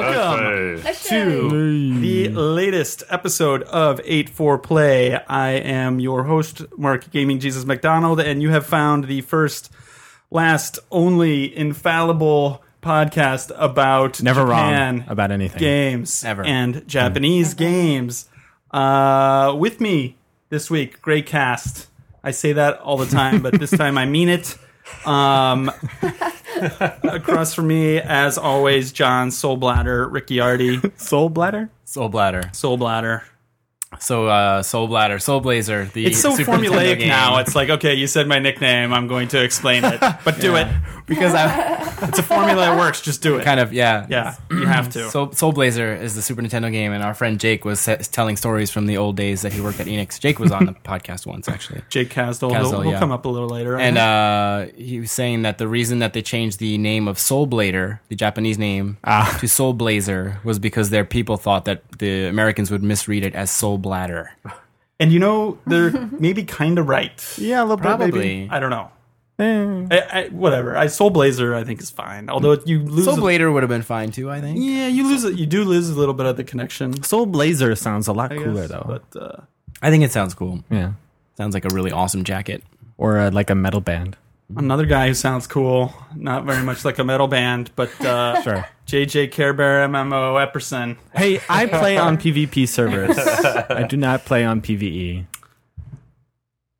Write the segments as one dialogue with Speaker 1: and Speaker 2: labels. Speaker 1: welcome
Speaker 2: Let's
Speaker 1: to the latest episode of 8 4 Play. I am your host, Mark Gaming Jesus McDonald, and you have found the first, last, only infallible podcast about
Speaker 3: Never
Speaker 1: Japan
Speaker 3: wrong about anything.
Speaker 1: games
Speaker 4: Ever.
Speaker 1: and Japanese games. Uh, with me this week, great cast. I say that all the time, but this time I mean it. Um, across from me, as always, John Soulbladder, Ricciardi,
Speaker 3: Soul bladder?
Speaker 4: Soul Bladder.
Speaker 1: Soulbladder.
Speaker 4: So uh, Soul Bladder, Soul Blazer. The
Speaker 1: It's so
Speaker 4: Super Nintendo
Speaker 1: formulaic
Speaker 4: game.
Speaker 1: now. It's like, okay, you said my nickname. I'm going to explain it, but do it because I, it's a formula that works. Just do it.
Speaker 4: kind of yeah
Speaker 1: yeah, you have to.
Speaker 4: Soul, Soul Blazer is the Super Nintendo game, and our friend Jake was se- telling stories from the old days that he worked at Enix. Jake was on the podcast once actually.
Speaker 1: Jake Casdell, he'll,
Speaker 4: Casdell,
Speaker 1: he'll
Speaker 4: yeah.
Speaker 1: come up a little later.
Speaker 4: And uh, he was saying that the reason that they changed the name of Soul Blader, the Japanese name, to Soul Blazer was because their people thought that the Americans would misread it as Soul Bladder.
Speaker 1: And you know, they're maybe kind of right.
Speaker 3: Yeah, a little bit. maybe.
Speaker 4: Probably.
Speaker 1: I don't know.
Speaker 3: Eh.
Speaker 1: I, I, whatever. I Soul Blazer, I think is fine. Although you lose, a-
Speaker 4: Soul Blader would have been fine too, I think.
Speaker 1: yeah, you lose. it. You do lose a little bit of the connection.
Speaker 3: Soul blazer sounds a lot
Speaker 1: I
Speaker 3: cooler
Speaker 1: guess,
Speaker 3: though.
Speaker 1: But uh,
Speaker 4: I think it sounds cool.
Speaker 3: Yeah.
Speaker 4: Sounds like a really awesome jacket.
Speaker 3: Or uh, like a metal band.
Speaker 1: another guy who sounds cool, not very much like a metal band, but uh,
Speaker 3: Sure.
Speaker 1: JJ Care Bear MMO Epperson.
Speaker 3: Hey, I play on PvP servers. I do not play on E. PvE.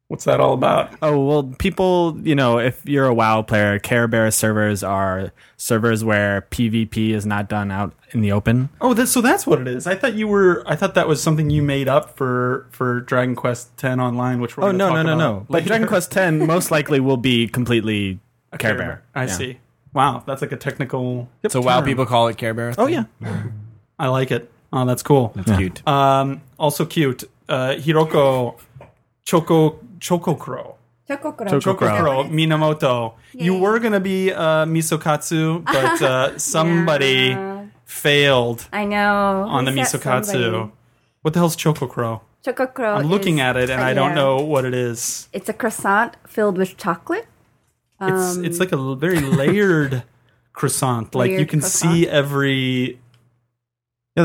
Speaker 1: What's that all about?
Speaker 3: Oh, well, people, you know, if you're a WoW player, Care Bear servers are servers where PvP is not done out in the open.
Speaker 1: Oh, that, so that's what it is. I thought you were. I thought that was something you made up for for Dragon Quest X Online, which we're
Speaker 3: Oh,
Speaker 1: gonna
Speaker 3: no, no,
Speaker 1: talk
Speaker 3: no,
Speaker 1: about
Speaker 3: no. But
Speaker 1: later.
Speaker 3: Dragon Quest X most likely will be completely Care Bear.
Speaker 1: I
Speaker 3: Yeah.
Speaker 1: see. Wow, that's like a technical.
Speaker 4: So wow,
Speaker 1: term.
Speaker 4: people call it Care Bear.
Speaker 3: Oh, yeah.
Speaker 1: I like it. Oh, that's cool.
Speaker 4: It's cute.
Speaker 1: Um, also cute. Uh, Hiroko Choco Choco Crow.
Speaker 3: Choco-
Speaker 2: Chocokuro.
Speaker 1: Choco Crow Minamoto. You
Speaker 2: Yay.
Speaker 1: were gonna be uh, Misokatsu, but uh, somebody
Speaker 2: Yeah.
Speaker 1: failed
Speaker 2: I know.
Speaker 1: on the Misokatsu. What the hell's Choco Crow?
Speaker 2: Chocokuro.
Speaker 1: I'm looking
Speaker 2: is-
Speaker 1: at it and I don't
Speaker 2: yeah.
Speaker 1: know what it is.
Speaker 2: It's a croissant filled with chocolate. Um,
Speaker 1: It's it's like a l- very layered croissant. Like you
Speaker 2: Layered
Speaker 1: can
Speaker 2: croissant.
Speaker 1: see every.
Speaker 3: Yeah,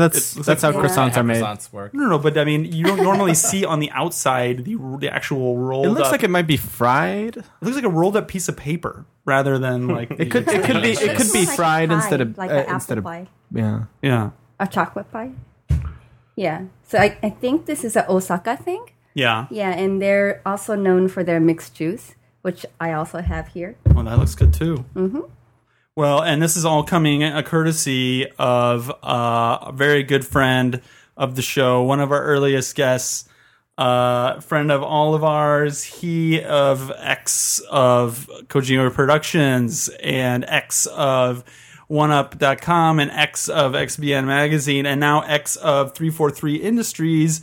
Speaker 1: It
Speaker 3: that's
Speaker 1: looks
Speaker 3: that's
Speaker 1: like-
Speaker 3: how
Speaker 2: Yeah.
Speaker 3: croissants are made.
Speaker 4: Croissants work.
Speaker 1: No, no, no, but I mean, you don't normally see on the outside the the actual rolled.
Speaker 3: It looks
Speaker 1: up-
Speaker 3: like it might be fried.
Speaker 1: It looks like a rolled up piece of paper rather than like
Speaker 3: It could it could be it could be
Speaker 2: Like a
Speaker 3: fried
Speaker 2: pie,
Speaker 3: instead of
Speaker 2: like
Speaker 3: uh,
Speaker 2: an
Speaker 3: instead
Speaker 2: apple
Speaker 3: of
Speaker 2: pie,
Speaker 3: yeah.
Speaker 1: yeah
Speaker 2: a chocolate pie. Yeah. So I, I think this is a Osaka thing.
Speaker 1: yeah.
Speaker 2: Yeah, and they're also known for their mixed juice, which I also have here.
Speaker 1: Well, Oh, that looks good too. Mm-hmm. Well, and this is all coming a courtesy of uh, a very good friend of the show, one of our earliest guests, uh, friend of all of ours. He of X of Kojima Productions and X of OneUp.com and X of XBN Magazine and now X of 343 Industries.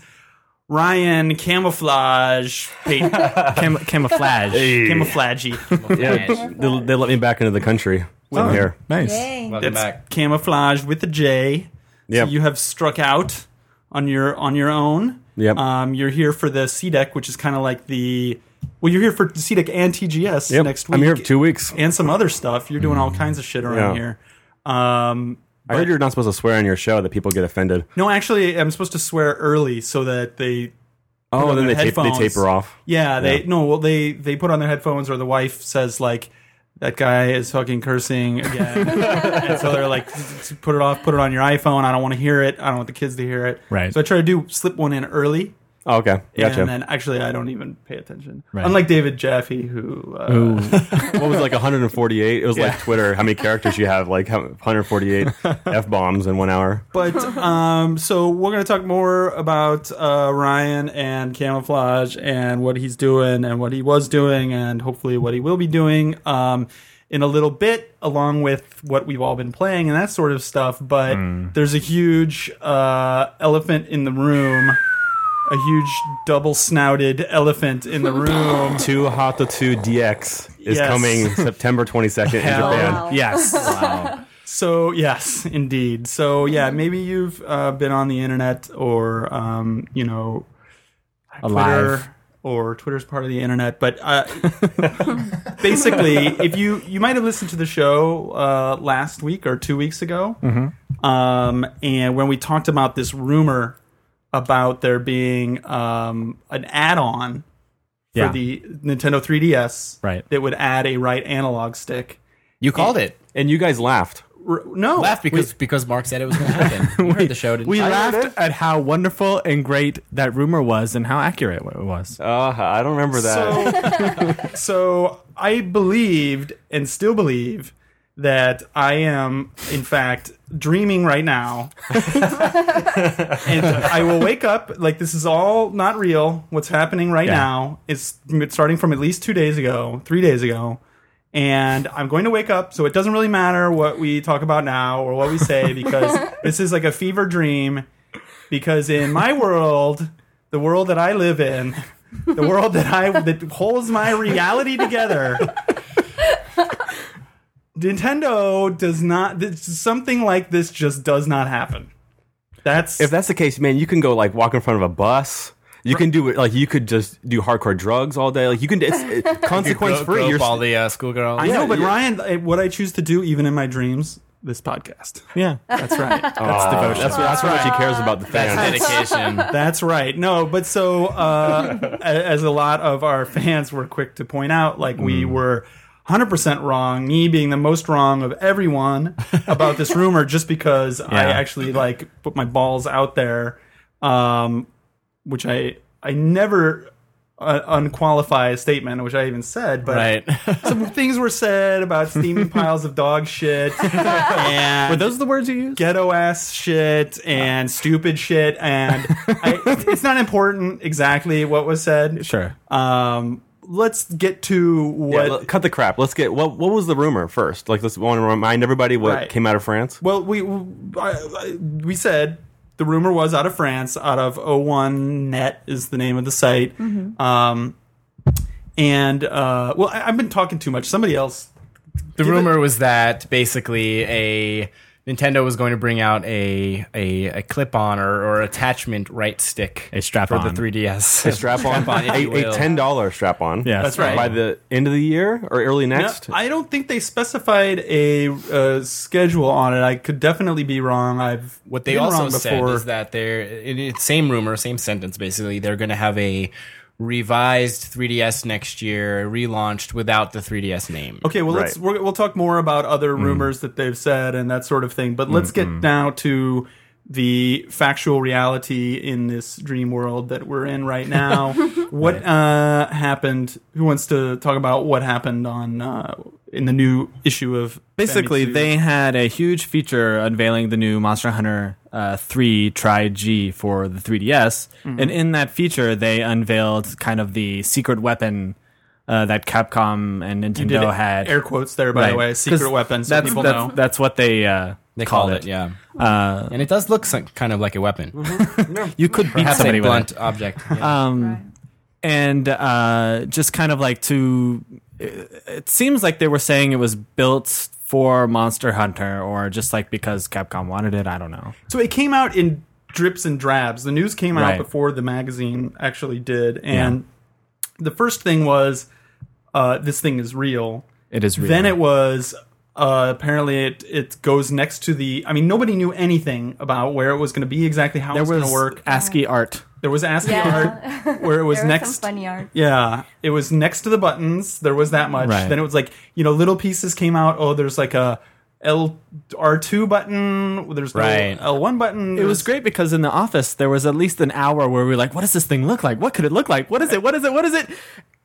Speaker 1: Ryan Camouflage, Pate,
Speaker 3: Cam- camouflage.
Speaker 1: Camouflagey.
Speaker 5: Yeah, they, they let me back into the country. So
Speaker 1: Oh.
Speaker 5: I'm here.
Speaker 3: Nice.
Speaker 2: Yay.
Speaker 4: Welcome
Speaker 1: It's
Speaker 4: back.
Speaker 1: camouflage with a J.
Speaker 5: Yep.
Speaker 1: So you have struck out on your on your own.
Speaker 5: Yep.
Speaker 1: Um, you're here for the CDEC, which is kind of like the well, you're here for CDEC and TGS
Speaker 5: Yep,
Speaker 1: next week.
Speaker 5: I'm here for two weeks.
Speaker 1: and some other stuff. You're doing all kinds of shit around
Speaker 5: Yeah.
Speaker 1: here. Um,
Speaker 5: I heard you're not supposed to swear on your show that people get offended.
Speaker 1: no, actually, I'm supposed to swear early so that they
Speaker 5: Oh,
Speaker 1: on
Speaker 5: then
Speaker 1: their
Speaker 5: they tape, they
Speaker 1: headphones.
Speaker 5: taper off.
Speaker 1: Yeah, they no, well they they put on their headphones or the wife says like that guy is fucking cursing again. and so they're like put it off, put it on your iPhone. I don't want to hear it. I don't want the kids to hear it.
Speaker 3: Right.
Speaker 1: So I try to do slip one in early.
Speaker 5: Oh, okay. Gotcha.
Speaker 1: And then actually I don't even pay attention.
Speaker 3: Right.
Speaker 1: Unlike David Jaffe who uh,
Speaker 5: what was it, like 148? It was like Twitter. How many characters you have? Like how- 148 f bombs in one hour.
Speaker 1: But um, so we're going to talk more about uh, Ryan and camouflage and what he's doing and what he was doing and hopefully what he will be doing um, in a little bit, along with what we've all been playing and that sort of stuff. But there's a huge uh, elephant in the room, a huge double snouted elephant in the room.
Speaker 5: Two Hot to Two DX is
Speaker 1: Yes.
Speaker 5: coming September 22nd in
Speaker 1: Hell
Speaker 5: Japan.
Speaker 2: Wow.
Speaker 3: Yes.
Speaker 1: So yes, indeed. So yeah, maybe you've uh, been on the internet or um, you know, Twitter
Speaker 3: Alive.
Speaker 1: or Twitter's part of the internet. But uh, basically, if you you might have listened to the show uh, last week or two weeks ago,
Speaker 3: Mm-hmm.
Speaker 1: um, and when we talked about this rumor about there being um, an add-on for
Speaker 3: Yeah.
Speaker 1: the Nintendo 3DS,
Speaker 3: Right.
Speaker 1: that would add a right analog stick.
Speaker 4: You called it.
Speaker 5: And you guys laughed.
Speaker 1: R- no,
Speaker 4: Laugh because because Mark said it was going to happen. You heard the show. Didn't
Speaker 3: We
Speaker 4: you?
Speaker 5: heard it.
Speaker 3: laughed at how wonderful and great that rumor was and how accurate it was.
Speaker 5: Uh, I don't remember that.
Speaker 1: So, so I believed and still believe that I am, in fact, dreaming right now. and I will wake up like this is all not real. What's happening right
Speaker 3: Yeah.
Speaker 1: now is it's starting from at least two days ago, three days ago. And I'm going to wake up, so it doesn't really matter what we talk about now or what we say because this is like a fever dream. Because in my world, the world that I live in, the world that I that holds my reality together. Nintendo does not this, something like this just does not happen. That's
Speaker 5: if that's the case, man, you can go like walk in front of a bus. You can do it like you could just do hardcore drugs all day. Like you can, it's it, consequence
Speaker 4: Gro-
Speaker 5: free.
Speaker 4: grope
Speaker 5: You're
Speaker 4: all the uh, schoolgirls.
Speaker 1: I know, but
Speaker 5: you're-
Speaker 1: Ryan, I- what I choose to do even in my dreams, this podcast.
Speaker 3: Yeah, that's right. Uh, That's devotion.
Speaker 5: That's, that's what she cares about the
Speaker 4: That's
Speaker 5: fans.
Speaker 4: dedication.
Speaker 1: That's right. No, but so uh, a- as a lot of our fans were quick to point out, like we were 100% wrong, me being the most wrong of everyone about this rumor, just because I
Speaker 3: Yeah.
Speaker 1: actually like put my balls out there, um, which I I never uh, unqualify a statement, which I even said, but
Speaker 4: right.
Speaker 1: some things were said about steaming piles of dog shit and
Speaker 3: Were those the words you used?
Speaker 1: ghetto ass shit and stupid shit and I, it's not important exactly what was said
Speaker 3: Sure.
Speaker 1: um let's get to
Speaker 5: Yeah,
Speaker 1: what
Speaker 5: l- cut the crap. Let's get what what was the rumor first? Like let's want to remind everybody what
Speaker 1: Right.
Speaker 5: came out of France.
Speaker 1: well we I, I- we said the rumor was out of france out of o1net is the name of the site um and uh well I, i've been talking too much somebody else
Speaker 4: The rumor was that basically a Nintendo was going to bring out a a, a clip-on or, or attachment right stick
Speaker 3: A strap-on.
Speaker 4: for the 3DS.
Speaker 5: A strap on,
Speaker 4: Strap-on, if you
Speaker 5: a,
Speaker 4: will.
Speaker 5: a ten dollar strap on.
Speaker 3: Yeah, That's
Speaker 1: right.
Speaker 5: By the end of the year or early
Speaker 1: No,
Speaker 5: next.
Speaker 1: I don't think they specified a uh, schedule on it. I could definitely be wrong. I've
Speaker 4: what they
Speaker 1: been
Speaker 4: also
Speaker 1: wrong
Speaker 4: said
Speaker 1: before.
Speaker 4: is that they're it, it's same rumor, same sentence basically. They're going to have a revised 3DS next year, relaunched without the 3DS name.
Speaker 1: Okay, well, let's
Speaker 5: Right.
Speaker 1: we're, we'll talk more about
Speaker 3: Hmm.
Speaker 1: other rumors that they've said and that sort of thing. But let's
Speaker 3: Mm-hmm.
Speaker 1: get now to the factual reality in this dream world that we're in right now. what uh, happened? Who wants to talk about what happened on uh, in the new issue of
Speaker 3: Basically,
Speaker 1: Famitsu?
Speaker 3: they had a huge feature unveiling the new Monster Hunter uh, 3 Tri G for the 3DS. And in that feature, they unveiled kind of the secret weapon uh, that Capcom and
Speaker 1: You did
Speaker 3: Nintendo had.
Speaker 1: air quotes there by the
Speaker 3: Right.
Speaker 1: way, secret
Speaker 3: 'Cause
Speaker 1: weapons. So
Speaker 3: that's,
Speaker 1: people
Speaker 3: that's,
Speaker 1: know.
Speaker 3: that's what they, uh,
Speaker 4: They
Speaker 3: called, it.
Speaker 4: yeah.
Speaker 3: Uh,
Speaker 4: And it does look some, kind of like a weapon.
Speaker 3: you could beat
Speaker 4: Perhaps
Speaker 3: somebody
Speaker 4: a
Speaker 3: with it.
Speaker 4: blunt object. Yeah.
Speaker 3: Um,
Speaker 2: Right.
Speaker 3: and uh, just kind of like to uh, it seems like they were saying it was built for monster hunter or just like because capcom wanted it i don't know
Speaker 1: So it came out in drips and drabs. The news came out
Speaker 3: Right.
Speaker 1: before the magazine actually did, and the first thing was uh, this thing is real.
Speaker 3: it is real.
Speaker 1: Then it was uh, apparently it it goes next to the. I mean, nobody knew anything about where it was going to be exactly how
Speaker 3: there
Speaker 1: it was,
Speaker 3: was
Speaker 1: going to work.
Speaker 3: ascii art
Speaker 1: There was ASCII
Speaker 2: Yeah.
Speaker 1: art where it was
Speaker 2: There was
Speaker 1: next.
Speaker 2: some funny art.
Speaker 1: Yeah, it was next to the buttons. There was that much.
Speaker 3: Right.
Speaker 1: Then it was like you know little pieces came out. Oh, there's like a L R two button. There's no
Speaker 4: Right.
Speaker 1: L one button.
Speaker 3: it was great because in the office there was at least an hour where we were like what does this thing look like what could it look like what is it what is it what is it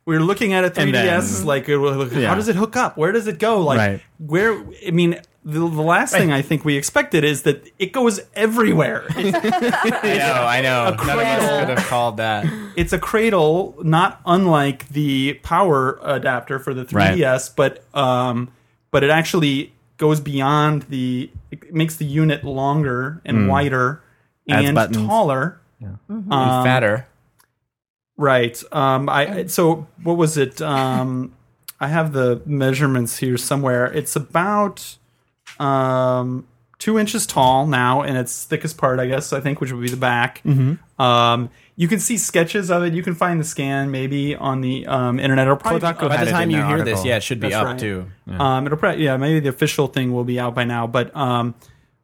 Speaker 1: we were looking at a 3ds
Speaker 3: And then-
Speaker 1: like it was like, how
Speaker 3: Yeah.
Speaker 1: does it hook up where does it go like
Speaker 3: Right.
Speaker 1: where i mean the, the last thing i think we expected is that it goes everywhere It-
Speaker 4: I know, I know. None of us could have called that.
Speaker 1: it's a cradle not unlike the power adapter for the 3ds but um but it actually goes beyond the it makes the unit longer and wider
Speaker 3: Adds
Speaker 1: and
Speaker 3: buttons.
Speaker 1: taller
Speaker 4: And fatter.
Speaker 1: Right. Um, I so what was it? Um, I have the measurements here somewhere. It's about um, two inches tall now, and its thickest part, I guess, I think, which would be the back. Um, you can see sketches of it. You can find the scan maybe on the um, internet. It'll probably
Speaker 3: Kotaku
Speaker 4: By
Speaker 3: had
Speaker 4: the
Speaker 3: it
Speaker 4: time
Speaker 3: in
Speaker 4: you
Speaker 3: their
Speaker 4: hear
Speaker 3: article.
Speaker 4: this, yeah, it should be
Speaker 1: That's
Speaker 4: up
Speaker 1: right.
Speaker 4: too.
Speaker 1: Um, it'll probably yeah maybe the official thing will be out by now. But um,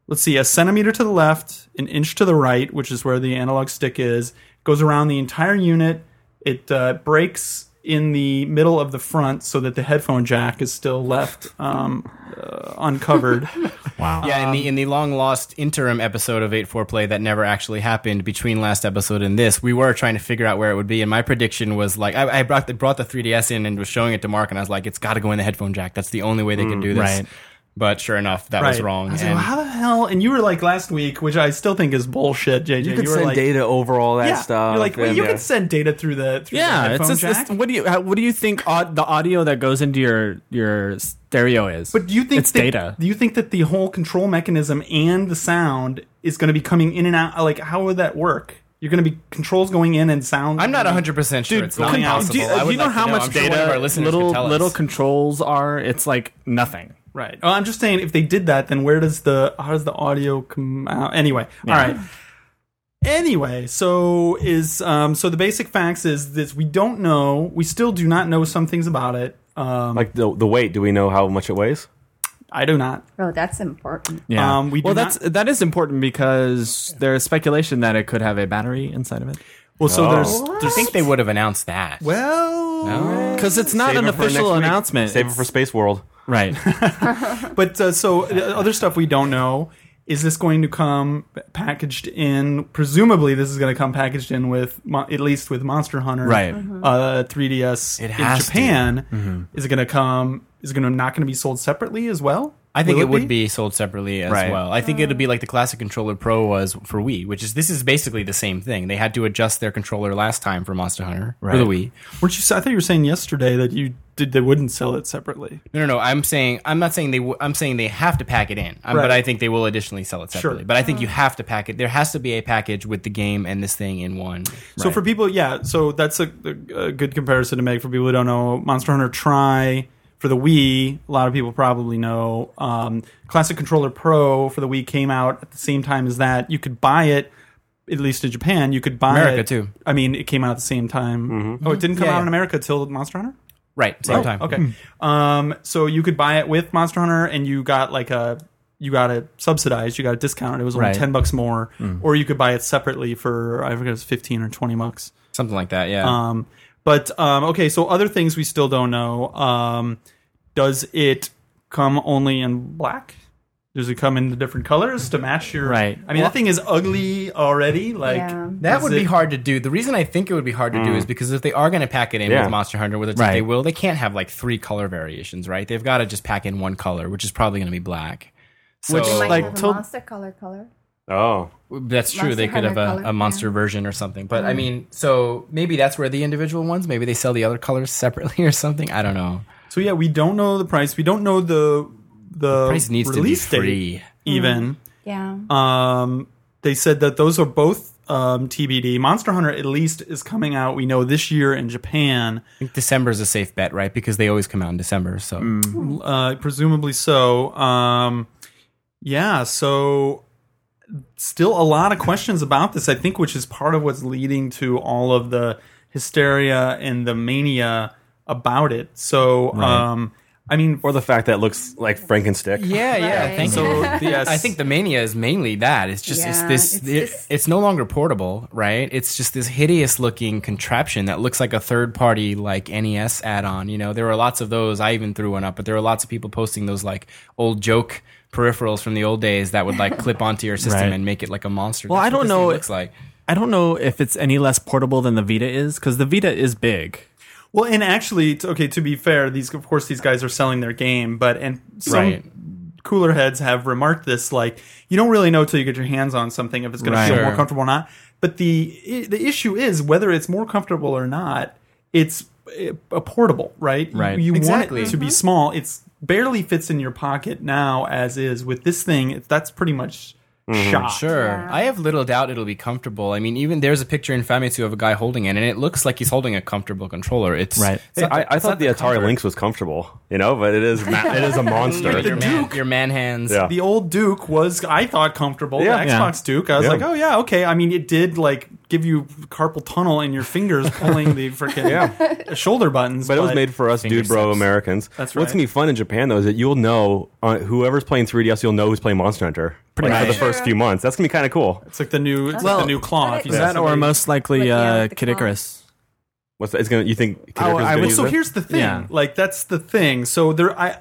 Speaker 1: let's see, a centimeter to the left, an inch to the right, which is where the analog stick is, goes around the entire unit. It uh, breaks in the middle of the front so that the headphone jack is still left um, uh, uncovered.
Speaker 3: Wow.
Speaker 4: Yeah, in the in the long lost interim episode of Eight Four Play that never actually happened between last episode and this, we were trying to figure out where it would be, and my prediction was like I, I brought the brought the 3ds in and was showing it to Mark, and I was like, it's got to go in the headphone jack. That's the only way they can do this.
Speaker 3: right.
Speaker 4: But sure enough, that was
Speaker 1: Right.
Speaker 4: wrong.
Speaker 1: I was like,
Speaker 4: and
Speaker 1: "Well, how the hell? And you were like last week, which I still think is bullshit, JJ.
Speaker 5: You could
Speaker 1: were
Speaker 5: send
Speaker 1: like,
Speaker 5: data over all that
Speaker 1: yeah.
Speaker 5: stuff.
Speaker 1: You're like, well,
Speaker 5: and,
Speaker 1: you
Speaker 5: uh,
Speaker 1: could send data through the through the
Speaker 3: Yeah, it's
Speaker 1: headphone
Speaker 3: just
Speaker 1: jack.
Speaker 3: it's- what do you how, what do you think au- the audio that goes into your your stereo is?
Speaker 1: But do you think
Speaker 3: it's
Speaker 1: that,
Speaker 3: data?
Speaker 1: Do you think that the whole control mechanism and the sound is going to be coming in and out? Like, how would that work? You're going to be controls going in and sound.
Speaker 4: I'm not 100 percent sure.
Speaker 3: Dude,
Speaker 4: it's not
Speaker 3: con-
Speaker 4: possible.
Speaker 3: Do you,
Speaker 4: I
Speaker 3: do
Speaker 4: would
Speaker 3: you know
Speaker 4: like to
Speaker 3: how much
Speaker 4: I'm sure one of
Speaker 3: data
Speaker 4: our listeners
Speaker 3: little
Speaker 4: can tell us.
Speaker 3: little controls are? It's like nothing.
Speaker 1: right. Well, I'm just saying if they did that, then where does the how does the audio come out? Anyway, all right. Anyway, so is um, so the basic facts is this: we don't know. We still do not know some things about it. Um,
Speaker 5: like the the weight. Do we know how much it weighs?
Speaker 1: I do not.
Speaker 2: Oh, that's important.
Speaker 3: Yeah.
Speaker 1: Um, we do
Speaker 3: well,
Speaker 1: not-
Speaker 3: that's that is important because there's speculation that it could have a battery inside of it.
Speaker 1: Well,
Speaker 3: Oh.
Speaker 1: so there's
Speaker 2: Oh,
Speaker 4: Do you think they would have announced that?
Speaker 1: well,
Speaker 3: Because it's not
Speaker 5: Oh. Save
Speaker 3: an
Speaker 5: it for next
Speaker 3: official
Speaker 5: week.
Speaker 3: announcement.
Speaker 5: Save it
Speaker 3: It's-
Speaker 5: for Space World.
Speaker 3: right.
Speaker 1: But uh, so the other stuff we don't know is this going to come packaged in? Presumably, this is going to come packaged in with mo- at least with Monster Hunter,
Speaker 3: Right.
Speaker 1: Uh, 3DS
Speaker 4: It
Speaker 1: in
Speaker 4: has to. Mm-hmm.
Speaker 1: Japan is it going to come? Is it going to not going to be sold separately as well?
Speaker 4: I think
Speaker 1: Will
Speaker 4: it, would be? sold separately as
Speaker 3: Right.
Speaker 4: well. I think it'd be like the classic controller Pro was for Wii, which is this is basically the same thing. They had to adjust their controller last time for Monster Hunter for the Wii.
Speaker 1: Weren't you? I thought you were saying yesterday that you did. They wouldn't sell it separately.
Speaker 4: No, no, no. I'm saying I'm not saying they. W- I'm saying they have to pack it in. Um,
Speaker 1: Right.
Speaker 4: But I think they will additionally sell it separately. But I think you have to pack it. There has to be a package with the game and this thing in one.
Speaker 1: So for people, yeah, so that's a, a good comparison to make for people who don't know Monster Hunter Try for the Wii. A lot of people probably know um, Classic Controller Pro for the Wii came out at the same time as that. You could buy it, at least in Japan. You could buy
Speaker 4: America,
Speaker 1: it.
Speaker 4: too.
Speaker 1: I mean, it came out at the same time. Oh, it didn't come
Speaker 4: Mm-hmm. Yeah,
Speaker 1: out
Speaker 4: yeah.
Speaker 1: in America till Monster Hunter.
Speaker 4: Right, same
Speaker 1: Oh,
Speaker 4: time.
Speaker 1: Okay. Um, so you could buy it with Monster Hunter, and you got like a you got it subsidized. You got it discounted. It was only
Speaker 3: Right.
Speaker 1: ten bucks more, or you could buy it separately for I forget it was fifteen or twenty bucks.
Speaker 4: something like that. Yeah.
Speaker 1: Um, but um, okay, so other things we still don't know. Um, does it come only in black? Does it come in the different colors to match your?
Speaker 3: Right.
Speaker 1: I mean, that thing is ugly already. Like
Speaker 2: Yeah.
Speaker 4: That
Speaker 1: is
Speaker 4: would
Speaker 1: it- Mm.
Speaker 4: be hard to do. The reason I think it would be hard to do is because if they are going to pack it in
Speaker 5: Yeah.
Speaker 4: with Monster Hunter, whether it's
Speaker 3: Right.
Speaker 4: they will, they can't have like three color variations, right? They've got to just pack in one color, which is probably going to be black. So
Speaker 3: Which,
Speaker 2: They might
Speaker 3: Like,
Speaker 2: have a
Speaker 3: told-
Speaker 2: monster color color.
Speaker 5: Oh,
Speaker 4: that's true. They
Speaker 2: Monster
Speaker 4: could have
Speaker 2: Hunter
Speaker 4: a,
Speaker 2: color,
Speaker 4: a monster
Speaker 2: yeah. Mm.
Speaker 4: version or something. But I mean, so maybe that's where the individual ones. Maybe they sell the other colors separately or something. I don't know.
Speaker 1: So yeah, we don't know the price. We don't know the the,
Speaker 4: Price needs to be
Speaker 1: release date
Speaker 4: free. Mm-hmm.
Speaker 1: even.
Speaker 2: Yeah.
Speaker 1: Um, they said that those are both um, TBD. Monster Hunter at least is coming out. We know this year in Japan.
Speaker 4: I think December is a safe bet, right? Because they always come out in December. So
Speaker 1: uh, presumably so. Um, yeah, so still a lot of questions about this, I think, which is part of what's leading to all of the hysteria and the mania about it. So, um, I mean,
Speaker 5: or the fact that it looks like Frankenstick.
Speaker 4: yeah, yeah.
Speaker 2: Right.
Speaker 4: Thank
Speaker 1: so
Speaker 4: you.
Speaker 3: uh,
Speaker 1: yes,
Speaker 4: I think the mania is mainly that. It's just it's
Speaker 2: Yeah,
Speaker 4: this
Speaker 2: it's
Speaker 4: it's,
Speaker 2: this-
Speaker 4: it's no longer portable, right? It's just this hideous looking contraption that looks like a third party like NES add-on, you know. There were lots of those. I even threw one up, but there were lots of people posting those like old joke peripherals from the old days that would like clip onto your system
Speaker 3: Right.
Speaker 4: and make it like a monster.
Speaker 3: Well,
Speaker 4: That's
Speaker 3: I
Speaker 4: what
Speaker 3: don't
Speaker 4: this thing
Speaker 3: know.
Speaker 4: looks like.
Speaker 3: I don't know if it's any less portable than the Vita is because the Vita is big.
Speaker 1: well, and actually, t- okay, to be fair, these of course these guys are selling their game, but and some
Speaker 4: Right.
Speaker 1: cooler heads have remarked this like you don't really know till you get your hands on something if it's going
Speaker 3: Right.
Speaker 1: to feel more
Speaker 4: Sure.
Speaker 1: comfortable or not but the i- the issue is whether it's more comfortable or not it's uh, a portable right You-
Speaker 3: Right.
Speaker 1: you,
Speaker 4: Exactly.
Speaker 1: want it to be small it's barely fits in your pocket now as is with this thing it- that's pretty much
Speaker 5: Mm-hmm.
Speaker 1: shot
Speaker 4: Sure.
Speaker 2: Yeah.
Speaker 4: I have little doubt it'll be comfortable. I mean, even there's a picture in Famitsu of a guy holding it and it looks like he's holding a comfortable controller. It's
Speaker 3: Right.
Speaker 4: it's not
Speaker 5: I, I
Speaker 4: it's not
Speaker 5: thought the Atari
Speaker 4: comfort.
Speaker 5: Lynx was comfortable, you know, but it is ma- it is a monster.
Speaker 4: your man, your man hands.
Speaker 5: Yeah.
Speaker 1: the old Duke was I thought comfortable.
Speaker 5: Yeah.
Speaker 1: the Xbox Duke. I was
Speaker 5: Yeah.
Speaker 1: like, oh yeah, okay. I mean, it did like give you carpal tunnel in your fingers pulling the freaking shoulder buttons.
Speaker 5: But it was made for us, dude, bro,
Speaker 4: Fingertips.
Speaker 5: Americans.
Speaker 1: That's
Speaker 5: What's
Speaker 1: right.
Speaker 5: gonna be fun in Japan though is that you'll know uh, whoever's playing 3DS, you'll know who's playing Monster Hunter
Speaker 3: Pretty
Speaker 5: like, for the
Speaker 3: much.
Speaker 5: first few months. That's gonna be kind of cool.
Speaker 1: It's like the new, it's
Speaker 3: Well,
Speaker 1: like the new claw.
Speaker 2: but
Speaker 1: If you
Speaker 2: it-
Speaker 1: see
Speaker 3: that or
Speaker 1: somebody-
Speaker 3: most likely
Speaker 2: Like, yeah,
Speaker 3: uh,
Speaker 2: with the
Speaker 3: Kid
Speaker 2: claw.
Speaker 3: Icarus.
Speaker 5: What's that? It's gonna. You think? Kid
Speaker 1: Oh,
Speaker 5: Icarus is
Speaker 1: I
Speaker 5: gonna
Speaker 1: would-
Speaker 5: use
Speaker 1: so
Speaker 5: it?
Speaker 1: here's the thing.
Speaker 3: Yeah.
Speaker 1: Like that's the thing. So there, I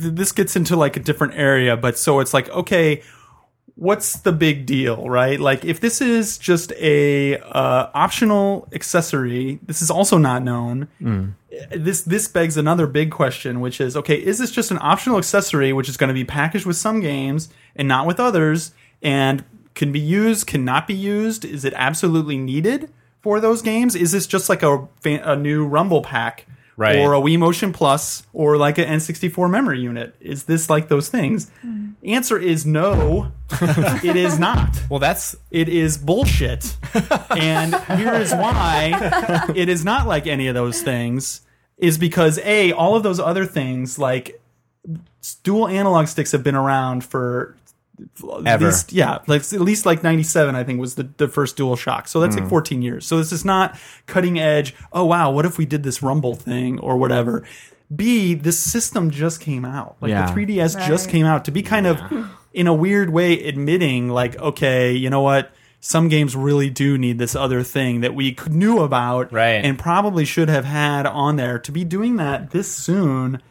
Speaker 1: th- this gets into like a different area, but so it's like okay, what's the big deal, right? Like if this is just a uh, optional accessory, this is also not known. This this begs another big question, which is okay, is this just an optional accessory which is going to be packaged with some games and not with others, and can be used, cannot be used? Is it absolutely needed for those games? Is this just like a fa- a new Rumble pack?
Speaker 5: Right.
Speaker 1: Or a Wii Motion Plus, or like an N64 memory unit. Is this like those things? Answer is no. it is not.
Speaker 4: Well, that's
Speaker 1: It is bullshit. and here is why it is not like any of those things is because A, all of those other things, like s- dual analog sticks have been around for at
Speaker 4: Ever.
Speaker 1: least yeah like at least like 97 i think was the, the first dual shock so that's like 14 years so this is not cutting edge oh wow what if we did this rumble thing or whatever b this system just came out like
Speaker 3: Yeah.
Speaker 1: the 3ds just
Speaker 2: Right.
Speaker 1: came out to be kind of in a weird way admitting like okay you know what some games really do need this other thing that we c- knew about
Speaker 4: Right.
Speaker 1: and probably should have had on there to be doing that this soon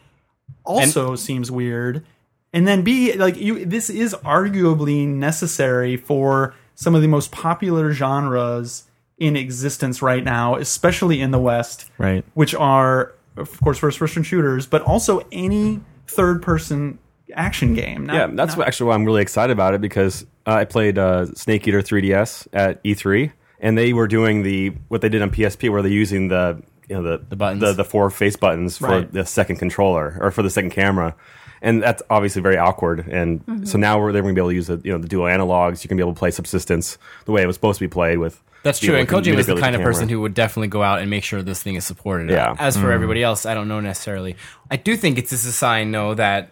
Speaker 1: also seems weird. And then B, like you, this is arguably necessary for some of the most popular genres in existence right now, especially in the West,
Speaker 3: Right.
Speaker 1: Which are, of course, first-person shooters, but also any third-person action game. Not-
Speaker 5: Yeah, that's what- actually why I'm really excited about it because uh, I played uh, Snake Eater 3DS at E3, and they were doing the what they did on PSP, where they're using the you know the the
Speaker 4: buttons.
Speaker 5: the, four face buttons for
Speaker 1: Right.
Speaker 5: the second controller or for the second camera, and that's obviously very awkward. And
Speaker 1: Mm-hmm.
Speaker 5: so now we're they're going to be able to use the you know the dual analogs. You can be able to play Subsistence the way it was supposed to be played with.
Speaker 4: That's
Speaker 5: being
Speaker 4: true. And
Speaker 5: able to
Speaker 4: Koji was the
Speaker 5: manipulate
Speaker 4: kind of
Speaker 5: camera.
Speaker 4: person who would definitely go out and make sure this thing is supported.
Speaker 5: Yeah. Mm.
Speaker 4: As for everybody else, I don't know necessarily. I do think it's just a sign, though, that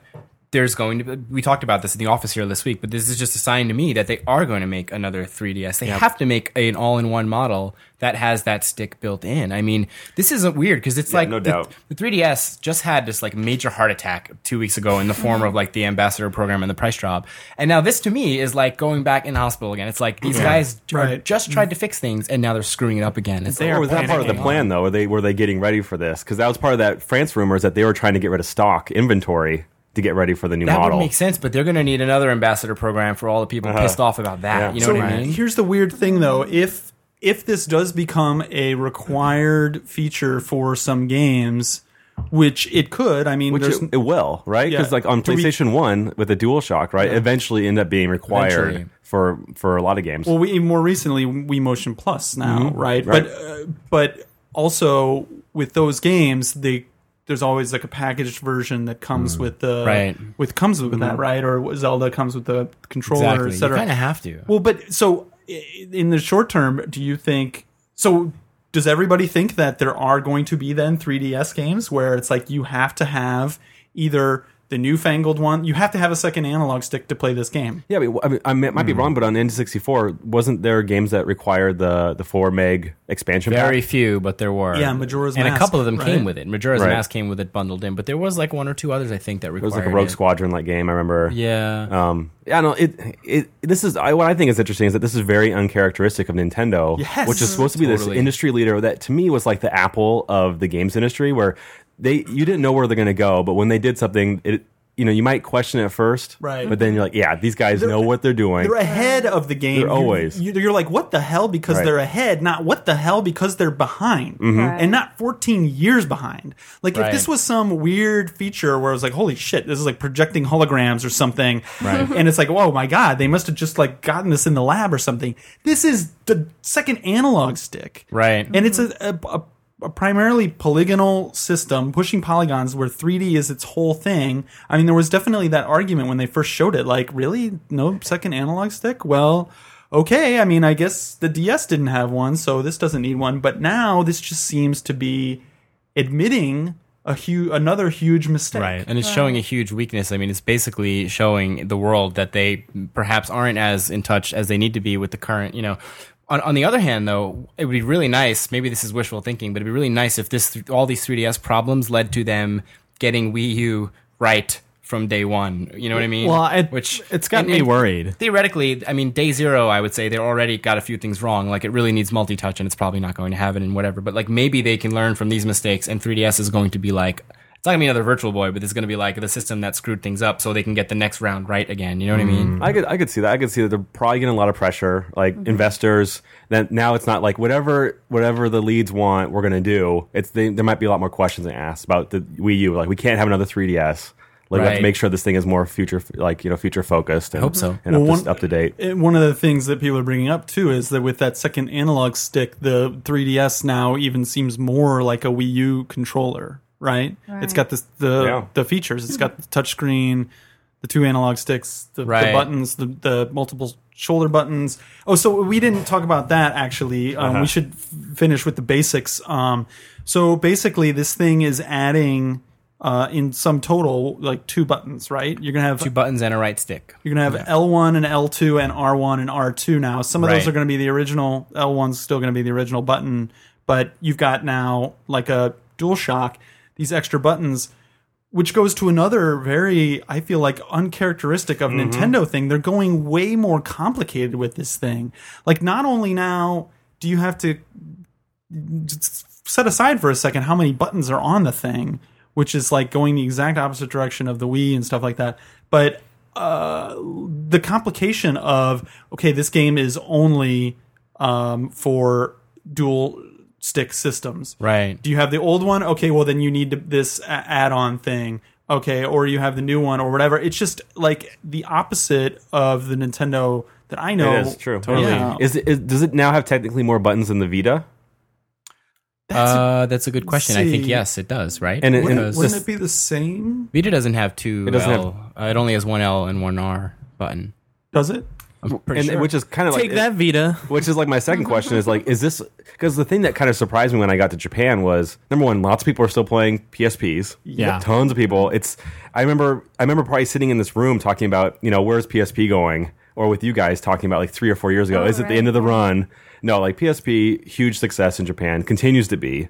Speaker 4: there's going to be, we talked about this in the office here this week, but this is just a sign to me that they are going to make another 3DS. They have to make an all in one model that has that stick built in. I mean, this isn't weird because it's like
Speaker 5: no
Speaker 4: the-
Speaker 5: doubt.
Speaker 4: the 3DS just had this like major heart attack two weeks ago in the form
Speaker 1: Mm-hmm.
Speaker 4: of like the ambassador program and the price drop. And now this to me is like going back in the hospital again. It's like these guys are
Speaker 1: Right. Mm-hmm.
Speaker 4: just tried to fix things and now they're screwing it up again. It's
Speaker 5: Or was that part of the
Speaker 4: panicking.
Speaker 5: plan though? Were they were they getting ready for this? Because that was part of that France rumors that they were trying to get rid of stock inventory to get ready for the new
Speaker 4: That
Speaker 5: model. Uh-huh.
Speaker 4: would make sense, but they're going to need another ambassador program for all the people pissed off about that.
Speaker 5: Yeah.
Speaker 4: You know
Speaker 1: So
Speaker 4: what I mean?
Speaker 1: here's the weird thing, though.
Speaker 4: Mm-hmm.
Speaker 1: If if this does become a required feature for some games, which it could, I mean,
Speaker 5: Which
Speaker 1: there's
Speaker 5: it, it will, right? Because
Speaker 1: Yeah.
Speaker 5: like on
Speaker 1: To reach-
Speaker 5: PlayStation One with the DualShock, right? Eventually end up being required
Speaker 4: Eventually.
Speaker 5: for for a lot of games.
Speaker 1: Well, we even more recently we Motion Plus now,
Speaker 4: Mm-hmm.
Speaker 1: right?
Speaker 5: Right.
Speaker 1: But uh, but also with those games, they there's always like a packaged version that comes with the
Speaker 4: Mm-hmm. Right. Mm-hmm.
Speaker 1: with comes with that, right? Or Zelda comes with the controller,
Speaker 4: Exactly. You
Speaker 1: etc.
Speaker 4: kind of have to.
Speaker 1: Well, but so i- in the short term, do you think so? Does everybody think that there are going to be then 3DS games where it's like you have to have either the newfangled one, you have to have a second analog stick to play this game?
Speaker 5: yeah, but, I, mean, I might
Speaker 4: Hmm.
Speaker 5: be wrong, but on N64, wasn't there games that required the the four meg expansion?
Speaker 4: Very
Speaker 5: pack?
Speaker 4: few, but there were.
Speaker 1: Yeah, Majora's
Speaker 4: and
Speaker 1: Mask,
Speaker 4: a couple of them
Speaker 1: right?
Speaker 4: came with it. Majora's
Speaker 5: Right.
Speaker 4: Mask came with it bundled in, but there was like one or two others I think that
Speaker 5: It
Speaker 4: required
Speaker 5: was like a Rogue
Speaker 4: it.
Speaker 5: Squadron like game. I remember.
Speaker 4: Yeah.
Speaker 5: Um, yeah, no, it, it, this is, I, what I think is interesting is that this is very uncharacteristic of Nintendo,
Speaker 1: Yes.
Speaker 5: which is supposed to be
Speaker 4: Totally.
Speaker 5: this industry leader that to me was like the Apple of the games industry where they, you didn't know where they're going to go, but when they did something, it, you know, you might question it first,
Speaker 1: Right.
Speaker 5: But then you're like, yeah, these guys know what they're doing.
Speaker 1: They're ahead of the game.
Speaker 5: They're
Speaker 1: You-
Speaker 5: always.
Speaker 1: You, are like, what the hell? Because
Speaker 5: Right. Mm-hmm.
Speaker 1: they're ahead, not what the hell because they're behind,
Speaker 2: Right.
Speaker 1: and not 14 years behind. Like if this
Speaker 4: Right.
Speaker 1: was some weird feature where it was like, holy shit, this is like projecting holograms or something, right? And it's like, oh my god, they must have just like gotten this in the lab or something. This is the second analog stick,
Speaker 4: Right.
Speaker 1: And it's a. a, a a primarily polygonal system pushing polygons where 3D is its whole thing. I mean, there was definitely that argument when they first showed it. Like, really, no second analog stick? Well, okay. I mean, I guess the DS didn't have one, so this doesn't need one. But now this just seems to be admitting a huge, another huge mistake.
Speaker 4: Right. And it's showing a huge weakness. I mean, it's basically showing the world that they perhaps aren't as in touch as they need to be with the current, you know, On, on the other hand, though, it would be really nice. Maybe this is wishful thinking, but it'd be really nice if this all these 3DS problems led to them getting Wii U right from day one. You know what I mean?
Speaker 3: Well, it, it's got
Speaker 4: and-
Speaker 3: me
Speaker 4: and
Speaker 3: worried.
Speaker 4: Theoretically, I mean, day zero, I would say they already got a few things wrong. Like it really needs multi-touch, and it's probably not going to have it, and whatever. But like maybe they can learn from these mistakes, and 3DS is going to be like. It's not gonna be another Virtual Boy, but it's gonna be like the system that screwed things up, so they can get the next round right again. You know what I mean?
Speaker 5: I could I could see that. I could see that they're probably getting a lot of pressure, like
Speaker 4: Mm-hmm.
Speaker 5: investors. That now it's not like whatever whatever the leads want, we're going to do. It's they, there might be a lot more questions asked about the Wii U. Like we can't have another 3DS. Like we have
Speaker 4: Right.
Speaker 5: to make sure this thing is more future, like you know, future focused. And, I
Speaker 4: hope so.
Speaker 5: And up,
Speaker 1: Well,
Speaker 5: to, up to date.
Speaker 1: And one of the things that people are bringing up too is that with that second analog stick, the 3DS now even seems more like a Wii U controller, right? It's got this, the
Speaker 5: Yeah.
Speaker 1: the features. It's got the touchscreen, the two analog sticks, the, the
Speaker 4: Right.
Speaker 1: buttons, the, the multiple shoulder buttons. Oh, so we didn't talk about that actually. Um, We should f- finish with the basics. Um, so basically, this thing is adding. Uh, in some total, like two buttons, right? You're gonna have
Speaker 4: Two buttons and a right stick.
Speaker 1: you're gonna have L1 and L2 and R1 and R2 now. Some of those
Speaker 4: Right.
Speaker 1: are gonna be the original. L1's still gonna be the original button, but you've got now like a DualShock. These extra buttons, which goes to another very, I feel like uncharacteristic of
Speaker 5: Mm-hmm.
Speaker 1: Nintendo thing. They're going way more complicated with this thing. Like not only now do you have to set aside for a second how many buttons are on the thing, which is like going the exact opposite direction of the Wii and stuff like that. But uh, the complication of okay, this game is only um, for dual stick systems,
Speaker 4: Right.
Speaker 1: do you have the old one? Okay, well then you need to, this a- add-on thing. Okay, or you have the new one or whatever. It's just like the opposite of the Nintendo that I know.
Speaker 5: it is true.
Speaker 1: Totally.
Speaker 5: Yeah. Is, it, is does it now have technically more buttons than the Vita?
Speaker 1: That's
Speaker 4: uh, that's a good question. I think
Speaker 1: see.
Speaker 4: yes, it does. Right.
Speaker 5: And it- and
Speaker 4: Because-
Speaker 5: it's
Speaker 1: Wouldn't
Speaker 5: just-
Speaker 1: it be the same?
Speaker 4: Vita doesn't have two
Speaker 5: It doesn't have-
Speaker 4: L. uh, it only has one L and one R button.
Speaker 1: Does it?
Speaker 4: I'm pretty
Speaker 5: and
Speaker 4: sure.
Speaker 5: which is kind of like
Speaker 3: Take that, Vita.
Speaker 5: Which is like my second question is like, is this because the thing that kind of surprised me when I got to Japan was number one, lots of people are still playing PSPs.
Speaker 3: Yeah.
Speaker 5: tons of people. It's I remember I remember probably sitting in this room talking about you know where's PSP going, or with you guys talking about like three or four years ago.
Speaker 2: Oh,
Speaker 5: is it the
Speaker 2: right.
Speaker 5: end of the run? No, like PSP, huge success in Japan, continues to be.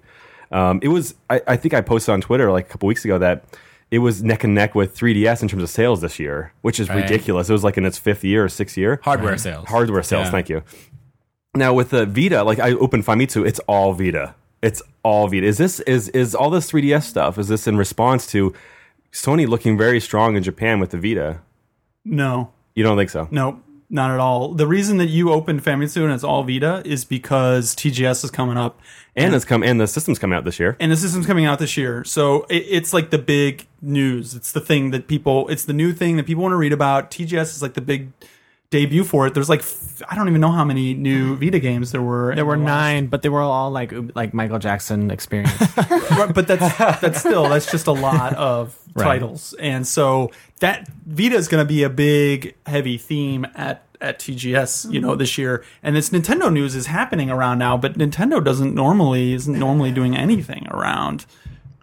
Speaker 5: Um, it was I, I think I posted on Twitter like a couple weeks ago that. It was neck and neck with 3DS in terms of sales this year, which is
Speaker 4: Right.
Speaker 5: ridiculous. It was like in its fifth year or sixth year.
Speaker 4: hardware sales.
Speaker 5: Hardware sales,
Speaker 4: Yeah.
Speaker 5: thank you. Now with the Vita, like I opened Famitsu, it's all Vita. It's all Vita. Is this is is all this 3DS stuff? Is this in response to Sony looking very strong in Japan with the Vita?
Speaker 1: No.
Speaker 5: You don't think so?
Speaker 1: Nope, not at all. The reason that you opened Famitsu and it's all Vita is because TGS is coming up,
Speaker 5: And it's come and the system's coming out this year.
Speaker 1: and the system's coming out this year. So it, it's like the big news. It's the thing that people. It's the new thing that people want to read about. TGS is like the big debut for it. There's like f- I don't even know how many new Vita games there were.
Speaker 3: There were nine, but they were all like like Michael Jackson experience.
Speaker 1: Right, but that's that's still that's just a lot of titles, and so that Vita is going to be a big heavy theme at at TGS, you know, this year. And this Nintendo news is happening around now, but Nintendo doesn't normally isn't normally doing anything around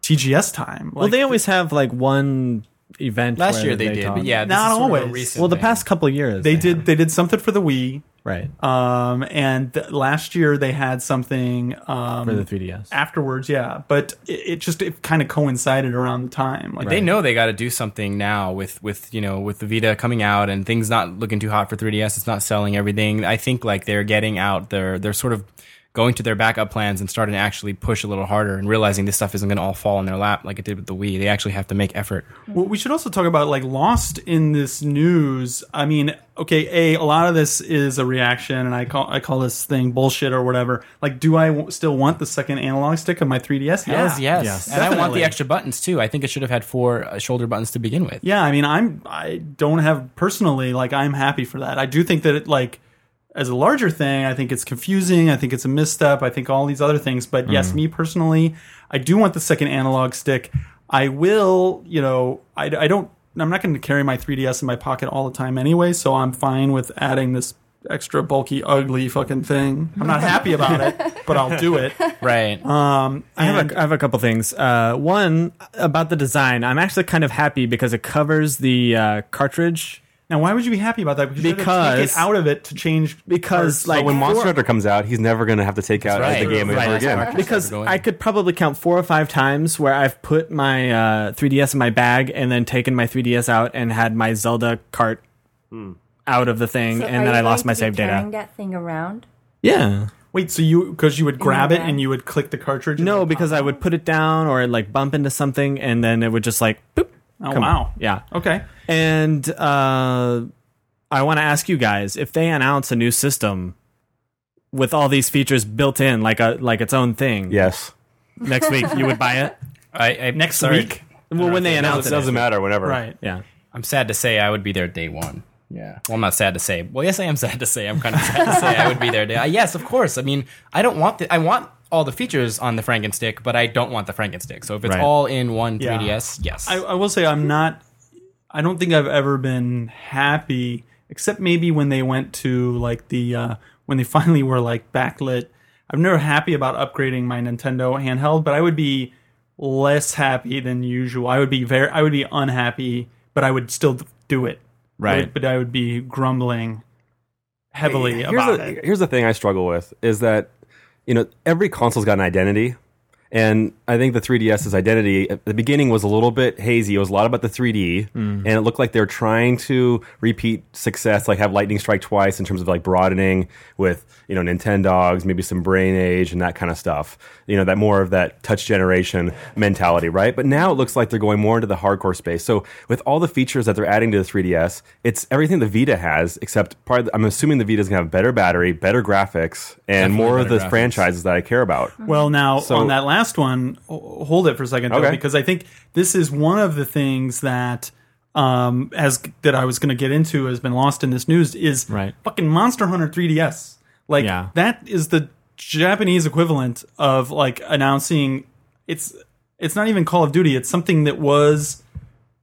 Speaker 1: TGS time.
Speaker 3: well,
Speaker 1: Like,
Speaker 3: they always have like one event.
Speaker 4: Last
Speaker 3: where
Speaker 4: year they, did,
Speaker 3: talk.
Speaker 4: but yeah, this
Speaker 1: Not
Speaker 4: is sort of a
Speaker 1: always.
Speaker 4: recent
Speaker 3: Well, the
Speaker 4: thing.
Speaker 3: past couple years
Speaker 1: they did they did something for the Wii,
Speaker 3: right
Speaker 1: um, and th- last year they had something um,
Speaker 3: for the 3ds.
Speaker 1: afterwards, yeah. But it, it just it kind of coincided around the time. Like
Speaker 4: They know they got to do something now with with you know with the Vita coming out and things not looking too hot for 3DS. It's not selling everything. I think like they're getting out. They're they're sort of going to their backup plans and starting to actually push a little harder and realizing this stuff isn't going to all fall in their lap like it did with the Wii. They actually have to make effort.
Speaker 1: Well, we should also talk about like lost in this news. I mean, okay, a a lot of this is a reaction, and I call I call this thing bullshit or whatever. Like, do I w- still want the second analog stick of my 3ds? Yeah.
Speaker 4: Yes, yes,
Speaker 3: Yes.
Speaker 4: And I want
Speaker 1: Definitely.
Speaker 4: the extra buttons too. I think it should have had four uh, shoulder buttons to begin with.
Speaker 1: Yeah, I mean, I'm I don't have personally like I'm happy for that. I do think that it like as a larger thing, I think it's confusing. I think it's a misstep. I think all these other things. But yes, me personally, I do want the second analog stick. I will, you know, I, I don't. I'm not going to carry my 3ds in my pocket all the time anyway, so I'm fine with adding this extra bulky, ugly fucking thing. I'm not happy about it, but I'll do it.
Speaker 4: Right.
Speaker 1: Uh,
Speaker 3: I have, a, I have a couple things. Uh, one about the design. I'm actually kind of happy because it covers the uh, cartridge
Speaker 1: Now, why would you be happy about that? Because, you had to take
Speaker 3: Because-
Speaker 1: it out of it to change.
Speaker 3: because
Speaker 1: parts.
Speaker 3: like
Speaker 5: But when Monster
Speaker 3: four-
Speaker 5: Hunter comes out, he's never going to have to take out
Speaker 4: right.
Speaker 5: the game
Speaker 4: Right.
Speaker 5: ever
Speaker 4: That's
Speaker 5: again.
Speaker 4: correct.
Speaker 3: because
Speaker 4: Going.
Speaker 3: I could probably count four or five times where I've put my uh, 3DS in my bag and then taken my 3DS out and had my Zelda cart
Speaker 1: Hmm.
Speaker 3: out of the thing,
Speaker 2: So are
Speaker 3: and then
Speaker 2: you
Speaker 3: I lost
Speaker 2: going
Speaker 3: my
Speaker 2: to be
Speaker 3: save data.
Speaker 2: Turning that thing around.
Speaker 3: Yeah,
Speaker 1: wait, so you because you would grab
Speaker 2: the
Speaker 1: it
Speaker 2: bag.
Speaker 1: and you would click the cartridge. and it
Speaker 3: no,
Speaker 1: would
Speaker 3: because
Speaker 1: pop
Speaker 3: I would put it down or like bump into something, and then it would just like boop.
Speaker 1: Oh,
Speaker 3: come
Speaker 1: wow.
Speaker 3: on. yeah.
Speaker 1: out. Okay.
Speaker 3: And uh, I want to ask you guys if they announce a new system with all these features built in, like a like its own thing.
Speaker 5: Yes.
Speaker 3: Next week, you would buy it.
Speaker 4: I, I,
Speaker 1: Next
Speaker 4: sorry.
Speaker 1: week.
Speaker 3: Well, when they
Speaker 5: It
Speaker 3: announce
Speaker 5: doesn't, doesn't matter, whenever.
Speaker 1: Right.
Speaker 3: yeah.
Speaker 4: I'm sad to say I would be there day one. Yeah. Well, I'm not sad to say. Well, yes, I am sad to say. I'm kind of sad to say I would be there day. Yes, of course. I mean, I don't want the. I want all the features on the Frankenstick, but I don't want the Frankenstick. So if it's
Speaker 3: Right.
Speaker 4: all in one
Speaker 1: Yeah.
Speaker 4: 3DS, yes.
Speaker 1: I, I will say I'm not. I don't think I've ever been happy, except maybe when they went to like the uh, when they finally were like backlit. I'm never happy about upgrading my Nintendo handheld, but I would be less happy than usual. I would be very, I would be unhappy, but I would still do it.
Speaker 3: Right.
Speaker 1: I would- but I would be grumbling heavily
Speaker 5: here's
Speaker 1: about
Speaker 5: the,
Speaker 1: it.
Speaker 5: Here's the thing I struggle with is that you know every console's got an identity, and I think the 3DS's identity at the beginning was a little bit hazy. It was a lot about the 3D,
Speaker 4: Mm-hmm.
Speaker 5: and it looked like they were trying to repeat success, like have Lightning Strike twice in terms of like broadening with you know Nintendogs, maybe some Brain Age and that kind of stuff. You know that more of that touch generation mentality, right? But now it looks like they're going more into the hardcore space. So with all the features that they're adding to the 3DS, it's everything the Vita has, except part. Of the, I'm assuming the Vita's gonna have better battery, better graphics, and
Speaker 4: Definitely
Speaker 5: more of
Speaker 4: better
Speaker 5: the
Speaker 4: graphics.
Speaker 5: franchises that I care about.
Speaker 1: Well, now
Speaker 5: So-
Speaker 1: on that last one, ho- hold it for a second, though,
Speaker 5: Okay.
Speaker 1: because I think this is one of the things that um as that I was going to get into has been lost in this news is
Speaker 3: Right.
Speaker 1: fucking Monster Hunter 3DS. Like
Speaker 3: Yeah.
Speaker 1: that is the Japanese equivalent of like announcing it's it's not even Call of Duty. It's something that was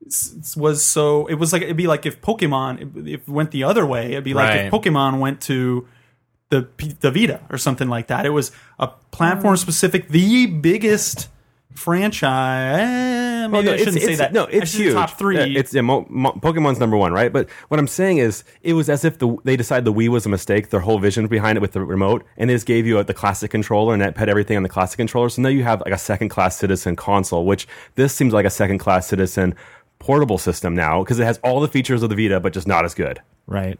Speaker 1: s- was so it was like it'd be like if Pokemon if it went the other way. It'd be like if
Speaker 4: Right.
Speaker 1: Pokemon went to the P- the Vita or something like that. It was a platform specific, the biggest franchise. eh, Maybe
Speaker 5: Well,
Speaker 1: I shouldn't
Speaker 5: it's,
Speaker 1: say
Speaker 5: it's-
Speaker 1: that.
Speaker 5: Oh, No,
Speaker 1: I
Speaker 5: it's
Speaker 1: should say
Speaker 5: huge.
Speaker 1: Top three.
Speaker 5: Yeah, it's yeah, Mo- Mo- Pokemon's number one, right? But what I'm saying is, it was as if the, they decided the Wii was a mistake. Their whole vision behind it with the remote, and they just gave you a, the classic controller, and that had everything on the classic controller. So now you have like a second class citizen console, which this seems like a second class citizen portable system now because it has all the features of the Vita, but just not as good.
Speaker 3: Right.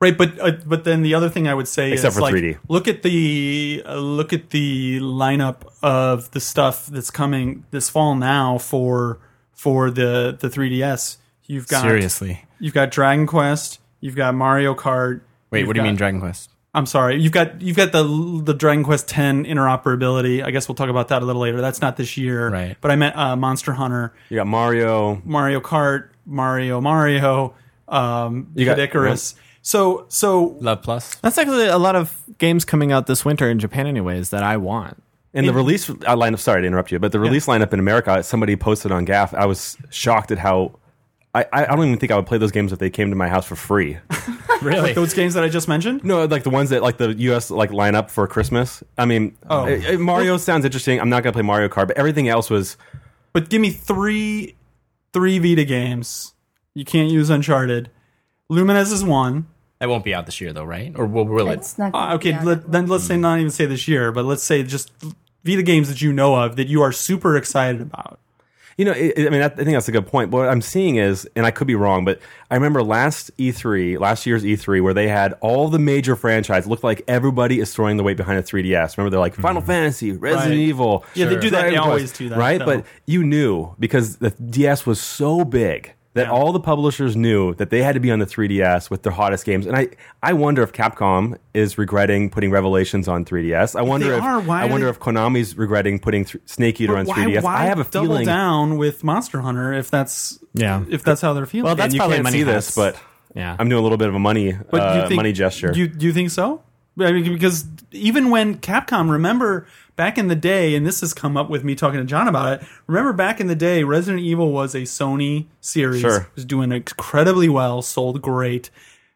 Speaker 1: Right, but uh, but then the other thing I would say
Speaker 5: Except
Speaker 1: is
Speaker 5: for
Speaker 1: like
Speaker 5: 3D.
Speaker 1: look at the uh, look at the lineup of the stuff that's coming this fall now for for the the 3DS. You've got
Speaker 4: Seriously.
Speaker 1: you've got Dragon Quest, you've got Mario Kart.
Speaker 4: Wait,
Speaker 1: you've
Speaker 4: what do you mean
Speaker 1: got-
Speaker 4: Dragon Quest?
Speaker 1: I'm sorry. You've got you've got the the Dragon Quest 10 interoperability. I guess we'll talk about that a little later. That's not this year,
Speaker 4: Right.
Speaker 1: But I meant uh, Monster Hunter,
Speaker 5: You got Mario.
Speaker 1: Mario Kart, Mario Mario, um, you
Speaker 5: got-
Speaker 1: Icarus. So so
Speaker 4: Love Plus?
Speaker 3: That's actually a lot of games coming out this winter in Japan, anyways, that I want.
Speaker 5: And
Speaker 1: Mm.
Speaker 5: the release uh, lineup, sorry to interrupt you, but the release lineup in America, somebody posted on GAF, I was shocked at how. I, I I don't even think I would play those games if they came to my house for free.
Speaker 4: Really?
Speaker 1: those games that I just mentioned.
Speaker 5: No, like the ones that like the U.S. like line up for Christmas. I mean, uh, uh, Mario sounds interesting. I'm not gonna play Mario Kart, but everything else was
Speaker 1: But give me three three Vita games. You can't use Uncharted. Lumines is one.
Speaker 4: that won't be out this year, though, right? Or will, will it?
Speaker 2: It's not.
Speaker 1: Uh,
Speaker 2: gonna
Speaker 1: okay,
Speaker 2: be out.
Speaker 1: let, then let's say not even say this year, but let's say just Vita games that you know of that you are super excited about.
Speaker 5: You know, it, it- I mean, I think that's a good point. What I'm seeing is, and I could be wrong, but I remember last E3, last year's E3, where they had all the major franchises. Looked like everybody is throwing the weight behind a 3DS. Remember, they're like Final Fantasy,
Speaker 1: Mm-hmm.
Speaker 5: Resident
Speaker 1: Right.
Speaker 5: Evil.
Speaker 1: Yeah, they do that.
Speaker 5: Dragon
Speaker 1: They
Speaker 5: Quest,
Speaker 1: always do that,
Speaker 5: right?
Speaker 1: though.
Speaker 5: But you knew because the DS was so big that all the publishers knew that they had to be on the 3DS with their hottest games. And I, I wonder if Capcom is regretting putting Revelations on 3DS. I wonder if
Speaker 1: are, why
Speaker 5: I
Speaker 1: are
Speaker 5: wonder
Speaker 1: they-
Speaker 5: if Konami's regretting putting th- Snake Eater on 3DS. I have a
Speaker 1: double
Speaker 5: feeling
Speaker 1: down with Monster Hunter if that's
Speaker 3: Yeah.
Speaker 1: if that's how they're feeling.
Speaker 3: Well, that's
Speaker 5: and you
Speaker 3: probably
Speaker 5: can't
Speaker 3: money
Speaker 5: see
Speaker 3: hats.
Speaker 5: this, but
Speaker 3: Yeah.
Speaker 5: I'm doing a little bit of a money
Speaker 1: But
Speaker 5: uh, money gesture.
Speaker 1: Do you, do you think so? I mean, because even when Capcom, remember back in the day, and this has come up with me talking to John about it. Remember back in the day, Resident Evil was a Sony series,
Speaker 5: Sure.
Speaker 1: was doing incredibly well, sold great.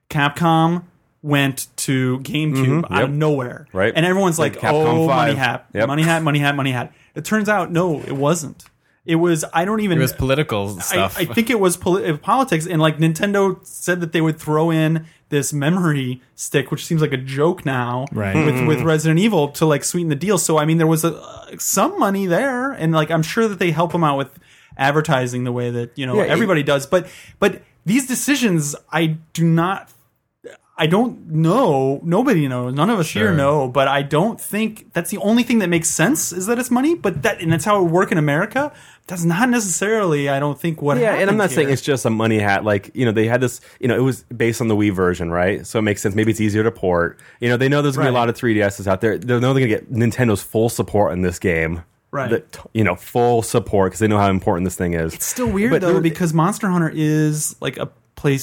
Speaker 1: Capcom went to GameCube out of nowhere,
Speaker 5: Mm-hmm. Right.
Speaker 1: And everyone's like,
Speaker 5: Like Capcom
Speaker 1: "Oh, money
Speaker 5: 5.
Speaker 1: hat,
Speaker 5: Yep.
Speaker 1: money hat, money hat, money hat." It turns out, no, it wasn't. It was I don't even
Speaker 4: It was political
Speaker 1: I,
Speaker 4: stuff.
Speaker 1: I think it was poli- uh, politics, and like Nintendo said that they would throw in this memory stick, which seems like a joke now,
Speaker 6: Right.
Speaker 5: Mm-hmm.
Speaker 1: With, with Resident Evil to like sweeten the deal. So I mean, there was a, uh, some money there, and like I'm sure that they help them out with advertising the way that you know
Speaker 5: Yeah, it-
Speaker 1: everybody does. But but these decisions, I do not. I don't know. Nobody knows. None of us here
Speaker 4: Sure.
Speaker 1: know. But I don't think that's the only thing that makes sense is that it's money. But that and that's how it would work in America. That's not necessarily. I don't think what
Speaker 5: Yeah, and I'm
Speaker 1: happened
Speaker 5: not saying
Speaker 1: here.
Speaker 5: it's just a money hat. Like you know, they had this. You know, it was based on the Wii version, right? So it makes sense. Maybe it's easier to port. You know, they know there's gonna be
Speaker 1: Right.
Speaker 5: a lot of 3DSs out there. They know they're gonna get Nintendo's full support in this game.
Speaker 1: Right.
Speaker 5: The t- you know, full support because they know how important this thing is.
Speaker 1: It's still weird
Speaker 5: But
Speaker 1: though
Speaker 5: there-
Speaker 1: because Monster Hunter is like a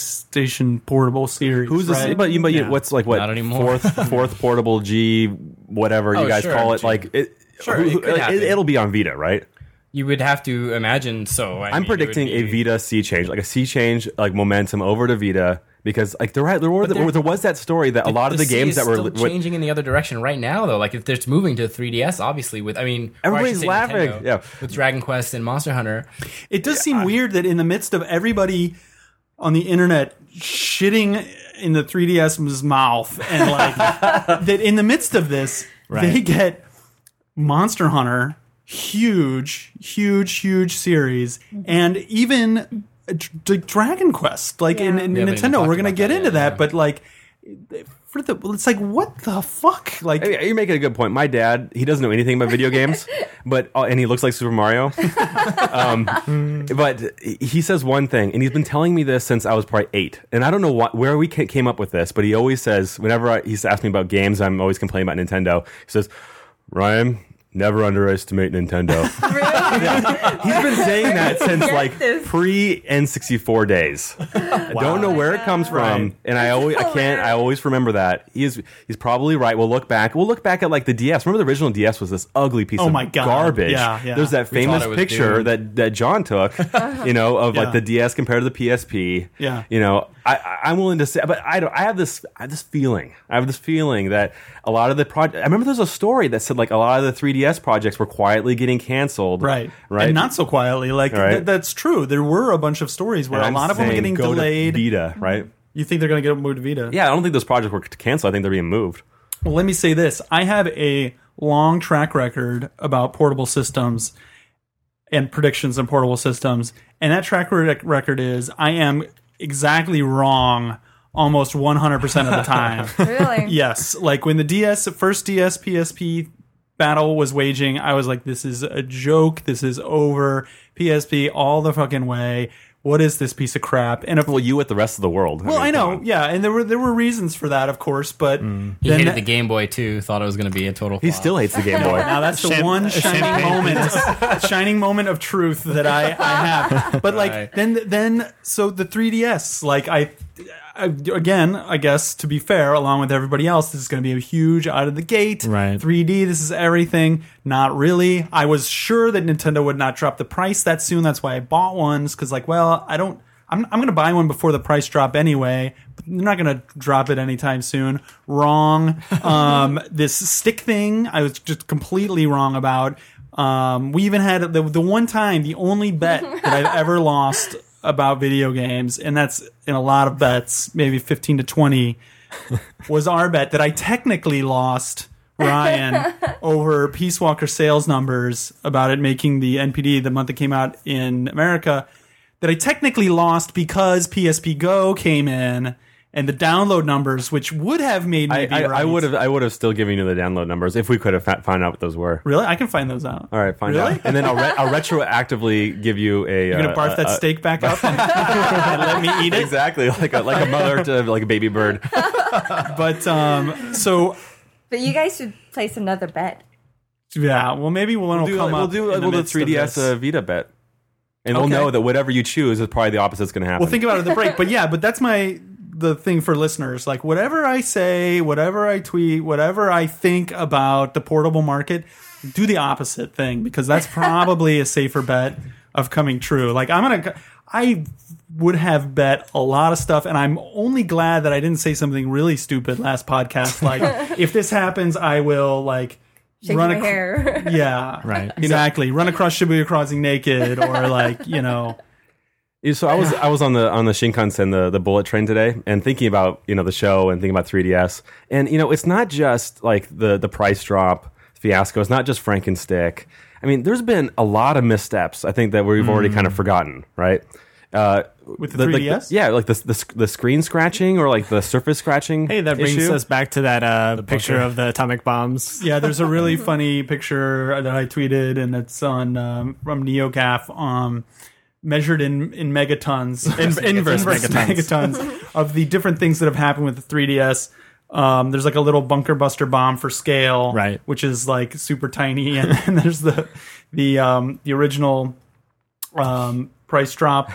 Speaker 1: PlayStation portable series.
Speaker 5: Who's this?
Speaker 1: right?
Speaker 5: But you, but you, what's like what
Speaker 4: Not anymore.
Speaker 5: fourth fourth portable G whatever
Speaker 4: Oh,
Speaker 5: you guys
Speaker 4: sure,
Speaker 5: call it?
Speaker 4: G.
Speaker 5: Like it.
Speaker 4: Sure,
Speaker 5: who-
Speaker 4: it
Speaker 5: who-
Speaker 4: could
Speaker 5: like,
Speaker 4: happen.
Speaker 5: it'll be on Vita, right?
Speaker 4: you would have to imagine so. I mean,
Speaker 5: I'm
Speaker 4: it would
Speaker 5: predicting
Speaker 4: be-
Speaker 5: a Vita sea change, like a sea change, like momentum over to Vita, because like there, there, were, there,
Speaker 4: there-
Speaker 5: was that story that a lot of the
Speaker 4: sea
Speaker 5: games
Speaker 4: is
Speaker 5: that were
Speaker 4: still
Speaker 5: what-
Speaker 4: changing in the other direction right now, though. Like if it's moving to 3DS, obviously with I mean, or I should
Speaker 5: Everybody's
Speaker 4: say
Speaker 5: laughing,
Speaker 4: Nintendo,
Speaker 5: yeah.
Speaker 4: with Dragon Quest and Monster Hunter,
Speaker 1: it does seem weird that in the midst of everybody on the internet shitting in the 3DS's mouth and like that in the midst of this they get Monster Hunter huge huge huge series and even uh, Dr- Dragon Quest like in, in
Speaker 4: Yeah, we haven't
Speaker 1: Nintendo we're
Speaker 4: talked
Speaker 1: going to
Speaker 4: about
Speaker 1: get
Speaker 4: that
Speaker 1: into
Speaker 4: yet,
Speaker 1: that
Speaker 4: yeah.
Speaker 1: but like for the it's like what the fuck like
Speaker 5: Hey, you're making a good point. My dad, he doesn't know anything about video games, but uh, and he looks like Super Mario. um, but he says one thing, and he's been telling me this since I was probably eight, and I don't know why, where we ca- came up with this, but he always says whenever I, he's asked me about games, I'm always complaining about Nintendo. He says, "Ryan, never underestimate Nintendo." He's been saying that since
Speaker 2: Get
Speaker 5: like
Speaker 2: this.
Speaker 5: pre N64 days. I don't know where it comes from, and I always I can't I always remember that. He's he's probably right. We'll look back. We'll look back at like the DS. Remember the original DS was this ugly piece
Speaker 1: Oh
Speaker 5: of
Speaker 1: my God.
Speaker 5: garbage.
Speaker 1: Yeah, yeah.
Speaker 5: There's that
Speaker 4: We thought
Speaker 5: famous
Speaker 4: it was
Speaker 5: picture
Speaker 4: doomed.
Speaker 5: that that John took, you know, of
Speaker 1: Yeah.
Speaker 5: like the DS compared to the PSP.
Speaker 1: Yeah.
Speaker 5: You know, I- I I'm willing to say but I don't I have this I have this feeling. I have this feeling that a lot of the project I remember there's a story that said like a lot of the 3DS projects were quietly getting canceled.
Speaker 1: Right.
Speaker 5: Right.
Speaker 1: And not so quietly. Like
Speaker 5: Right.
Speaker 1: th- that's true. There were a bunch of stories where
Speaker 5: And
Speaker 1: a
Speaker 5: I'm
Speaker 1: lot of them are
Speaker 5: saying
Speaker 1: getting
Speaker 5: go to
Speaker 1: delayed.
Speaker 5: Vita, right?
Speaker 1: You think they're going to get moved to Vita?
Speaker 5: Yeah, I don't think those projects were canceled. I think they're being moved.
Speaker 1: Well, let me say this. I have a long track record about portable systems and predictions on portable systems. And that track rec- record is I am exactly wrong almost 100% of the time.
Speaker 2: Really?
Speaker 1: Yes, like when the DS first DS PSP battle was waging, I was like, "This is a joke. This is over." PSP all the fucking way. What is this piece of crap? And if, well,
Speaker 5: Well, you with the rest of the world. mean,
Speaker 1: I
Speaker 5: come
Speaker 1: know,
Speaker 5: on.
Speaker 1: yeah, and there were there were reasons for that, of course, but
Speaker 4: he
Speaker 1: then
Speaker 4: hated the Game Boy too. Thought it was going to be a total.
Speaker 5: He
Speaker 4: flop.
Speaker 5: still hates the Game Boy.
Speaker 1: now that's the
Speaker 6: Champ-
Speaker 1: one shining
Speaker 6: champagne.
Speaker 1: moment, shining moment of truth that I, I have. But like
Speaker 4: Right.
Speaker 1: then then so the 3ds, like I, I again I guess to be fair, along with everybody else, this is going to be a huge out of the gate.
Speaker 6: Right.
Speaker 1: 3D, this is everything. Not really. I was sure that Nintendo would not drop the price that soon. That's why I bought ones because like well I don't. I'm, I'm going to buy one before the price drop anyway. But they're not going to drop it anytime soon. Wrong. Um, this stick thing, I was just completely wrong about. Um, we even had the, the one time, the only bet that I've ever lost about video games, and that's in a lot of bets, maybe 15 to 20, was our bet that I technically lost Ryan over Peace Walker sales numbers about it making the NPD the month it came out in America. That I technically lost because PSP Go came in and the download numbers, which would have made me
Speaker 5: I,
Speaker 1: be
Speaker 5: I,
Speaker 1: right.
Speaker 5: I would have, I would have still given you the download numbers if we could have fa- found out what those were.
Speaker 1: Really, I can find those out.
Speaker 5: All right, find out, and then I'll, re- I'll retroactively give you a.
Speaker 1: You're gonna barf that
Speaker 5: uh,
Speaker 1: steak back up and, and let me eat it.
Speaker 5: Exactly, like a, like a mother to like a baby bird.
Speaker 1: But um, so
Speaker 2: But you guys should place another bet.
Speaker 1: yeah, well maybe one will
Speaker 5: We'll do,
Speaker 1: come
Speaker 5: we'll
Speaker 1: up.
Speaker 5: do
Speaker 1: in
Speaker 5: we'll
Speaker 1: the
Speaker 5: do
Speaker 1: midst of
Speaker 5: 3ds
Speaker 1: this.
Speaker 5: uh, Vita bet, and we'll
Speaker 1: Okay.
Speaker 5: know that whatever you choose is probably the opposite that's going to happen.
Speaker 1: Well, think about it at the break. But yeah, but that's my the thing for listeners. Like whatever I say, whatever I tweet, whatever I think about the portable market, do the opposite thing because that's probably a safer bet of coming true. Like I'm gonna. I would have bet a lot of stuff, and I'm only glad that I didn't say something really stupid last podcast. Like, if this happens, I will like
Speaker 2: shaking
Speaker 6: Run
Speaker 2: my
Speaker 6: ac-
Speaker 2: hair.
Speaker 6: Yeah.
Speaker 3: Right.
Speaker 6: Exactly. Run across Shibuya Crossing naked or like, you know,
Speaker 5: Yeah, So I was I was on the on the Shinkansen the the bullet train today and thinking about you know the show and thinking about 3ds and you know it's not just like the the price drop fiasco it's not just Frankenstick I mean there's been a lot of missteps I think that we've
Speaker 3: Mm.
Speaker 5: already kind of forgotten right uh,
Speaker 6: With the
Speaker 5: like,
Speaker 6: 3DS?
Speaker 5: yeah like the, the sc- the screen scratching or like the surface scratching
Speaker 3: Hey, that brings
Speaker 5: issue.
Speaker 3: us back to that uh, picture
Speaker 4: bunker.
Speaker 3: of the atomic bombs.
Speaker 6: yeah, there's a really funny picture that I tweeted and it's on um, from NeoGAF um measured in in megatons
Speaker 3: In- inverse megatons.
Speaker 6: megatons of the different things that have happened with the 3DS. Um, there's like a little bunker buster bomb for scale,
Speaker 3: Right.
Speaker 6: Which is like super tiny, and, then there's the the um, the original um, price drop,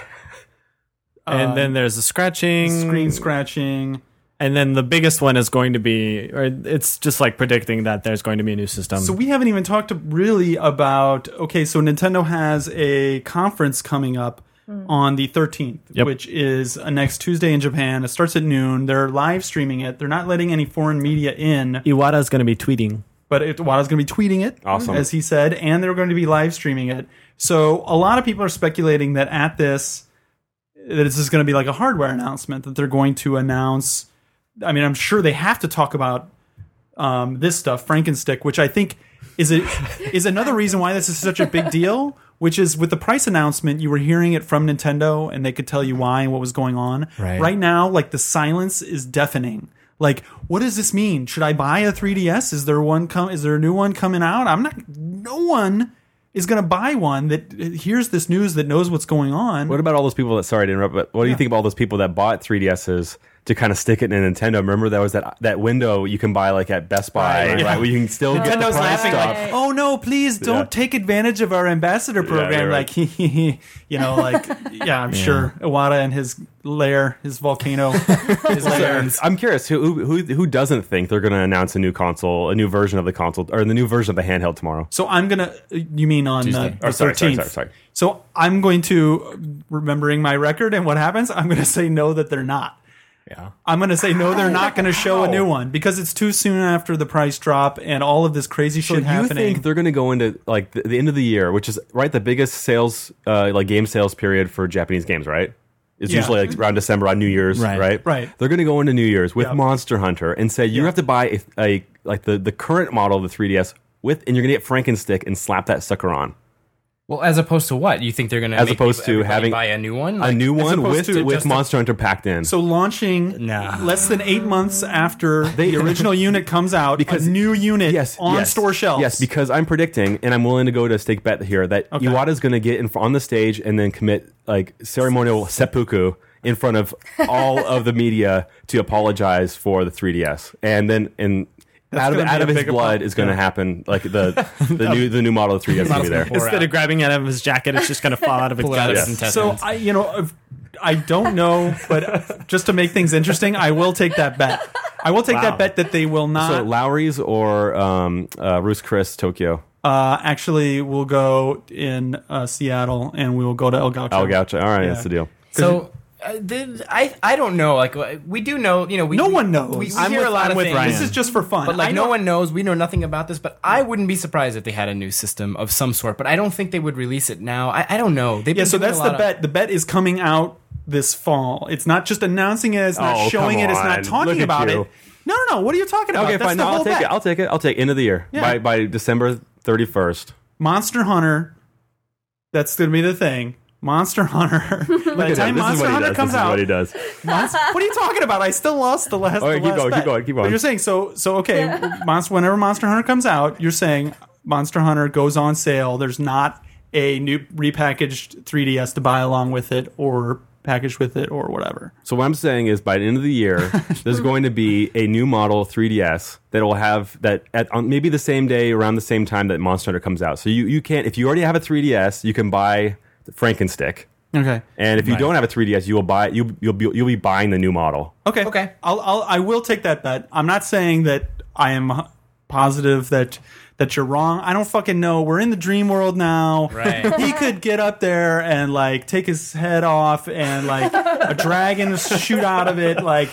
Speaker 3: and then there's the scratching
Speaker 6: screen scratching.
Speaker 3: and then the biggest one is going to be, or it's just like predicting that there's going to be a new system.
Speaker 6: So we haven't even talked really about okay, so Nintendo has a conference coming up on the 13th,
Speaker 3: Yep.
Speaker 6: which is uh, next Tuesday in Japan. It starts at noon. They're live streaming it. They're not letting any foreign media in,
Speaker 3: Iwata's going to be tweeting.
Speaker 6: but it, Wada's going to be tweeting it,
Speaker 5: Awesome.
Speaker 6: as he said, and they're going to be live streaming it. So a lot of people are speculating that at this, that this is going to be like a hardware announcement that they're going to announce. I mean, I'm sure they have to talk about um, this stuff, Frankenstick, which I think is a, is another reason why this is such a big deal. Which is with the price announcement, you were hearing it from Nintendo, and they could tell you why and what was going on.
Speaker 4: Right.
Speaker 6: now, like the silence is deafening. Like, what does this mean? Should I buy a 3DS? Is there one? Com- is there a new one coming out? I'm not. No one is going to buy one that hears this news that knows what's going on.
Speaker 5: What about all those people that? Sorry to interrupt, but what do you think about all those people that bought 3DSs to kind of stick it in a Nintendo? Remember that was that that window you can buy like at Best Buy, right?
Speaker 6: Right.
Speaker 5: Where you can still get the
Speaker 6: Nintendo's
Speaker 5: price
Speaker 6: laughing
Speaker 5: stuff.
Speaker 6: like, "Oh no, please don't
Speaker 5: Yeah.
Speaker 6: take advantage of our ambassador program."
Speaker 5: right.
Speaker 6: Like, hee, hee, hee. you know, like, yeah, I'm sure Iwata and his lair, his volcano, his lair.
Speaker 5: I'm curious who who who doesn't think they're going to announce a new console, a new version of the console, or the new version of the handheld tomorrow?
Speaker 6: So I'm gonna. You mean on uh,
Speaker 4: Tuesday.
Speaker 6: the
Speaker 5: Oh, sorry, sorry,
Speaker 6: thirteenth?
Speaker 5: sorry, sorry.
Speaker 6: So I'm going to uh, remembering my record and what happens. I'm going to say no that they're not.
Speaker 3: Yeah.
Speaker 6: I'm going to say no. They're not going to show a new one because it's too soon after the price drop and all of this crazy
Speaker 5: So
Speaker 6: shit
Speaker 5: you
Speaker 6: happening.
Speaker 5: think they're going to go into like the, the end of the year, which is right the biggest sales uh, like game sales period for Japanese games, right? It's
Speaker 6: Yeah.
Speaker 5: usually like around December on New Year's,
Speaker 3: Right.
Speaker 5: right?
Speaker 6: Right.
Speaker 5: They're going to go into New Year's with
Speaker 6: Yeah.
Speaker 5: Monster Hunter and say you have to buy a, a like the the current model of the 3DS with, and you're going to get Frankenstick and slap that sucker on
Speaker 4: Well, as opposed to what you think they're gonna
Speaker 5: As
Speaker 4: make
Speaker 5: opposed
Speaker 4: people-
Speaker 5: to
Speaker 4: everybody
Speaker 5: having-
Speaker 4: buy a new one,
Speaker 5: a
Speaker 4: Like,
Speaker 5: new
Speaker 6: opposed
Speaker 5: one with
Speaker 6: to
Speaker 5: with
Speaker 6: just a-
Speaker 5: Monster Hunter packed in.
Speaker 6: So launching
Speaker 4: Nah.
Speaker 6: less than eight months after the original unit comes out, because a new unit
Speaker 5: yes,
Speaker 6: on
Speaker 5: yes.
Speaker 6: store shelves.
Speaker 5: Yes, because I'm predicting, and I'm willing to go to a stake bet here that
Speaker 6: Okay.
Speaker 5: Iwata's going to get in, fr- on the stage and then commit like ceremonial seppuku in front of all of the media to apologize for the 3ds, and then and out of
Speaker 6: gonna be
Speaker 5: out
Speaker 6: a
Speaker 5: of his
Speaker 6: big apo-
Speaker 5: blood is going to
Speaker 6: yeah.
Speaker 5: happen like the the new the new model of 3ds is going to be there.
Speaker 3: Instead of grabbing it out of his jacket, it's just going to fall out of his
Speaker 4: pull it out of
Speaker 3: jacket.
Speaker 4: his intestines.
Speaker 6: So I, you know, I've- I don't know, but just to make things interesting, I will take that bet. I will take
Speaker 3: Wow.
Speaker 6: that bet that they will
Speaker 5: So
Speaker 6: not.
Speaker 5: Lowry's or um, uh, Roos Chris Tokyo
Speaker 6: uh, actually, we'll go in uh, Seattle and we will go to El Gaucho.
Speaker 5: Al Gaucho. All right,
Speaker 6: Yeah.
Speaker 5: that's the deal.
Speaker 4: So uh, the, I I don't know. Like we do know. You know, we
Speaker 6: No
Speaker 4: we-
Speaker 6: one knows.
Speaker 4: We, we
Speaker 6: I'm
Speaker 4: hear
Speaker 3: with-
Speaker 4: a lot
Speaker 3: I'm
Speaker 4: of
Speaker 3: with
Speaker 4: things.
Speaker 3: Ryan.
Speaker 6: This is just for fun.
Speaker 4: But like
Speaker 6: I
Speaker 4: no
Speaker 6: know-
Speaker 4: one knows, we know nothing about this. But I wouldn't be surprised if they had a new system of some sort. But I don't think they would release it now. I, I don't know. They've
Speaker 6: Yeah,
Speaker 4: been
Speaker 6: so
Speaker 4: doing
Speaker 6: that's
Speaker 4: a
Speaker 6: the
Speaker 4: lot of-
Speaker 6: bet. The bet is coming out this fall. It's not just announcing it. It's not
Speaker 5: Oh,
Speaker 6: showing
Speaker 5: come
Speaker 6: it. It's
Speaker 5: on.
Speaker 6: not talking
Speaker 5: Look at
Speaker 6: about
Speaker 5: you.
Speaker 6: it. No, no, no. What are you talking about?
Speaker 5: Okay,
Speaker 6: That's
Speaker 5: fine.
Speaker 6: the
Speaker 5: No,
Speaker 6: whole
Speaker 5: I'll take
Speaker 6: bet.
Speaker 5: it. I'll take it. I'll take end of the year
Speaker 6: Yeah.
Speaker 5: by by December 31st.
Speaker 6: Monster Hunter. That's gonna be the thing. Monster Hunter. By the
Speaker 5: Look at
Speaker 6: time
Speaker 5: him. This is
Speaker 6: Monster
Speaker 5: what he
Speaker 6: Hunter
Speaker 5: does.
Speaker 6: comes
Speaker 5: This is
Speaker 6: out,
Speaker 5: what he does.
Speaker 6: Monst- what are you talking about? I still lost the last.
Speaker 5: Okay,
Speaker 6: the
Speaker 5: keep
Speaker 6: last
Speaker 5: going, keep
Speaker 6: bet.
Speaker 5: going, keep going.
Speaker 6: But you're saying so. So okay, Monster. Whenever Monster Hunter comes out, you're saying Monster Hunter goes on sale. There's not a new repackaged 3DS to buy along with it, or packaged with it, or whatever.
Speaker 5: So what I'm saying is, by the end of the year, there's going to be a new model 3DS that will have that at on maybe the same day, around the same time that Monster Hunter comes out. So you you can't if you already have a 3DS, you can buy the Frankenstick,
Speaker 6: Okay.
Speaker 5: and if you don't have a 3DS, you will buy you you'll be you'll be buying the new model.
Speaker 6: Okay.
Speaker 4: Okay.
Speaker 6: I'll, I'll I will take that bet. I'm not saying that I am h- positive that that you're wrong. I don't fucking know. We're in the dream world now.
Speaker 4: Right.
Speaker 6: he could get up there and like take his head off and like a dragon shoot out of it. Like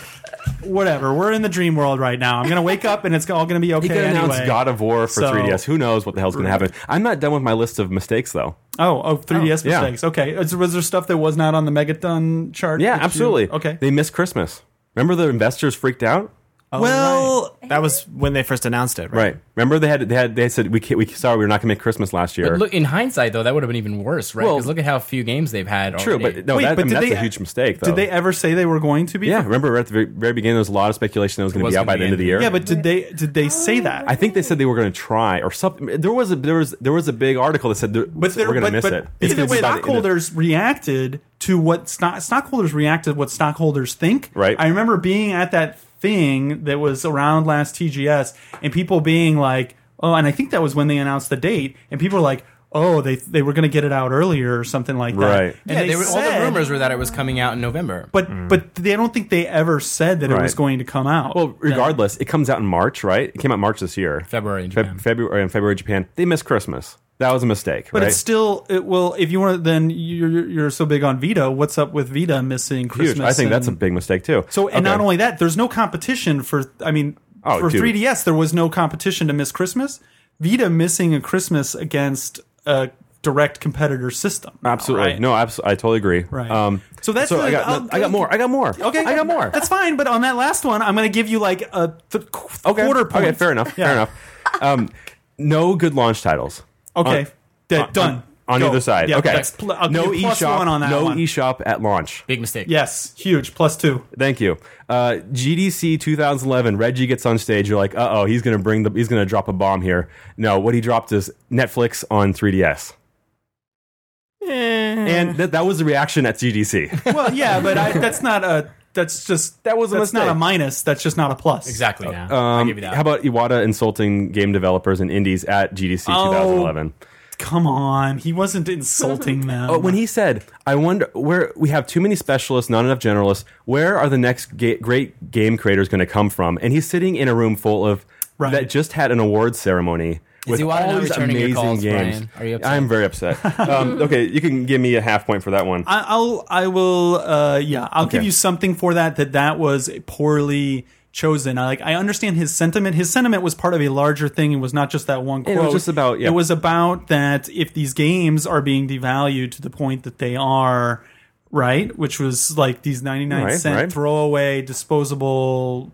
Speaker 6: whatever. We're in the dream world right now. I'm gonna wake up and it's all gonna be okay.
Speaker 5: He could announce
Speaker 6: anyway.
Speaker 5: God of War for
Speaker 6: So-
Speaker 5: 3DS. Who knows what the hell's going to happen? I'm not done with my list of mistakes though.
Speaker 6: Oh, oh, 3DS
Speaker 5: yeah.
Speaker 6: mistakes. Okay, Is- was there stuff that was not on the megaton chart?
Speaker 5: Yeah,
Speaker 6: that you-
Speaker 5: absolutely.
Speaker 6: okay.
Speaker 5: they missed Christmas. Remember the investors freaked out.
Speaker 6: well,
Speaker 3: That was when they first announced it, right?
Speaker 5: Right. Remember they had they had they said we can't, we sorry we were not going to make Christmas last year.
Speaker 4: But look, in hindsight, though, that would have been even worse, right?
Speaker 5: Well-
Speaker 4: Because look at how few games they've had.
Speaker 5: True,
Speaker 4: already.
Speaker 5: but no,
Speaker 6: Wait,
Speaker 5: that,
Speaker 6: but
Speaker 5: I mean,
Speaker 6: did
Speaker 5: that's
Speaker 6: they-
Speaker 5: a huge mistake. Though.
Speaker 6: did they ever say they were going to be?
Speaker 5: Yeah, remember at the very, very beginning, there was a lot of speculation that was going to
Speaker 4: was
Speaker 5: be out by
Speaker 4: gonna be
Speaker 5: the end of the
Speaker 4: in-
Speaker 5: year.
Speaker 6: yeah, but did they did they say that?
Speaker 5: I think they said they were going to try or something. There was a there was there was a big article that said there,
Speaker 6: but
Speaker 5: we're
Speaker 6: there-
Speaker 5: going to
Speaker 6: but-
Speaker 5: miss
Speaker 6: but
Speaker 5: it. It's
Speaker 6: Either
Speaker 5: gonna
Speaker 6: way,
Speaker 5: be by the end of-
Speaker 6: stockholders reacted to what stock, stockholders reacted to what stockholders think.
Speaker 5: Right.
Speaker 6: I remember being at that thing that was around last TGS, and people being like, "Oh," and I think that was when they announced the date, and people were like, "Oh, they they were going to get it out earlier or something like that."
Speaker 5: Right. Mm.
Speaker 6: And
Speaker 4: yeah, they were, all
Speaker 6: said-
Speaker 4: the rumors were that it was coming out in November.
Speaker 6: But but they I don't think they ever said that it
Speaker 5: Right.
Speaker 6: was going to come out.
Speaker 5: Well, regardless, it comes out in March, right? It came out March this year,
Speaker 4: February in
Speaker 5: Feb-
Speaker 4: Japan.
Speaker 5: February, in February, Japan. They missed Christmas. That was a mistake,
Speaker 6: but
Speaker 5: right?
Speaker 6: it's still it will if you want to then you're you're- you're so big on Vita. What's up with Vita missing Christmas?
Speaker 5: huge. I think that's a
Speaker 6: and-
Speaker 5: big mistake too.
Speaker 6: So and
Speaker 5: Okay.
Speaker 6: not only that, there's no competition for. I mean,
Speaker 5: Oh,
Speaker 6: for
Speaker 5: dude.
Speaker 6: 3DS, there was no competition to miss Christmas. Vita missing a Christmas against a direct competitor system. now,
Speaker 5: absolutely
Speaker 6: right?
Speaker 5: no, abso- I totally agree.
Speaker 6: Right.
Speaker 5: Um,
Speaker 6: So that's
Speaker 5: so
Speaker 6: the-
Speaker 5: I got
Speaker 6: I'll-
Speaker 5: I got more. I got more.
Speaker 6: Okay,
Speaker 5: I got more.
Speaker 6: That's fine, but on that last one, I'm going to give you like a th-
Speaker 5: okay.
Speaker 6: quarter point.
Speaker 5: Okay, fair enough. Fair enough. Um, no good launch titles.
Speaker 6: Okay,
Speaker 5: On-
Speaker 6: D-
Speaker 5: on-
Speaker 6: done.
Speaker 5: on,
Speaker 6: Go.
Speaker 5: either side.
Speaker 6: Yeah,
Speaker 5: okay.
Speaker 6: that's pl- I'll give
Speaker 5: no
Speaker 6: you plus
Speaker 5: eShop.
Speaker 6: one on that
Speaker 5: no
Speaker 6: one.
Speaker 5: eShop at launch.
Speaker 4: Big mistake.
Speaker 6: Yes, huge plus two.
Speaker 5: Thank you. Uh, GDC 2011. Reggie gets on stage. You're like, uh oh, he's gonna bring the he's gonna drop a bomb here. No, what he dropped is Netflix on 3ds.
Speaker 6: Eh.
Speaker 5: And that that was the reaction at GDC.
Speaker 6: Well, yeah, but I, that's not a. That's just
Speaker 5: That was a
Speaker 6: that's not
Speaker 5: mistake.
Speaker 6: a minus. That's just not a plus.
Speaker 4: Exactly. Yeah. I'll
Speaker 5: Um,
Speaker 4: give you that.
Speaker 5: How about Iwata insulting game developers and indies at GDC
Speaker 6: Oh.
Speaker 5: 2011?
Speaker 6: Come on, he wasn't insulting them.
Speaker 5: But Oh, when he said, "I wonder where we have too many specialists, not enough generalists. Where are the next ga- great game creators going to come from?" And he's sitting in a room full of
Speaker 6: Right.
Speaker 5: that just had an awards ceremony with
Speaker 4: Iwata
Speaker 5: all
Speaker 4: not
Speaker 5: these
Speaker 4: returning your
Speaker 5: amazing
Speaker 4: calls,
Speaker 5: games.
Speaker 4: Brian? Are you upset?
Speaker 5: I'm very upset. um, okay, you can give me a half point for that one.
Speaker 6: I, I'll I will uh yeah I'll give
Speaker 5: Okay.
Speaker 6: you something for that that that was poorly chosen. I like I understand his sentiment. His sentiment was part of a larger thing. It was not just that one quote.
Speaker 5: was just about- yeah.
Speaker 6: It was about that if these games are being devalued to the point that they are, right? Which was like these ninety nine
Speaker 5: Right,
Speaker 6: cent
Speaker 5: right.
Speaker 6: throwaway disposable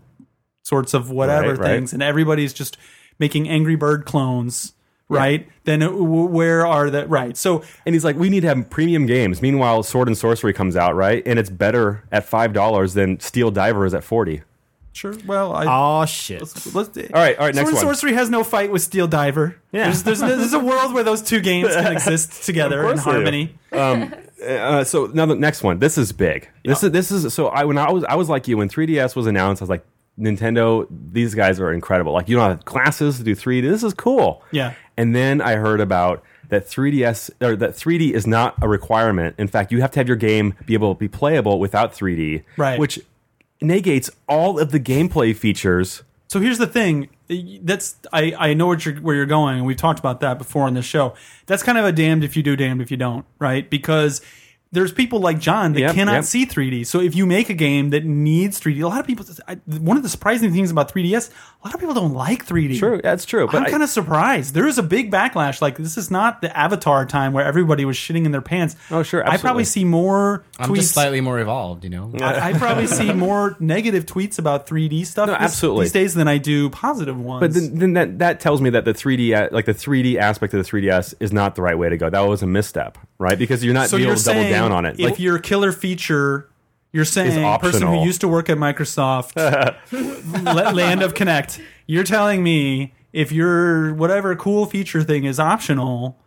Speaker 6: sorts of whatever
Speaker 5: Right, right.
Speaker 6: things, and everybody's just making Angry Bird clones. Right then, it- w- where are the right? So
Speaker 5: and he's like, "We need to have premium games." Meanwhile, Sword and Sorcery comes out right, and it's better at five dollars than Steel Diver is at forty.
Speaker 6: sure, well, I,
Speaker 3: Oh shit!
Speaker 6: Let's, all
Speaker 5: right, all right, next
Speaker 6: Sword and
Speaker 5: one.
Speaker 6: Sorcery has no fight with Steel Diver. Yeah. There's, there's, no- there's a world where those two games can exist together in
Speaker 5: course they do.
Speaker 6: harmony.
Speaker 5: uh, so now the next one. This is big. This is this is so I when I was I was like you when 3DS was announced. I was like Nintendo. These guys are incredible. Like you don't have classes to do 3D. This is cool.
Speaker 6: Yeah.
Speaker 5: And then I heard about that 3DS or that 3D is not a requirement. In fact, you have to have your game be able to be playable without 3D.
Speaker 6: Right.
Speaker 5: Which negates all of the gameplay features.
Speaker 6: So here's the thing. That's I, I know what you're, where you're going, and we've talked about that before on this show. That's kind of a damned if you do, damned if you don't, right? Because there's people like John that
Speaker 5: Yep,
Speaker 6: cannot
Speaker 5: yep.
Speaker 6: see 3D. So if you make a game that needs 3D, a lot of people. I, one of the surprising things about 3DS, a lot of people don't like 3D.
Speaker 5: True, that's true. But
Speaker 6: I'm
Speaker 5: I-
Speaker 6: kind of surprised. There is a big backlash. Like this is not the Avatar time where everybody was shitting in their pants.
Speaker 5: Oh, sure,
Speaker 6: I probably
Speaker 5: absolutely.
Speaker 6: see more
Speaker 4: I'm
Speaker 6: tweets.
Speaker 4: just slightly more evolved, you know.
Speaker 6: I, I probably see more negative tweets about 3D stuff. this-
Speaker 5: absolutely.
Speaker 6: these days than I do positive ones.
Speaker 5: But then, then that, that tells me that the 3D, a- like the 3D aspect of the 3DS, is not the right way to go. That was a misstep, right? Because you're not
Speaker 6: so
Speaker 5: being
Speaker 6: you're
Speaker 5: able to double
Speaker 6: saying
Speaker 5: down on it.
Speaker 6: if
Speaker 5: Like,
Speaker 6: your killer feature, you're saying person who
Speaker 5: optional.
Speaker 6: used to work at Microsoft, la- land of Connect. You're telling me if your whatever cool feature thing is optional,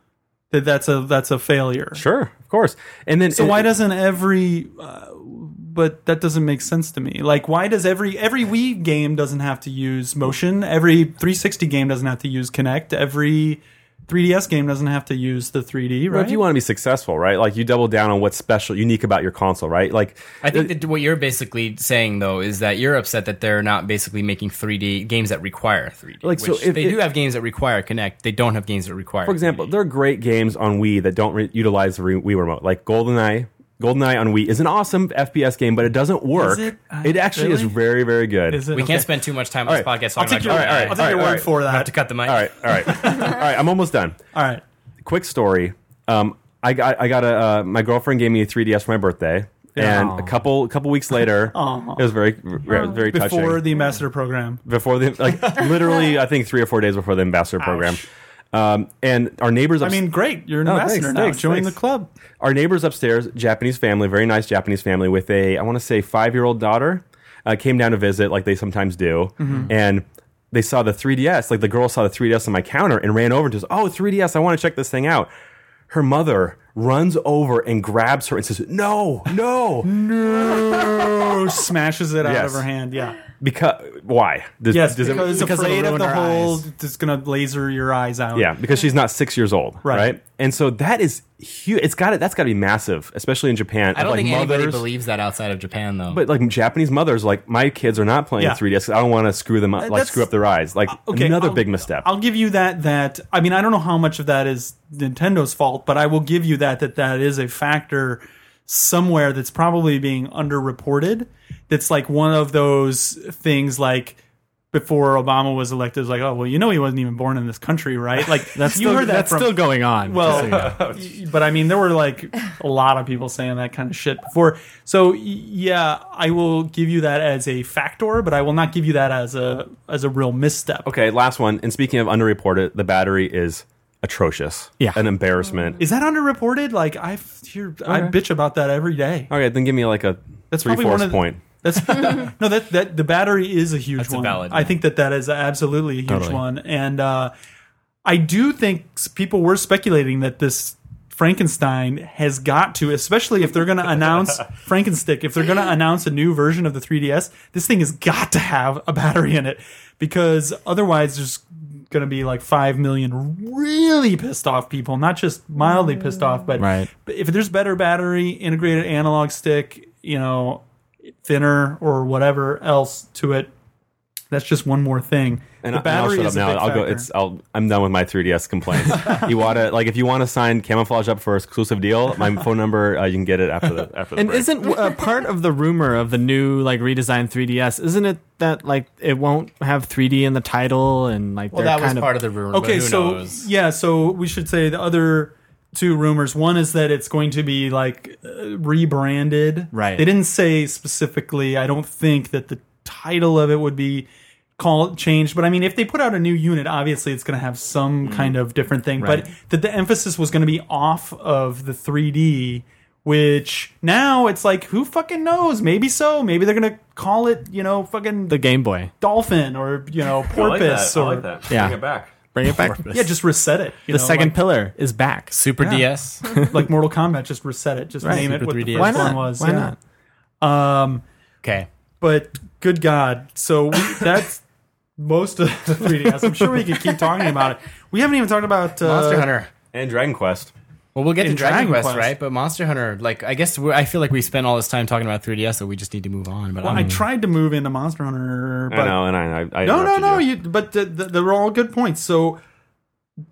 Speaker 6: that that's a that's a failure.
Speaker 5: Sure, of course. And then
Speaker 6: So why doesn't every? Uh, but that doesn't make sense to me. Like, why does every every Wii game doesn't have to use motion? Every 360 game doesn't have to use Kinect. Every 3DS game doesn't have to use the 3D,
Speaker 5: But
Speaker 6: right?
Speaker 5: if you want to be successful, right? Like you double down on what's special, unique about your console, right? Like
Speaker 4: I think that what you're basically saying though is that you're upset that they're not basically making 3D games that require 3D.
Speaker 5: Like,
Speaker 4: Like
Speaker 5: so
Speaker 4: so,
Speaker 5: if
Speaker 4: they
Speaker 5: it-
Speaker 4: do have games that require Connect. They don't have games that require.
Speaker 5: for example, there are great games on Wii that don't re- utilize the re- Wii remote, like GoldenEye. GoldenEye on Wii is an awesome FPS game, but it doesn't work.
Speaker 6: it? Uh,
Speaker 5: actually is
Speaker 6: really?
Speaker 5: very, very good.
Speaker 6: Is it?
Speaker 4: We
Speaker 6: okay.
Speaker 4: can't spend too much time on this
Speaker 5: All right.
Speaker 4: podcast.
Speaker 6: I'll
Speaker 4: talking
Speaker 6: take your,
Speaker 4: about
Speaker 5: All right, all right,
Speaker 6: I'll take
Speaker 5: all right,
Speaker 6: your
Speaker 5: all
Speaker 6: word
Speaker 5: right.
Speaker 6: for
Speaker 4: I have to
Speaker 6: that.
Speaker 4: cut the mic.
Speaker 5: all right, all right, all right. I'm almost done.
Speaker 6: All right.
Speaker 5: Quick story. Um, I got I got a uh, my girlfriend gave me a 3ds for my birthday, and a couple a couple weeks later, it was very very, very touching.
Speaker 6: Before the ambassador program.
Speaker 5: before the like literally I think three or four days before the ambassador program. Um, and our neighbors,
Speaker 6: I
Speaker 5: ups-
Speaker 6: mean, great. You're an
Speaker 5: Oh,
Speaker 6: ambassador
Speaker 5: thanks,
Speaker 6: now.
Speaker 5: thanks,
Speaker 6: Join
Speaker 5: thanks.
Speaker 6: the club.
Speaker 5: our neighbors upstairs, Japanese family, very nice Japanese family with a I want to say five year old daughter, uh, came down to visit like they sometimes do,
Speaker 6: Mm-hmm.
Speaker 5: and they saw the 3ds. Like the girl saw the 3ds on my counter and ran over and just oh 3ds, I want to check this thing out. Her mother runs over and grabs her and says no no
Speaker 6: Oh, smashes it out
Speaker 5: Yes.
Speaker 6: of her hand. Yeah.
Speaker 5: because why does,
Speaker 6: Yes,
Speaker 5: does it-
Speaker 6: because it's
Speaker 3: because it'll
Speaker 6: afraid of
Speaker 3: ruin
Speaker 6: the
Speaker 3: her
Speaker 6: whole.
Speaker 3: eyes.
Speaker 6: It's going to laser your eyes out.
Speaker 5: Yeah, because she's not six years old,
Speaker 6: Right.
Speaker 5: right? And so that is huge. It's got it. That's got to be massive, especially in Japan.
Speaker 4: I don't
Speaker 5: Of, like
Speaker 4: think anybody
Speaker 5: mothers-
Speaker 4: believes that outside of Japan, though.
Speaker 5: But like Japanese mothers, like my kids are not playing
Speaker 6: Yeah. Uh,
Speaker 5: 3ds. 'cause I don't want to screw them up, like
Speaker 6: that's- uh,
Speaker 5: screw up their eyes. Like
Speaker 6: Okay,
Speaker 5: another
Speaker 6: I'll-
Speaker 5: big misstep.
Speaker 6: I'll give you that. That I mean, I don't know how much of that is Nintendo's fault, but I will give you that. That that is a factor somewhere that's probably being underreported. That's like one of those things like. Before Obama was elected, it was like, oh well, you know he wasn't even born in this country, right? Like that's you
Speaker 3: Still-
Speaker 6: heard that
Speaker 3: that's
Speaker 6: from,
Speaker 3: still going on. just so you know.
Speaker 6: well, but I mean, there were like a lot of people saying that kind of shit before. So y- yeah, I will give you that as a factor, but I will not give you that as a as a real misstep.
Speaker 5: okay, last one. And speaking of underreported, the battery is atrocious.
Speaker 3: Yeah.
Speaker 5: an embarrassment.
Speaker 6: Is that underreported? Like I f- hear, I bitch about that every day.
Speaker 5: Okay, then give me like a
Speaker 6: That's
Speaker 5: three
Speaker 6: probably one
Speaker 5: fourths
Speaker 6: of the-
Speaker 5: point.
Speaker 6: That's no that that the battery is a huge
Speaker 4: That's a
Speaker 6: one.
Speaker 4: valid
Speaker 6: I
Speaker 4: one.
Speaker 6: think that that is absolutely a huge
Speaker 4: Totally.
Speaker 6: one, and uh, I do think s- people were speculating that this Frankenstein has got to, especially if they're going to announce Frankenstick, if they're going to announce a new version of the 3DS, this thing has got to have a battery in it because otherwise there's going to be like five million really pissed off people, not just mildly pissed off, but
Speaker 3: Right.
Speaker 6: but if there's better battery, integrated analog stick, you know, thinner or whatever else to it, that's just one more thing.
Speaker 5: And, I- and I'll shut up now. I'll go. It's. I'll. I'm done with my 3ds complaints. you wanna like if you want to sign camouflage up for exclusive deal. My phone number. Uh, you can get it after the after the
Speaker 3: And
Speaker 5: break.
Speaker 3: isn't uh, part of the rumor of the new like redesigned 3DS? Isn't it that like it won't have 3D in the title and like
Speaker 4: well,
Speaker 3: they're
Speaker 4: that was
Speaker 3: kind of
Speaker 4: part of the rumor. but
Speaker 6: okay.
Speaker 4: who
Speaker 6: So
Speaker 4: knows?
Speaker 6: yeah, so we should say the other two rumors. One is that it's going to be like uh, rebranded.
Speaker 3: Right.
Speaker 6: They didn't say specifically. I don't think that the title of it would be called changed but i mean if they put out a new unit obviously it's going to have some kind of different thing but
Speaker 3: Mm-hmm. Right.
Speaker 6: that the emphasis was going to be off of the 3d which now it's like who fucking knows maybe so maybe they're going to call it you know fucking
Speaker 3: the Game Boy.
Speaker 6: dolphin or you know porpoise or
Speaker 3: Yeah.
Speaker 5: Bring it back.
Speaker 3: Bring it back.
Speaker 6: yeah just reset it you
Speaker 3: the
Speaker 6: know,
Speaker 3: second
Speaker 6: like,
Speaker 3: pillar is back.
Speaker 4: Super DS.
Speaker 6: like Mortal Kombat just reset it just name it
Speaker 4: Super
Speaker 6: what the
Speaker 4: 3DS.
Speaker 6: first
Speaker 4: Why
Speaker 6: one was
Speaker 3: Why
Speaker 6: yeah. Um,
Speaker 3: not?
Speaker 4: okay.
Speaker 6: but good God. So we, that's most of the 3DS. I'm sure we could keep talking about it. We haven't even talked about uh,
Speaker 4: Monster Hunter.
Speaker 5: And Dragon Quest.
Speaker 4: Well, we'll get to
Speaker 6: in
Speaker 4: Dragon,
Speaker 6: Dragon
Speaker 4: Quest,
Speaker 6: Quest.
Speaker 4: right? But Monster Hunter, like, I guess we're, I feel like we spent all this time talking about 3DS, so we just need to move on. But
Speaker 6: Well, I
Speaker 4: I don't know.
Speaker 6: tried to move into Monster Hunter, but
Speaker 5: I know. And I. I, I
Speaker 6: no, no,
Speaker 5: interrupted
Speaker 6: no. You, but th- th- they're all good points. So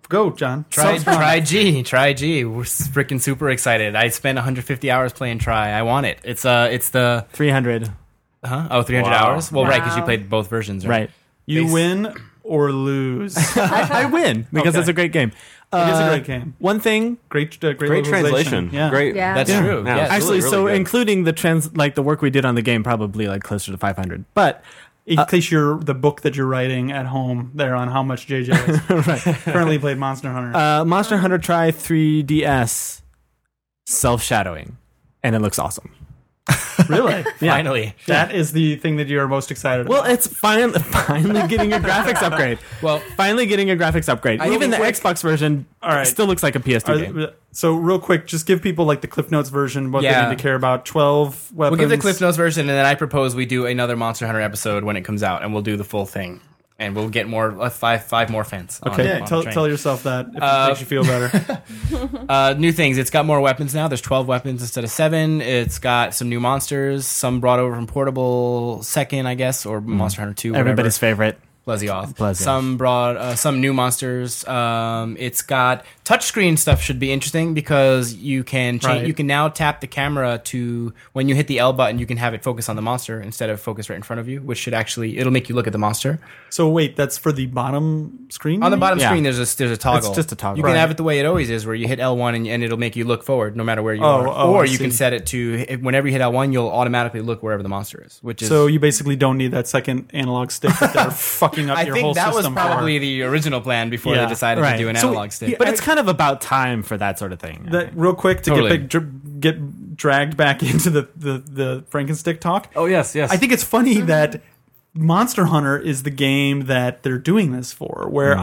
Speaker 6: go, John.
Speaker 4: Try,
Speaker 6: Sounds fun.
Speaker 4: try G, try G. We're freaking super excited. I spent 150 hours playing Try. I want it. It's uh, it's the
Speaker 3: 300.
Speaker 4: huh? Oh, 300
Speaker 5: Wow.
Speaker 4: hours. Well, right, 'cause right, because you
Speaker 2: Wow.
Speaker 4: played both versions, right?
Speaker 3: Right.
Speaker 6: You win or lose. it
Speaker 3: I, I win because
Speaker 6: Okay.
Speaker 3: it's a great game. Uh,
Speaker 6: is a great game.
Speaker 3: One thing,
Speaker 6: Great, uh, great,
Speaker 5: Great
Speaker 6: localization.
Speaker 5: translation.
Speaker 6: Yeah.
Speaker 5: Great.
Speaker 2: Yeah.
Speaker 4: That's
Speaker 3: Yeah.
Speaker 4: true.
Speaker 5: Yeah.
Speaker 4: Yes.
Speaker 5: Actually-
Speaker 3: actually,
Speaker 5: really
Speaker 3: so
Speaker 5: good.
Speaker 3: including the trans, like the work we did on the game, probably like closer to 500.
Speaker 4: Uh,
Speaker 3: But
Speaker 6: In case you're the book that you're writing at home there on how much JJ is. currently played Monster Hunter.
Speaker 3: uh, Monster Hunter Try 3DS self shadowing, and it looks awesome.
Speaker 6: really?
Speaker 4: Finally.
Speaker 6: That is the thing that you are most excited
Speaker 3: Well,
Speaker 6: about.
Speaker 3: it's finally finally getting a graphics upgrade.
Speaker 4: Well,
Speaker 3: finally getting a graphics upgrade. Even the
Speaker 4: quick-
Speaker 3: Xbox version
Speaker 6: right.
Speaker 3: still looks like a PS2
Speaker 6: Are-
Speaker 3: game.
Speaker 6: so real quick, just give people like the Cliff Notes version what
Speaker 4: Yeah.
Speaker 6: they need to care about. Twelve weapons.
Speaker 4: We'll give the Cliff Notes version, and then I propose we do another Monster Hunter episode when it comes out, and we'll do the full thing, and we'll get more uh, five five more fans. on-
Speaker 6: Okay,
Speaker 4: on
Speaker 6: tell,
Speaker 4: the train.
Speaker 6: tell yourself that if
Speaker 4: Uh,
Speaker 6: it makes you feel better.
Speaker 4: Uh, new things. It's got more weapons now. There's 12 weapons instead of seven. It's got some new monsters, some brought over from Portable Second, I guess, or Monster Hunter Two. whatever.
Speaker 3: Everybody's favorite.
Speaker 4: Blessioth.
Speaker 3: Blessioth.
Speaker 4: Some brought uh, some new monsters. Um, it's got touchscreen stuff should be interesting because you can change,
Speaker 6: Right.
Speaker 4: you can now tap the camera to when you hit the L button you can have it focus on the monster instead of focus right in front of you, which should actually it'll make you look at the monster.
Speaker 6: So wait, that's for the bottom screen.
Speaker 4: On
Speaker 6: you
Speaker 4: the
Speaker 6: mean?
Speaker 4: bottom
Speaker 3: Yeah.
Speaker 4: screen there's a there's a toggle.
Speaker 3: just a toggle.
Speaker 4: You
Speaker 3: Right.
Speaker 4: can have it the way it always is where you hit L1 and, and it'll make you look forward no matter where you
Speaker 6: Oh,
Speaker 4: are.
Speaker 6: oh,
Speaker 4: or
Speaker 6: I
Speaker 4: you can
Speaker 6: see.
Speaker 4: set it to whenever you hit L1 you'll automatically look wherever the monster is, which is
Speaker 6: So you basically don't need that second analog stick that they're fucking up
Speaker 4: I
Speaker 6: your
Speaker 4: think
Speaker 6: whole
Speaker 4: that was
Speaker 6: system for.
Speaker 4: probably the original plan before
Speaker 6: Yeah,
Speaker 4: they decided
Speaker 3: right.
Speaker 4: to do an
Speaker 3: So
Speaker 4: analog stick.
Speaker 3: But it's kind of about time for that sort of thing. I
Speaker 6: that real quick to
Speaker 4: Totally.
Speaker 6: get big, dr- get dragged back into the the the Frankenstick talk.
Speaker 5: Oh yes, yes.
Speaker 6: I think it's
Speaker 4: Mm-hmm.
Speaker 6: funny that Monster Hunter is the game that they're doing this for. Where
Speaker 4: Mm.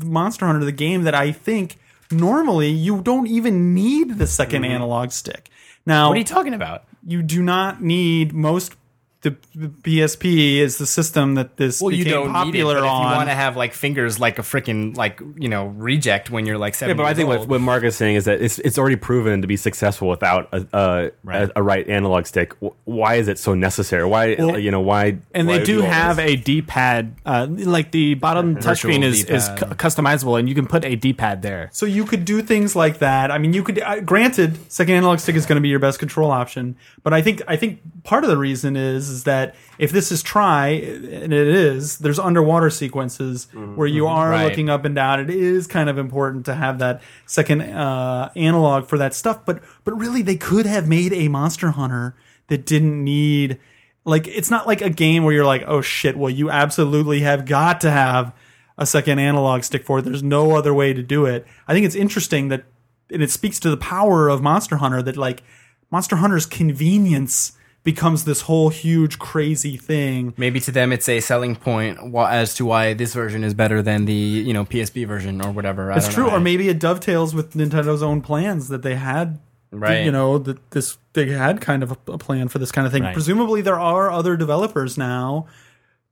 Speaker 6: I Monster Hunter, the game that I think normally you don't even need the 2nd
Speaker 4: Mm-hmm.
Speaker 6: analog stick. Now
Speaker 4: What are you talking about?
Speaker 6: you do not need most. The, the PSP is the system that this became popular
Speaker 4: but if you
Speaker 6: on.
Speaker 4: want to have like fingers like a freaking like you know reject when you're like
Speaker 5: Yeah,
Speaker 4: seven.
Speaker 5: but I
Speaker 4: years
Speaker 5: think what,
Speaker 4: old.
Speaker 5: what Mark is saying is that it's it's already proven to be successful without a a,
Speaker 3: Right.
Speaker 5: a, a right analog stick. Wh- Why is it so necessary? Why
Speaker 6: Well,
Speaker 5: you know why?
Speaker 3: and
Speaker 5: why
Speaker 3: they do
Speaker 5: all this?
Speaker 3: have a D-pad, uh, like the bottom touchscreen is is cu-
Speaker 4: D-pad.
Speaker 3: customizable, and you can put a D-pad there.
Speaker 6: So you could do things like that. I mean, you could. Uh, granted, second analog stick is going to be your best control option, but I think I think part of the reason is is that if this is try, and it is, there's underwater sequences where you are
Speaker 4: Right.
Speaker 6: looking up and down. It is kind of important to have that second uh, analog for that stuff. But but really, they could have made a Monster Hunter that didn't need. Like it's not like a game where you're like, oh shit, well you absolutely have got to have a second analog stick for it. There's no other way to do it. I think it's interesting that, and it speaks to the power of Monster Hunter that like Monster Hunter's convenience becomes this whole huge crazy thing.
Speaker 4: maybe to them it's a selling point wha- as to why this version is better than the you know PSP version or whatever. I
Speaker 6: It's
Speaker 4: don't
Speaker 6: true,
Speaker 4: know.
Speaker 6: or maybe it dovetails with Nintendo's own plans that they had.
Speaker 4: Right.
Speaker 6: You know that this they had kind of a, a plan for this kind of thing.
Speaker 3: Right.
Speaker 6: Presumably, there are other developers now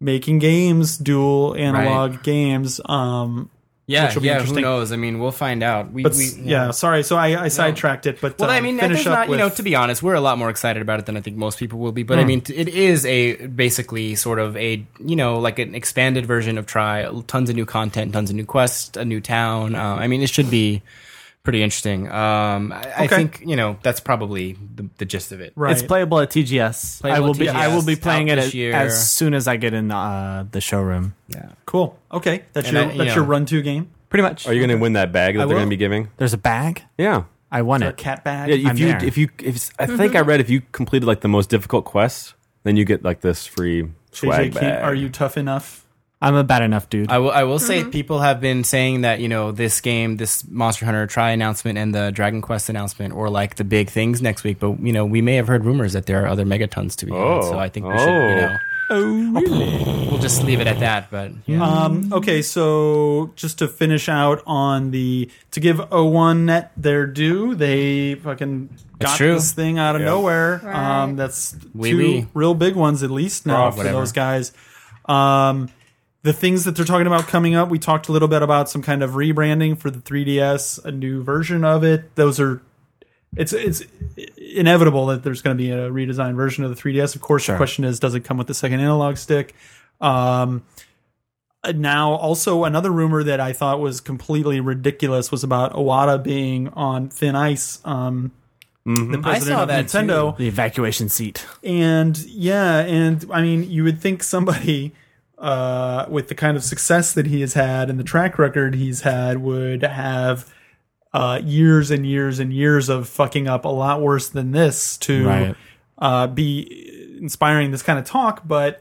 Speaker 6: making games, dual analog games. Um,
Speaker 4: yeah,
Speaker 6: which will be
Speaker 4: yeah. Who
Speaker 6: interesting.
Speaker 4: knows? I mean, we'll find out. We,
Speaker 6: but
Speaker 4: we
Speaker 6: s- yeah. sorry. So I, I sidetracked it, but
Speaker 4: Well,
Speaker 6: uh,
Speaker 4: I mean,
Speaker 6: finish
Speaker 4: there's
Speaker 6: up
Speaker 4: not, you
Speaker 6: with- Hmm.
Speaker 4: know, to be honest, we're a lot more excited about it than I think most people will be. But I mean, t- it is a basically sort of a, you know, like an expanded version of Try. Tons of new content, tons of new quests, a new town. Uh, I mean, it should be pretty interesting. Um, I, I
Speaker 6: Okay.
Speaker 4: think, you know, that's probably the, the gist of it.
Speaker 6: right.
Speaker 3: It's playable at TGS.
Speaker 4: Playable
Speaker 3: I will
Speaker 4: at
Speaker 3: be I will
Speaker 4: TGS,
Speaker 3: be playing
Speaker 4: out
Speaker 3: it
Speaker 4: this
Speaker 3: as,
Speaker 4: year.
Speaker 3: as soon as I get in uh, the showroom.
Speaker 4: Yeah.
Speaker 6: Cool. Okay, that's
Speaker 4: And
Speaker 6: your
Speaker 4: I- you
Speaker 6: that's your
Speaker 4: know.
Speaker 6: run to game.
Speaker 3: Pretty much.
Speaker 5: Are you going to win that bag that
Speaker 6: I
Speaker 5: they're
Speaker 6: will.
Speaker 5: going to be giving?
Speaker 3: There's a bag.
Speaker 5: Yeah.
Speaker 3: I won
Speaker 6: A
Speaker 3: it.
Speaker 6: cat bag.
Speaker 5: Yeah, if
Speaker 3: I'm
Speaker 5: you
Speaker 3: there.
Speaker 5: if you if I think I read if you completed like the most difficult quest, then you get like this free swag
Speaker 6: JJ King,
Speaker 5: bag.
Speaker 6: are you tough enough?
Speaker 3: I'm a bad enough dude.
Speaker 4: I will, I will say people have been saying that, you know, this game, this Monster Hunter Try announcement and the Dragon Quest announcement or like the big things next week. But, you know, we may have heard rumors that there are other megatons to be had.
Speaker 5: Oh.
Speaker 4: So I think we should, you
Speaker 5: Oh.
Speaker 4: know. We'll just leave it at that. But yeah.
Speaker 6: Um, okay, so just to finish out on the to give O1 Net their due, they fucking
Speaker 4: That's
Speaker 6: got
Speaker 4: true.
Speaker 6: this thing out of nowhere.
Speaker 2: Right.
Speaker 6: Um, that's
Speaker 4: Oui,
Speaker 6: two
Speaker 4: oui.
Speaker 6: real big ones at least now
Speaker 4: Rob,
Speaker 6: for
Speaker 4: whatever.
Speaker 6: those guys. Um, the things that they're talking about coming up, we talked a little bit about some kind of rebranding for the 3DS, a new version of it. Those are it's it's inevitable that there's going to be a redesigned version of the 3DS. Of course, the question is, does it come with the second analog stick? Um, uh, now, also another rumor that I thought was completely ridiculous was about Iwata being on thin ice. Um, The president
Speaker 4: saw
Speaker 6: of
Speaker 4: that
Speaker 6: Nintendo,
Speaker 3: the evacuation seat.
Speaker 6: and yeah, and I mean, you would think somebody uh, with the kind of success that he has had and the track record he's had would have uh, years and years and years of fucking up a lot worse than this to
Speaker 3: Right.
Speaker 6: uh, be inspiring this kind of talk. But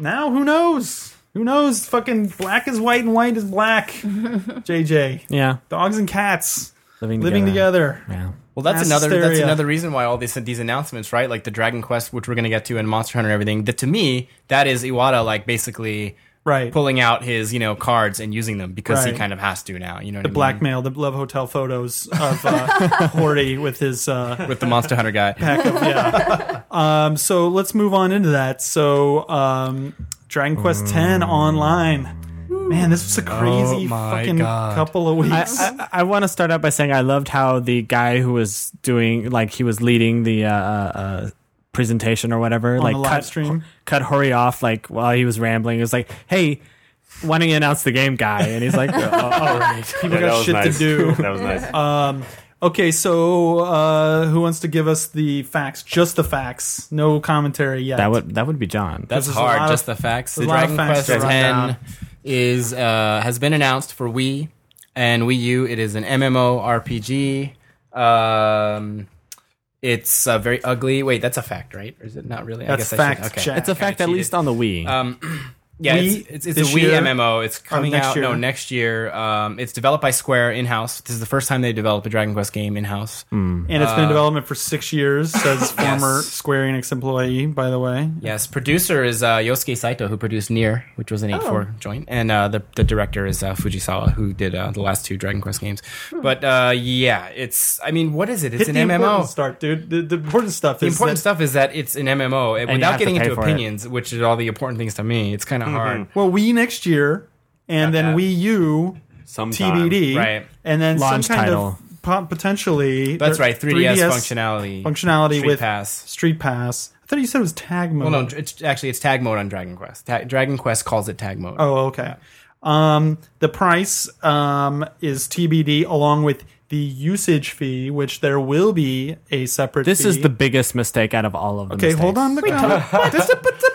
Speaker 6: now, who knows? Who knows? Fucking black is white and white is black. JJ,
Speaker 3: Yeah.
Speaker 6: dogs and cats
Speaker 3: Living
Speaker 6: living together.
Speaker 3: Yeah.
Speaker 4: well, that's
Speaker 6: mass
Speaker 4: another that's
Speaker 6: hysteria.
Speaker 4: another reason why all these these announcements, right? Like the Dragon Quest, which we're gonna get to, and Monster Hunter, and everything. That to me, that is Iwata like basically
Speaker 6: Right.
Speaker 4: pulling out his you know cards and using them because he
Speaker 6: Right.
Speaker 4: kind of has to now. You know, the
Speaker 6: blackmail the love hotel photos of uh, Horty with his uh,
Speaker 4: with the Monster Hunter guy.
Speaker 6: pack of yeah. Um, so let's move on into that. So um, Dragon Quest X online. Man, this was a crazy
Speaker 4: Oh my
Speaker 6: fucking
Speaker 4: God.
Speaker 6: couple of
Speaker 3: I,
Speaker 6: weeks.
Speaker 3: I, I want to start out by saying I loved how the guy who was doing like he was leading the uh, uh, presentation or whatever like
Speaker 6: the live
Speaker 3: cut
Speaker 6: stream.
Speaker 3: cut Hori off like while he was rambling. It was like, hey. why don't you announce the game guy? And he's like, oh, all right, people
Speaker 5: that
Speaker 3: got
Speaker 5: was
Speaker 3: shit to
Speaker 5: nice.
Speaker 3: do.
Speaker 5: that was nice.
Speaker 6: Um, okay, so uh, who wants to give us the facts? Just the facts, no commentary yet.
Speaker 3: That would that would be John.
Speaker 4: That's
Speaker 6: There's a
Speaker 4: hard.
Speaker 6: lot
Speaker 4: just
Speaker 6: of-
Speaker 4: the facts.
Speaker 6: there's
Speaker 4: The
Speaker 6: a lot of
Speaker 4: Dragon
Speaker 6: facts
Speaker 4: Quest
Speaker 6: to run down.
Speaker 4: X is uh, has been announced for Wii and Wii U. It is an MMO RPG. Um, it's uh, very ugly. Wait, that's a fact, right? Or is it not really?
Speaker 6: That's
Speaker 4: I guess I
Speaker 6: fact
Speaker 4: should, okay.
Speaker 6: check.
Speaker 3: it's a
Speaker 6: I
Speaker 3: fact, at
Speaker 4: cheated.
Speaker 3: least on the Wii.
Speaker 4: Yeah,
Speaker 6: Wii
Speaker 4: it's, it's, it's
Speaker 6: this
Speaker 4: a Wii
Speaker 6: year?
Speaker 4: MMO. It's coming
Speaker 6: next
Speaker 4: out
Speaker 6: year?
Speaker 4: no next year. Um, it's developed by Square in house. This is the first time they develop a Dragon Quest game in house.
Speaker 6: and it's been
Speaker 4: Uh,
Speaker 6: in development for six years. Says former Square Enix employee, by the way.
Speaker 4: Yes, producer is uh, Yosuke Saito, who produced Nier, which was an 8 4 joint. And uh, the, the director is uh, Fujisawa, who did uh, the last two Dragon Quest games. But uh, yeah, it's, I mean, what is it? It's
Speaker 6: Hit the
Speaker 4: an MMO.
Speaker 6: important start, dude. The, the important stuff.
Speaker 4: The
Speaker 6: is
Speaker 4: important
Speaker 6: that-
Speaker 4: stuff is that it's an MMO. And
Speaker 3: you have
Speaker 4: without
Speaker 3: to
Speaker 4: getting
Speaker 3: pay
Speaker 4: into
Speaker 3: for it.
Speaker 4: opinions, which is all the important things to me, it's kind of hard.
Speaker 6: Well, Wii next year, and then
Speaker 4: that.
Speaker 6: Wii U,
Speaker 5: Sometime.
Speaker 6: TBD,
Speaker 4: Right.
Speaker 6: And then
Speaker 3: Launch
Speaker 6: some kind
Speaker 3: title.
Speaker 6: of po- potentially.
Speaker 4: That's
Speaker 6: there-
Speaker 4: right, 3DS,
Speaker 6: 3DS
Speaker 4: functionality.
Speaker 6: functionality
Speaker 4: Street
Speaker 6: with
Speaker 4: Pass.
Speaker 6: Street Pass. I thought you said it was tag mode.
Speaker 4: Well, no, it's, actually, it's tag mode on Dragon Quest. Ta- Dragon Quest calls it tag mode.
Speaker 6: Oh, okay. Um, the price um, is TBD, along with the usage fee, which there will be a separate.
Speaker 3: this is
Speaker 6: fee.
Speaker 3: the biggest mistake out of all of them.
Speaker 6: Okay, hold on the com- Just a bit- a bit- a-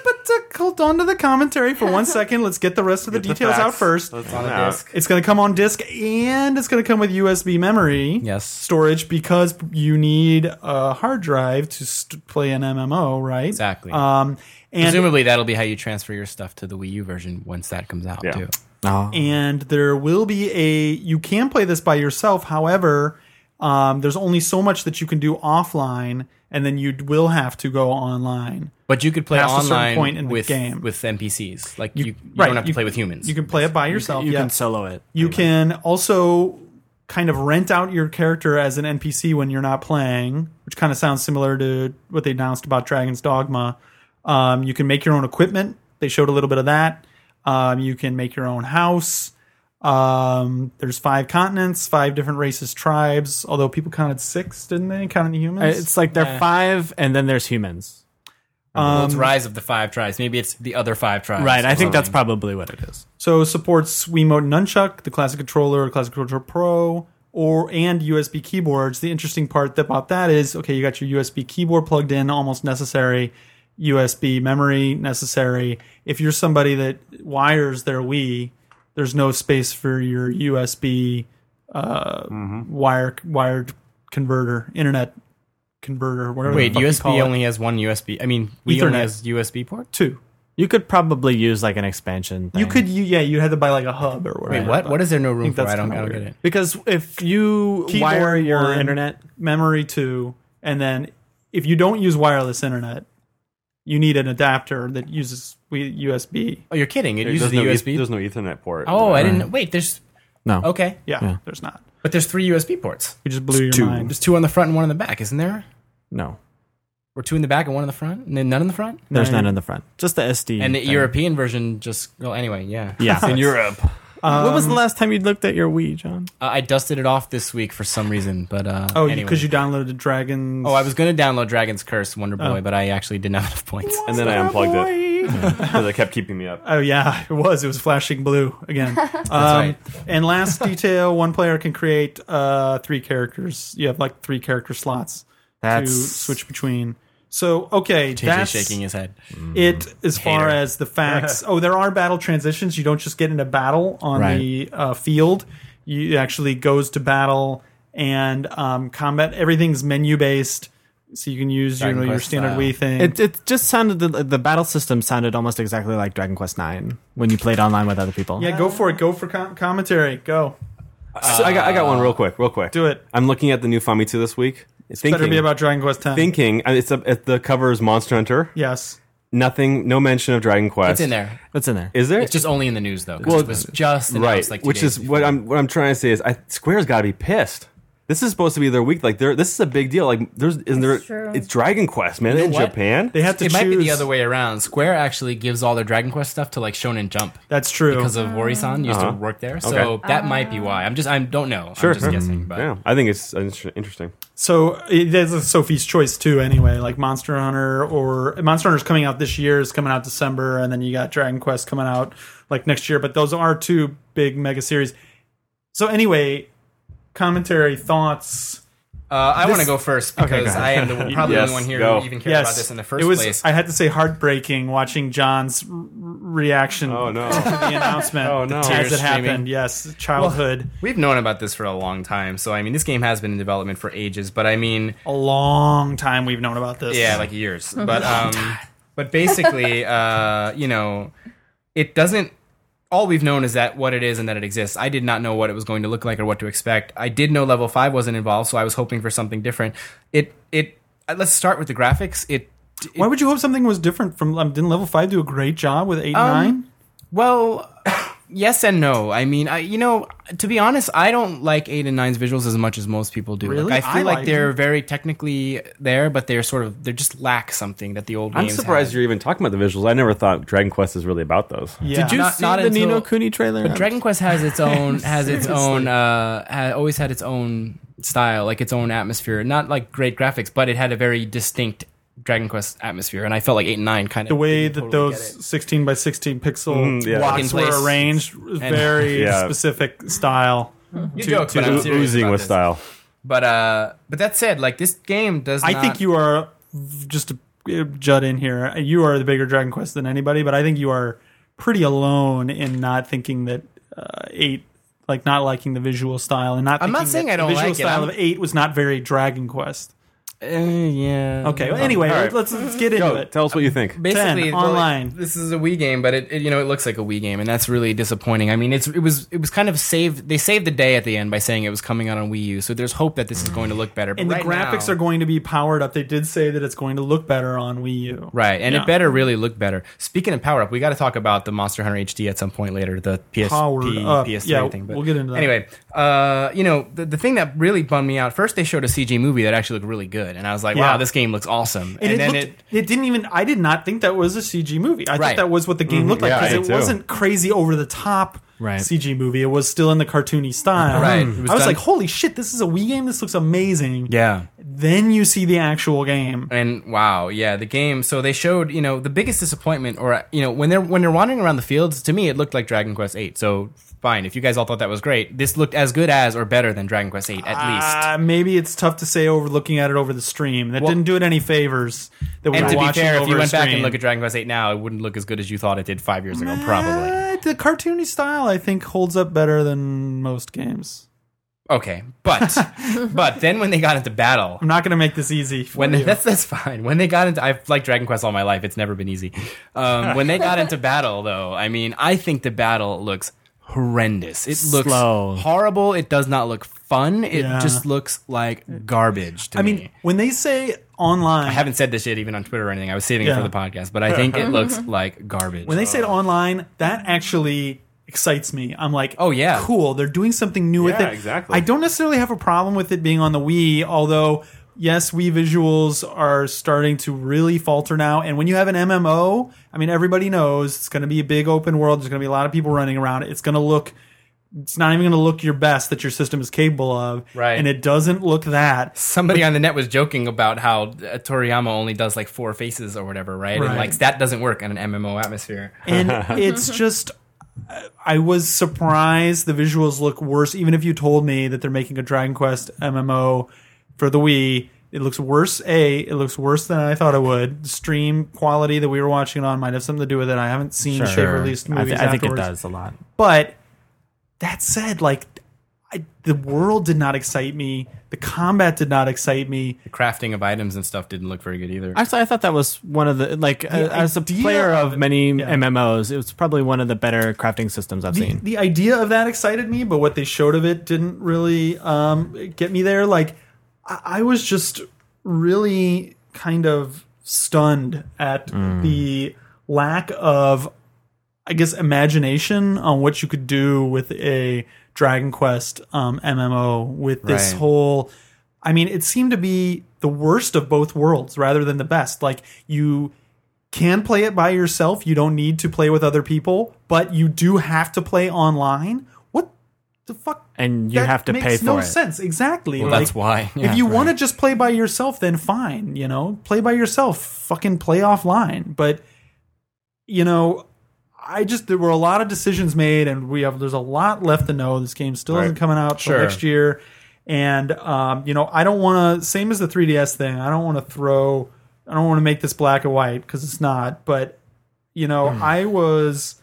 Speaker 6: hold on to the commentary for one second. Let's get the rest of the details out
Speaker 5: facts.
Speaker 6: first.
Speaker 5: Let's
Speaker 4: on
Speaker 5: find
Speaker 4: the
Speaker 5: out.
Speaker 4: disc.
Speaker 6: It's going to come on disk and it's going to come with USB memory
Speaker 4: Yes.
Speaker 6: storage because you need a hard drive to st- play an MMO, right?
Speaker 4: Exactly.
Speaker 6: Um, and
Speaker 4: Presumably, that'll be how you transfer your stuff to the Wii U version once that comes out,
Speaker 5: Yeah.
Speaker 4: too.
Speaker 3: Oh.
Speaker 6: and there will be a you can play this by yourself however um, there's only so much that you can do offline and then you will have to go online
Speaker 4: But you could play
Speaker 6: Past a certain
Speaker 4: online
Speaker 6: point in the
Speaker 4: with
Speaker 6: game.
Speaker 4: with NPCs. Like you, you,
Speaker 6: right,
Speaker 4: don't have to
Speaker 6: you-
Speaker 4: play with humans.
Speaker 6: you can play it by yourself
Speaker 3: You
Speaker 6: yeah.
Speaker 3: can solo it.
Speaker 6: you can also kind of rent out your character as an npc when you're not playing which kind of sounds similar to what they announced about dragon's dogma um, you can make your own equipment they showed a little bit of that um, you can make your own house um, there's five continents five different races tribes although people counted six didn't they counting humans
Speaker 3: Uh, It's like they're five, and then there's humans.
Speaker 4: Well, it's Uh, Rise of the Five Tribes. Maybe it's the other five tribes.
Speaker 3: Right. I
Speaker 4: or
Speaker 3: think that's
Speaker 4: something.
Speaker 3: probably what it is.
Speaker 6: So supports Wiimote and Nunchuck, the classic controller, classic controller Pro, or and USB keyboards. The interesting part about that is, okay, you got your USB keyboard plugged in, almost necessary. USB memory necessary. If you're somebody that wires their Wii, there's no space for your USB uh, wire wired converter, internet converter, whatever.
Speaker 4: Wait,
Speaker 6: the fuck you
Speaker 4: USB
Speaker 6: call it.
Speaker 4: only has one USB. I mean, we only
Speaker 6: Ethernet.
Speaker 4: has USB port.
Speaker 6: two.
Speaker 3: You could probably use like an expansion. Thing.
Speaker 6: You could, you, yeah, you had to buy like a hub or
Speaker 4: Wait,
Speaker 6: whatever.
Speaker 4: what? What is there no room for?
Speaker 6: that's
Speaker 4: I don't, I
Speaker 6: kinda
Speaker 4: don't get
Speaker 6: weird.
Speaker 4: it.
Speaker 3: because if you
Speaker 6: Keyboard
Speaker 3: wire your
Speaker 6: one.
Speaker 3: internet,
Speaker 6: memory two, and then if you don't use wireless internet, you need an adapter that uses we- USB.
Speaker 4: Oh, you're kidding! It uses
Speaker 5: There's
Speaker 4: the
Speaker 5: no,
Speaker 6: E-
Speaker 4: USB.
Speaker 5: eth- there's no Ethernet port.
Speaker 4: oh, I didn't. Wait, there's
Speaker 3: no.
Speaker 4: okay,
Speaker 6: Yeah, there's not.
Speaker 4: but there's three USB ports.
Speaker 6: You just blew your
Speaker 3: two.
Speaker 6: mind.
Speaker 4: There's two on the front and one in the back, isn't there?
Speaker 3: No.
Speaker 4: Or two in the back and one in the front, and then none in the front.
Speaker 3: There's
Speaker 6: No.
Speaker 3: none in the front. Just the SD.
Speaker 4: And the
Speaker 3: thing.
Speaker 4: European version just well, anyway, yeah.
Speaker 3: Yeah.
Speaker 5: in Europe.
Speaker 3: when was the last time you looked at your Wii, John?
Speaker 4: Uh, I dusted it off this week for some reason, but uh,
Speaker 6: Oh, because
Speaker 4: anyway.
Speaker 6: you downloaded Dragon's.
Speaker 4: Oh, I was gonna download Dragon's Curse Wonder
Speaker 6: Oh.
Speaker 4: Boy, but I actually didn't have enough points.
Speaker 5: And then I unplugged it because it kept keeping me up.
Speaker 6: Oh yeah, it was. It was flashing blue again. That's
Speaker 4: right.
Speaker 6: And last detail: one player can create uh, three characters. You have like three character slots
Speaker 3: That's-
Speaker 6: to switch between. So okay,
Speaker 4: JJ
Speaker 6: that's
Speaker 4: shaking his head.
Speaker 5: Mm.
Speaker 6: it as far
Speaker 4: Hater.
Speaker 6: as the facts. oh, there are battle transitions. You don't just get into battle on
Speaker 3: Right.
Speaker 6: the uh, field. You it actually goes to battle and um, combat. Everything's menu based, so you can use you
Speaker 4: Dragon
Speaker 6: know, your
Speaker 4: Quest
Speaker 6: standard
Speaker 4: style.
Speaker 6: Wii thing.
Speaker 3: It it just sounded the, the battle system sounded almost exactly like Dragon Quest Nine when you played online with other people.
Speaker 6: yeah, go for it. Go for com- commentary. Go
Speaker 5: I, got, I got one real quick, real quick.
Speaker 6: do it.
Speaker 5: I'm looking at the new Famitsu this week. It's thinking,
Speaker 6: Better be about Dragon Quest Ten.
Speaker 5: thinking. uh, It's a, it, the cover is Monster Hunter.
Speaker 6: yes.
Speaker 5: Nothing, no mention of Dragon Quest.
Speaker 4: It's in there.
Speaker 3: What's in there?
Speaker 5: Is there?
Speaker 4: It's just only in the news though. 'cause
Speaker 5: Well,
Speaker 4: it was just announced,
Speaker 5: right,
Speaker 4: like two
Speaker 5: which
Speaker 4: days
Speaker 5: is what I'm what I'm trying to say is I, Square's got to be pissed This is supposed to be their week. Like, they're, this is a big deal. Like, there's isn't there?
Speaker 2: It's true.
Speaker 5: It's Dragon Quest, man, in
Speaker 4: what?
Speaker 5: Japan.
Speaker 6: They have to
Speaker 4: it
Speaker 6: choose.
Speaker 4: might be the other way around. Square actually gives all their Dragon Quest stuff to like Shonen Jump
Speaker 6: That's true.
Speaker 4: because of Mori-san used to work there. So
Speaker 5: Uh-huh. Okay. Mm-hmm.
Speaker 4: that might be why. I'm just I don't know. I'm just guessing. But
Speaker 5: yeah, I think it's inter- interesting.
Speaker 6: So it- that's a Sophie's choice too. Anyway, like Monster Hunter or Monster Hunter's coming out this year. It's coming out December, and then you got Dragon Quest coming out like next year. But those are two big mega series. So anyway, commentary thoughts.
Speaker 4: uh, I want to go first because
Speaker 6: go.
Speaker 4: I am the, probably
Speaker 5: Yes,
Speaker 4: the one here
Speaker 5: go.
Speaker 4: who even cared about this in the first
Speaker 6: it was.
Speaker 4: place.
Speaker 6: I had to say heartbreaking watching John's r- r- reaction
Speaker 5: Oh, no.
Speaker 6: to the announcement.
Speaker 5: Oh, no.
Speaker 6: as
Speaker 4: Tears
Speaker 6: it
Speaker 4: streaming.
Speaker 6: happened. Yes, childhood.
Speaker 4: We've known about this for a long time, so I mean, this game has been in development for ages. But I mean,
Speaker 6: a long time we've known about this.
Speaker 4: Yeah, like years. But um, but basically, uh, you know, it doesn't. All we've known is that what it is and that it exists. I did not know what it was going to look like or what to expect. I did know level five wasn't involved, so I was hoping for something different. It it. uh, Let's start with the graphics. It. it-
Speaker 6: Why would you hope something was different from? Um, didn't level five do a great job with eight and
Speaker 4: Um,
Speaker 6: nine?
Speaker 4: well. Yes and no. I mean, I you know, to be honest, I don't like eight and nine's visuals as much as most people do.
Speaker 6: Really?
Speaker 4: Like, I feel
Speaker 6: I
Speaker 4: like,
Speaker 6: like
Speaker 4: they're
Speaker 6: them.
Speaker 4: very technically there, but they're sort of they just lack something that the old.
Speaker 5: I'm
Speaker 4: games
Speaker 5: surprised
Speaker 4: had.
Speaker 5: you're even talking about the visuals. I never thought Dragon Quest is really about those.
Speaker 6: Yeah.
Speaker 3: Did you
Speaker 4: Not-
Speaker 3: see
Speaker 4: not
Speaker 3: the
Speaker 4: until-
Speaker 3: Nino Kuni trailer?
Speaker 4: But Dragon Quest has its own has its own uh ha always had its own style, like its own atmosphere. Not like great graphics, but it had a very distinct Dragon Quest atmosphere, and I felt like eight and nine kind of
Speaker 6: the way that
Speaker 4: didn't totally get it.
Speaker 6: those 16 by 16 pixel
Speaker 5: Mm, yeah.
Speaker 6: blocks
Speaker 4: Walk in place.
Speaker 6: were arranged was very
Speaker 5: Yeah.
Speaker 6: specific style.
Speaker 4: you joke, but I'm
Speaker 5: Ooz-
Speaker 4: serious
Speaker 5: oozing
Speaker 4: about
Speaker 5: with
Speaker 4: this.
Speaker 5: style.
Speaker 4: But uh, but that said, like this game does.
Speaker 6: I
Speaker 4: not-
Speaker 6: think you are just to uh, jut in here. You are the bigger Dragon Quest than anybody, but I think you are pretty alone in not thinking that uh, eight. Like not liking the visual style and not.
Speaker 4: I'm not
Speaker 6: thinking
Speaker 4: saying
Speaker 6: that
Speaker 4: I don't
Speaker 6: the visual
Speaker 4: like it.
Speaker 6: style
Speaker 4: I'm-
Speaker 6: of eight was not very Dragon Quest.
Speaker 4: Uh, yeah.
Speaker 6: Okay. Well, anyway,
Speaker 5: All right.
Speaker 6: let's, let's get into
Speaker 5: Go,
Speaker 6: it.
Speaker 5: tell us what you think.
Speaker 4: basically
Speaker 6: 10
Speaker 4: well,
Speaker 6: online.
Speaker 4: this is a Wii game, but it, it you know it looks like a Wii game, and that's really disappointing. I mean, it's it was it was kind of saved. They saved the day at the end by saying it was coming out on Wii U, so there's hope that this is going to look better. But
Speaker 6: and
Speaker 4: right
Speaker 6: the graphics
Speaker 4: now-
Speaker 6: are going to be powered up. They did say that it's going to look better on Wii U.
Speaker 4: Right, and
Speaker 6: Yeah.
Speaker 4: it better really look better. Speaking of power up, we got to talk about the Monster Hunter HD at some point later. The PSP,
Speaker 6: Powered up.
Speaker 4: PS3
Speaker 6: Yeah,
Speaker 4: thing.
Speaker 6: we'll get into that.
Speaker 4: Anyway, uh, you know the, the thing that really bummed me out. First, they showed a CG movie that actually looked really good, and I was like,
Speaker 6: Yeah.
Speaker 4: "Wow, this game looks awesome."
Speaker 6: And,
Speaker 4: And,
Speaker 6: it,
Speaker 4: then
Speaker 6: looked,
Speaker 4: it.
Speaker 6: it didn't even. I did not think that was a CG movie. I thought
Speaker 4: Right.
Speaker 6: that was what the game looked like
Speaker 5: Mm-hmm. Yeah,
Speaker 6: because
Speaker 5: I
Speaker 6: it
Speaker 5: too.
Speaker 6: wasn't crazy over the top
Speaker 3: Right.
Speaker 6: CG movie. It was still in the cartoony style.
Speaker 4: Right. It was
Speaker 6: I was
Speaker 4: done-
Speaker 6: like, holy shit, this is a Wii game. This looks amazing.
Speaker 4: Yeah.
Speaker 6: Then you see the actual game.
Speaker 4: And wow, yeah, the game. So they showed, you know, the biggest disappointment, or you know, when they're when they're wandering around the fields. To me, it looked like Dragon Quest Eight. So fine, if you guys all thought that was great, this looked as good as or better than Dragon Quest Eight, at least.
Speaker 6: Uh, maybe it's tough to say over looking at it over the stream. That
Speaker 4: Well-
Speaker 6: didn't do it any favors. That we
Speaker 4: And
Speaker 6: were
Speaker 4: to be
Speaker 6: watching
Speaker 4: fair, if
Speaker 6: over
Speaker 4: you
Speaker 6: a
Speaker 4: went back and
Speaker 6: stream.
Speaker 4: look at Dragon Quest Eight now, it wouldn't look as good as you thought it did five years ago, probably.
Speaker 6: Eh, the cartoony style, I think, holds up better than most games.
Speaker 4: Okay, but but then when they got into battle,
Speaker 6: I'm not going to make this easy. For
Speaker 4: when
Speaker 6: you.
Speaker 4: that's that's fine. When they got into, I've liked Dragon Quest all my life. It's never been easy. Um, when they got into battle, though, I mean, I think the battle looks horrendous. It looks
Speaker 3: Slow.
Speaker 4: horrible. It does not look fun. It
Speaker 6: Yeah.
Speaker 4: just looks like garbage. To
Speaker 6: I mean,
Speaker 4: me.
Speaker 6: when they say online,
Speaker 4: I haven't said this shit even on Twitter or anything. I was saving it
Speaker 6: Yeah.
Speaker 4: for the podcast, but I think it looks like garbage.
Speaker 6: when they said online, that actually excites me. I'm like,
Speaker 4: Oh, yeah.
Speaker 6: cool. They're doing something new with
Speaker 5: Yeah,
Speaker 6: it.
Speaker 5: exactly.
Speaker 6: I don't necessarily have a problem with it being on the Wii, although yes, Wii visuals are starting to really falter now. And when you have an MMO, I mean, everybody knows it's going to be a big open world. There's going to be a lot of people running around. It's going to look it's not even going to look your best that your system is capable of,
Speaker 4: Right.
Speaker 6: And it doesn't look that.
Speaker 4: Somebody on the net was joking about how uh, Toriyama only does like four faces or whatever, right?
Speaker 6: Right.
Speaker 4: And like that doesn't work in an MMO atmosphere.
Speaker 6: and it's just I was surprised the visuals look worse. Even if you told me that they're making a Dragon Quest MMO for the Wii, it looks worse. A, it looks worse than I thought it would. Stream quality that we were watching it on might have something to do with it. I haven't seen sure. released
Speaker 3: I,
Speaker 6: movies.
Speaker 3: thi- I think it
Speaker 6: afterwards.
Speaker 3: does a lot.
Speaker 6: But that said, like I, the world did not excite me. The combat did not excite me.
Speaker 4: The crafting of items and stuff didn't look very good either.
Speaker 3: Actually, I thought that was one of the like uh, as a
Speaker 6: idea
Speaker 3: player
Speaker 6: of
Speaker 3: of
Speaker 6: it-
Speaker 3: many MMOs, it was probably one of the better crafting systems I've
Speaker 6: the,
Speaker 3: seen.
Speaker 6: the idea of that excited me, but what they showed of it didn't really um, get me there. Like, I, I was just really kind of stunned at the lack of I guess imagination on what you could do with a Dragon Quest um, MMO with this
Speaker 4: Right.
Speaker 6: whole. I mean, it seemed to be the worst of both worlds rather than the best. Like you can play it by yourself. You don't need to play with other people, but you do have to play online. What the fuck?
Speaker 3: And you
Speaker 6: That
Speaker 3: have to
Speaker 6: makes
Speaker 3: pay for
Speaker 6: no
Speaker 3: it.
Speaker 6: sense. Exactly.
Speaker 4: Well,
Speaker 6: Like,
Speaker 4: that's why. Yeah,
Speaker 6: if you
Speaker 4: right.
Speaker 6: want to just play by yourself, then fine. You know, play by yourself. Fucking play offline. But you know, I just there were a lot of decisions made, and we have there's a lot left to know. This game still isn't coming out till
Speaker 4: Sure.
Speaker 6: next year, and um, you know, I don't want to. Same as the 3ds thing, I don't want to throw. I don't want to make this black and white because it's not. But you know,
Speaker 5: Mm.
Speaker 6: I was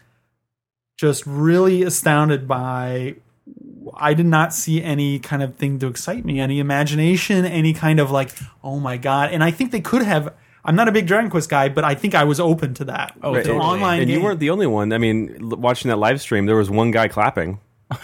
Speaker 6: just really astounded by I did not see any kind of thing to excite me, any imagination, any kind of like, oh my god. And I think they could have. I'm not a big Dragon Quest guy, but I think I was open to that. Oh,
Speaker 4: totally.
Speaker 6: online
Speaker 5: and you
Speaker 6: game.
Speaker 5: weren't the only one. I mean, l- watching that live stream, there was one guy clapping.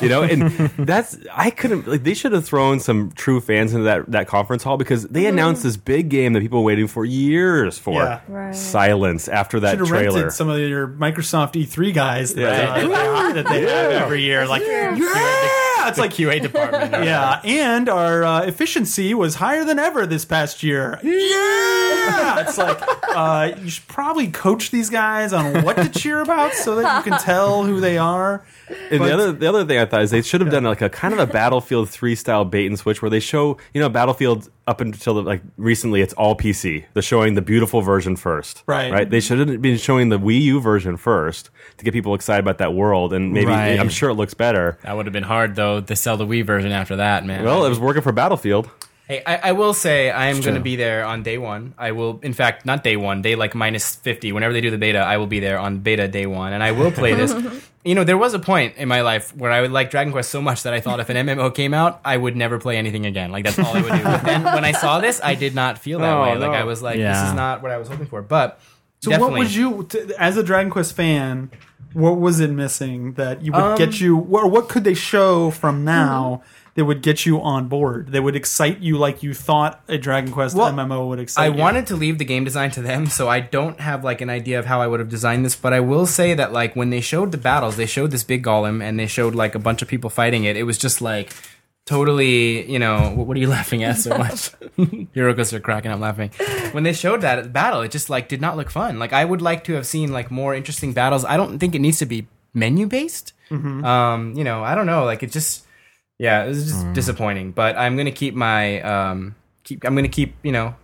Speaker 5: you know, and that's I couldn't like they should have thrown some true fans into that that conference hall because they announced this big game that people were waiting for years for.
Speaker 6: Mm-hmm. Yeah.
Speaker 2: Right.
Speaker 5: Silence after that
Speaker 6: should have rented
Speaker 5: trailer.
Speaker 6: some of your Microsoft E3 guys that,
Speaker 5: Yeah.
Speaker 6: uh, that they have every year. Like, yeah, it's like
Speaker 4: QA department.
Speaker 6: yeah, and our uh, efficiency was higher than ever this past year. Yeah, it's like uh, you should probably coach these guys on what to cheer about so that you can tell who they are.
Speaker 5: And
Speaker 6: But-
Speaker 5: the other the other thing I thought is they should have done like a kind of a Battlefield Three style bait and switch where they show you know Battlefield up until the, like recently it's all PC. They're showing the beautiful version first,
Speaker 6: Right.
Speaker 5: Right. They should have been showing the Wii U version first to get people excited about that world, and maybe
Speaker 4: Right.
Speaker 5: I'm sure it looks better.
Speaker 4: That would have been hard though to sell the Wii version after that, man.
Speaker 5: Well, it was working for Battlefield.
Speaker 4: Hey, I, I will say I am going to be there on day one. I will, in fact, not day one, day like minus 50. Whenever they do the beta, I will be there on beta day one and I will play this. you know, there was a point in my life where I would like Dragon Quest so much that I thought if an MMO came out, I would never play anything again. Like, that's all I would do. But then when I saw this, I did not feel that
Speaker 5: Oh,
Speaker 4: way. Like,
Speaker 5: no.
Speaker 4: I was like, this
Speaker 3: Yeah.
Speaker 4: is not what I was hoping for. But
Speaker 6: So what would you, t- as a Dragon Quest fan, what was it missing that you would
Speaker 4: Um,
Speaker 6: get you, or what could they show
Speaker 4: hmm.
Speaker 6: from now that would get you on board, that would excite you like you thought a Dragon Quest
Speaker 4: Well,
Speaker 6: MMO would excite
Speaker 4: I
Speaker 6: you?
Speaker 4: wanted to leave the game design to them, so I don't have like an idea of how I would have designed this. But I will say that like when they showed the battles, they showed this big golem and they showed like a bunch of people fighting it. It was just like totally, you know, wh- what are you laughing at so much? Heroicus are cracking up laughing. When they showed that battle, it just like did not look fun. Like I would like to have seen like more interesting battles. I don't think it needs to be menu based.
Speaker 6: Mm-hmm.
Speaker 4: Um, you know, I don't know. Like it just. Yeah, it was just
Speaker 5: Mm.
Speaker 4: disappointing, but I'm gonna keep my um keep I'm gonna keep you know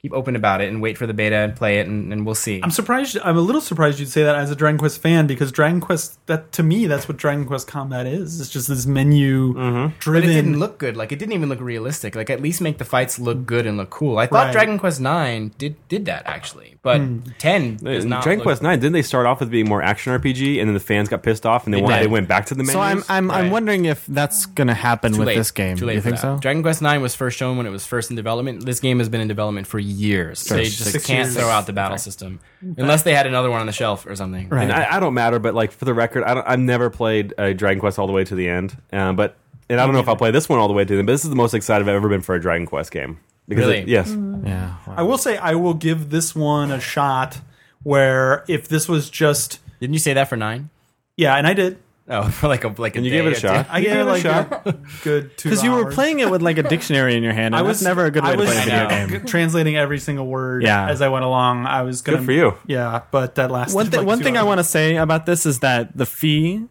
Speaker 4: keep open about it and wait for the beta and play it and, and we'll see.
Speaker 6: I'm surprised. I'm a little surprised you'd say that as a Dragon Quest fan because Dragon Quest, that to me, that's what Dragon Quest combat is. It's just this menu
Speaker 5: Mm-hmm.
Speaker 4: But it didn't
Speaker 6: driven.
Speaker 4: look good. Like it didn't even look realistic. Like at least make the fights look good and look cool. I thought
Speaker 6: Right. Hmm.
Speaker 4: Dragon Quest Nine did did that actually, but ten does not.
Speaker 5: Dragon
Speaker 4: look-
Speaker 5: Quest Nine didn't they start off with being more action RPG, and then the fans got pissed off and they,
Speaker 4: They
Speaker 5: wanted,
Speaker 4: did.
Speaker 5: they went back to the menus.
Speaker 3: So I'm I'm, I'm
Speaker 4: Right.
Speaker 3: wondering if that's going to happen
Speaker 4: Too
Speaker 3: with
Speaker 4: late.
Speaker 3: this game.
Speaker 4: Too late
Speaker 3: you
Speaker 4: for
Speaker 3: think
Speaker 4: that.
Speaker 3: so?
Speaker 4: Dragon Quest Nine was first shown when it was first in development. This game has been in development for years. They just
Speaker 6: six
Speaker 4: can't
Speaker 6: years.
Speaker 4: throw out the battle system unless they had another one on the shelf or something.
Speaker 5: and I, I don't matter, but like for the record, I don't, I've never played uh, Dragon Quest all the way to the end. Um, but and I don't know if I'll play this one all the way to the end. But this is the most excited I've ever been for a Dragon Quest game. Because
Speaker 4: Really?
Speaker 5: it- yes.
Speaker 6: Mm-hmm.
Speaker 3: Yeah.
Speaker 6: I will say, I will give this one a shot where if this was just,
Speaker 4: Didn't you say that for Nine?
Speaker 6: yeah, and I did.
Speaker 4: Oh, for like a like a
Speaker 5: And you
Speaker 4: day
Speaker 5: gave
Speaker 4: or
Speaker 5: it
Speaker 4: two.
Speaker 5: a shot.
Speaker 6: I gave it like a good two
Speaker 3: Because you were
Speaker 6: hours.
Speaker 3: playing it with like a dictionary in your hand. And I was never a good way
Speaker 6: I
Speaker 3: to
Speaker 6: was
Speaker 3: play a video
Speaker 4: I know.
Speaker 3: game.
Speaker 6: g- translating every single word
Speaker 3: Yeah.
Speaker 6: as I went along. I was gonna,
Speaker 5: Good for you.
Speaker 6: Yeah, but that lasted.
Speaker 3: one, thi-
Speaker 6: like
Speaker 3: one
Speaker 6: two
Speaker 3: thing I
Speaker 6: hours.
Speaker 3: want to say about this is that the fee,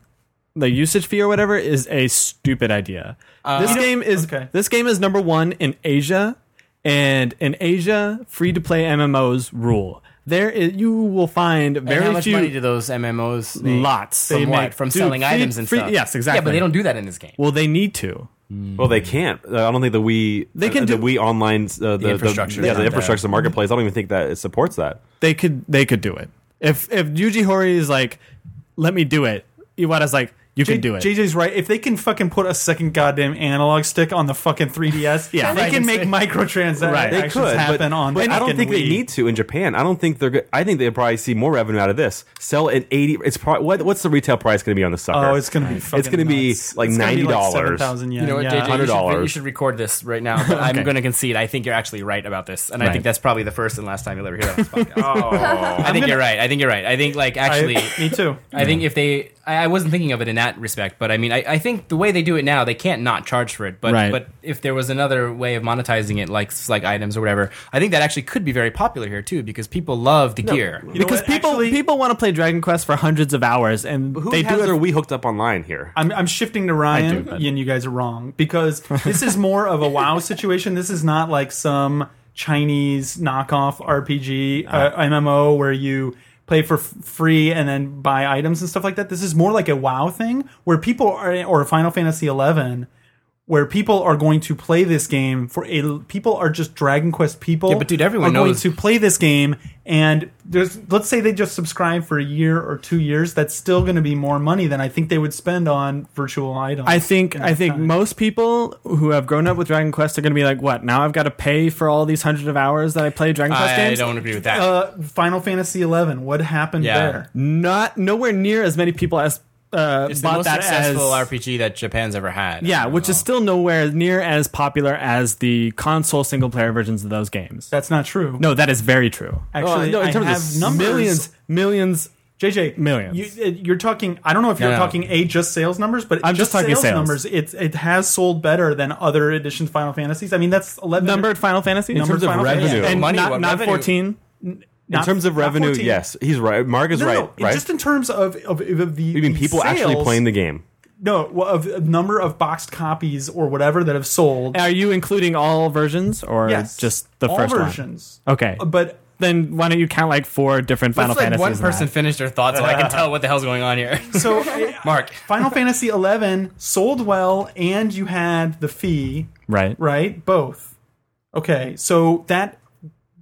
Speaker 3: the usage fee or whatever, is a stupid idea.
Speaker 4: Uh,
Speaker 3: this game is
Speaker 6: okay.
Speaker 3: this game is number one in Asia, and in Asia, free to play MMOs rule. There is, you will find very
Speaker 4: and how much
Speaker 3: few
Speaker 4: money do those MMOs make?
Speaker 3: lots.
Speaker 4: from
Speaker 3: They
Speaker 4: what?
Speaker 3: make-
Speaker 4: from
Speaker 3: Dude,
Speaker 4: selling
Speaker 3: free-
Speaker 4: items and
Speaker 3: free-
Speaker 4: stuff.
Speaker 3: Yes, exactly.
Speaker 4: Yeah, but they don't do that in this game.
Speaker 3: Well, they need to.
Speaker 5: Well, they can't. Uh, I don't think the Wii. They
Speaker 3: can
Speaker 5: the
Speaker 3: do-
Speaker 5: Wii online. Uh, the, the
Speaker 4: infrastructure
Speaker 5: yeah,
Speaker 4: is
Speaker 5: the
Speaker 4: not
Speaker 5: infrastructure, the marketplace. I don't even think that it supports that.
Speaker 3: They could. They could do it. If if Yuji Horii is like, let me do it. Iwata's like, You can do it.
Speaker 6: JJ's right. If they can fucking put a second goddamn analog stick on the fucking 3DS,
Speaker 3: Yeah.
Speaker 6: they
Speaker 3: Right.
Speaker 6: can make microtransactions
Speaker 3: Right.
Speaker 5: They could,
Speaker 6: happen
Speaker 5: but,
Speaker 6: on.
Speaker 5: but I don't
Speaker 6: fucking
Speaker 5: think they
Speaker 6: Wii.
Speaker 5: need to in Japan. I don't think they're. Good. I think they probably see more revenue out of this. Sell at eighty. It's probably what, what's the retail price going to be on the sucker?
Speaker 6: Oh, it's gonna be. Fucking
Speaker 5: It's gonna be
Speaker 6: nuts.
Speaker 5: like
Speaker 6: It's gonna be
Speaker 5: $90.
Speaker 6: seven thousand yen.
Speaker 4: You know what,
Speaker 6: yeah.
Speaker 4: JJ? You should, you
Speaker 5: $100.
Speaker 4: should record this right now. But I'm going to concede. I think you're actually right about this, and I
Speaker 3: Right. Oh.
Speaker 4: think that's probably the first and last time you'll ever hear that. on this podcast. I think you're right. I think you're right. I think like actually,
Speaker 6: I, me too.
Speaker 4: I think if they, I, I wasn't thinking of it in that respect, but I mean, I, I think the way they do it now, they can't not charge for it. But
Speaker 3: Right.
Speaker 4: but if there was another way of monetizing it, like like items or whatever, I think that actually could be very popular here too, because people love the gear.
Speaker 6: You know
Speaker 3: because
Speaker 6: what?
Speaker 3: people
Speaker 6: Actually-
Speaker 3: people want to play Dragon Quest for hundreds of hours, and
Speaker 5: Who
Speaker 3: they
Speaker 5: has
Speaker 3: do it
Speaker 5: their Wii hooked up online here?
Speaker 6: I'm, I'm shifting to Ryan,
Speaker 3: do, but-
Speaker 6: and you guys are wrong because this is more of a WoW situation. This is not like some Chinese knockoff RPG
Speaker 4: Ah.
Speaker 6: uh, MMO where you play for f- free and then buy items and stuff like that. This is more like a WoW thing where people are, or Final Fantasy XI, where people are going to play this game for a people are just Dragon Quest people.
Speaker 4: Yeah, but dude, everyone
Speaker 6: are going
Speaker 4: knows-
Speaker 6: to play this game, and there's let's say they just subscribe for a year or two years. That's still going to be more money than I think they would spend on virtual items.
Speaker 3: I think I think most people who have grown up with Dragon Quest are going to be like, "What? Now I've got to pay for all these hundred of hours that I play Dragon Quest
Speaker 4: I, I
Speaker 3: games."
Speaker 4: don't agree with that.
Speaker 6: uh, Final Fantasy Eleven. What happened
Speaker 4: Yeah.
Speaker 6: there?
Speaker 3: Not nowhere near as many people as uh,
Speaker 4: it's the
Speaker 3: bought
Speaker 4: most
Speaker 3: that
Speaker 4: successful
Speaker 3: as
Speaker 4: RPG that Japan's ever had.
Speaker 3: yeah, which is still nowhere near as popular as the console single player versions of those games.
Speaker 6: That's not true.
Speaker 3: no, that is very true.
Speaker 6: actually,
Speaker 5: uh, no, in
Speaker 6: I
Speaker 5: terms of
Speaker 6: have numbers.
Speaker 3: Millions, millions.
Speaker 6: JJ,
Speaker 3: Millions.
Speaker 6: You, uh, you're talking. I don't know if you're
Speaker 4: No, no.
Speaker 6: talking a just sales numbers, but
Speaker 3: I'm just talking
Speaker 6: sales,
Speaker 3: sales.
Speaker 6: numbers. It it has sold better than other editions of Final Fantasies. I mean, that's eleven
Speaker 3: Numbered Final Fantasy
Speaker 6: Numbered
Speaker 5: terms of
Speaker 6: Final Fantasy.
Speaker 5: revenue.
Speaker 3: and
Speaker 4: Money,
Speaker 3: not,
Speaker 4: what
Speaker 3: not
Speaker 4: revenue?
Speaker 3: fourteen.
Speaker 5: In
Speaker 6: Not-
Speaker 5: terms of
Speaker 6: not
Speaker 5: revenue,
Speaker 6: 14.
Speaker 5: yes, he's right. Mark is
Speaker 6: No,
Speaker 5: right.
Speaker 6: no,
Speaker 5: right?
Speaker 6: Just in terms of of, of, of the
Speaker 5: you mean
Speaker 6: the
Speaker 5: people actually
Speaker 6: sales-
Speaker 5: playing the game?
Speaker 6: no well, of of number of boxed copies or whatever that have sold.
Speaker 3: Are you including all versions or
Speaker 6: Yes.
Speaker 3: Uh, just the
Speaker 6: All
Speaker 3: first
Speaker 6: versions.
Speaker 3: one? Okay,
Speaker 6: But
Speaker 3: then why don't you count like four different
Speaker 4: Let's
Speaker 3: Final
Speaker 4: let
Speaker 3: Fantasies?
Speaker 4: Uh, one
Speaker 3: in that? uh,
Speaker 4: person finish their thoughts, so I can tell what the hell's going on here.
Speaker 6: so
Speaker 4: Mark,
Speaker 6: Final Fantasy eleven sold well, and you had the fee
Speaker 3: right?
Speaker 6: right? Both. Okay, so that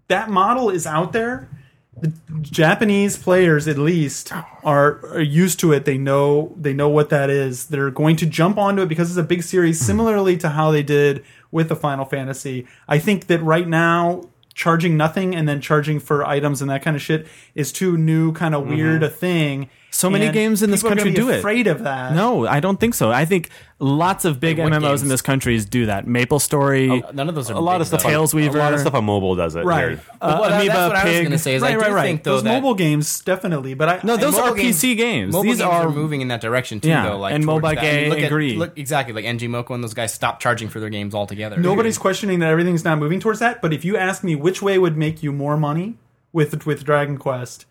Speaker 6: that model is out there. The Japanese players, at least, are, are used to it. They know they know what that is. They're going to jump onto it because it's a big series,
Speaker 3: Hmm.
Speaker 6: similarly to how they did with the Final Fantasy. I think that right now, charging nothing and then charging for items and that kind of shit is too new, kind of weird a thing.
Speaker 3: Mm-hmm. So many
Speaker 6: And
Speaker 3: games in this
Speaker 6: people are gonna
Speaker 3: country
Speaker 6: be
Speaker 3: do it.
Speaker 6: Afraid of that?
Speaker 3: No, I don't think so. I think lots of big
Speaker 4: what
Speaker 3: MMOs
Speaker 4: games?
Speaker 3: in this country do that. Maple Story,
Speaker 4: none of those are
Speaker 5: A lot
Speaker 4: big,
Speaker 5: of stuff.
Speaker 4: though.
Speaker 5: on-
Speaker 3: Tails
Speaker 5: A lot
Speaker 3: Weaver.
Speaker 5: of stuff on mobile does it.
Speaker 6: Right.
Speaker 5: Here.
Speaker 3: uh,
Speaker 4: Well, that-
Speaker 3: Amoeba,
Speaker 4: that's what I was
Speaker 3: Pig.
Speaker 4: going to say. Is I
Speaker 6: right,
Speaker 4: do
Speaker 6: right, right.
Speaker 4: think though
Speaker 6: Those
Speaker 4: that
Speaker 6: mobile games definitely, but I
Speaker 3: no, those
Speaker 4: mobile
Speaker 3: are PC games.
Speaker 4: Mobile
Speaker 3: These
Speaker 4: games
Speaker 3: are,
Speaker 4: moving in that direction too,
Speaker 3: Yeah,
Speaker 4: though. Like
Speaker 3: and
Speaker 4: towards
Speaker 3: MOBA
Speaker 4: that. I mean,
Speaker 3: gay
Speaker 4: look at-
Speaker 3: agree.
Speaker 4: look- exactly like NG Moko and those guys stopped charging for their games altogether.
Speaker 6: Nobody's questioning that everything's not moving towards that. But if you ask me which way would make you more money with with Dragon Quest,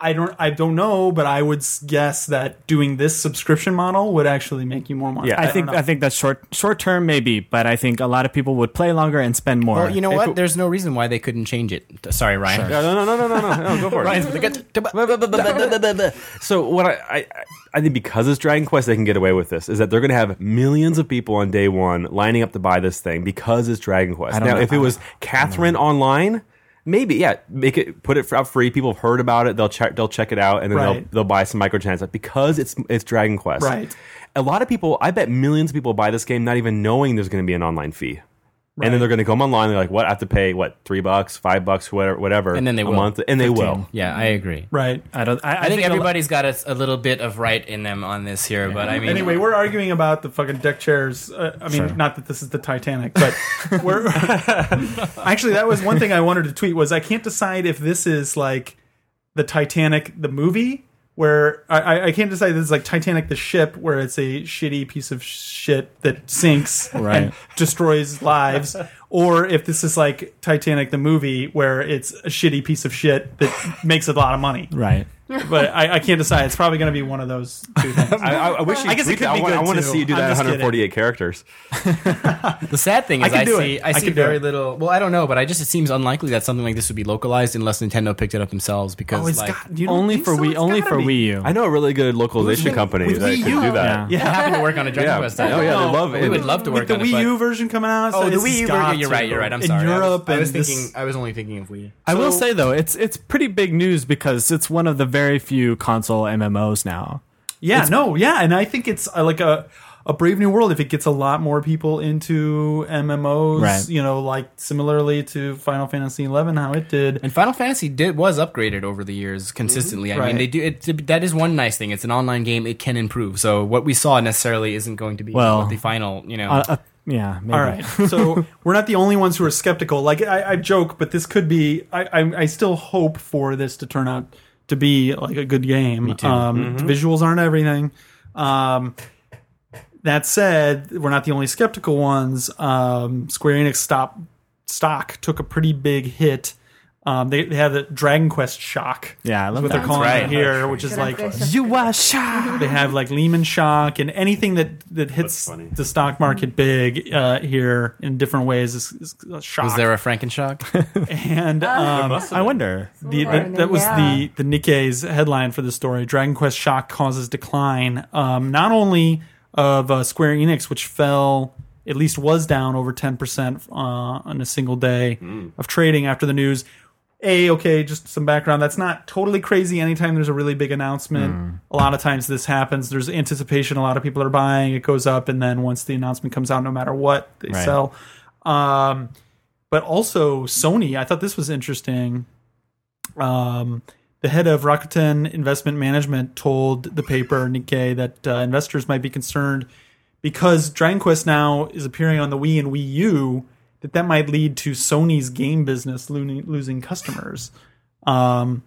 Speaker 6: I don't I don't know, but I would s- guess that doing this subscription model would actually make you more money.
Speaker 5: Yeah, I
Speaker 3: I
Speaker 6: don't
Speaker 3: think
Speaker 6: know.
Speaker 3: I think that's short short term maybe, but I think a lot of people would play longer and spend more.
Speaker 4: Well, you know
Speaker 5: If
Speaker 4: what?
Speaker 5: it-
Speaker 4: There's no reason why they couldn't change it. Sorry, Ryan.
Speaker 5: No, no, no, no, no, no, no. Go for it. So what I, I I think because it's Dragon Quest, they can get away with this. Is that they're going to have millions of people on day one lining up to buy this thing because it's Dragon Quest.
Speaker 3: don't
Speaker 5: Now,
Speaker 3: know.
Speaker 5: if it was Catherine online, maybe yeah, make it put it out free. People have heard about it. They'll check they'll check it out and then they'll
Speaker 6: Right.
Speaker 5: they'll buy some microtransactions because it's it's Dragon Quest.
Speaker 6: Right.
Speaker 5: A lot of people, I bet millions of people buy this game not even knowing there's going to be an online fee. And
Speaker 6: Right.
Speaker 5: then they're going to come online. They're like, "What? I have to pay what? Three bucks, five bucks, whatever, whatever."
Speaker 4: And then they
Speaker 5: a
Speaker 4: will.
Speaker 5: month, and they will.
Speaker 4: Yeah, I agree.
Speaker 6: right.
Speaker 3: I don't. I, I
Speaker 4: I, think,
Speaker 3: a lo-
Speaker 4: everybody's got a, a little bit of right in them on this here, but I mean,
Speaker 6: Anyway, we're arguing about the fucking deck chairs. Uh, I mean, not that this is the Titanic, but we're actually that was one thing I wanted to tweet was I can't decide if this is like the Titanic the movie where I- I, I can't decide if this is like Titanic the ship where it's a shitty piece of shit that sinks and
Speaker 3: Right.
Speaker 6: destroys lives. Or if this is like Titanic the movie, where it's a shitty piece of shit that makes a lot of money,
Speaker 3: right.
Speaker 6: but I, I can't decide. It's probably going to be one of those two things.
Speaker 5: I, I, I wish you
Speaker 6: I guess it
Speaker 5: tweaked
Speaker 6: could
Speaker 5: that.
Speaker 6: be
Speaker 5: I, want,
Speaker 6: good,
Speaker 5: I want to
Speaker 6: too.
Speaker 5: see you do
Speaker 6: I'm
Speaker 5: that
Speaker 6: just kidding.
Speaker 5: 148 characters.
Speaker 4: the sad thing is,
Speaker 6: can
Speaker 4: I,
Speaker 6: do
Speaker 4: see
Speaker 6: it.
Speaker 4: I
Speaker 6: I
Speaker 4: see
Speaker 6: can do
Speaker 4: very
Speaker 6: it.
Speaker 4: little. Well, I don't know, but I just it seems unlikely that something like this would be localized unless Nintendo picked it up themselves. Because
Speaker 6: Oh, it's
Speaker 4: like,
Speaker 6: got- you don't
Speaker 3: Only
Speaker 6: think
Speaker 3: for
Speaker 6: so?
Speaker 3: Wii.
Speaker 6: It's
Speaker 3: Only
Speaker 6: gotta
Speaker 3: for
Speaker 6: be.
Speaker 3: Wii U.
Speaker 5: I know a really good localization company
Speaker 6: with
Speaker 5: that
Speaker 6: Wii
Speaker 5: can
Speaker 6: U?
Speaker 5: do
Speaker 3: Yeah.
Speaker 5: that.
Speaker 4: I happen to work on a Dragon
Speaker 5: Yeah.
Speaker 4: Quest.
Speaker 5: Oh,
Speaker 4: title.
Speaker 5: yeah, they love
Speaker 4: we
Speaker 5: it.
Speaker 4: would love to
Speaker 6: with
Speaker 4: work
Speaker 6: the
Speaker 4: on
Speaker 6: Wii
Speaker 4: it, but-
Speaker 6: U version coming out. so
Speaker 4: Oh, the
Speaker 6: this
Speaker 4: Wii
Speaker 6: has
Speaker 4: U
Speaker 6: got
Speaker 4: version. You're
Speaker 6: to
Speaker 4: right. You're right. I'm
Speaker 6: in
Speaker 4: sorry.
Speaker 6: Europe,
Speaker 4: I was, I was
Speaker 6: and this-
Speaker 4: thinking. I was only thinking of Wii.
Speaker 3: I will say though, it's it's pretty big news because it's one of the very few console MMOs now.
Speaker 6: Yeah, no, yeah, and I think it's uh, like a a Brave New World if it gets a lot more people into MMOs,
Speaker 3: Right.
Speaker 6: you know, like similarly to Final Fantasy XI, how it did.
Speaker 4: And Final Fantasy did was upgraded over the years consistently. I mean,
Speaker 6: Right.
Speaker 4: they do it. That is one nice thing. It's an online game; it can improve. So what we saw necessarily isn't going to be
Speaker 3: Well,
Speaker 4: what the final. You know,
Speaker 3: Uh, uh, yeah. Maybe.
Speaker 6: All right, so we're not the only ones who are skeptical. Like I, I joke, but this could be. I, I, I still hope for this to turn out to be like a good game. Me too. Um, Visuals aren't everything. Um, that said, we're not the only skeptical ones. Um, Square Enix stop stock took a pretty big hit. Um, they, they had the Dragon Quest shock.
Speaker 3: Yeah, I love
Speaker 6: is what
Speaker 3: that.
Speaker 6: they're calling it
Speaker 4: That's right.
Speaker 6: here, which is like
Speaker 3: You are shy.
Speaker 6: they have like Lehman shock and anything that that hits
Speaker 5: That's funny.
Speaker 6: the stock market big uh, here in different ways is, is a shock.
Speaker 4: was there Ah. a Frankenshock?
Speaker 6: and um,
Speaker 3: I wonder.
Speaker 6: the, the, that was the the Nikkei's headline for the story. Dragon Quest shock causes decline, um, not only of uh, Square Enix, which fell at least was down over ten percent uh, on a single day of trading after the news. A okay, just some background. That's not totally crazy. Anytime there's a really big announcement, a lot of times this happens. There's anticipation. A lot of people are buying. It goes up, and then once the announcement comes out, no matter what, they
Speaker 3: Right.
Speaker 6: sell. Um, but also Sony. I thought this was interesting. Um, the head of Rakuten Investment Management told the paper Nikkei that uh, investors might be concerned because Dragon Quest now is appearing on the Wii and Wii U. That that might lead to Sony's game business lo- losing customers, um,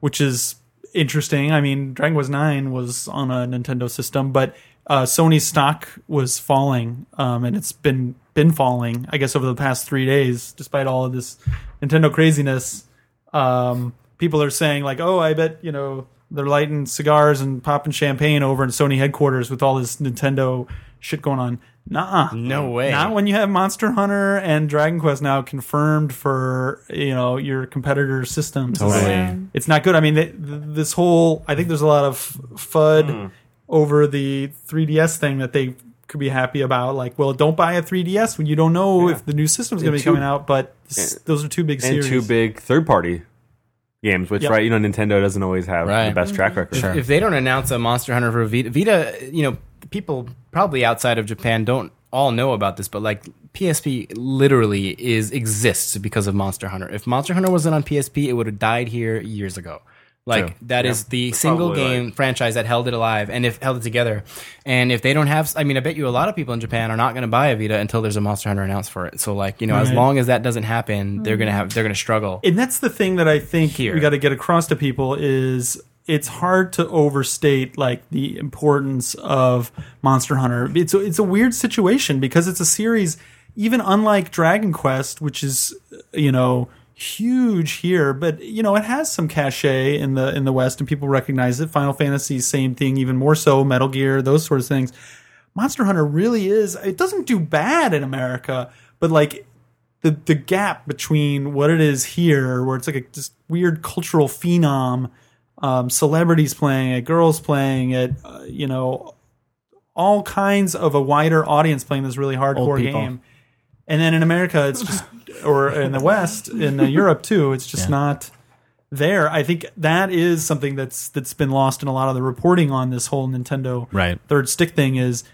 Speaker 6: which is interesting. I mean, Dragon Quest Nine was on a Nintendo system, but uh, Sony's stock was falling, um, and it's been been falling. I guess over the past three days, despite all of this Nintendo craziness um, people are saying like, oh, I bet you know they're lighting cigars and popping champagne over in Sony headquarters with all this Nintendo shit going on. Nah,
Speaker 4: No way.
Speaker 6: Not when you have Monster Hunter and Dragon Quest now confirmed for you know your competitor systems.
Speaker 5: Totally.
Speaker 6: It's not good. I mean, th- th- this whole I think there's a lot of fud
Speaker 5: Hmm.
Speaker 6: over the 3DS thing that they could be happy about. Like, well, don't buy a 3DS when you don't know if the new system's going to
Speaker 5: And
Speaker 6: be
Speaker 5: two-
Speaker 6: coming out. But s-
Speaker 5: and-
Speaker 6: those are two big
Speaker 5: and
Speaker 6: series.
Speaker 5: two big third party games, which
Speaker 6: Yep.
Speaker 5: right, you know, Nintendo doesn't always have
Speaker 4: Right.
Speaker 5: the best track record.
Speaker 4: If they don't announce a Monster Hunter for Vita, Vita, you know, people probably outside of Japan don't all know about this, but like PSP literally is exists because of Monster Hunter. If Monster Hunter wasn't on PSP, it would have died here years ago. Like that is the single
Speaker 5: Probably,
Speaker 4: game franchise that held it alive and if held it together. And if they don't have, I mean, I bet you a lot of people in Japan are not going to buy a Vita until there's a Monster Hunter announced for it. So like you know, as
Speaker 6: Right.
Speaker 4: long as that doesn't happen, they're gonna have they're gonna struggle.
Speaker 6: and that's the thing that I think
Speaker 4: Here.
Speaker 6: we got to get across to people is it's hard to overstate like the importance of Monster Hunter. It's a, it's a weird situation because it's a series even unlike Dragon Quest, which is you know huge here, but you know it has some cachet in the in the West and people recognize it. Final Fantasy, same thing, even more so. Metal Gear, those sorts of things. Monster Hunter really is. It doesn't do bad in America, but like the the gap between what it is here, where it's like a just weird cultural phenom, um, celebrities playing it, girls playing it, uh, you know, all kinds of a wider audience playing this really hardcore
Speaker 3: people.
Speaker 6: game. And then in America, it's just, or in the West, in uh, Europe too, it's just not there. I think that is something that's that's been lost in a lot of the reporting on this whole Nintendo
Speaker 3: Right.
Speaker 6: third stick thing. Is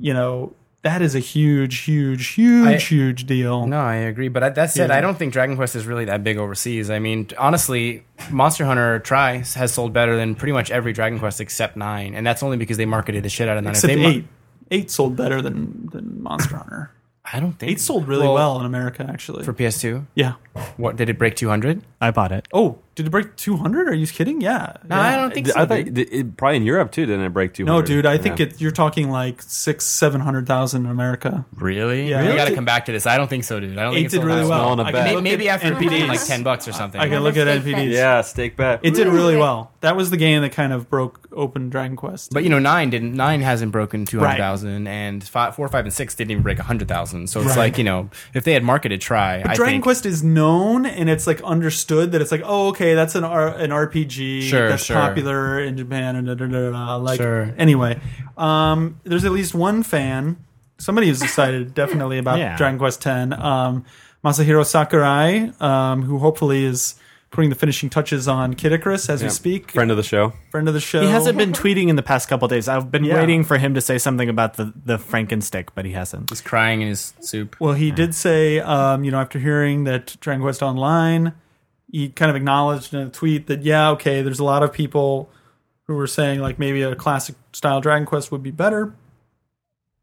Speaker 6: you know that is a huge, huge, huge,
Speaker 4: I-
Speaker 6: huge deal.
Speaker 4: No, I agree. But I- that said, I don't think Dragon Quest is really that big overseas. I mean, t- honestly, Monster Hunter Try has sold better than pretty much every Dragon Quest except nine, and that's only because they marketed the shit out of nine. If
Speaker 6: Except
Speaker 4: they mar-
Speaker 6: eight. eight sold better than than Monster Hunter.
Speaker 4: I don't think
Speaker 6: Eight sold really well,
Speaker 4: Well-
Speaker 6: in America, actually.
Speaker 4: for PS2.
Speaker 6: yeah.
Speaker 4: What did it break two hundred?
Speaker 3: I bought it.
Speaker 6: Oh, did it break two hundred? Are you kidding? Yeah.
Speaker 4: No,
Speaker 6: Yeah.
Speaker 4: I don't think so.
Speaker 5: I thought
Speaker 4: dude.
Speaker 5: it, it- probably in Europe too didn't it break two?
Speaker 6: No, dude. I think it, you're talking like six, seven hundred thousand in America.
Speaker 4: really?
Speaker 6: Yeah.
Speaker 4: We got to
Speaker 6: Really?
Speaker 4: come back to this. I don't think so, dude. I don't
Speaker 6: Eight
Speaker 4: think it
Speaker 6: did
Speaker 4: sold
Speaker 6: really
Speaker 4: that
Speaker 6: well.
Speaker 5: Small on the
Speaker 6: I can
Speaker 5: back.
Speaker 6: look
Speaker 4: May-
Speaker 6: at
Speaker 4: Maybe after we
Speaker 6: NPDs.
Speaker 4: did like ten bucks or something.
Speaker 6: I can look at
Speaker 2: Let's take
Speaker 6: NPDs.
Speaker 2: that.
Speaker 5: Yeah, stake bet.
Speaker 6: It did really
Speaker 2: Right.
Speaker 6: well. That was the game that kind of broke open Dragon Quest.
Speaker 4: But you know, nine didn't. Nine hasn't broken two hundred thousand, and five, four, five, and six didn't even break hundred thousand. So it's
Speaker 6: Right.
Speaker 4: like you know, if they had marketed Try, I
Speaker 6: Dragon
Speaker 4: think,
Speaker 6: Quest is known and it's like understood that it's like, oh, okay, that's an R- an RPG
Speaker 4: Sure,
Speaker 6: that's
Speaker 4: sure.
Speaker 6: popular in Japan and da, da, da, da, like
Speaker 4: Sure.
Speaker 6: anyway. Um, there's at least one fan, somebody who's excited definitely about
Speaker 3: Yeah.
Speaker 6: Dragon Quest X. Um, Masahiro Sakurai, um, who hopefully is putting the finishing touches on Kid Icarus as we
Speaker 5: Yeah.
Speaker 6: speak.
Speaker 5: Friend of the show.
Speaker 6: Friend of the show.
Speaker 3: He hasn't been tweeting in the past couple days. I've been
Speaker 6: Yeah.
Speaker 3: waiting for him to say something about the the Frankenstick, but he hasn't.
Speaker 4: He's crying in his soup.
Speaker 6: Well, he did say, um, you know, after hearing that Dragon Quest Online, he kind of acknowledged in a tweet that, yeah, okay, there's a lot of people who were saying like maybe a classic style Dragon Quest would be better.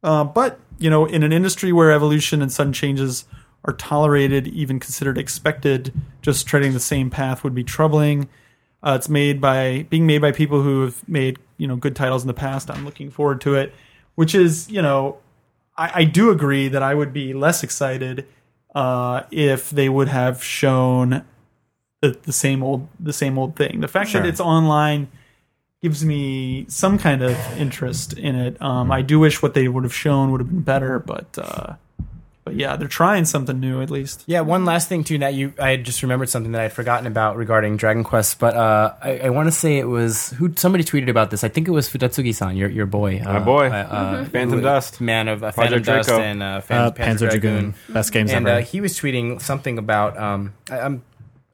Speaker 6: Uh, but, you know, in an industry where evolution and sudden changes are tolerated, even considered expected, just treading the same path would be troubling. Uh, it's made by being made by people who have made you know good titles in the past. I'm looking forward to it, which is you know I, I do agree that I would be less excited uh, if they would have shown the, the same old the same old thing. The fact that it's online gives me some kind of interest in it. Um, I do wish what they would have shown would have been better, but uh, but yeah, they're trying something new at least.
Speaker 4: Yeah, one last thing too. That you, I had just remembered something that I had forgotten about regarding Dragon Quest, but uh, I, I want to say it was who somebody tweeted about this. I think it was Futatsugi-san, your your boy, uh,
Speaker 5: My boy.
Speaker 4: uh, uh,
Speaker 5: Phantom
Speaker 4: who-
Speaker 5: Dust.
Speaker 4: man of uh, Phantom
Speaker 5: Project
Speaker 4: Dust
Speaker 5: Draco.
Speaker 4: and uh, Phan-
Speaker 3: Uh, Panzer Dragoon, best games
Speaker 4: and
Speaker 3: ever.
Speaker 4: uh, he was tweeting something about um, I, I'm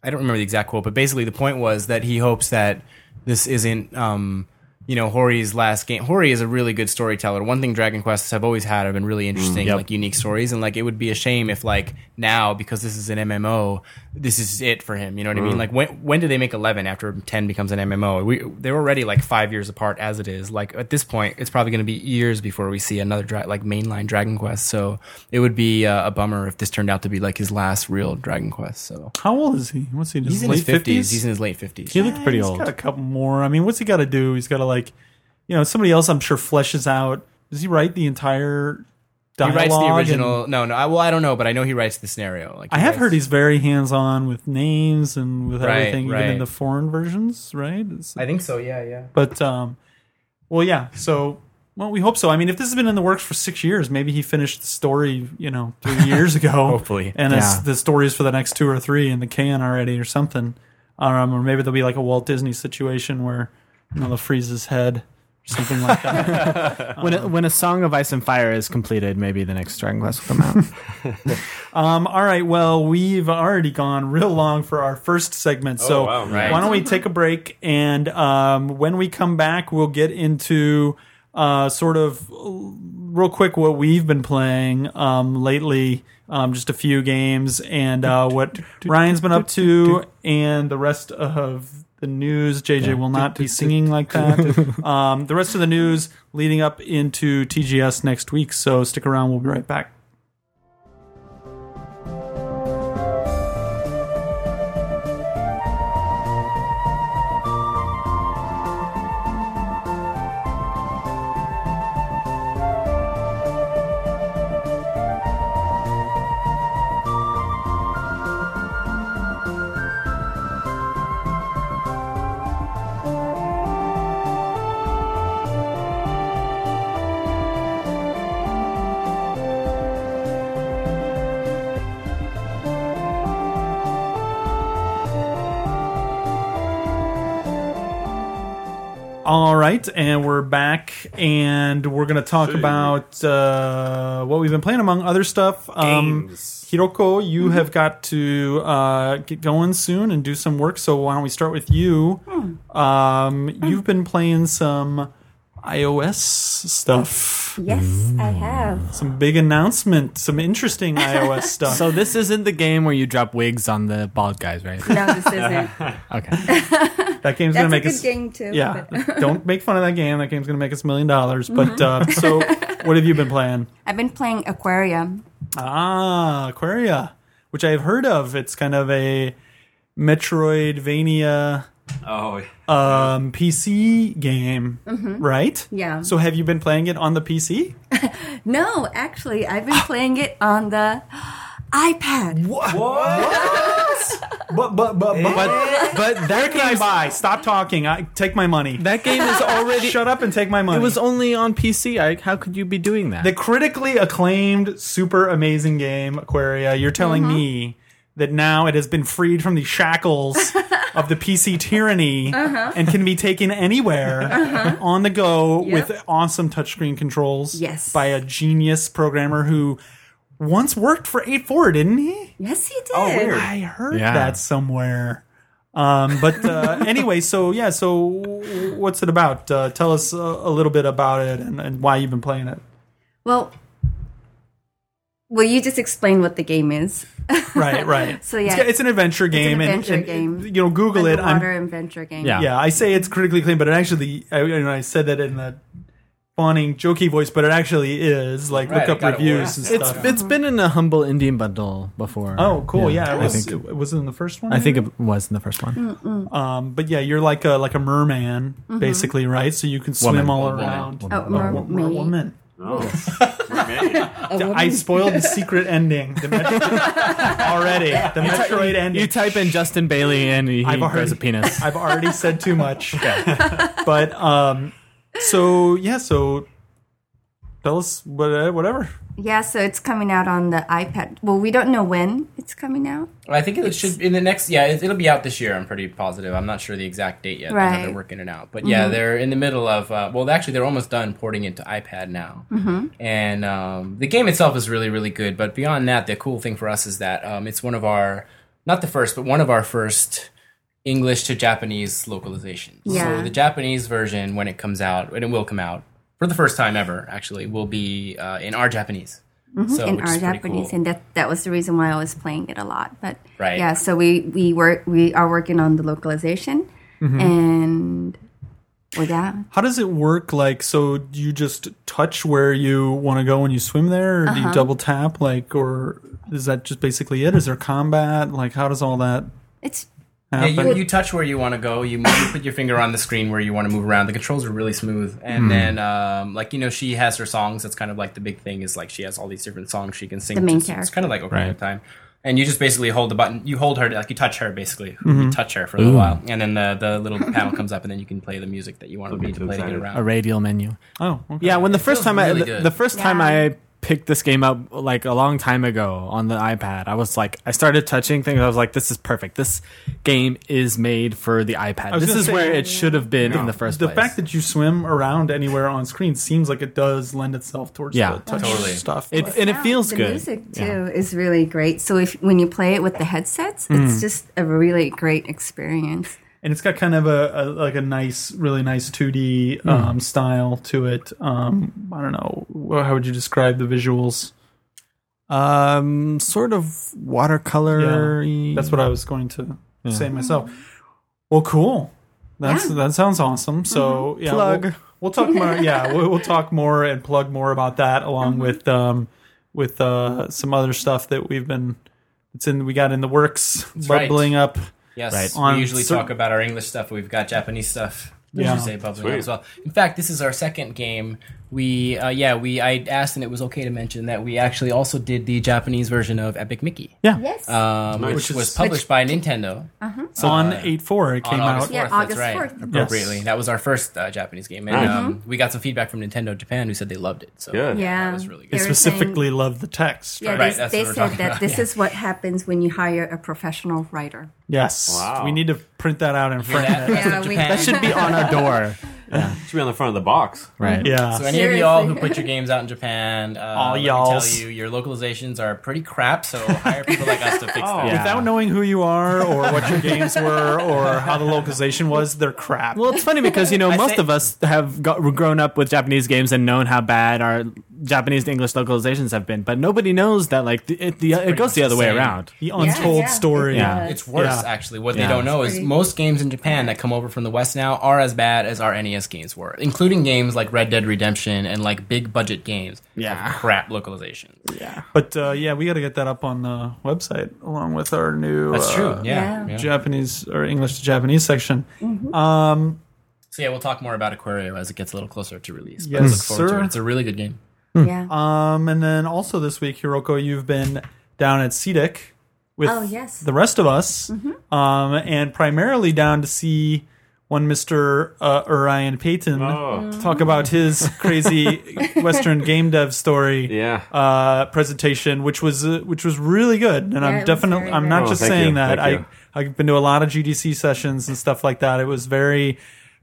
Speaker 4: I don't remember the exact quote, but basically the point was that he hopes that this isn't um, you know Hori's last game. Hori is a really good storyteller. One thing Dragon Quests have always had have been really interesting, like unique stories, and like it would be a shame if like now because this is an MMO, this is it for him. You know what I mean? Like when when do they make eleven after ten becomes an MMO? We they're already like five years apart as it is. Like at this point, it's probably going to be years before we see another dra- like mainline Dragon Quest. So it would be uh, a bummer if this turned out to be like his last real Dragon Quest. So.
Speaker 6: How old is he? What's he?
Speaker 4: He's in
Speaker 6: late
Speaker 4: his fifties. He's in his late fifties.
Speaker 3: He looked pretty
Speaker 6: He's
Speaker 3: old.
Speaker 6: Got a couple more. I mean, what's he got to do? He's got to like, you know, somebody else. I'm sure fleshes out. Does he write the entire
Speaker 4: He
Speaker 6: dialogue?
Speaker 4: writes the
Speaker 6: and-
Speaker 4: original. No, no. I, well, I don't know, but I know he writes the scenario. Like
Speaker 6: I have
Speaker 4: writes-
Speaker 6: heard he's very hands-on with names and with
Speaker 4: Right,
Speaker 6: everything, even in
Speaker 4: right.
Speaker 6: the foreign versions, right? It's-
Speaker 4: I think so. Yeah, yeah.
Speaker 6: but um, well, yeah. So, well, we hope so. I mean, if this has been in the works for six years, maybe he finished the story, you know, three years ago.
Speaker 4: Hopefully.
Speaker 6: and it's
Speaker 3: Yeah.
Speaker 6: the stories for the next two or three in the can already, or something. Um, or maybe there'll be like a Walt Disney situation where you know they'll freeze his head, or something like that.
Speaker 4: uh,
Speaker 3: when a, when a Song of Ice and Fire is completed, maybe the next Dragon Quest will come out.
Speaker 6: um, all right. Well, we've already gone real long for our first segment, so
Speaker 5: wow,
Speaker 4: right.
Speaker 6: why don't we take a break? And um, when we come back, we'll get into uh, sort of real quick what we've been playing um, lately, um, just a few games, and uh, what Ryan's been up to, and the rest of the news. JJ will not be singing like that. Um, the rest of the news leading up into TGS next week. So stick around. We'll be right back. All right, and we're back, and we're gonna talk about uh, what we've been playing, among other stuff. Um, Hiroko,
Speaker 2: Mm-hmm.
Speaker 6: you have got to uh, get going soon and do some work. So why don't we start with you?
Speaker 2: Hmm.
Speaker 6: Um, you've been playing some iOS stuff,
Speaker 2: Yes, I have.
Speaker 6: some big announcement, some interesting iOS stuff.
Speaker 3: so this isn't the game where you drop wigs on the bald guys, right?
Speaker 2: No, this isn't.
Speaker 3: Okay.
Speaker 6: that game's
Speaker 2: That's
Speaker 6: gonna
Speaker 2: a
Speaker 6: make
Speaker 2: good
Speaker 6: us.
Speaker 2: game too.
Speaker 6: Yeah,
Speaker 2: but-
Speaker 6: don't make fun of that game. That game's gonna make us a million dollars. But
Speaker 2: Mm-hmm.
Speaker 6: uh, so, what have you been playing?
Speaker 2: I've been playing Aquarium.
Speaker 6: Ah, Aquaria, which I have heard of. It's kind of a Metroidvania
Speaker 5: Oh,
Speaker 6: um, PC game, right?
Speaker 2: Yeah.
Speaker 6: So have you been playing it on the PC?
Speaker 2: No, actually, I've been playing it on the iPad.
Speaker 6: But but but but
Speaker 3: But that
Speaker 6: can I buy? Stop talking. I take my money.
Speaker 3: that game is already.
Speaker 6: Shut up and take my money.
Speaker 3: It was only on PC. I, how could you be doing that?
Speaker 6: the critically acclaimed, super amazing game, Aquaria. You're telling
Speaker 2: Mm-hmm.
Speaker 6: me that now it has been freed from the shackles of the PC tyranny and can be taken anywhere on the go
Speaker 2: Uh-huh. Yep.
Speaker 6: with awesome touchscreen controls.
Speaker 2: Yes.
Speaker 6: by a genius programmer who once worked for 8.4, didn't he?
Speaker 2: Yes, he did.
Speaker 5: weird.
Speaker 6: I heard
Speaker 3: Yeah.
Speaker 6: that somewhere. Um, but uh, anyway, so yeah, so what's it about? Uh, tell us a, a little bit about it and, and why you've been playing it.
Speaker 2: Well, well, you just explain what the game is.
Speaker 6: Right, right.
Speaker 2: So, yeah.
Speaker 6: it's, it's an adventure
Speaker 2: It's
Speaker 6: game.
Speaker 2: an
Speaker 6: and-
Speaker 2: adventure
Speaker 6: and,
Speaker 2: game.
Speaker 6: You know, Google it. I'm-
Speaker 2: Underwater adventure game.
Speaker 3: Yeah.
Speaker 6: yeah, I say it's critically clean, but it actually, I, you know, I said that in the fawning, jokey voice, but it actually is. Like,
Speaker 4: Right,
Speaker 6: look
Speaker 4: I
Speaker 6: up
Speaker 4: got it. Yeah.
Speaker 6: reviews and
Speaker 3: It's
Speaker 6: stuff.
Speaker 3: it's been in a humble Indian bundle before.
Speaker 6: oh, cool. Yeah, it
Speaker 3: I
Speaker 6: was,
Speaker 3: think it,
Speaker 6: it was in the first one.
Speaker 3: I think
Speaker 6: maybe?
Speaker 3: it was in the first
Speaker 4: Mm.
Speaker 3: one.
Speaker 6: Um, but yeah, you're like a like a merman,
Speaker 2: Mm-hmm.
Speaker 6: basically, right? So you can swim
Speaker 3: Woman.
Speaker 6: all
Speaker 4: Woman.
Speaker 6: around.
Speaker 2: Oh,
Speaker 6: Wo- wo-
Speaker 2: mermaid.
Speaker 6: woman.
Speaker 4: Oh.
Speaker 2: A woman-
Speaker 6: I spoiled the secret ending. The Metro- already, the Metroid ending.
Speaker 3: You type in Justin Bailey and he
Speaker 6: I've
Speaker 3: grows
Speaker 6: already-
Speaker 3: a penis.
Speaker 6: I've already said too much. but um, so yeah, so tell us what- uh, whatever.
Speaker 2: yeah, so it's coming out on the iPad. Well, we don't know when it's coming out.
Speaker 4: I think it should in the next. Yeah, it, it'll be out this year. I'm pretty positive. I'm not sure the exact date yet. I know they're
Speaker 2: Right. Mm-hmm.
Speaker 4: working it out, but yeah, they're in the middle of. Uh, well, actually, they're almost done porting it to iPad now.
Speaker 2: Mm-hmm.
Speaker 4: And um, the game itself is really, really good. But beyond that, the cool thing for us is that um, it's one of our, not the first, but one of our first English to Japanese localizations.
Speaker 2: Yeah.
Speaker 4: So the Japanese version, when it comes out, and it will come out for the first time ever, actually, will be uh, in our Japanese. So,
Speaker 2: Mm-hmm. in
Speaker 4: which
Speaker 2: our
Speaker 4: is pretty
Speaker 2: Japanese,
Speaker 4: cool.
Speaker 2: and that that was the reason why I was playing it a lot. But
Speaker 4: Right.
Speaker 2: yeah, so we we work we are working on the localization,
Speaker 6: Mm-hmm.
Speaker 2: and well, yeah,
Speaker 6: How does it work? Like, so do you just touch where you want to go when you swim there, or do you double tap? Like, or is that just basically it? Is there combat? Like, how does all that?
Speaker 2: it's
Speaker 4: Yeah, you,
Speaker 6: happen?
Speaker 4: you touch where you want to go. You, move, you put your finger on the screen where you want to move around. The controls are really smooth. And then, um, like you know, she has her songs. That's kind of like the big thing is like she has all these different songs she can sing.
Speaker 2: The main
Speaker 4: It's- It's
Speaker 2: character.
Speaker 4: kind of like Ocarina of Time. And you just basically hold the button. You hold her like you touch her basically. You touch her for a little while, and then the, the little panel comes up, and then you can play the music that you want to be to play to get
Speaker 3: A
Speaker 4: around.
Speaker 3: radial menu.
Speaker 6: Oh, okay.
Speaker 3: Yeah, when the first
Speaker 4: feels
Speaker 3: time
Speaker 4: really
Speaker 3: I the,
Speaker 4: good.
Speaker 3: the first time
Speaker 2: Yeah.
Speaker 3: I picked this game up like a long time ago on the iPad, I was like I started touching things. I was like this is perfect. This game is made for the iPad.
Speaker 6: was
Speaker 3: This
Speaker 6: gonna
Speaker 3: is
Speaker 6: say-
Speaker 3: where it should have been in the first
Speaker 6: the
Speaker 3: place.
Speaker 6: fact that you swim around anywhere on screen seems like it does lend itself towards
Speaker 3: Yeah.
Speaker 6: the touch
Speaker 4: Totally.
Speaker 6: stuff.
Speaker 3: it, and it
Speaker 2: Yeah,
Speaker 3: feels
Speaker 2: the
Speaker 3: good.
Speaker 2: music too
Speaker 3: Yeah.
Speaker 2: is really great. So if when you play it with the headsets,
Speaker 6: Mm.
Speaker 2: it's just a really great experience.
Speaker 6: and it's got kind of a, a like a nice, really nice 2D
Speaker 4: Hmm.
Speaker 6: um, style to it. Um, I don't know Wha- how would you describe the visuals.
Speaker 3: Um, sort of watercolor.
Speaker 6: That's what I was going to say myself. Well, cool. That's that sounds awesome.
Speaker 2: Mm-hmm.
Speaker 6: So yeah,
Speaker 3: Plug.
Speaker 6: We'll, we'll talk more. yeah, we'll, we'll talk more and plug more about that along
Speaker 2: Uh-huh.
Speaker 6: with um with uh some other stuff that we've been it's in we got in the works
Speaker 4: right.
Speaker 6: bubbling up.
Speaker 4: Yes,
Speaker 3: Right.
Speaker 4: we
Speaker 6: On
Speaker 4: usually
Speaker 6: cer-
Speaker 4: talk about our English stuff. We've got Japanese stuff. Yeah,
Speaker 6: Yeah.
Speaker 4: you say bubbling up as well. In fact, this is our second game. We uh, yeah we I asked and it was okay to mention that we actually also did the Japanese version of Epic Mickey,
Speaker 3: Yeah.
Speaker 2: Yes.
Speaker 6: Uh,
Speaker 4: um,
Speaker 5: Nice.
Speaker 4: which
Speaker 6: Which
Speaker 4: was
Speaker 6: is-
Speaker 4: published by Nintendo
Speaker 6: So on eight four it came
Speaker 4: Uh, on August
Speaker 6: out.
Speaker 2: Yeah,
Speaker 4: fourth.
Speaker 2: August
Speaker 4: that's right,
Speaker 2: 4th.
Speaker 4: appropriately. That was our first uh, Japanese game, and
Speaker 5: Nice.
Speaker 4: um, we got some feedback from Nintendo Japan who said they loved it. So
Speaker 5: Good.
Speaker 2: yeah,
Speaker 4: that was really
Speaker 6: I
Speaker 4: good.
Speaker 2: They were
Speaker 6: specifically
Speaker 2: saying-
Speaker 6: love the text.
Speaker 2: yeah,
Speaker 6: right?
Speaker 4: Right,
Speaker 2: they,
Speaker 4: that's
Speaker 2: they
Speaker 4: what we're
Speaker 2: said
Speaker 4: talking
Speaker 2: that
Speaker 4: about,
Speaker 2: this
Speaker 4: yeah.
Speaker 2: is what happens when you hire a professional writer.
Speaker 6: Yes.
Speaker 5: Wow.
Speaker 6: We need to print that out and frame
Speaker 4: that?
Speaker 6: it.
Speaker 4: Yeah,
Speaker 2: we,
Speaker 4: Japan.
Speaker 3: That should be on our door.
Speaker 5: should be on the front of the box.
Speaker 3: Right.
Speaker 6: Yeah.
Speaker 4: So any of y'all who
Speaker 2: Seriously.
Speaker 4: put your games out in Japan, uh,
Speaker 6: All
Speaker 4: let me
Speaker 6: y'alls.
Speaker 4: tell you your localizations are pretty crap. So hire people like us to fix
Speaker 5: Oh,
Speaker 4: them.
Speaker 3: Yeah.
Speaker 6: Without knowing who you are or what your games were or how the localization was, they're crap.
Speaker 3: Well, it's funny because you know
Speaker 4: I
Speaker 3: most
Speaker 4: say-
Speaker 3: of us have got, grown up with Japanese games and known how bad our Japanese to English localizations have been, but nobody knows that like the, it, the, it goes
Speaker 4: much
Speaker 3: the other
Speaker 4: the
Speaker 3: way
Speaker 4: same.
Speaker 3: around.
Speaker 6: the untold
Speaker 2: yeah.
Speaker 6: story.
Speaker 3: Yeah.
Speaker 4: It's worse,
Speaker 6: Yeah.
Speaker 4: actually. What
Speaker 3: Yeah.
Speaker 4: they don't know is
Speaker 2: Pretty-
Speaker 4: most games in Japan that come over from the West now are as bad as our NES games were, including games like Red Dead Redemption and like big budget games.
Speaker 3: Yeah.
Speaker 4: Have crap localizations.
Speaker 6: But uh, yeah, we got to get that up on the website along with our new
Speaker 4: That's true.
Speaker 6: uh,
Speaker 4: yeah.
Speaker 2: Yeah.
Speaker 4: yeah.
Speaker 6: Japanese or English to Japanese section. Um,
Speaker 4: So yeah, we'll talk more about Aquario as it gets a little closer to release. But
Speaker 6: Yes,
Speaker 4: look forward
Speaker 6: sir.
Speaker 4: to it. It's a really good game.
Speaker 2: yeah.
Speaker 6: um, and then also this week, Hiroko, you've been down at CDIC with
Speaker 2: Oh, yes. Mm-hmm.
Speaker 6: the rest of us, um, and primarily down to see one Mister uh, Orion Payton
Speaker 5: Oh.
Speaker 6: talk about his crazy Western game dev story.
Speaker 5: Yeah.
Speaker 6: uh, presentation, which was uh, which was really good. And
Speaker 2: it
Speaker 6: I'm
Speaker 2: was
Speaker 6: definitely
Speaker 2: very
Speaker 6: I'm
Speaker 2: good.
Speaker 6: not
Speaker 5: Oh,
Speaker 6: just
Speaker 5: thank
Speaker 6: saying
Speaker 5: you,
Speaker 6: that.
Speaker 5: thank
Speaker 6: I
Speaker 5: you.
Speaker 6: I've been to a lot of GDC sessions and stuff like that. It was very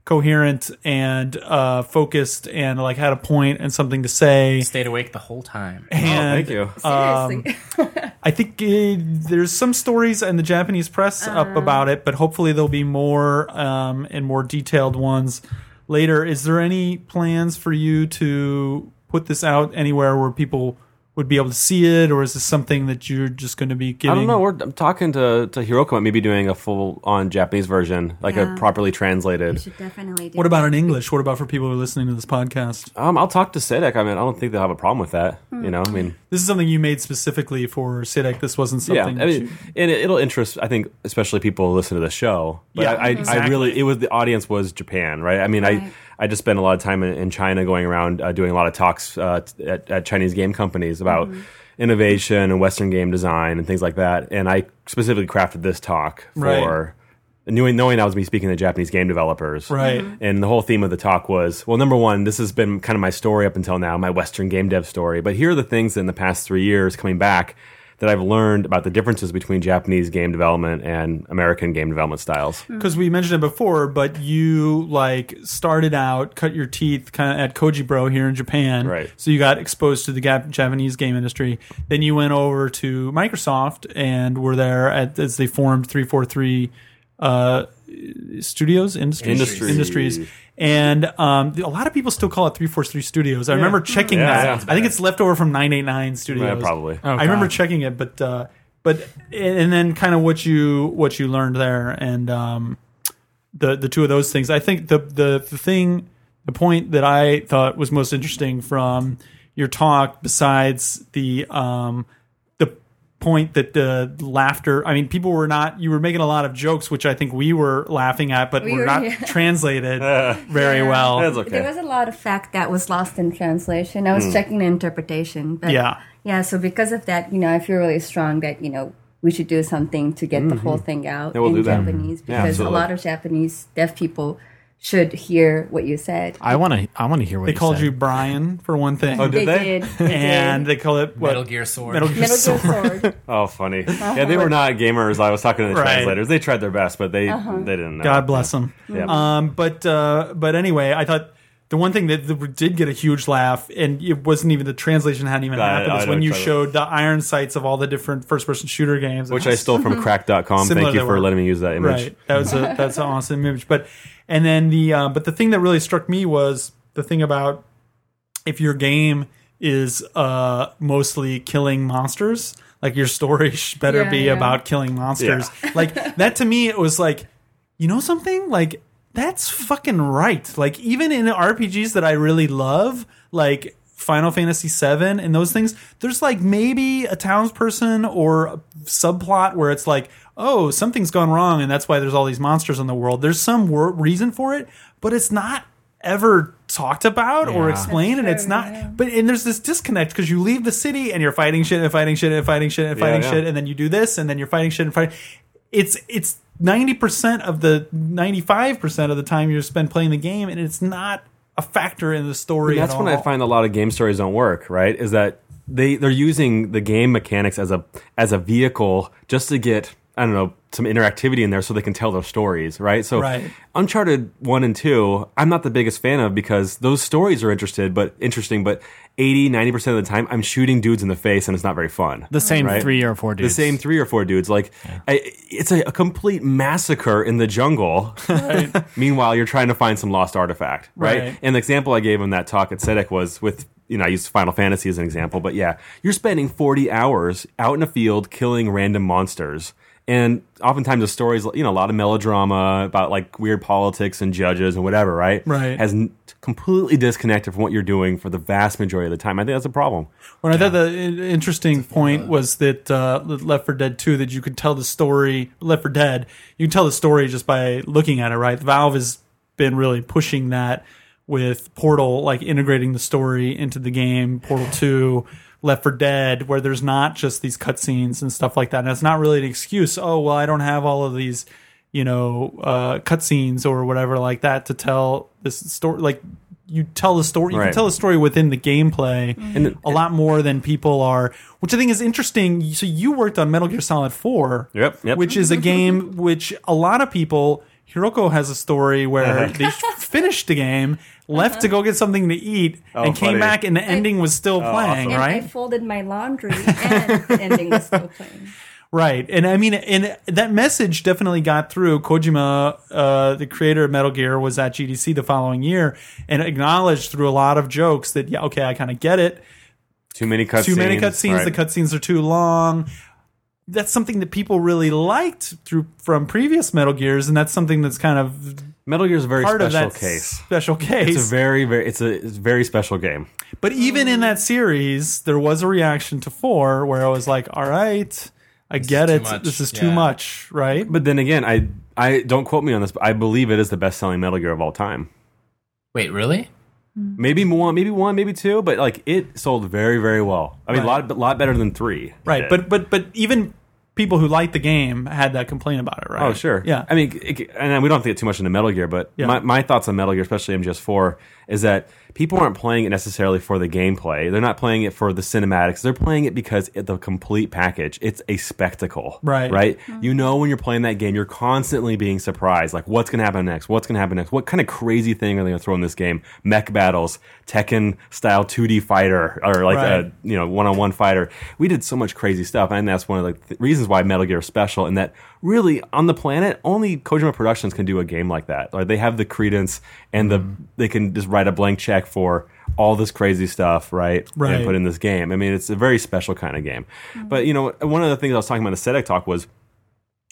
Speaker 6: coherent and uh, focused, and like had a point and something to say.
Speaker 4: Stayed awake the whole time.
Speaker 5: Oh,
Speaker 6: And
Speaker 5: thank you.
Speaker 6: Um,
Speaker 2: Seriously.
Speaker 6: I think uh, there's some stories in the Japanese press up about it, but hopefully there'll be more um, and more detailed ones later. Is there any plans for you to put this out anywhere where people would be able to see it, or is this something that you're just going to be giving?
Speaker 5: I don't know. We're I'm talking to to Hiroko about maybe doing a full on Japanese version, like
Speaker 2: Yeah.
Speaker 5: a properly
Speaker 2: You
Speaker 5: translated.
Speaker 2: should definitely do
Speaker 6: What about in English? What about for people who are listening to this podcast?
Speaker 5: Um, I'll talk to Sidek. I mean, I don't think they'll have a problem with that.
Speaker 2: Hmm.
Speaker 5: You know, I mean,
Speaker 6: This is something you made specifically for SIDEC. This wasn't
Speaker 5: yeah,
Speaker 6: something.
Speaker 5: I
Speaker 6: that you-
Speaker 5: mean, and it, it'll interest. I think especially people who listen to the show. But
Speaker 6: Yeah,
Speaker 5: I, I, I
Speaker 6: exactly.
Speaker 5: really it was the audience was Japan, right? I mean,
Speaker 2: Right.
Speaker 5: I. I just spent a lot of time in, in China going around uh, doing a lot of talks uh, t- at, at Chinese game companies about
Speaker 2: Mm-hmm.
Speaker 5: innovation and Western game design and things like that. And I specifically crafted this talk
Speaker 6: Right.
Speaker 5: for knowing, knowing I was me speaking to Japanese game developers.
Speaker 6: Right.
Speaker 2: Mm-hmm.
Speaker 5: And the whole theme of the talk was well, number one, this has been kind of my story up until now, my Western game dev story. But here are the things in the past three years coming back that I've learned about the differences between Japanese game development and American game development styles.
Speaker 2: Mm-hmm.
Speaker 6: because we mentioned it before, but you like started out, cut your teeth kind of at Koji Bro here in Japan,
Speaker 5: Right.
Speaker 6: So you got exposed to the Gap- Japanese game industry. Then you went over to Microsoft and were there at, as they formed three four three uh studios industries
Speaker 5: Industries.
Speaker 6: Industries. and um, the- a lot of people still call it 343 studios i remember checking
Speaker 5: Yeah,
Speaker 6: that
Speaker 5: sounds
Speaker 6: i think it's left over from 989 studios
Speaker 5: Yeah, probably.
Speaker 3: Oh,
Speaker 6: I remember
Speaker 3: God.
Speaker 6: checking it, but uh, but and then kind of what you what you learned there, and um, the the two of those things. I think the the the thing the point that I thought was most interesting from your talk, besides the um, the point that the laughter. I mean, people were not. You were making a lot of jokes, which I think we were laughing at, but
Speaker 2: We
Speaker 6: were
Speaker 2: were,
Speaker 6: not
Speaker 2: yeah.
Speaker 6: translated very well.
Speaker 5: That's okay. Hmm.
Speaker 2: There was a lot of fact that was lost in translation. I was checking the interpretation, but
Speaker 6: Yeah.
Speaker 2: yeah. So because of that, you know, I feel really strong that you know we should do something to get the whole thing out
Speaker 5: Mm-hmm. Yeah, we'll
Speaker 2: in
Speaker 5: do that. Mm-hmm.
Speaker 2: Japanese
Speaker 5: Yeah,
Speaker 2: because a
Speaker 5: absolutely.
Speaker 2: lot of Japanese deaf people should hear what you said.
Speaker 3: I want to. I want to hear what
Speaker 6: They
Speaker 3: you
Speaker 6: called
Speaker 3: said.
Speaker 6: you Brian for one thing,
Speaker 5: Oh, did they?
Speaker 2: did, they
Speaker 6: and
Speaker 2: did.
Speaker 6: they call it what?
Speaker 4: Metal Gear Sword.
Speaker 6: Metal Gear
Speaker 2: Metal
Speaker 6: Solid.
Speaker 2: Gear Sword.
Speaker 5: Oh, funny.
Speaker 2: Uh-huh.
Speaker 5: Yeah, they were not gamers. I was talking to the
Speaker 6: Right.
Speaker 5: translators. They tried their best, but they
Speaker 2: Uh-huh.
Speaker 5: they didn't know.
Speaker 6: God bless them.
Speaker 5: Yeah.
Speaker 6: Um, but uh, but anyway, I thought the one thing that that did get a huge laugh, and it wasn't even the translation hadn't even
Speaker 5: I-
Speaker 6: happened,
Speaker 5: I
Speaker 6: is
Speaker 5: know
Speaker 6: when you
Speaker 5: exactly.
Speaker 6: showed the iron sights of all the different first-person shooter games,
Speaker 5: Which I stole from
Speaker 6: Similar
Speaker 5: crack.com. Thank you
Speaker 6: to
Speaker 5: for
Speaker 6: what-
Speaker 5: letting me use that image.
Speaker 6: Right. That was a that's an awesome image. But and then the uh, but the thing that really struck me was the thing about if your game is uh, mostly killing monsters, like your story sh- better
Speaker 2: Yeah,
Speaker 6: be
Speaker 2: yeah.
Speaker 6: about killing monsters. Like that to me, it was like, you know something like. That's fucking right. Like even in RPGs that I really love, like Final Fantasy VII and those things, there's like maybe a townsperson or a subplot where it's like, oh, something's gone wrong, and that's why there's all these monsters in the world. There's some wor- reason for it, but it's not ever talked about or explained, and it's not. But and there's this disconnect because you leave the city and you're fighting shit and fighting shit and fighting shit and fighting
Speaker 5: yeah.
Speaker 6: shit, and then you do this and then you're fighting shit and fighting. It's it's ninety percent of the ninety five percent of the time you spend playing the game, and it's not a factor in the story.
Speaker 5: that's
Speaker 6: at
Speaker 5: when
Speaker 6: all.
Speaker 5: I find a lot of game stories don't work. Right? Is that they they're using the game mechanics as a as a vehicle just to get I don't know some interactivity in there so they can tell their stories. Right? So
Speaker 6: Right.
Speaker 5: Uncharted one and two, I'm not the biggest fan of because those stories are interested but interesting, but 80 90 percent of the time I'm shooting dudes in the face and it's not very fun.
Speaker 3: the same
Speaker 5: Right.
Speaker 3: three or four
Speaker 5: the
Speaker 3: dudes.
Speaker 5: same three or four dudes. Like, I, it's a, a complete massacre in the jungle. Meanwhile, you're trying to find some lost artifact, right?
Speaker 6: Right.
Speaker 5: And the example I gave in that talk at SEDEC was with, you know, I used Final Fantasy as an example, but yeah, you're spending 40 hours out in a field killing random monsters. And oftentimes the stories, you know, a lot of melodrama about like weird politics and judges and whatever, right?
Speaker 6: Right.
Speaker 5: Has n- completely disconnected from what you're doing for the vast majority of the time. I think that's a problem.
Speaker 6: When I thought the in- interesting point was that uh, Left 4 Dead 2, that you could tell the story, Left 4 Dead, you can tell the story just by looking at it, right? Valve has been really pushing that with Portal, like integrating the story into the game, Portal 2, Left 4 Dead, where there's not just these cutscenes and stuff like that. And it's not really an excuse, oh, well, I don't have all of these you know uh cutscenes or whatever like that to tell this story like you tell the story you can
Speaker 5: Right.
Speaker 6: tell a story within the gameplay a lot more than people are which i think is interesting so you worked on metal gear solid 4
Speaker 5: Yep, yep.
Speaker 6: which is a game which a lot of people Hiroko has a story where
Speaker 5: Uh-huh.
Speaker 6: they finished the game, left to go get something to eat, and came
Speaker 5: funny.
Speaker 6: back, and the ending was
Speaker 5: oh,
Speaker 6: still playing,
Speaker 2: And
Speaker 6: right?
Speaker 2: I folded my laundry and the ending was still playing.
Speaker 6: Right, and I mean, and that message definitely got through. Kojima, uh, the creator of Metal Gear, was at GDC the following year and acknowledged through a lot of jokes that yeah, okay, I kind of get it.
Speaker 5: Too many cutscenes.
Speaker 6: Too many cutscenes.
Speaker 5: Right.
Speaker 6: The cutscenes are too long. That's something that people really liked through from previous Metal Gears, and that's something that's kind of
Speaker 5: Metal Gear is a very
Speaker 6: part of
Speaker 5: special
Speaker 6: that
Speaker 5: case.
Speaker 6: special case.
Speaker 5: It's a very, very, it's a, it's a very special game.
Speaker 6: But even in that series, there was a reaction to four where I was like, "All right, I get
Speaker 4: too
Speaker 6: it.
Speaker 4: much.
Speaker 6: This is
Speaker 4: Yeah.
Speaker 6: too much, right?"
Speaker 5: But then again, I, I don't quote me on this, but I believe it is the best selling Metal Gear of all time.
Speaker 4: Wait, really?
Speaker 5: Maybe one, maybe one, maybe two, but like it sold very, very well. I mean, a lot, a lot better than three.
Speaker 6: right
Speaker 5: did.
Speaker 6: but but but even people who liked the game had that complaint about it right
Speaker 5: Oh, sure.
Speaker 6: yeah
Speaker 5: I mean, it, and we don't have to get too much into Metal Gear, but
Speaker 6: Yeah.
Speaker 5: my, my thoughts on Metal Gear, especially MGS4, is that people aren't playing it necessarily for the gameplay. They're not playing it for the cinematics. They're playing it because it, the complete package. It's a spectacle.
Speaker 6: Right.
Speaker 5: Right? You know, when you're playing that game, you're constantly being surprised. Like, what's going to happen next? What's going to happen next? What kind of crazy thing are they going to throw in this game? Mech battles, Tekken style 2D fighter, or like
Speaker 6: Right.
Speaker 5: a you know one-on-one fighter we did so much crazy stuff and that's one of the th- reasons why metal gear is special and that really on the planet only kojima productions can do a game like that like they have the credence and the
Speaker 6: Mm-hmm.
Speaker 5: they can just write a blank check for all this crazy stuff right
Speaker 6: Right.
Speaker 5: and put in this game i mean it's a very special kind of game but you know one of the things i was talking about in the SEDEC talk was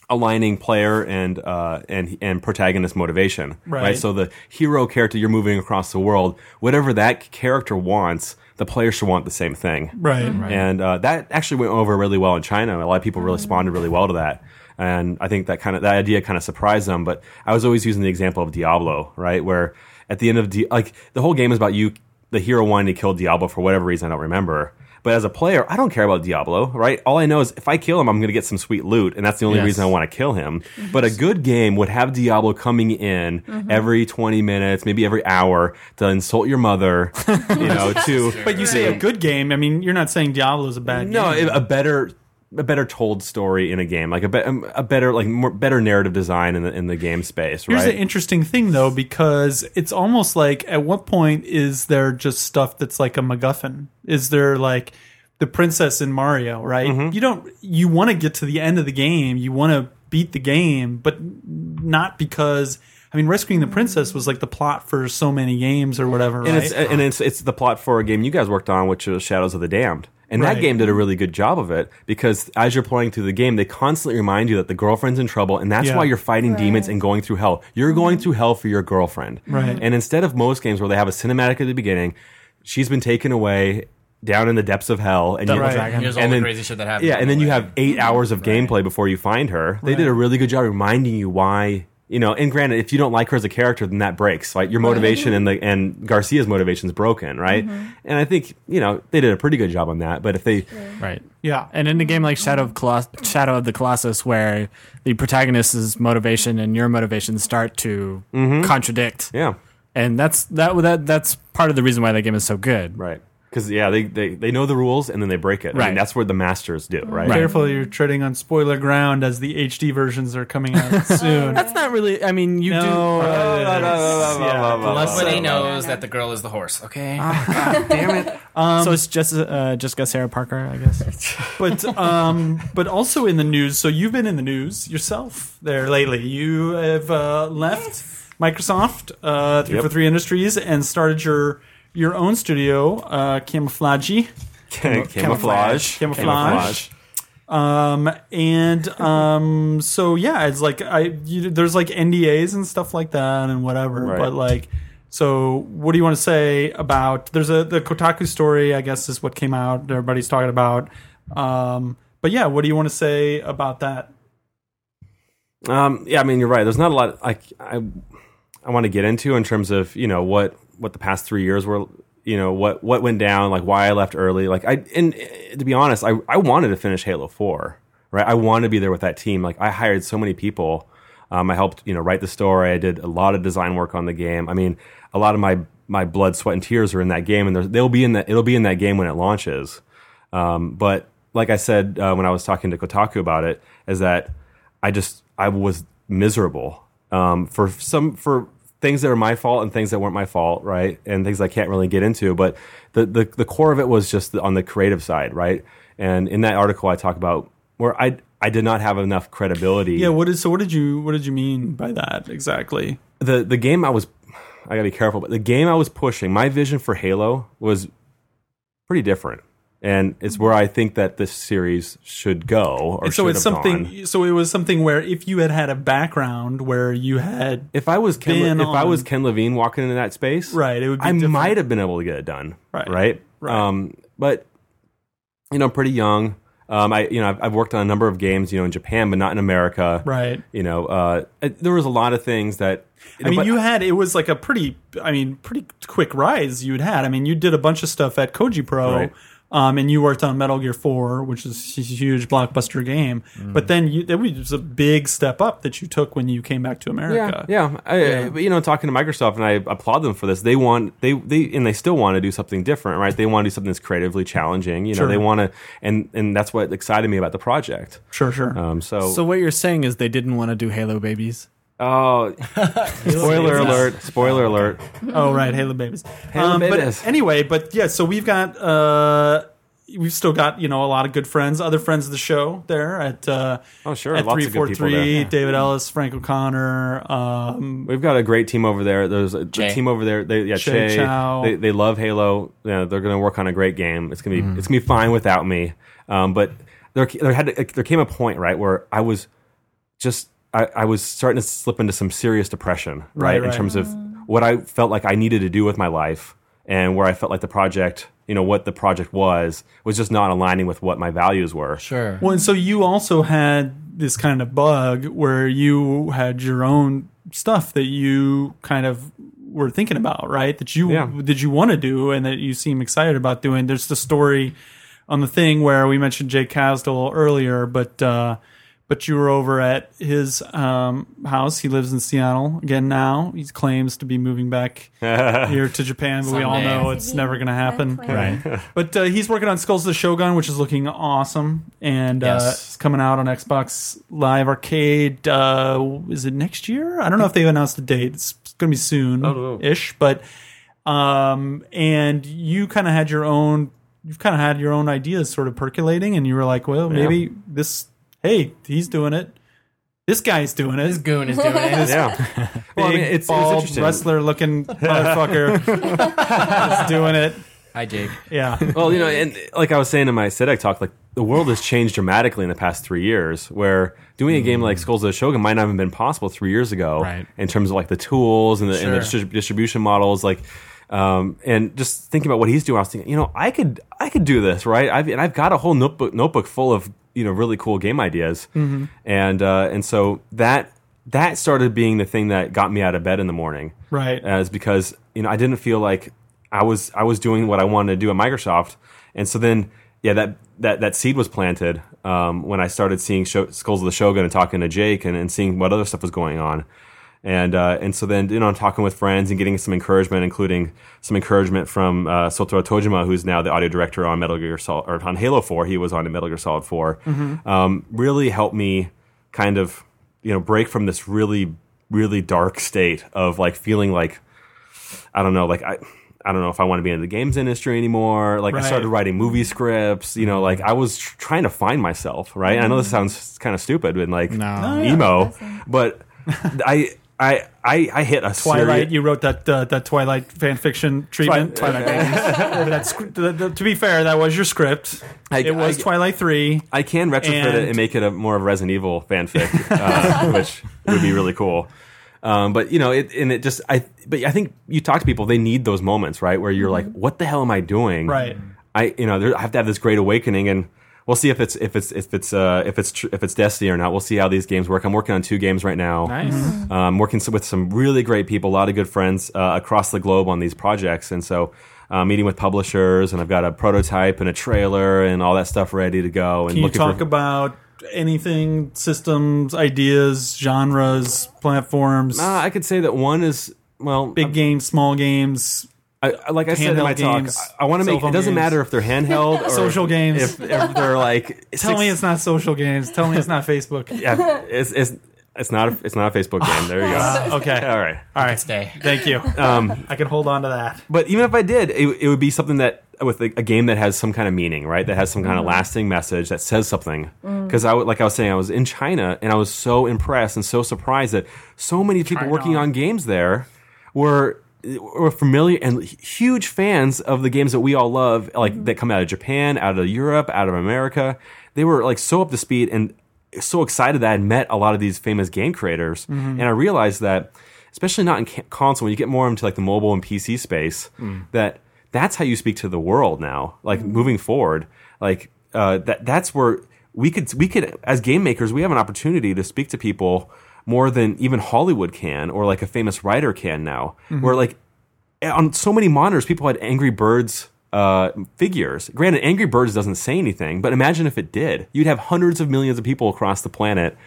Speaker 5: aligning player and uh, and and protagonist motivation,
Speaker 6: Right.
Speaker 5: right. So the hero character you're moving across the world, whatever that character wants, the player should want the same thing.
Speaker 6: right
Speaker 5: And uh, that actually went over really well in China. A lot of people really responded really well to that. And I think that kind of that idea kind of surprised them. But I was always using the example of Diablo, right? Where at the end of Di- like the whole game is about you, the hero wanting to kill Diablo for whatever reason I don't remember. But as a player, I don't care about Diablo, right? All I know is if I kill him, I'm going to get some sweet loot, and that's the only
Speaker 3: Yes.
Speaker 5: reason I want to kill him. But a good game would have Diablo coming in
Speaker 6: Mm-hmm.
Speaker 5: every 20 minutes, maybe every hour, to insult your mother, you know, to
Speaker 6: but you say a good game i mean you're not saying diablo is a bad
Speaker 5: no,
Speaker 6: game
Speaker 5: a better a better told story in a game, like a, be- um, a better like more, better narrative design in the in the game space,
Speaker 6: Here's
Speaker 5: right?
Speaker 6: the interesting thing, though, because it's almost like at what point is there just stuff that's like a MacGuffin? Is there like the princess in Mario, right?
Speaker 5: Mm-hmm.
Speaker 6: You don't, you want to get to the end of the game, you want to beat the game, but not because, I mean, rescuing the princess was like the plot for so many games or whatever,
Speaker 5: and
Speaker 6: right?
Speaker 5: it's and it's it's the plot for a game you guys worked on, which was Shadows of the Damned, and
Speaker 6: Right.
Speaker 5: that game did a really good job of it because as you're playing through the game, they constantly remind you that the girlfriend's in trouble, and that's
Speaker 6: Yeah.
Speaker 5: why you're fighting demons and going through hell. You're going through hell for your girlfriend,
Speaker 6: Right.
Speaker 5: And instead of most games where they have a cinematic at the beginning, she's been taken away down in the depths of hell, and you,
Speaker 6: Right.
Speaker 4: And Here's all
Speaker 5: and
Speaker 4: the
Speaker 5: then-
Speaker 4: crazy shit that happened.
Speaker 5: Yeah, and then you
Speaker 4: Like,
Speaker 5: have eight hours of gameplay before you find her. They did a really good job reminding you why. You know, and granted, if you don't like her as a character, then that breaks. Like your motivation and the and Garcia's motivation is broken, right? And I think you know they did a pretty good job on that. But if they
Speaker 3: Right.
Speaker 6: yeah.
Speaker 3: And in a game like Shadow of, Coloss- Shadow of the Colossus, where the protagonist's motivation and your motivation start to contradict,
Speaker 5: yeah,
Speaker 3: and that's that, that that's part of the reason why that game is so good.
Speaker 5: right, because yeah, they, they they know the rules and then they break it. I mean,
Speaker 3: Right.
Speaker 5: that's what the masters do, right?
Speaker 6: Careful, you're treading on spoiler ground as the HD versions are coming out soon.
Speaker 3: That's not really. I mean, you
Speaker 6: No,
Speaker 3: do.
Speaker 6: uh, yeah, less
Speaker 4: Nobody
Speaker 6: so.
Speaker 4: knows that the girl is the horse. Okay.
Speaker 3: so it's just uh, Jessica Sarah Parker, I guess.
Speaker 6: but um, but also in the news. So you've been in the news yourself there lately. You have uh, left Microsoft, uh, three
Speaker 5: Yep.
Speaker 6: for three industries, and started your your own studio, uh, Camouflage.
Speaker 5: camouflage,
Speaker 6: Camouflage. Um, and um, so yeah, it's like I you, there's like NDAs and stuff like that and whatever.
Speaker 5: Right.
Speaker 6: But like, so what do you want to say about? There's a the Kotaku story, I guess, is what came out. Everybody's talking about. Um, but yeah, what do you want to say about that?
Speaker 5: Um, yeah, I mean, you're right. There's not a lot I, I, I want to get into in terms of you know what what the past three years were. You know what what went down, like why I left early. Like I and uh, to be honest, I I wanted to finish Halo Four. Right, I wanted to be there with that team. Like I hired so many people. Um, I helped you know write the story. I did a lot of design work on the game. I mean, a lot of my my blood, sweat, and tears are in that game, and there's- they'll be in that. It'll be in that game when it launches. Um, but like I said uh, when I was talking to Kotaku about it, is that I just I was miserable. um, for some for things that are my fault and things that weren't my fault, right? And things I can't really get into. But the the, the core of it was just on the creative side, right? And in that article, I talk about where I I did not have enough credibility.
Speaker 6: Yeah. What is so? What did you What did you mean by that exactly?
Speaker 5: the the game I was I gotta be careful, but the game I was pushing, my vision for Halo was pretty different. And it's where I think that this series should go. Or
Speaker 6: So
Speaker 5: should
Speaker 6: it's
Speaker 5: have
Speaker 6: something.
Speaker 5: gone.
Speaker 6: So it was something where if you had had a background where you had
Speaker 5: If I was Ken,
Speaker 6: been
Speaker 5: Le- if I
Speaker 6: on-
Speaker 5: was Ken Levine walking into that space,
Speaker 6: Right, it would be
Speaker 5: I
Speaker 6: different.
Speaker 5: might have been able to get it done,
Speaker 6: Right,
Speaker 5: Right,
Speaker 6: right.
Speaker 5: Um, but you know, I'm pretty young. Um, I you know, I've, I've worked on a number of games, you know, in Japan, but not in America,
Speaker 6: right.
Speaker 5: You know, uh, it- there was a lot of things that
Speaker 6: I mean,
Speaker 5: but-
Speaker 6: you had it was like a pretty, I mean, pretty quick rise you'd had. I mean, you did a bunch of stuff at Koji Pro,
Speaker 5: Right.
Speaker 6: um, and you worked on Metal Gear Four, which is a huge blockbuster game.
Speaker 5: Mm-hmm.
Speaker 6: But then you, that was a big step up that you took when you came back to America.
Speaker 5: Yeah, yeah. I, I- but, you know, talking to Microsoft, and I applaud them for this. They want they they and they still want to do something different, right? They want to do something that's creatively challenging. You know,
Speaker 6: Sure.
Speaker 5: they want to, and and that's what excited me about the project.
Speaker 6: sure, sure.
Speaker 5: Um, so,
Speaker 3: So what you're saying is they didn't want to do Halo babies.
Speaker 5: oh, spoiler alert! Spoiler alert!
Speaker 6: oh, right, Halo Babies. Um,
Speaker 5: Halo Babies.
Speaker 6: But anyway, but yeah, so we've got uh, we've still got you know a lot of good friends, other friends of the show there at uh,
Speaker 5: Oh, sure,
Speaker 6: at
Speaker 5: lots of
Speaker 6: three
Speaker 5: good
Speaker 6: four
Speaker 5: people there.
Speaker 6: three, David Ellis, Frank O'Connor, um,
Speaker 5: We've got a great team over there. There's a
Speaker 4: Che.
Speaker 5: the team over there. They, yeah,
Speaker 6: Che
Speaker 5: Che.
Speaker 6: Chow.
Speaker 5: They, they love Halo. Yeah, they're going to work on a great game. It's gonna be it's gonna be fine without me. Um, but there there had to, there came a point right where I was just I, I was starting to slip into some serious depression, right,
Speaker 6: right.
Speaker 5: in terms of what I felt like I needed to do with my life and where I felt like the project, you know, what the project was was just not aligning with what my values were.
Speaker 4: Sure.
Speaker 6: Well, and so you also had this kind of bug where you had your own stuff that you kind of were thinking about, right? That you
Speaker 5: Yeah.
Speaker 6: that you want to do and that you seem excited about doing. There's the story on the thing where we mentioned Jake Casdell earlier, but uh, but you were over at his um, house. He lives in Seattle again now. He claims to be moving back here to Japan, but we all
Speaker 4: Someday.
Speaker 6: know it's never going to happen.
Speaker 2: Right.
Speaker 6: But uh, he's working on Skulls of the Shogun, which is looking awesome, and uh,
Speaker 4: Yes.
Speaker 6: it's coming out on Xbox Live Arcade. Uh, is it next year? I don't know if they've announced a date. It's going to be
Speaker 5: Oh,
Speaker 6: soon ish, but um, and you kind of had your own, you've kind of had your own ideas sort of percolating, and you were like, well, maybe this. Hey, he's doing it. This guy's doing it.
Speaker 4: This goon is doing it.
Speaker 5: Yeah. well, I mean,
Speaker 6: Big,
Speaker 5: it's, it's
Speaker 6: bald,
Speaker 5: interesting.
Speaker 6: wrestler looking motherfucker is doing it.
Speaker 4: Hi, Jake.
Speaker 6: Yeah.
Speaker 5: well, you know, and like I was saying in my SEDEC talk, like the world has changed dramatically in the past three years. Where doing a game like Skulls of the Shogun might not have been possible three years ago,
Speaker 3: Right.
Speaker 5: In terms of like the tools and the, and the distri- distribution models, like. Um, and just thinking about what he's doing, I was thinking, you know, I could, I could do this, right? I've, and I've got a whole notebook, notebook full of, you know, really cool game ideas, and uh, and so that that started being the thing that got me out of bed in the morning,
Speaker 6: Right.
Speaker 5: uh, is because you know I didn't feel like I was I was doing what I wanted to do at Microsoft, and so then yeah that that that seed was planted um, when I started seeing Sho Skulls of the Shogun and talking to Jake and, and seeing what other stuff was going on, and uh, and so then you know I'm talking with friends and getting some encouragement, including some encouragement from uh, Sotaro Tojima, who's now the audio director on Metal Gear Solid or on Halo Four. He was on Metal Gear Solid 4 Um, really helped me kind of you know break from this really really dark state of like feeling like I don't know, like I. I don't know if I want to be in the games industry anymore. Like
Speaker 6: Right. Mm-hmm.
Speaker 5: I started writing movie scripts, you know, like I was tr- trying to find myself, right? I know this sounds kind of stupid and like
Speaker 3: No.
Speaker 5: emo, but I I I I hit a
Speaker 6: Twilight.
Speaker 5: serious-
Speaker 6: You wrote that uh, that Twilight fan fiction treatment. Twilight. that script, the, the, to be fair, that was your script.
Speaker 5: I-
Speaker 6: it was
Speaker 5: I-
Speaker 6: Twilight Three.
Speaker 5: I can retrofit
Speaker 6: And-
Speaker 5: it and make it a more of Resident Evil fanfic, uh, which would be really cool. Um, but you know, it and it just I. But I think you talk to people; they need those moments, right, where you're like, "What the hell am I doing?"
Speaker 6: Mm-hmm. Right.
Speaker 5: I you know there, I have to have this great awakening, and we'll see if it's if it's if it's uh, if it's tr- if it's destiny or not. We'll see how these games work. I'm working on two games right now.
Speaker 3: Nice.
Speaker 5: Um, working s- with some really great people, a lot of good friends uh, across the globe on these projects, and so. Uh, meeting with publishers, and I've got a prototype and a trailer and all that stuff ready to go. And
Speaker 6: Can you
Speaker 5: looking
Speaker 6: talk
Speaker 5: for,
Speaker 6: about anything, systems, ideas, genres, platforms,
Speaker 5: Uh, I could say that one is well,
Speaker 6: big games, small games?
Speaker 5: I, I- like I said in my
Speaker 6: handheld games,
Speaker 5: talk, I, I want to
Speaker 6: cell
Speaker 5: make. It
Speaker 6: phone
Speaker 5: doesn't
Speaker 6: games.
Speaker 5: matter if they're handheld or
Speaker 6: Social games.
Speaker 5: If, if they're like
Speaker 6: Tell
Speaker 5: six-
Speaker 6: me it's not social games. Tell me it's not Facebook.
Speaker 5: yeah, it's, it's It's not. A, it's not a Facebook game. There you go.
Speaker 6: Ah, Okay.
Speaker 5: All right.
Speaker 6: All right.
Speaker 4: Stay.
Speaker 6: Thank you.
Speaker 5: Um,
Speaker 6: I can hold on to that.
Speaker 5: but even if I did, it, it would be something that with a, a game that has some kind of meaning, right? That has some kind of lasting message that says something. Because I, would- like I was saying, I was in China and I was so impressed and so surprised that so many people working on games there were were familiar and huge fans of the games that we all love, like that come out of Japan, out of Europe, out of America. They were like so up to speed and so excited that I had met a lot of these famous game creators, and I realized that, especially not in ca- console, when you get more into like the mobile and PC space, that that's how you speak to the world now. Like moving forward, like uh, that that's where we could we could as game makers we have an opportunity to speak to people more than even Hollywood can or like a famous writer can now. Where like on so many monitors, people had Angry Birds uh, figures. Granted, Angry Birds doesn't say anything, but imagine if it did. You'd have hundreds of millions of people across the planet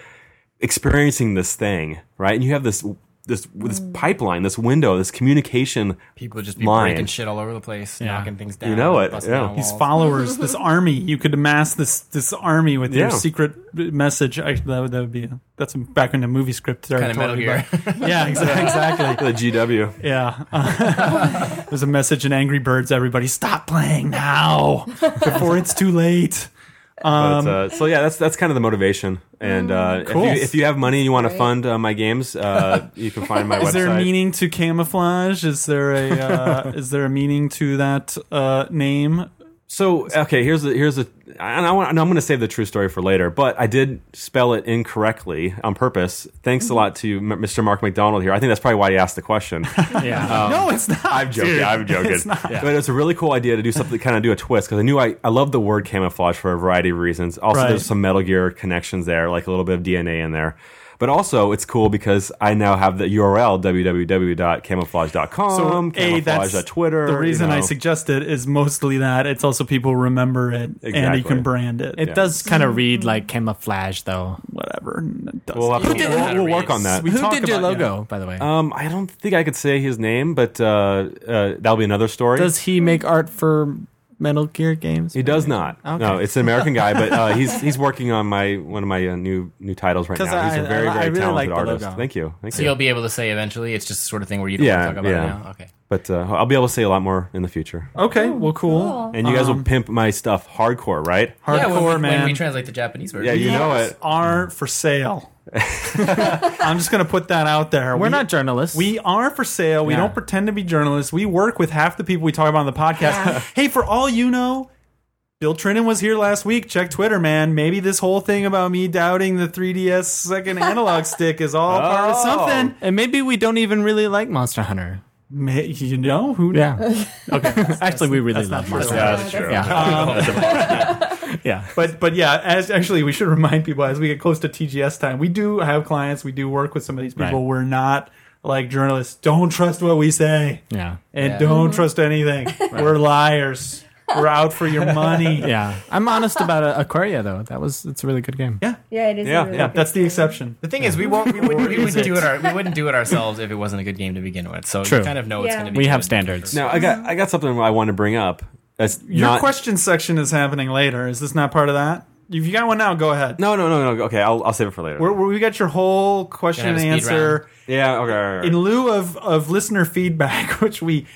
Speaker 5: experiencing this thing, right? And you have this this this pipeline, this window, this communication.
Speaker 4: People would just be
Speaker 5: line.
Speaker 4: breaking shit all over the place, knocking things down.
Speaker 5: You know it,
Speaker 4: busting
Speaker 5: yeah.
Speaker 4: down
Speaker 5: He's
Speaker 6: These
Speaker 4: walls.
Speaker 6: followers, this army. You could amass this this army with your
Speaker 5: Yeah.
Speaker 6: secret b- message. I, that would that would be that's back into movie script
Speaker 4: Kinda
Speaker 6: territory.
Speaker 4: Metal Gear.
Speaker 6: but- yeah, exactly. exactly.
Speaker 5: The GW.
Speaker 6: Yeah. There's a message in Angry Birds. Everybody, stop playing now before it's too late.
Speaker 5: But, uh, so yeah, that's that's kind of the motivation. And uh,
Speaker 6: Um, Mm. Cool.
Speaker 5: if, you, if you have money and you want to
Speaker 2: Great.
Speaker 5: fund uh, my games, uh, you can find my website.
Speaker 6: Is there a meaning to camouflage? Is there a uh, is there a meaning to that uh, name?
Speaker 5: So okay, here's the here's the and I want and I'm going to save the true story for later, but I did spell it incorrectly on purpose. Thanks a lot to M- Mr. Mark McDonald here. I think that's probably why he asked the question.
Speaker 3: Yeah.
Speaker 6: no, it's not.
Speaker 5: I'm joking.
Speaker 6: dude.
Speaker 5: I'm joking.
Speaker 6: It's not.
Speaker 5: But it's a really cool idea to do something, kind of do a twist because I knew I, I love the word camouflage for a variety of reasons. Also,
Speaker 6: Right.
Speaker 5: there's some Metal Gear connections there, like a little bit of DNA in there. But also, it's cool because I now have the URL www.camouflage.com,
Speaker 6: A,
Speaker 5: camouflage.twitter.
Speaker 6: The reason
Speaker 5: you
Speaker 6: I
Speaker 5: know.
Speaker 6: suggested is mostly that it's also people remember it and
Speaker 5: Exactly.
Speaker 6: you can brand it.
Speaker 3: It does kind of read like camouflage, though.
Speaker 6: Whatever. It doesn't.
Speaker 5: We'll, have to-
Speaker 4: did
Speaker 5: we'll-
Speaker 4: that?
Speaker 5: we'll work on that.
Speaker 6: We
Speaker 3: Who
Speaker 6: talk
Speaker 3: did your
Speaker 6: about-
Speaker 3: logo, by the way?
Speaker 5: Um, I don't think I could say his name, but uh, uh, that'll be another story.
Speaker 3: Does he make art for Metal Gear games?
Speaker 5: he does not. No, it's an American guy, but uh, he's he's working on my one of my uh, new new titles right
Speaker 3: 'Cause
Speaker 5: now. He's a
Speaker 3: I-
Speaker 5: very
Speaker 3: I- I
Speaker 5: very
Speaker 3: really like
Speaker 5: talented
Speaker 3: the
Speaker 5: artist.
Speaker 3: logo.
Speaker 5: Thank you, thank
Speaker 4: So
Speaker 5: you.
Speaker 4: you'll be able to say eventually it's just the sort of thing where you don't
Speaker 5: Yeah,
Speaker 4: want to talk about
Speaker 5: yeah.
Speaker 4: it now. Okay.
Speaker 5: But uh, I'll be able to say a lot more in the future.
Speaker 3: Oh,
Speaker 6: Okay, well, cool.
Speaker 2: Cool.
Speaker 5: And you guys
Speaker 3: um,
Speaker 5: will pimp my stuff hardcore, right?
Speaker 6: Hardcore,
Speaker 4: yeah, when we,
Speaker 6: man.
Speaker 4: when we translate the Japanese version.
Speaker 5: Yeah, you know it.
Speaker 6: are for sale. I'm just going to put that out there.
Speaker 3: We're
Speaker 6: We-
Speaker 3: not journalists.
Speaker 6: We are for sale. We
Speaker 3: Yeah.
Speaker 6: don't pretend to be journalists. We work with half the people we talk about on the podcast. hey, for all you know, Bill Trinan was here last week. Check Twitter, man. Maybe this whole thing about me doubting the 3DS second analog stick is all part of
Speaker 5: Oh.
Speaker 6: something.
Speaker 3: and maybe we don't even really like Monster Hunter.
Speaker 6: May, you know who?
Speaker 3: Yeah. okay. Actually, we really love
Speaker 6: not
Speaker 3: Monster.
Speaker 6: true.
Speaker 5: Yeah, that's true.
Speaker 3: Yeah.
Speaker 4: Um,
Speaker 3: yeah.
Speaker 6: But but yeah, as actually we should remind people as we get close to TGS time, we do have clients. We do work with some of these people.
Speaker 3: Right.
Speaker 6: We're not like journalists. Don't trust what we say.
Speaker 3: Yeah.
Speaker 6: and don't trust anything. We're liars. We're out for your money.
Speaker 3: Yeah. I'm honest about uh, Aquaria though. That was it's a really good game.
Speaker 2: Yeah, it is. a
Speaker 5: Yeah,
Speaker 2: really
Speaker 6: Yeah,
Speaker 2: good
Speaker 6: that's the
Speaker 2: game.
Speaker 6: exception.
Speaker 4: The thing is, we won't. We wouldn't, we
Speaker 6: Or is
Speaker 4: wouldn't do
Speaker 6: it?
Speaker 4: it. Our, we wouldn't do it ourselves if it wasn't a good game to begin with. So
Speaker 3: True.
Speaker 4: you kind of know it's
Speaker 2: Yeah.
Speaker 4: going to be.
Speaker 3: We
Speaker 4: good.
Speaker 3: have standards.
Speaker 5: Now I got I got something I want to bring up. That's
Speaker 6: Your
Speaker 5: not,
Speaker 6: question section is happening later. Is this not part of that? If you got one now, go ahead.
Speaker 5: No, no, no, no. Okay, I'll, I'll save it for later.
Speaker 6: We're, we're- we got your whole question
Speaker 4: Gonna
Speaker 6: and
Speaker 4: have a speed
Speaker 6: answer
Speaker 5: yeah, okay. all right, all right.
Speaker 6: in lieu of of listener feedback, which we.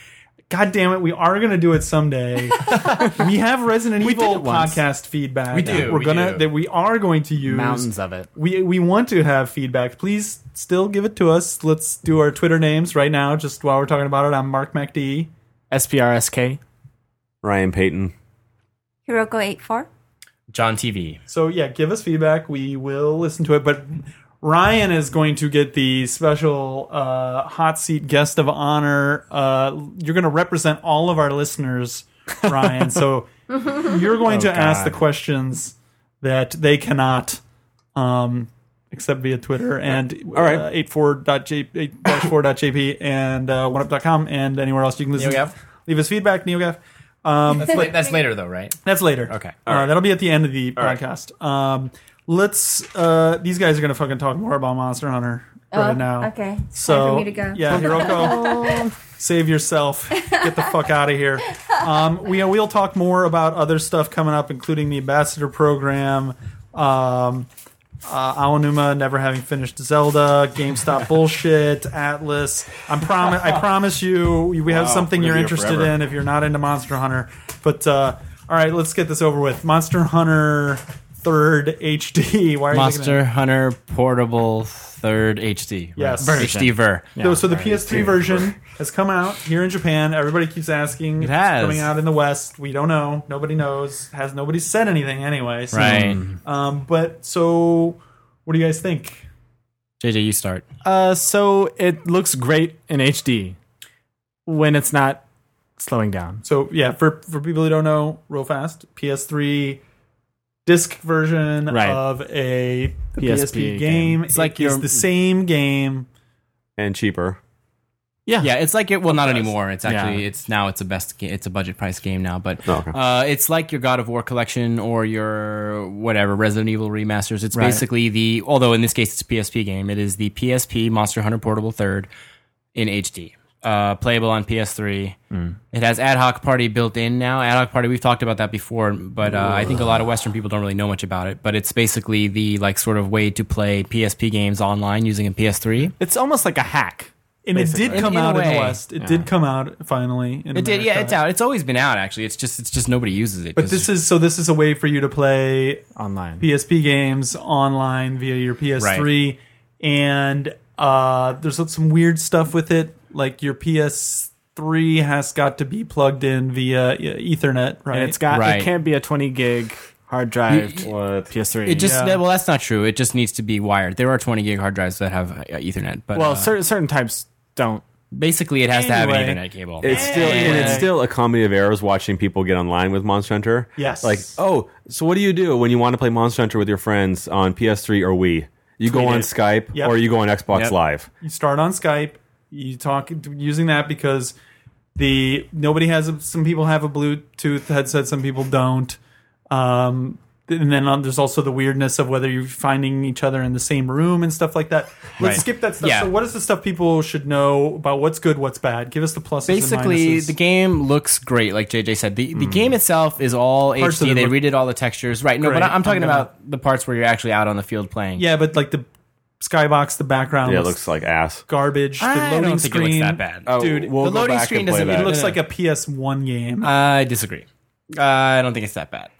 Speaker 6: God damn it! We are gonna do it someday. we have Resident Evil
Speaker 3: it once.
Speaker 6: podcast feedback.
Speaker 4: We do,
Speaker 6: We're
Speaker 4: we
Speaker 6: gonna
Speaker 4: do.
Speaker 6: that we are going to use
Speaker 3: Mountains of it.
Speaker 6: we we want to have feedback. Please still give it to us. Let's do our Twitter names right now, just while we're talking about it. I'm Mark MacD.
Speaker 3: SPRSK.
Speaker 5: Ryan Payton.
Speaker 2: Hiroko eight four.
Speaker 4: John TV.
Speaker 6: So yeah, give us feedback. We will listen to it. But Ryan is going to get the special uh, hot seat guest of honor. Uh, you're going to represent all of our listeners, Ryan. so you're going to ask the questions that they cannot. Um, Except via Twitter and all
Speaker 5: right.
Speaker 6: uh, 84.jp and uh, oneup.com and anywhere else you can listen.
Speaker 4: NeoGAF?
Speaker 6: Leave us feedback, NeoGAF. Um,
Speaker 4: That's, la- that's later though, right?
Speaker 6: that's later.
Speaker 4: Okay.
Speaker 6: Uh, That'll be at the end of the
Speaker 5: right.
Speaker 6: podcast. Um, let's. Uh, these guys are gonna fucking talk more about Monster Hunter right
Speaker 2: Oh,
Speaker 6: now.
Speaker 2: okay. It's
Speaker 6: So
Speaker 2: time for me to go. Oh.
Speaker 6: yeah, Hiroko, save yourself. Get the fuck out of here. Um, we we'll talk more about other stuff coming up, including the ambassador program. Um, uh, Aonuma never having finished Zelda, GameStop bullshit, Atlas. I'm promi- I promise you, we have
Speaker 5: Wow,
Speaker 6: something
Speaker 5: we're
Speaker 6: you're
Speaker 5: gonna be here
Speaker 6: interested
Speaker 5: forever.
Speaker 6: in if you're not into Monster Hunter. But uh, all right, let's get this over with. Monster Hunter Third HD. Why are you looking
Speaker 4: Monster Hunter Portable Third HD.
Speaker 6: Yes.
Speaker 4: HD Ver.
Speaker 6: at- so, so the PS3 version has come out here in Japan. Everybody keeps asking. It
Speaker 4: has.
Speaker 6: It's coming out in the West. We don't know. Nobody knows. Has nobody said anything anyway? So,
Speaker 4: Right.
Speaker 6: Um, but so, what do you guys think?
Speaker 4: JJ, you start.
Speaker 3: Uh, so it looks great in HD when it's not slowing down.
Speaker 6: So yeah, for for people who don't know, real fast, PS3 disc version
Speaker 3: Right.
Speaker 6: of a PSP, game.
Speaker 3: PSP game.
Speaker 6: It's
Speaker 4: like
Speaker 6: like it's
Speaker 4: your-
Speaker 6: the same game.
Speaker 5: and cheaper.
Speaker 4: Yeah, it's like it. Well, not anymore. It's actually
Speaker 3: Yeah.
Speaker 4: it's now it's a best. Ga- it's a budget price game now, but
Speaker 5: Oh, okay.
Speaker 4: uh, it's like your God of War collection or your whatever Resident Evil remasters. It's
Speaker 3: Right.
Speaker 4: basically the although in this case it's a PSP game. It is the PSP Monster Hunter Portable Third in HD, uh, playable on PS3.
Speaker 3: Mm.
Speaker 4: It has ad hoc party built in now. Ad hoc party, we've talked about that before, but uh, I think a lot of Western people don't really know much about it. But it's basically the like sort of way to play PSP games online using a PS3.
Speaker 3: It's almost like a hack.
Speaker 6: And it did
Speaker 4: In-
Speaker 6: come
Speaker 4: in a
Speaker 6: out in
Speaker 4: way.
Speaker 6: the West. It did come out finally. In
Speaker 4: It did, yeah.
Speaker 6: America.
Speaker 4: It's out. It's always been out. Actually, it's just it's just nobody uses it.
Speaker 6: But this is so. This is a way for you to play
Speaker 3: Online.
Speaker 6: PSP games online via your PS3, and uh, there's some weird stuff with it. Like your PS3 has got to be plugged in via uh, Ethernet, right?
Speaker 3: And it's got
Speaker 4: Right.
Speaker 3: it can't be a 20 gig hard drive
Speaker 5: What?
Speaker 3: PS3.
Speaker 4: it just
Speaker 6: yeah.
Speaker 4: well, that's not true. It just needs to be wired. There are 20 gig hard drives that have uh, Ethernet, but
Speaker 3: well,
Speaker 4: uh,
Speaker 3: certain certain types don't.
Speaker 4: basically it has to have an
Speaker 6: Anyway.
Speaker 4: Ethernet cable.
Speaker 5: It's still and it's still a comedy of errors watching people get online with Monster Hunter.
Speaker 6: Yes.
Speaker 5: Like, oh, so what do you do when you want to play Monster Hunter with your friends on PS3 or Wii? You go on
Speaker 6: it.
Speaker 5: Skype
Speaker 6: Yep.
Speaker 5: or you go on Xbox
Speaker 3: Yep.
Speaker 5: Live.
Speaker 6: you start on Skype. You talk using that because the nobody has a, some people have a Bluetooth headset, some people don't. Um, and then um, there's also the weirdness of whether you're finding each other in the same room and stuff like that. Let's
Speaker 4: Right.
Speaker 6: skip that stuff.
Speaker 4: Yeah.
Speaker 6: So, what is the stuff people should know about what's good, what's bad? Give us the pluses. and
Speaker 4: basically
Speaker 6: minuses.
Speaker 4: the game looks great like jj said the, the game itself is all
Speaker 6: Parts of
Speaker 4: hd
Speaker 6: it
Speaker 4: they
Speaker 6: look
Speaker 4: redid all the textures right no
Speaker 6: great.
Speaker 4: but I- i'm talking
Speaker 6: I'm gonna-
Speaker 4: about the parts where you're actually out on the field playing
Speaker 6: yeah, but like the skybox, the background,
Speaker 5: Yeah, it
Speaker 6: looks
Speaker 5: looks like ass.
Speaker 6: garbage. the loading
Speaker 4: I don't think it
Speaker 6: screen
Speaker 4: looks that bad.
Speaker 5: Oh,
Speaker 6: dude.
Speaker 5: we'll
Speaker 4: the
Speaker 5: go
Speaker 4: loading
Speaker 5: back
Speaker 4: screen
Speaker 5: and play
Speaker 4: doesn't- it
Speaker 5: that.
Speaker 6: it looks
Speaker 4: Yeah.
Speaker 6: like a PS1 game.
Speaker 4: i disagree uh, i don't think it's that bad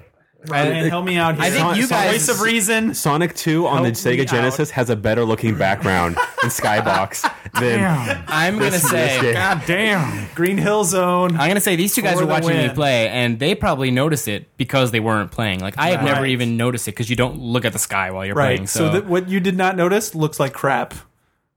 Speaker 6: and help me out here.
Speaker 4: I think you
Speaker 6: Some
Speaker 4: guys-
Speaker 6: voice of reason.
Speaker 5: Sonic 2 on the
Speaker 6: Help me
Speaker 5: Sega
Speaker 6: out.
Speaker 5: Genesis has a better looking background in Skybox than
Speaker 4: i'm gonna
Speaker 5: this game.
Speaker 4: say
Speaker 3: God damn.
Speaker 6: Green Hill Zone.
Speaker 4: I'm gonna say these two guys
Speaker 6: For
Speaker 4: were
Speaker 6: the
Speaker 4: watching me
Speaker 6: win.
Speaker 4: play, and they probably noticed it because they weren't playing. Like I have never
Speaker 6: Right.
Speaker 4: even noticed it because you don't look at the sky while you're playing.
Speaker 6: Right.
Speaker 4: So,
Speaker 6: So, that what you did not notice looks like crap.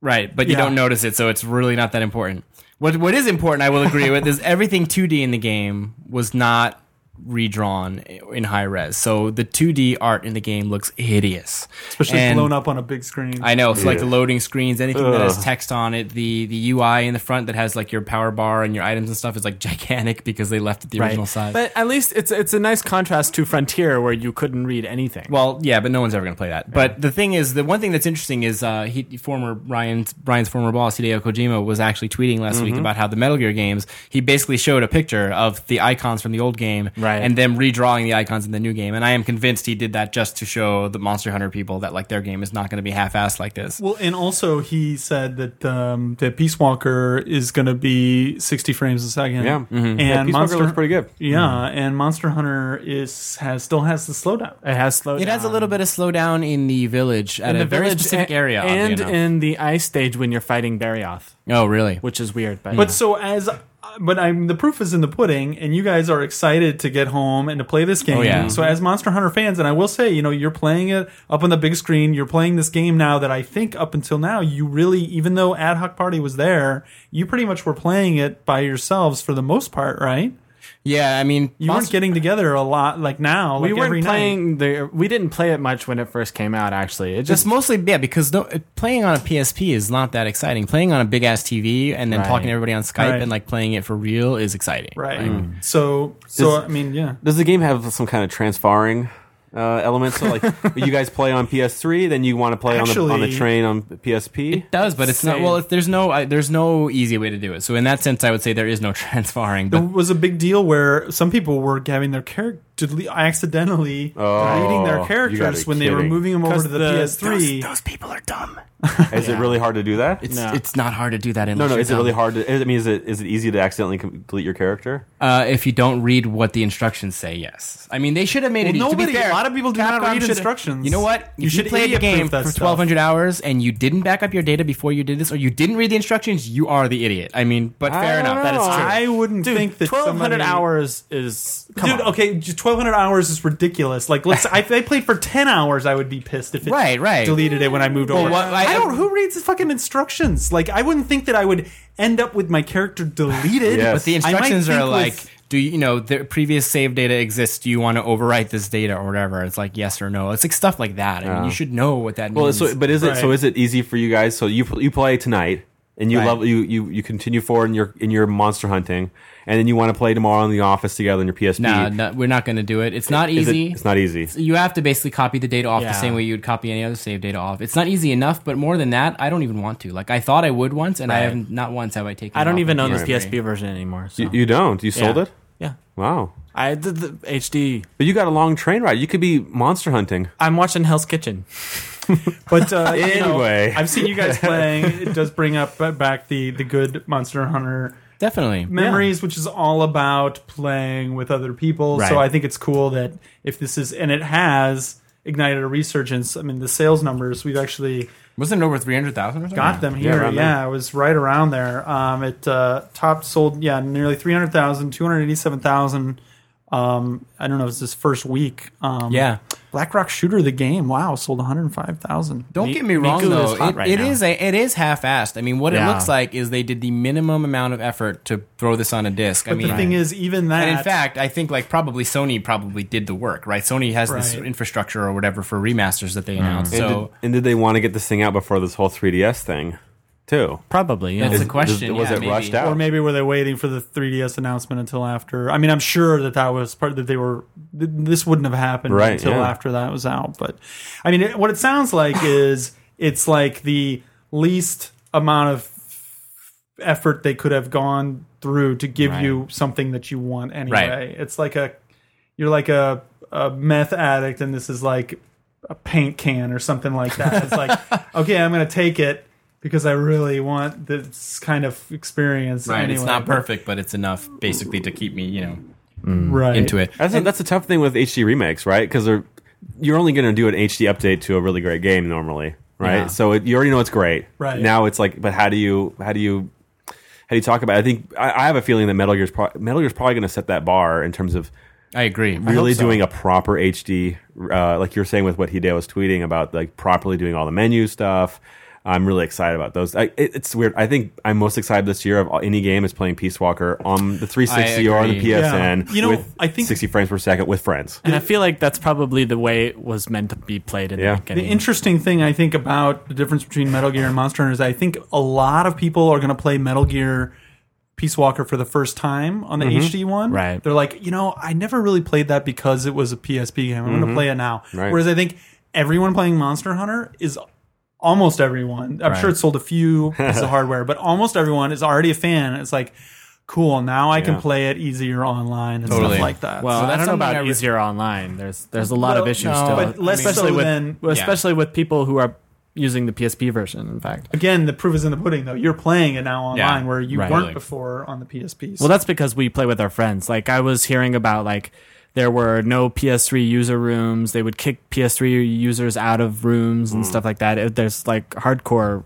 Speaker 4: right, but you
Speaker 6: Yeah.
Speaker 4: don't notice it, so it's really not that important. What what is important, I will agree with, is everything 2D in the game was not redrawn in high res. So the 2D art in the game looks hideous,
Speaker 6: Especially
Speaker 4: And-
Speaker 6: blown up on a big screen.
Speaker 4: I know. So like the loading screens, anything that has
Speaker 5: Ugh.
Speaker 4: text on it, the the UI in the front that has like your power bar and your items and stuff is like gigantic because they left it the original size.
Speaker 3: But at least it's it's a nice contrast to Frontier where you couldn't read anything.
Speaker 4: Well, yeah, but no one's ever going to play that. But the thing is, the one thing that's interesting is uh, he former Ryan's Brian's former boss Hideo Kojima was actually tweeting last week about how the Metal Gear games he basically showed a picture of the icons from the old game
Speaker 3: Right.
Speaker 4: and them redrawing the icons in the new game. And I am convinced he did that just to show the Monster Hunter people that like their game is not going to be half-assed like this.
Speaker 6: Well, and also he said that um, that Peace Walker is going to be 60 frames a second.
Speaker 5: Yeah. Mm-hmm.
Speaker 6: and
Speaker 5: Yeah, Peace Walker
Speaker 6: Monster
Speaker 5: looks pretty good. Mm-hmm.
Speaker 6: Yeah, and Monster Hunter is has still has the slowdown.
Speaker 3: it has slowed
Speaker 4: It has a little bit of slowdown in the village at
Speaker 3: in
Speaker 4: a
Speaker 3: the
Speaker 4: very
Speaker 3: village
Speaker 4: specific
Speaker 3: a-
Speaker 4: area. oddly
Speaker 3: and
Speaker 4: enough.
Speaker 3: in the ice stage when you're fighting Barioth,
Speaker 4: oh, really?
Speaker 3: which is weird, but,
Speaker 6: But so as but I'm the proof is in the pudding, and you guys are excited to get home and to play this game.
Speaker 4: yeah.
Speaker 6: So as Monster Hunter fans, and I will say, you know, you're playing it up on the big screen. You're playing this game now that I think up until now you really, even though Ad Hoc Party was there, you pretty much were playing it by yourselves for the most part, right?
Speaker 4: Yeah, I mean,
Speaker 6: You weren't getting together a lot like now.
Speaker 3: we
Speaker 6: like every
Speaker 3: weren't
Speaker 6: night.
Speaker 3: playing the we didn't play it much when it first came out actually. It
Speaker 4: It's
Speaker 3: just
Speaker 4: mostly yeah because no, playing on a PSP is not that exciting. Playing on a big ass TV and then
Speaker 3: Right.
Speaker 4: talking to everybody on Skype
Speaker 6: Right.
Speaker 4: and like playing it for real is exciting.
Speaker 6: right. So so
Speaker 5: Does-
Speaker 6: I mean, yeah.
Speaker 5: Does the game have some kind of transferring uh, element? So, like, you guys play on PS3, then you want to play on, the, on
Speaker 6: Actually-
Speaker 5: the train on PSP?
Speaker 4: It does, but it's not.
Speaker 6: Same.
Speaker 4: Well, it's, there's no I, there's no easy way to do it. So in that sense, I would say there is no transferring.
Speaker 6: There
Speaker 4: But
Speaker 6: was a big deal where some people were having their character dele- accidentally
Speaker 5: Oh,
Speaker 6: deleting their
Speaker 5: you gotta be
Speaker 6: characters when they were
Speaker 5: kidding.
Speaker 6: moving them over to the,
Speaker 3: the-
Speaker 6: PS3.
Speaker 4: Those people are dumb.
Speaker 5: Is it really hard to do that?
Speaker 4: It's, it's not hard to do that.
Speaker 5: no,
Speaker 4: Unless
Speaker 5: no.
Speaker 4: you're
Speaker 5: Is it really
Speaker 4: dumb.
Speaker 5: hard to? I mean, is it is it easy to accidentally complete your character?
Speaker 4: Uh, if you don't read what the instructions say, yes. I mean, they should have made it.
Speaker 6: Well,
Speaker 4: easy. To be
Speaker 6: nobody-
Speaker 4: fair,
Speaker 6: a lot of people do not
Speaker 4: Capcom
Speaker 6: read
Speaker 4: should-
Speaker 6: instructions.
Speaker 4: You know what?
Speaker 6: You
Speaker 4: If
Speaker 6: should
Speaker 4: play the
Speaker 6: idiot-proof
Speaker 4: game
Speaker 6: that
Speaker 4: for
Speaker 6: stuff.
Speaker 4: twelve hundred hours, and you didn't back up your data before you did this, or you didn't read the instructions. You are the idiot. I mean, but fair
Speaker 5: don't
Speaker 4: enough. That is
Speaker 5: know.
Speaker 4: true.
Speaker 6: I wouldn't think that
Speaker 3: Twelve hundred
Speaker 6: somebody-
Speaker 3: hours is come
Speaker 6: Dude,
Speaker 3: on.
Speaker 6: okay, twelve hundred hours is ridiculous. Like, let's if I played for ten hours, I would be pissed if it
Speaker 4: Right, right.
Speaker 6: deleted it when I moved over.
Speaker 4: what-
Speaker 6: I,
Speaker 4: I-
Speaker 6: don't. Who reads the fucking instructions? Like, I wouldn't think that I would end up with my character deleted.
Speaker 5: Yes.
Speaker 4: But the
Speaker 6: I might
Speaker 4: instructions
Speaker 6: think
Speaker 4: are
Speaker 6: with-
Speaker 4: like, do you, you know the previous save data exists? Do you want to overwrite this data or whatever? It's like yes or no. It's like stuff like that. I mean, you should know what that means.
Speaker 5: Well, so but is it so?
Speaker 6: Right.
Speaker 5: Is it easy for you guys? So you you play tonight, and you
Speaker 4: Right.
Speaker 5: love you, you you continue forward in your in your monster hunting, and then you want to play tomorrow in the office together on your PSP.
Speaker 4: nah, no, we're not going to do it. It's not
Speaker 5: Is it-
Speaker 4: easy.
Speaker 5: it's not easy.
Speaker 4: you have to basically copy the data off
Speaker 3: Yeah.
Speaker 4: the same way you would copy any other save data off. It's not easy enough, but more than that, I don't even want to. Like I thought I would once, and I
Speaker 3: Right.
Speaker 4: haven't. Not once have I taken.
Speaker 3: I
Speaker 4: it
Speaker 3: don't
Speaker 4: off
Speaker 3: even
Speaker 4: my
Speaker 3: own this
Speaker 4: PS3.
Speaker 3: PSP version anymore. So.
Speaker 5: You, you don't. You sold
Speaker 3: Yeah.
Speaker 5: it.
Speaker 3: yeah,
Speaker 5: Wow.
Speaker 3: I did the HD.
Speaker 5: But you got a long train ride. You could be monster hunting.
Speaker 3: I'm watching Hell's Kitchen.
Speaker 6: But uh, you know,
Speaker 5: Anyway.
Speaker 6: I've seen you guys playing. It does bring up uh, back the the good Monster Hunter
Speaker 4: Definitely.
Speaker 6: memories, which is all about playing with other people. So
Speaker 3: Right.
Speaker 6: I think it's cool that if this is and it has ignited a resurgence. I mean, the sales numbers we've actually
Speaker 4: Wasn't it over three hundred thousand or something?
Speaker 6: got them here. Yeah,
Speaker 5: around there.
Speaker 6: it was right around there. Um, it uh, top sold yeah nearly 300,000, 287,000. Um, I don't know. It's this first week. Um,
Speaker 4: Yeah.
Speaker 6: Black Rock Shooter, the game. Wow, sold 105,000.
Speaker 4: Don't
Speaker 3: Mi-
Speaker 4: get me wrong
Speaker 3: Miku is
Speaker 4: though.
Speaker 3: hot
Speaker 4: It,
Speaker 3: right
Speaker 4: it
Speaker 3: now.
Speaker 4: is a, it is half-assed. I mean, what
Speaker 3: Yeah.
Speaker 4: it looks like is they did the minimum amount of effort to throw this on a disc. I
Speaker 6: But
Speaker 4: mean,
Speaker 6: the thing is, even that.
Speaker 4: and in fact, I think like probably Sony probably did the work, right? Sony has this
Speaker 6: Right.
Speaker 4: infrastructure or whatever for remasters that they
Speaker 3: Mm.
Speaker 4: announced.
Speaker 5: And,
Speaker 4: So
Speaker 5: did, and did they want to get this thing out before this whole 3DS thing, too?
Speaker 3: Probably. Yeah.
Speaker 4: That's It's a
Speaker 5: Is-
Speaker 4: question,
Speaker 5: was
Speaker 4: yeah,
Speaker 5: it
Speaker 4: maybe.
Speaker 5: rushed out?
Speaker 6: or maybe were they waiting for the 3DS announcement until after? I mean, I'm sure that that was part that they were. th- This wouldn't have happened
Speaker 5: Right,
Speaker 6: until
Speaker 5: yeah.
Speaker 6: after that was out. But I mean, it, what it sounds like is it's like the least amount of effort they could have gone through to give you something that you want anyway. It's like a you're like a, a meth addict, and this is like a paint can or something like that. It's like, okay, I'm going to take it because I really want this kind of experience.
Speaker 4: right,
Speaker 6: anyway.
Speaker 4: it's not perfect, but it's enough basically to keep me, you know,
Speaker 6: Right.
Speaker 4: into it.
Speaker 5: That's, a, that's a tough thing with HD remakes, right? Because you're only going to do an HD update to a really great game normally, right?
Speaker 4: Yeah.
Speaker 5: So it, you already know it's great.
Speaker 6: Right.
Speaker 5: Now it's like, but how do you how do you how do you talk about? It? I think I, I have a feeling that Metal Gear's pro- Metal Gear's probably going to set that bar in terms of
Speaker 4: I agree.
Speaker 5: really doing a proper HD, uh, like you were saying with what Hideo was tweeting about, like properly doing all the menu stuff. I'm really excited about those. I, it, it's weird. I think I'm most excited this year of all- any game is playing Peace Walker on the 360 or on the
Speaker 4: agree.
Speaker 5: PSN.
Speaker 6: Yeah. You know,
Speaker 5: with
Speaker 6: I think-
Speaker 5: 60 frames per second with friends.
Speaker 3: And I feel like that's probably the way it was meant to be played in
Speaker 5: Yeah.
Speaker 3: the
Speaker 6: The
Speaker 3: beginning.
Speaker 6: interesting thing I think about the difference between Metal Gear and Monster Hunter is I think a lot of people are going to play Metal Gear Peace Walker for the first time on the HD one.
Speaker 3: Right.
Speaker 6: They're like, you know, I never really played that because it was a PSP game. I'm going to play it now.
Speaker 5: Right.
Speaker 6: Whereas I think everyone playing Monster Hunter is almost everyone. I'm sure it sold a few pieces of hardware, but almost everyone is already a fan. It's like, cool, now I can
Speaker 5: Yeah.
Speaker 6: play it easier online and
Speaker 4: Totally.
Speaker 6: stuff like that.
Speaker 3: well,
Speaker 6: So-
Speaker 3: I
Speaker 4: that's
Speaker 3: don't know
Speaker 4: something
Speaker 3: about
Speaker 4: I re-
Speaker 3: easier online. There's there's a lot of
Speaker 6: Well,
Speaker 3: issues
Speaker 4: no,
Speaker 3: still,
Speaker 6: but less
Speaker 3: especially
Speaker 6: so
Speaker 3: with
Speaker 6: than-
Speaker 3: well, especially with people who are using the PSP version. In fact,
Speaker 6: Again, the proof is in the pudding, though. You're playing it now
Speaker 4: Yeah,
Speaker 6: online where you
Speaker 3: right.
Speaker 6: weren't
Speaker 4: Totally.
Speaker 6: before on the PSP.
Speaker 3: well, that's because we play with our friends. Like I was hearing about like there were no PS3 user rooms. They would kick PS3 users out of rooms and stuff like that. It, there's like hardcore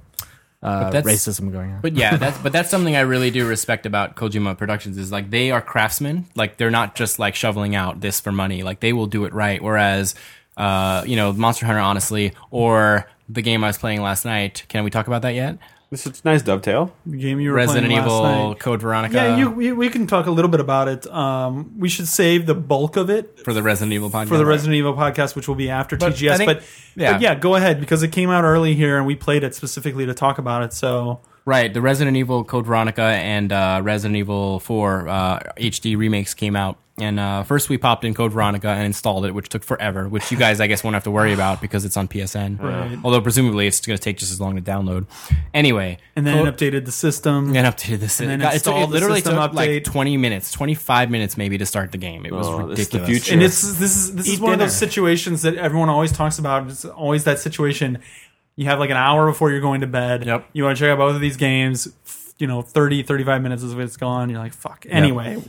Speaker 3: uh,
Speaker 4: that's-
Speaker 3: racism going on.
Speaker 4: But yeah, that's but that's something I really do respect about Kojima Productions is like they are craftsmen. Like they're not just like shoveling out this for money. Like they will do it right. Whereas, uh, you know, Monster Hunter, honestly, or the game I was playing last night. Can we talk about that yet?
Speaker 5: This is a nice dovetail.
Speaker 6: the game you were
Speaker 4: Resident
Speaker 6: playing
Speaker 4: Evil, uh,
Speaker 6: last night.
Speaker 4: Code Veronica.
Speaker 6: Yeah, you, we, we can talk a little bit about it. Um, we should save the bulk of it
Speaker 4: for the Resident Evil podcast.
Speaker 6: for the Resident Evil podcast, which will be after
Speaker 4: But
Speaker 6: TGS.
Speaker 4: I think-
Speaker 6: but, yeah.
Speaker 4: yeah.
Speaker 6: but yeah, go ahead because it came out early here and we played it specifically to talk about it. So
Speaker 4: Right, the Resident Evil Code Veronica and uh, Resident Evil 4 uh, HD remakes came out And uh, first, we popped in Code Veronica and installed it, which took forever. Which you guys, I guess, won't have to worry about because it's on PSN. Right. Although presumably it's going to take just as long to download. Anyway,
Speaker 6: and then
Speaker 4: Code-
Speaker 6: updated the system.
Speaker 4: and updated the system.
Speaker 6: then
Speaker 4: God, it, took, it
Speaker 6: installed the
Speaker 4: literally
Speaker 6: system
Speaker 4: took like
Speaker 6: update.
Speaker 4: 20 minutes, 25 minutes maybe to start the game. It was
Speaker 5: Oh, this
Speaker 4: ridiculous.
Speaker 5: is the future.
Speaker 6: And this is this is this is
Speaker 4: Eat
Speaker 6: one of
Speaker 4: dinner.
Speaker 6: those situations that everyone always talks about. It's always that situation. You have like an hour before you're going to bed.
Speaker 4: Yep.
Speaker 6: You want to check out both of these games. f- You know, 30, 35 minutes is when it's gone. You're like, fuck. Anyway,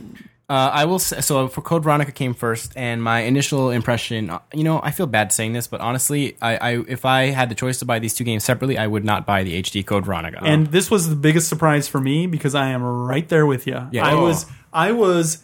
Speaker 4: Uh, I will s so for Code Veronica came first, and my initial impression, uh, you know, I feel bad saying this, but honestly, I, I if I had the choice to buy these two games separately, I would not buy the HD Code Veronica.
Speaker 6: and this was the biggest surprise for me because I am right there with you.
Speaker 4: Yeah.
Speaker 6: I
Speaker 4: Oh.
Speaker 6: was I was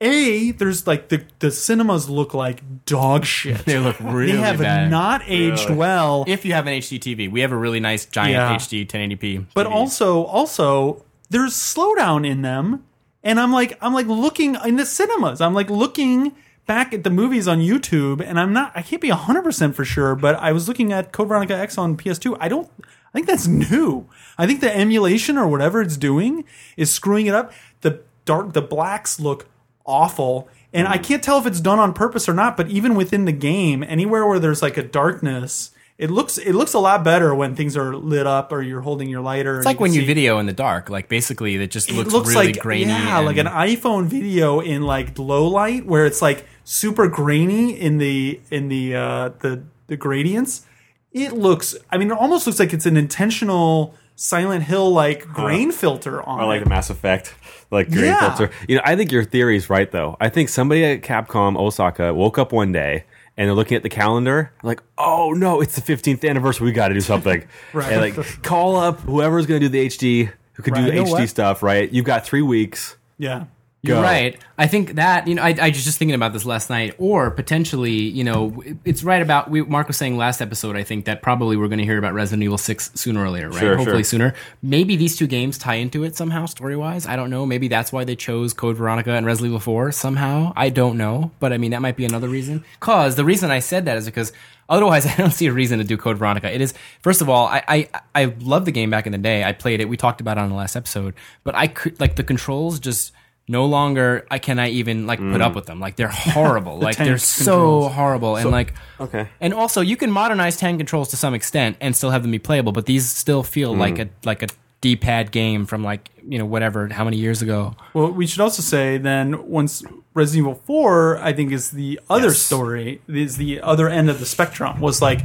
Speaker 6: a there's like the the cinemas look like dog shit.
Speaker 4: they look really
Speaker 6: they have
Speaker 4: bad.
Speaker 6: not aged well.
Speaker 4: if you have an HD TV, we have a really nice giant
Speaker 6: Yeah.
Speaker 4: HD 1080p.
Speaker 6: but
Speaker 4: TV.
Speaker 6: also also there's slowdown in them and i'm like i'm like looking in the cinemas i'm like looking back at the movies on youtube and i'm not i can't be 100% for sure but i was looking at code veronica x on ps2 i don't i think that's new i think the emulation or whatever it's doing is screwing it up the dark the blacks look awful and i can't tell if it's done on purpose or not but even within the game anywhere where there's like a darkness it looks it looks a lot better when things are lit up or you're holding your lighter
Speaker 4: it's like when you video in the dark, like basically it just looks,
Speaker 6: it looks
Speaker 4: really
Speaker 6: like
Speaker 4: grainy.
Speaker 6: yeah, like an
Speaker 4: and-
Speaker 6: iPhone video in like low light where it's like super grainy in the in the uh, the the gradients. It looks, I mean, it almost looks like it's an intentional Silent Hill like
Speaker 4: Uh-huh.
Speaker 6: grain filter on.
Speaker 5: I like
Speaker 6: it.
Speaker 5: the Mass Effect, like green
Speaker 6: Yeah.
Speaker 5: filter. You know, I think your theory is right though. I think somebody at Capcom Osaka woke up one day and they're looking at the calendar, like, oh no, it's the 15th anniversary. We got to do something.
Speaker 6: Right.
Speaker 5: And like, call up whoever's going to do the HD, who could
Speaker 6: Right.
Speaker 5: do
Speaker 6: You
Speaker 5: the
Speaker 6: know
Speaker 5: HD
Speaker 6: what?
Speaker 5: stuff. Right? You've got three weeks.
Speaker 6: Yeah,
Speaker 5: Go.
Speaker 4: You're right. I think that you know I, I was just thinking about this last night, or potentially you know it's right about we, Mark was saying last episode. I think that probably we're going to hear about Resident Evil Six sooner or later, right?
Speaker 5: Sure,
Speaker 4: Hopefully
Speaker 5: sure.
Speaker 4: sooner. Maybe these two games tie into it somehow story wise. I don't know. Maybe that's why they chose Code Veronica and Resident Evil Four somehow. I don't know, but I mean that might be another reason. Cause the reason I said that is because otherwise I don't see a reason to do Code Veronica. It is first of all I I, I love the game back in the day. I played it. We talked about it on the last episode, but I could like the controls just no longer I can I even like put up with them. Like they're horrible. like they're
Speaker 6: Mm. tank
Speaker 4: so
Speaker 6: controls.
Speaker 4: horrible. and like
Speaker 5: okay.
Speaker 4: And also you can modernize tank controls to some extent and still have them be playable, but these still feel like a like a D pad game from like, you know, whatever, how many years ago.
Speaker 6: Well, we should also say then once Resident Evil Four, I think, is the other
Speaker 4: Yes.
Speaker 6: story, is the other end of the spectrum. Was like,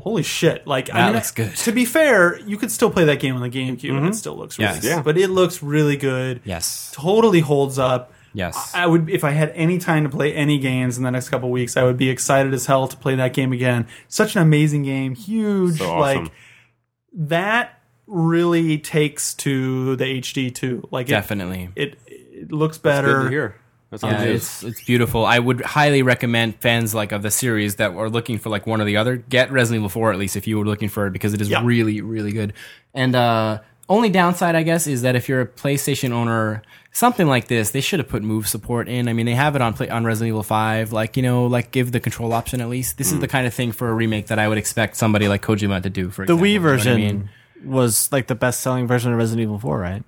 Speaker 6: holy shit! Like
Speaker 4: That looks good. Mm-hmm.
Speaker 6: To be fair, you could still play that game on the GameCube, and it still looks really
Speaker 4: Yes.
Speaker 6: good.
Speaker 5: Yeah.
Speaker 6: But it looks really good.
Speaker 4: Yes.
Speaker 6: totally holds up.
Speaker 4: Yes.
Speaker 6: I I would if I had any time to play any games in the next couple weeks, I would be excited as hell to play that game again. Such an amazing game, huge
Speaker 5: So awesome.
Speaker 6: like that really takes to the HD too. Like it-
Speaker 4: Definitely.
Speaker 6: it it looks
Speaker 5: Good
Speaker 6: better.
Speaker 5: to hear. That's all
Speaker 4: Yeah,
Speaker 5: it is.
Speaker 4: it's it's beautiful. I would highly recommend fans like of the series that are looking for like one or the other get Resident Evil 4 at least if you were looking for it because it is
Speaker 6: Yeah.
Speaker 4: really really good. And uh only downside I guess is that if you're a PlayStation owner something like this, they should have put move support in. I mean, they have it on play, on Resident Evil 5 like, you know, like give the control option at least. This is the kind of thing for a remake that I would expect somebody like Kojima to do for
Speaker 3: The
Speaker 4: example, you know
Speaker 3: Wii
Speaker 4: what I
Speaker 3: version
Speaker 4: mean?
Speaker 3: was like the best selling version of Resident Evil 4, right?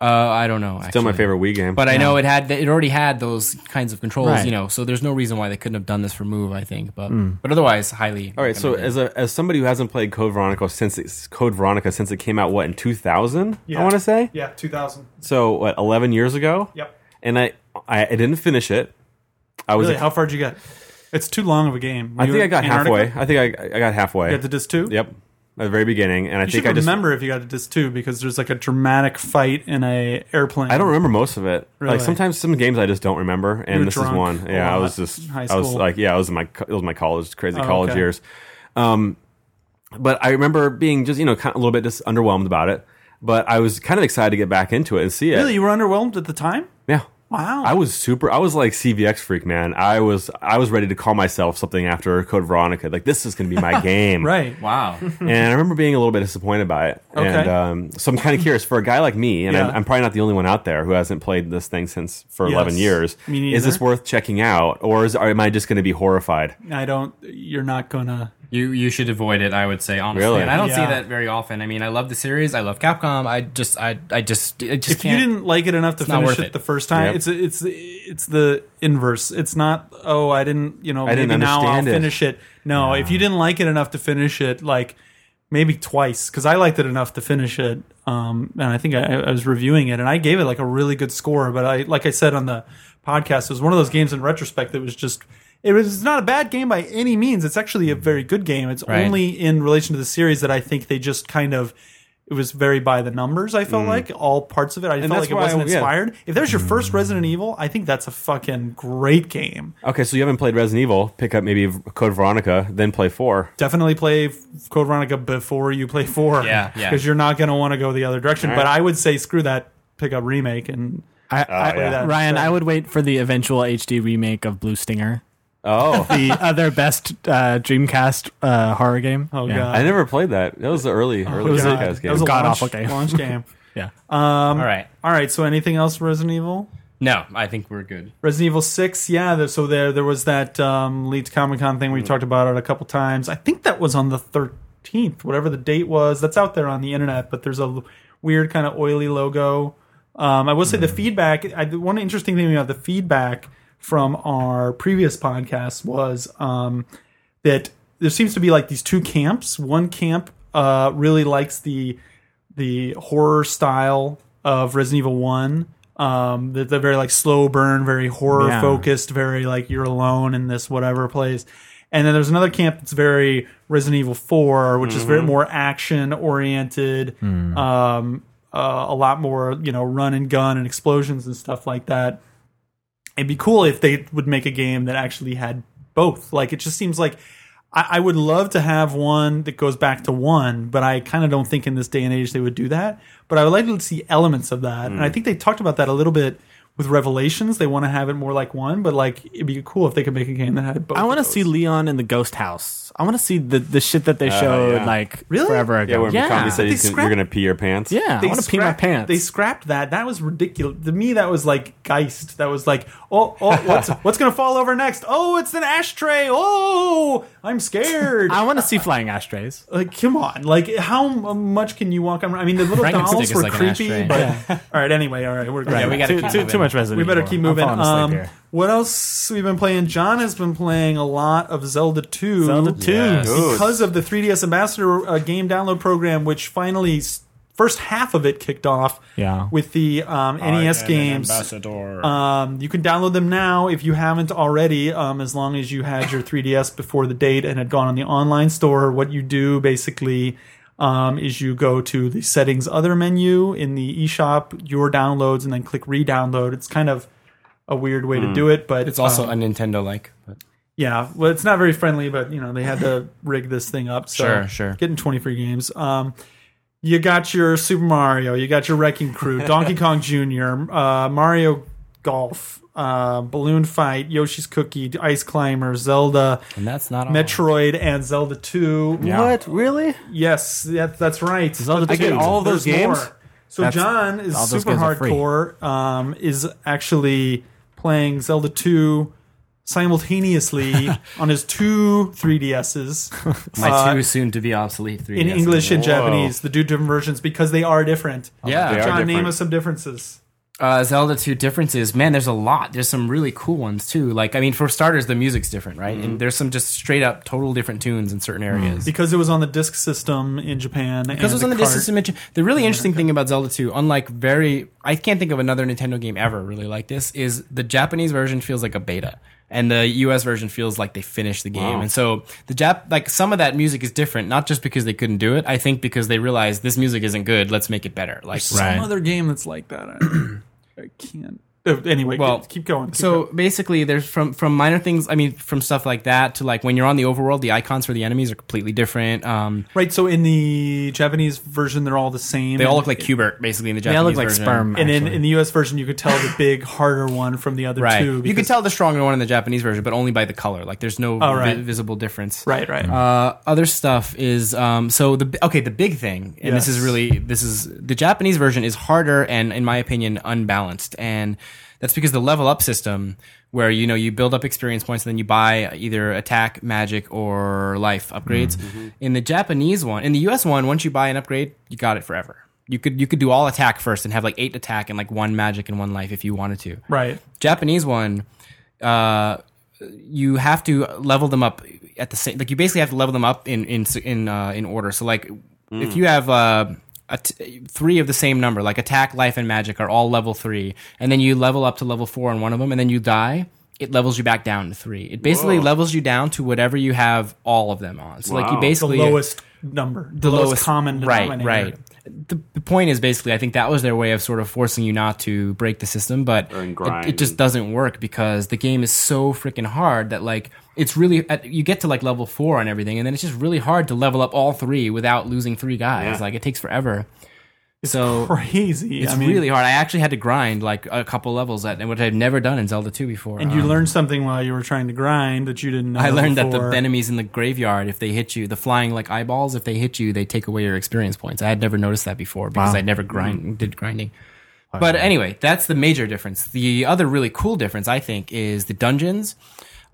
Speaker 4: Uh, I don't know.
Speaker 5: Still my
Speaker 4: actually.
Speaker 5: favorite Wii game.
Speaker 4: But I know it had it already had those kinds of controls,
Speaker 3: Right.
Speaker 4: you know. So there's no reason why they couldn't have done this for Move, I think. But
Speaker 6: Hmm.
Speaker 4: but otherwise, highly.
Speaker 5: all right. So as a as somebody who hasn't played Code Veronica since it's Code Veronica since it came out, what in 2000? I
Speaker 6: Yeah.
Speaker 5: want to say.
Speaker 6: Yeah, 2000.
Speaker 5: So what 11 years ago?
Speaker 6: Yep.
Speaker 5: and I, I I didn't finish it. I was
Speaker 6: Really,
Speaker 5: a-
Speaker 6: how far did you get? It's too long of a game.
Speaker 5: I think I got halfway.
Speaker 6: You
Speaker 5: I think I I got halfway.
Speaker 6: got to disc two.
Speaker 5: yep, at the very beginning, and I
Speaker 6: You
Speaker 5: think
Speaker 6: should
Speaker 5: I just
Speaker 6: remember if you got to disc two because there's like a dramatic fight in a airplane.
Speaker 5: I don't remember most of it.
Speaker 6: Really?
Speaker 5: Like sometimes some games I just don't remember, and
Speaker 6: were
Speaker 5: this is
Speaker 6: drunk
Speaker 5: one.
Speaker 6: a
Speaker 5: Yeah, I
Speaker 6: lot
Speaker 5: was just
Speaker 6: in high
Speaker 5: I was
Speaker 6: school. Oh,
Speaker 5: like yeah, I was in my co- it was my college crazy college
Speaker 6: okay.
Speaker 5: years. Um, but I remember being just you know kind of a little bit just underwhelmed about it. But I was kind of excited to get back into it and see it.
Speaker 6: Really, you were underwhelmed at the time.
Speaker 5: Yeah.
Speaker 6: Wow.
Speaker 5: I was super. I was like CVX freak, man. I was I was ready to call myself something after Code Veronica. Like this is going to be my game,
Speaker 6: right.
Speaker 4: wow,
Speaker 5: And I remember being a little bit disappointed by it. And
Speaker 6: Okay.
Speaker 5: um, so I'm kind of curious for a guy like me, and I'm,
Speaker 6: Yeah.
Speaker 5: I'm probably not the only one out there who hasn't played this thing since for 11
Speaker 6: Yes.
Speaker 5: years.
Speaker 6: Me
Speaker 5: Is this
Speaker 6: neither.
Speaker 5: worth checking out, or is, or am I just going to be horrified?
Speaker 6: I don't. You're not gonna.
Speaker 4: You you should avoid it. I would say honestly.
Speaker 5: Really?
Speaker 4: And I don't see
Speaker 6: Yeah.
Speaker 4: that very often. I mean, I love the series. I love Capcom. I just I I just I just
Speaker 6: if you
Speaker 4: can't.
Speaker 6: didn't like it enough to
Speaker 4: not
Speaker 6: finish
Speaker 4: worth
Speaker 6: it,
Speaker 4: it.
Speaker 6: the first time,
Speaker 5: Yep.
Speaker 6: it's it's it's the inverse. It's not oh I didn't you know
Speaker 5: I
Speaker 6: maybe
Speaker 5: didn't
Speaker 6: now I'll
Speaker 5: understand it.
Speaker 6: finish it. No, if you didn't like it enough to finish it, like maybe twice because I liked it enough to finish it. Um, and I think I, I was reviewing it and I gave it like a really good score. But I like I said on the podcast, it was one of those games in retrospect that was just. It was not a bad game by any means. It's actually a very good game. It's
Speaker 4: Right.
Speaker 6: only in relation to the series that I think they just kind of it was very by the numbers. I felt like all parts of it. I felt
Speaker 5: Mm. that's
Speaker 6: like it
Speaker 5: why I-
Speaker 6: wasn't
Speaker 5: yeah.
Speaker 6: inspired. If there's your first Resident Evil, I think that's a fucking great game.
Speaker 5: Okay, so you haven't played Resident Evil. Pick up maybe V- Code Veronica, then play four.
Speaker 6: Definitely play F- Code Veronica before you play four.
Speaker 4: Yeah, yeah.
Speaker 6: Because you're not going to want to go the other direction.
Speaker 5: All right.
Speaker 6: But I would say screw that. Pick up remake and
Speaker 3: I, I-
Speaker 5: yeah.
Speaker 6: That's
Speaker 3: Ryan,
Speaker 6: sad.
Speaker 3: I would wait for the eventual HD remake of Blue Stinger,
Speaker 5: Oh,
Speaker 3: the other best uh, Dreamcast uh, horror game.
Speaker 6: oh
Speaker 3: Yeah.
Speaker 6: god,
Speaker 5: I never played that. That was the early, early
Speaker 3: was a-
Speaker 5: Dreamcast
Speaker 6: That was
Speaker 5: game.
Speaker 6: a
Speaker 3: God
Speaker 6: launch,
Speaker 3: awful game.
Speaker 6: launch game.
Speaker 3: Yeah.
Speaker 6: um,
Speaker 4: all right.
Speaker 6: All right. So anything else Resident Evil?
Speaker 4: No, I think we're good.
Speaker 6: Resident Evil Six, yeah. There, so there, there was that um, Leeds Comic Con thing we talked about it a couple times. I think that was on the thirteenth, whatever the date was. That's out there on the internet, but there's a l- weird kind of oily logo. Um, I will say the feedback. I, one interesting thing about the feedback from our previous podcast was um, that there seems to be like these two camps. One camp uh, really likes the the horror style of Resident Evil One. Um, the, the very like slow burn, very horror focused, very like you're alone in this whatever place. And then there's another camp that's very Resident Evil Four, which is very more action oriented, um, uh, a lot more you know run and gun and explosions and stuff like that it'd be cool if they would make a game that actually had both. Like it just seems like I, I would love to have one that goes back to one, but I kind of don't think in this day and age they would do that. But I would like to see elements of that, and I think they talked about that a little bit with Revelations. They want to have it more like one, but like it'd be cool if they could make a game that had both.
Speaker 3: I
Speaker 6: want to
Speaker 3: see Leon in the ghost house. I want to see the, the shit that they showed
Speaker 5: yeah.
Speaker 3: like
Speaker 6: Really?
Speaker 3: forever
Speaker 5: Yeah,
Speaker 3: ago.
Speaker 5: when Mikami said
Speaker 6: They
Speaker 5: he's gonna-
Speaker 6: scrapped-
Speaker 5: you're going to pee your pants.
Speaker 3: Yeah, I want to pee my
Speaker 6: scrapped-
Speaker 3: pants.
Speaker 6: They scrapped that. That was ridiculous. To me, that was like Geist. That was like, oh, oh, what's what's gonna fall over next? Oh, it's an ashtray. Oh, I'm scared.
Speaker 3: I want to see flying ashtrays.
Speaker 6: Like, come on! Like, how m- much can you walk on? I mean, the little
Speaker 4: Frankenstein
Speaker 6: dolls
Speaker 4: is
Speaker 6: were
Speaker 4: like an
Speaker 6: creepy,
Speaker 4: ashtray.
Speaker 6: but all right. Anyway, all right, we're good.
Speaker 4: Yeah, we gotta
Speaker 3: too,
Speaker 4: keep
Speaker 3: too,
Speaker 4: moving.
Speaker 3: too much Resident
Speaker 6: We better
Speaker 3: Evil.
Speaker 6: keep moving.
Speaker 3: I'm falling asleep
Speaker 6: Um,
Speaker 3: here.
Speaker 6: what else we've been playing? John has been playing a lot of Zelda Two.
Speaker 3: Zelda 2.
Speaker 4: Yes.
Speaker 6: because of the 3DS Ambassador uh, game download program, which finally s- first half of it kicked off.
Speaker 3: Yeah.
Speaker 6: with the um,
Speaker 3: E
Speaker 6: NES games. Um, you can download them now if you haven't already, um, as long as you had your 3DS before the date and had gone on the online store. What you do basically um, is you go to the settings other menu in the eShop, your downloads, and then click re download. It's kind of a weird way to do it, but
Speaker 4: It's also
Speaker 6: um,
Speaker 4: a Nintendo like.
Speaker 6: yeah, well, it's not very friendly, but you know they had to rig this thing up. So
Speaker 4: Sure, sure.
Speaker 6: Getting twenty free games. Um, you got your Super Mario, you got your Wrecking Crew, Donkey Kong Jr., uh, Mario Golf, uh, Balloon Fight, Yoshi's Cookie, Ice Climber, Zelda,
Speaker 4: And that's not all.
Speaker 6: Metroid, and Zelda Two.
Speaker 5: What? Really?
Speaker 6: Yes, that, that's right.
Speaker 3: Zelda
Speaker 5: I get
Speaker 3: 2.
Speaker 5: all of those
Speaker 6: There's
Speaker 5: games?
Speaker 6: more. So
Speaker 3: That's-
Speaker 6: John is
Speaker 3: all those
Speaker 6: super
Speaker 3: games are free.
Speaker 6: hardcore. Um, is actually playing Zelda 2 simultaneously on his two 3DSs.
Speaker 4: My
Speaker 6: uh,
Speaker 4: too soon to be obsolete three.
Speaker 6: in English and
Speaker 5: Whoa.
Speaker 6: Japanese, the two different versions because they are different.
Speaker 4: Yeah.
Speaker 5: They are
Speaker 6: John, name
Speaker 5: different.
Speaker 6: us some differences.
Speaker 4: uh, Zelda 2 differences, man, there's a lot. There's some really cool ones too. Like, I mean, for starters, the music's different, right? And there's some just straight up total different tunes in certain areas.
Speaker 6: Because it was on the disc system in Japan.
Speaker 4: Because it was on the
Speaker 6: disc
Speaker 4: distance dimension. The really interesting thing about Zelda 2, unlike very, I can't think of another Nintendo game ever really like this, is the Japanese version feels like a beta. And the US version feels like they finished the game. And so the Jap, like some of that music is different, not just because they couldn't do it. I think because they realized this music isn't good. Let's make it better. Like,
Speaker 6: Some other game that's like that. I, I can't. Uh, anyway,
Speaker 4: Well,
Speaker 6: keep going. keep
Speaker 4: so
Speaker 6: going.
Speaker 4: basically there's from from minor things i mean from stuff like that to like when you're on the overworld the icons for the enemies are completely different um
Speaker 6: right. So in the Japanese version, they're all the same.
Speaker 4: they all look like cubert basically in the
Speaker 3: They
Speaker 4: japanese
Speaker 3: all look like
Speaker 4: version.
Speaker 3: sperm.
Speaker 6: And in,
Speaker 3: actually.
Speaker 6: in the U.S. version, you could tell the big, harder one from the other
Speaker 4: right
Speaker 6: two.
Speaker 4: you can
Speaker 6: because-
Speaker 4: tell the stronger one in the japanese version but only by the color like there's no
Speaker 6: Oh, right.
Speaker 4: vi- visible difference
Speaker 6: Right, right.
Speaker 4: uh, other stuff is um, so the okay the big thing and this
Speaker 6: Yes.
Speaker 4: is really this is the Japanese version is harder and in my opinion unbalanced and That's because the level up system, where you know you build up experience points and then you buy either attack, magic, or life upgrades. In the Japanese one, in the U.S. one, once you buy an upgrade, you got it forever. You could you could do all attack first and have like eight attack and like one magic and one life if you wanted to.
Speaker 6: Right.
Speaker 4: Japanese one, uh, you have to level them up at the same. Like you basically have to level them up in in in uh, in order. So like if you have uh, a t- three of the same number, like attack, life, and magic are all level three, and then you level up to level four on one of them, and then you die. It levels you back down to three. It basically levels you down to whatever you have all of them on. So like you
Speaker 6: The
Speaker 5: Wow.
Speaker 4: basically
Speaker 6: lowest number, the, lowest, common denominator.
Speaker 4: Right, right. The, the point is basically, I think that was their way of sort of forcing you not to break the system, but
Speaker 5: And
Speaker 4: it-
Speaker 5: grind.
Speaker 4: It, just doesn't work because the game is so freaking hard that like it's really at, you get to like level four on everything, and then it's just really hard to level up all three without losing three guys.
Speaker 5: Yeah.
Speaker 4: Like it takes forever. so
Speaker 6: Crazy.
Speaker 4: it's
Speaker 6: I mean,
Speaker 4: really hard. I actually had to grind like a couple levels at, which I've never done in Zelda two before.
Speaker 6: And you
Speaker 4: Um,
Speaker 6: learned something while you were trying to grind that you didn't know.
Speaker 4: I learned
Speaker 6: before.
Speaker 4: that the enemies in the graveyard, if they hit you, the flying like eyeballs, if they hit you, they take away your experience points. I had never noticed that before because I never grind did grinding. But anyway, that's the major difference. The other really cool difference, I think, is the dungeons.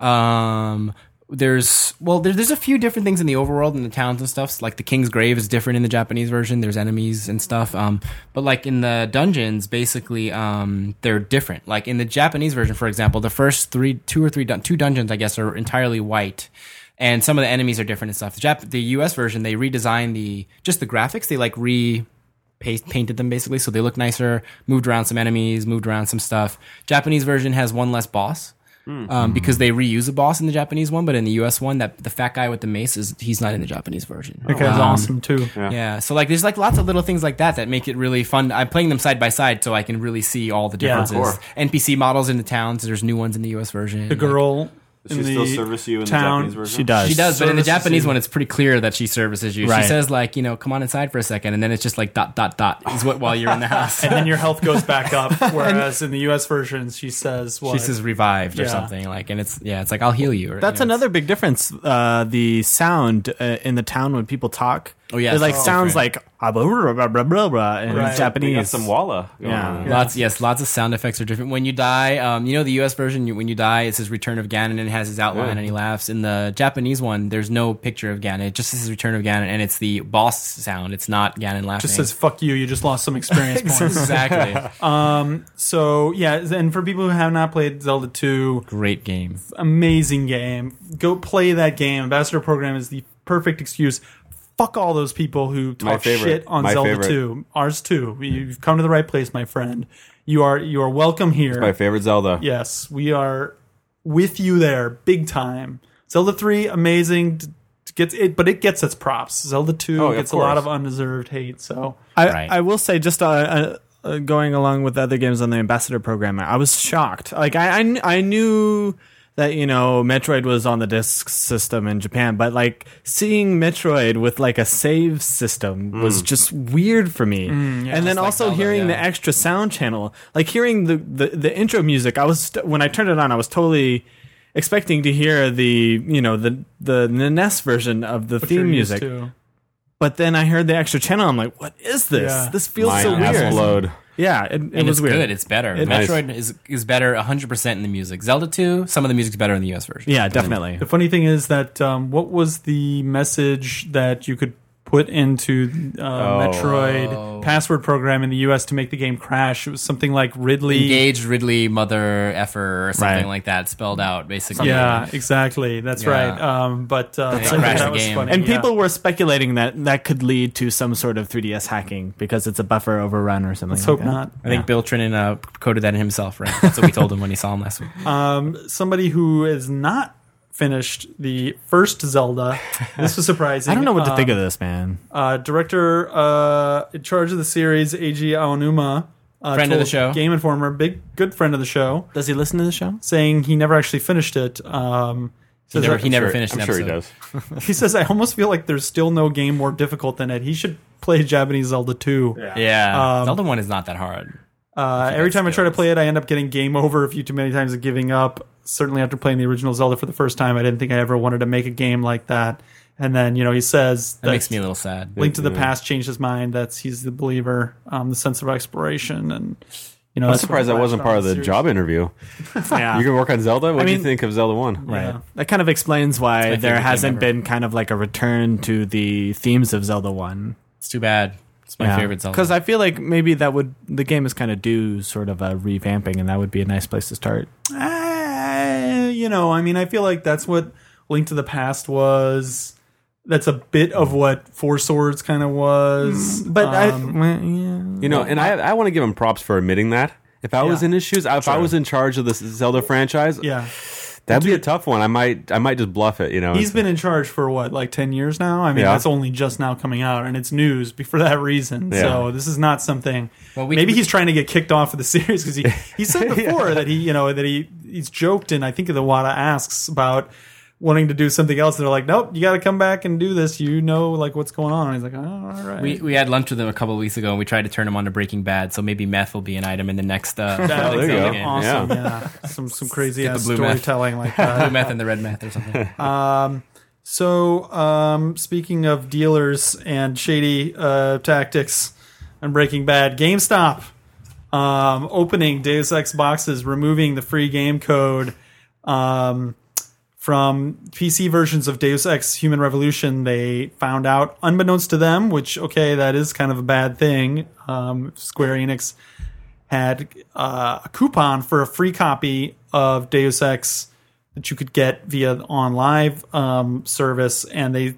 Speaker 4: Um, there's well, there, there's a few different things in the overworld and the towns and stuff. Like the King's Grave is different in the Japanese version. There's enemies and stuff. Um, but like in the dungeons, basically, um, they're different. Like in the Japanese version, for example, the first three, two or three, dun- two dungeons, I guess, are entirely white and some of the enemies are different and stuff. The, Jap- the U.S. version, they redesigned the just the graphics. They like re paste- painted them basically, so they look nicer. Moved around some enemies, moved around some stuff. Japanese version has one less boss.
Speaker 6: Hmm.
Speaker 4: Um, because they reuse a boss in the Japanese one, but in the U.S. one, that the fat guy with the mace is he's not in the Japanese version. Um,
Speaker 6: Okay, it's awesome too.
Speaker 4: Yeah. So like, there's like lots of little things like that that make it really fun. I'm playing them side by side, so I can really see all the
Speaker 6: Yeah, of
Speaker 4: differences. NPC models in the towns. There's new ones in the U.S. version.
Speaker 6: The girl.
Speaker 7: Does she
Speaker 6: in
Speaker 7: still
Speaker 6: the
Speaker 7: service you in
Speaker 6: town,
Speaker 7: the Japanese version?
Speaker 3: She does.
Speaker 4: She does, but in the
Speaker 6: services
Speaker 4: Japanese
Speaker 6: you.
Speaker 4: one, it's pretty clear that she services you.
Speaker 3: Right.
Speaker 4: She says like, you know, come on inside for a second, and then it's just like dot dot dot is what while you're in the house.
Speaker 6: and then your health goes back up. Whereas in the U.S. version, she says, "What?"
Speaker 4: she says revived or
Speaker 6: Yeah.
Speaker 4: something like, and it's yeah, it's like I'll heal you. Or,
Speaker 3: That's
Speaker 4: you know, it's-
Speaker 3: another big difference. Uh, the sound uh, in the town when people talk.
Speaker 4: Oh, yeah,
Speaker 3: it like
Speaker 4: it's
Speaker 3: sounds
Speaker 4: different.
Speaker 3: like ah, blah, blah, blah, blah, blah, blah, in
Speaker 6: Right.
Speaker 5: We got
Speaker 3: Japanese.
Speaker 5: some Walla. going
Speaker 3: Yeah.
Speaker 5: on.
Speaker 4: Lots yes, lots of sound effects are different. When you die, um, you know the U.S. version. You, when you die, it says "Return of Ganon" and it has his outline
Speaker 5: Yeah.
Speaker 4: and he laughs. In the Japanese one, there's no picture of Ganon. It just says "Return of Ganon" and it's the boss sound. It's not Ganon laughing.
Speaker 6: just says "fuck you." You just lost some experience points.
Speaker 4: exactly.
Speaker 6: So yeah, and for people who have not played Zelda two,
Speaker 4: Great game.
Speaker 6: amazing game. Go play that game. Ambassador Program is the perfect excuse. Fuck all those people who talk
Speaker 5: favorite.
Speaker 6: shit on
Speaker 5: My
Speaker 6: Zelda
Speaker 5: favorite.
Speaker 6: two. Ours too. You've come to the right place, my friend. You are you are welcome here.
Speaker 5: My favorite Zelda.
Speaker 6: Yes, we are with you there, big time. Zelda three, amazing. d- Gets it, but it gets its props. Zelda two
Speaker 5: Oh, of
Speaker 6: gets a lot
Speaker 5: course.
Speaker 6: of undeserved hate. So
Speaker 3: I,
Speaker 4: Right.
Speaker 3: I will say, just uh, uh, uh, going along with the other games on the ambassador program, I was shocked. Like I, I, kn- I knew that you know Metroid was on the disc system in Japan, but like seeing Metroid with like a save system was just weird for me. and then also
Speaker 4: Zelda,
Speaker 3: hearing the
Speaker 4: yeah.
Speaker 3: extra sound channel, like hearing the the, the intro music. I was st- when I turned it on, I was totally. Expecting to hear the you know the the NES version of the
Speaker 6: you're
Speaker 3: theme
Speaker 6: used
Speaker 3: music,
Speaker 6: to-
Speaker 3: but then I heard the extra channel. I'm like, what is this?
Speaker 6: Yeah.
Speaker 3: This feels
Speaker 5: My
Speaker 3: so
Speaker 5: ass
Speaker 3: weird.
Speaker 5: blowed.
Speaker 3: Yeah, it, it
Speaker 4: and
Speaker 3: was
Speaker 4: it's
Speaker 3: weird.
Speaker 4: good. It's better.
Speaker 5: Nice.
Speaker 4: Metroid is is better 100 percent in the music. Zelda 2, some of the music's better in the US version.
Speaker 3: yeah, definitely.
Speaker 6: The funny thing is that um, what was the message that you could put into uh, Metroid password program in the U.S. to make the game crash? It was something like Ridley.
Speaker 4: Engaged Ridley mother effer or something
Speaker 3: Right.
Speaker 4: like that spelled out basically.
Speaker 6: Yeah, exactly. That's
Speaker 4: Yeah.
Speaker 6: right. Um, but uh, yeah,
Speaker 4: That's like-
Speaker 6: that was
Speaker 4: Crash the
Speaker 6: funny.
Speaker 4: game.
Speaker 3: and
Speaker 6: yeah.
Speaker 3: people were speculating that that could lead to some sort of 3DS hacking because it's a buffer overrun or something.
Speaker 6: Let's hope
Speaker 3: like that.
Speaker 6: not.
Speaker 4: I think Bill Trinan uh, coded that in himself, right? That's what we told him when he saw him last week.
Speaker 6: Um, somebody who is not finished the first Zelda. This was surprising.
Speaker 3: I don't know what to
Speaker 6: Uh,
Speaker 3: think of this, man.
Speaker 6: Uh, director uh, in charge of the series, Eiji Aonuma, uh,
Speaker 4: Friend of the
Speaker 6: told
Speaker 4: show.
Speaker 6: Game Informer, big good friend of the show,
Speaker 3: Does he listen to the show?
Speaker 6: saying he never actually finished it. Um,
Speaker 4: He
Speaker 6: says
Speaker 4: never,
Speaker 6: that-
Speaker 4: he never
Speaker 5: Sure,
Speaker 4: finished
Speaker 5: I'm
Speaker 4: an
Speaker 5: sure he
Speaker 4: episode.
Speaker 5: does.
Speaker 6: he says, I almost feel like there's still no game more difficult than it. He should play Japanese Zelda 2.
Speaker 4: Yeah.
Speaker 6: Um,
Speaker 4: Zelda 1 is not that hard.
Speaker 6: Uh, every time I try to play it, I end up getting game over a few too many times and giving up. Certainly, after playing the original Zelda for the first time, I didn't think I ever wanted to make a game like that. And then, you know, he says
Speaker 4: That makes me a little sad.
Speaker 6: Link to the Past changed his mind. That's he's the believer, um, the sense of exploration, and You know,
Speaker 5: I'm
Speaker 6: that's what
Speaker 5: surprised that
Speaker 6: latched
Speaker 5: wasn't
Speaker 6: on
Speaker 5: part of
Speaker 6: the
Speaker 5: the
Speaker 6: series.
Speaker 5: job interview.
Speaker 3: Yeah.
Speaker 5: You can work on Zelda. What do you
Speaker 3: mean-
Speaker 5: think of Zelda One?
Speaker 3: Right.
Speaker 6: Yeah.
Speaker 3: That kind of explains why
Speaker 4: favorite
Speaker 3: there
Speaker 4: game
Speaker 3: hasn't
Speaker 4: ever.
Speaker 3: been kind of like a return to the themes of Zelda 1.
Speaker 4: It's too bad. It's my favorite Zelda.
Speaker 3: Because I feel like maybe that would, the game is kind of due sort of a revamping, and that would be a nice place to start.
Speaker 6: Ah, you know, I mean, I feel like that's what Link to the Past was. That's a bit of what Four Swords kind of was.
Speaker 3: But
Speaker 6: Um,
Speaker 3: I, well, yeah.
Speaker 5: You know, and I I want to give him props for admitting that. If I was
Speaker 6: Yeah.
Speaker 5: in his shoes, if I was in charge of this Zelda franchise,
Speaker 6: yeah,
Speaker 5: that'd be a tough one. I might I might just bluff it. You know,
Speaker 6: he's been in charge for what, like ten years now. I mean,
Speaker 5: Yeah.
Speaker 6: that's only just now coming out, and it's news be- for that reason.
Speaker 5: Yeah.
Speaker 6: So this is not something.
Speaker 4: Well, we-
Speaker 6: maybe
Speaker 4: we-
Speaker 6: he's trying to get kicked off of the series because he he said before that he you know that he he's joked and I think the Wada asks about. Wanting to do something else, they're like, "Nope, you got to come back and do this. You know, like what's going on." And he's like, "Oh, all right."
Speaker 4: we, we had lunch with him a couple of weeks ago, and we tried to turn him on to Breaking Bad. So maybe meth will be an item in the next uh,
Speaker 6: That
Speaker 5: Oh, there
Speaker 6: would be
Speaker 5: you go.
Speaker 4: game.
Speaker 6: Awesome. Yeah. Some some crazy ass
Speaker 4: the blue meth.
Speaker 6: storytelling like that.
Speaker 4: Blue meth and the red meth or something.
Speaker 6: um so um speaking of dealers and shady uh tactics and breaking bad, GameStop um opening Deus Ex boxes, removing the free game code um from PC versions of Deus Ex Human Revolution, they found out, unbeknownst to them, which, okay, that is kind of a bad thing. Um, Square Enix had uh, a coupon for a free copy of Deus Ex that you could get via the on live um, service, and they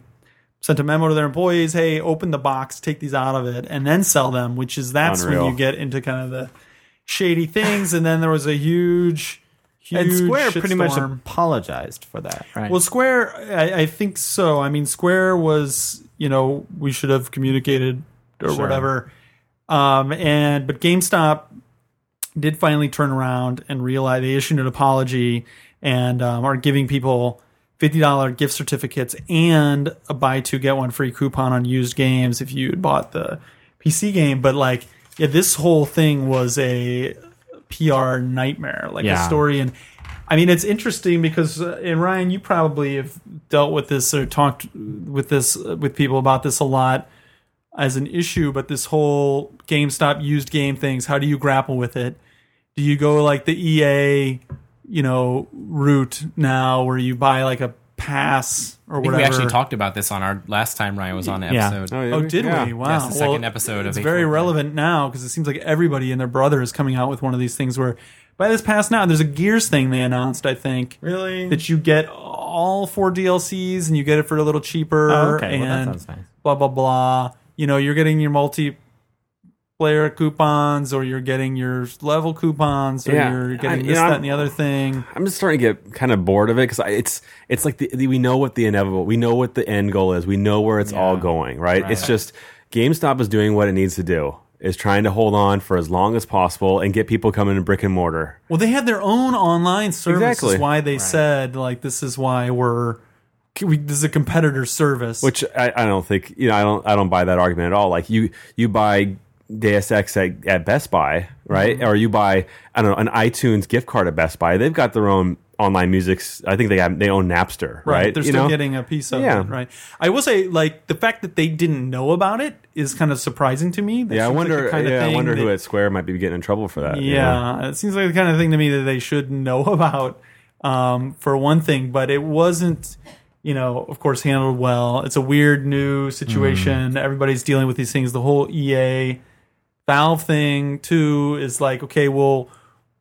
Speaker 6: sent a memo to their employees: "Hey, open the box, take these out of it, and then sell them." Which is that's
Speaker 5: Unreal.
Speaker 6: when you get into kind of the shady things. And then there was a huge, huge
Speaker 3: And Square pretty much
Speaker 6: shitstorm.
Speaker 3: apologized for that, right?
Speaker 6: Well, Square, I, I think so. I mean, Square was, you know, we should have communicated or whatever. Um, and but GameStop did finally turn around and realize they issued an apology and um, are giving people fifty dollar gift certificates and a buy two get one free coupon on used games if you had bought the PC game. But like, yeah, this whole thing was a PR nightmare, like
Speaker 3: Yeah.
Speaker 6: a story. And I mean, it's interesting because uh, and Ryan, you probably have dealt with this or talked with this uh, with people about this a lot as an issue, but this whole GameStop used game things, how do you grapple with it? Do you go like the EA, you know, route now where you buy like a pass or
Speaker 4: I think
Speaker 6: whatever?
Speaker 4: we actually talked about this on our last time Ryan was on the
Speaker 3: Yeah.
Speaker 4: episode.
Speaker 5: yeah.
Speaker 6: Oh, did
Speaker 5: Yeah.
Speaker 6: we? Wow.
Speaker 4: Yes, the second episode of
Speaker 6: it's
Speaker 4: A
Speaker 6: very
Speaker 4: Fortnite.
Speaker 6: relevant now because it seems like everybody and their brother is coming out with one of these things where by this pass now there's a Gears thing they announced, I think.
Speaker 3: really?
Speaker 6: That you get all four DLCs and you get it for a little cheaper
Speaker 3: Oh, okay.
Speaker 6: and
Speaker 3: Well, that sounds nice.
Speaker 6: blah blah blah. You know, you're getting your multiplayer coupons or you're getting your level coupons or
Speaker 5: Yeah.
Speaker 6: you're
Speaker 5: I-
Speaker 6: getting
Speaker 5: you
Speaker 6: this,
Speaker 5: know,
Speaker 6: that,
Speaker 5: I'm-
Speaker 6: and the other thing.
Speaker 5: I'm just starting to get kind of bored of it because it's it's like the, the, we know what the inevitable, we know what the end goal is, we know where it's all going, right? It's just GameStop is doing what it needs to do, is trying to hold on for as long as possible and get people coming to brick and mortar.
Speaker 6: Well, they had their own online service.
Speaker 5: Exactly.
Speaker 6: Is why they said like this is why we're we, this is a competitor service.
Speaker 5: Which I, I don't think you know I don't I don't buy that argument at all. Like you you buy Deus Ex at, at Best Buy, right?
Speaker 6: Mm-hmm.
Speaker 5: Or you buy I don't know an iTunes gift card at Best Buy. They've got their own online music. s- I think they have they own Napster, right?
Speaker 6: They're
Speaker 5: You
Speaker 6: still
Speaker 5: know?
Speaker 6: getting a piece of
Speaker 5: Yeah.
Speaker 6: it, right? I will say, like the fact that they didn't know about it is kind of surprising to me. That
Speaker 5: Yeah, I
Speaker 6: seems like the
Speaker 5: wonder.
Speaker 6: kind of
Speaker 5: yeah, I
Speaker 6: thing
Speaker 5: wonder who
Speaker 6: that-
Speaker 5: at Square might be getting in trouble for that. you know?
Speaker 6: Yeah, it seems like the kind of thing to me that they should know about. Um, for one thing, but it wasn't, you know, of course, handled well. It's a weird new situation.
Speaker 5: Mm-hmm.
Speaker 6: Everybody's dealing with these things. The whole EA Valve thing too is like, okay, well,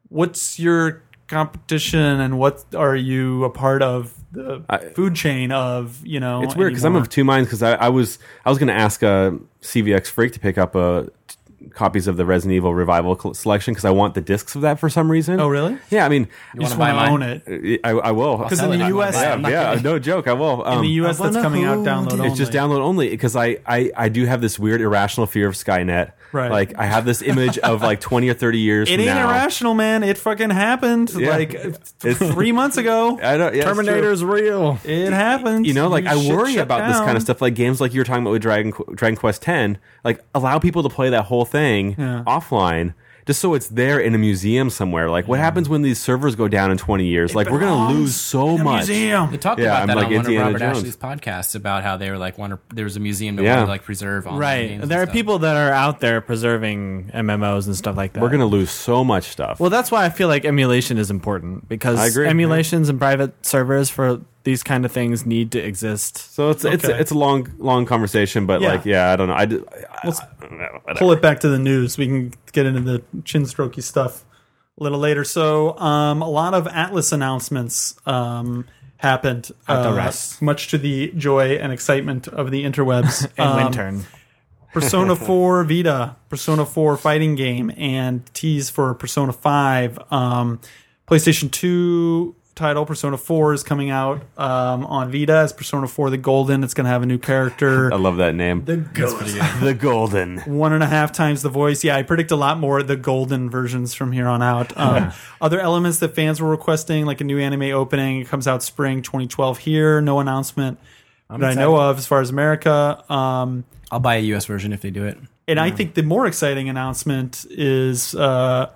Speaker 6: what's your competition and what are you a part of the food chain of? You know,
Speaker 5: It's weird because I'm
Speaker 6: anymore?
Speaker 5: of two minds because I, I was I was going to ask uh, CVX Freak to pick up uh, t- copies of the Resident Evil Revival col- selection because I want the discs of that for some reason.
Speaker 6: Oh, really?
Speaker 5: Yeah, I mean,
Speaker 6: you just
Speaker 4: wanna
Speaker 6: want
Speaker 4: buy
Speaker 6: to own
Speaker 4: mine?
Speaker 6: it.
Speaker 5: I, I will.
Speaker 6: Because in the
Speaker 4: Not
Speaker 6: U.S.,
Speaker 4: gonna buy it.
Speaker 5: yeah,
Speaker 4: I'm
Speaker 6: in
Speaker 4: not
Speaker 5: yeah, no joke, I will. Um,
Speaker 6: the U.S. that's coming out download only.
Speaker 5: It's just download only because I, I I do have this weird irrational fear of Skynet.
Speaker 6: Right.
Speaker 5: Like I have this image of like twenty or thirty years.
Speaker 6: It
Speaker 5: from
Speaker 6: ain't
Speaker 5: now.
Speaker 6: irrational, man. It fucking happened
Speaker 5: Yeah.
Speaker 6: like th-
Speaker 5: It's-
Speaker 6: three months ago.
Speaker 5: I don't, yeah, it's true.
Speaker 3: real.
Speaker 6: It happened.
Speaker 5: you know like i
Speaker 6: shit
Speaker 5: worry
Speaker 6: shut
Speaker 5: about this
Speaker 6: down.
Speaker 5: kind of stuff like games like you were talking about with dragon, Qu- dragon quest 10 like allow people to play that whole thing offline just so it's there in a museum somewhere. Like, what happens when these servers go down in 20 years? like, we're going to lose so much.
Speaker 6: Museum.
Speaker 4: They talked
Speaker 5: Yeah,
Speaker 4: about
Speaker 5: I'm
Speaker 4: that
Speaker 5: like
Speaker 4: on one of
Speaker 5: Indiana
Speaker 4: Robert
Speaker 5: Jones.
Speaker 4: Ashley's podcasts about how they were like one there was a museum that
Speaker 5: Yeah.
Speaker 4: wanted to like preserve online
Speaker 3: Right.
Speaker 4: games and
Speaker 3: There are
Speaker 4: stuff.
Speaker 3: people that are out there preserving MMOs and stuff like that.
Speaker 5: We're going to lose so much stuff.
Speaker 3: Well, that's why I feel like emulation is important because
Speaker 5: I agree,
Speaker 3: emulations and private servers for these kind of things need to exist.
Speaker 5: so it's it's
Speaker 6: Okay.
Speaker 5: it's a long long conversation, but
Speaker 6: Yeah.
Speaker 5: like yeah, I don't know. I, d- I-
Speaker 6: Let's
Speaker 5: I don't know. Whatever.
Speaker 6: pull it back to the news. We can get into the chin strokey stuff a little later. So, um, a lot of Atlas announcements um, happened.
Speaker 3: the
Speaker 6: uh,
Speaker 3: rest.
Speaker 6: Much to the joy and excitement of the interwebs.
Speaker 3: And
Speaker 6: Um,
Speaker 3: Lintern.
Speaker 6: Persona 4 Vita, Persona 4 fighting game, and tease for Persona 5. Um, PlayStation 2 title Persona 4 is coming out um, on Vita. It's Persona 4 the Golden. It's going to have a new character.
Speaker 5: I love that name. The, golden.
Speaker 6: One and a half times the voice. Yeah, I predict a lot more the golden versions from here on out. Um, other elements that fans were requesting, like a new anime opening, it comes out spring 2012 here. No announcement that I know of as far as America. Um,
Speaker 4: I'll buy a US version if they do it.
Speaker 6: and I think the more exciting announcement is uh,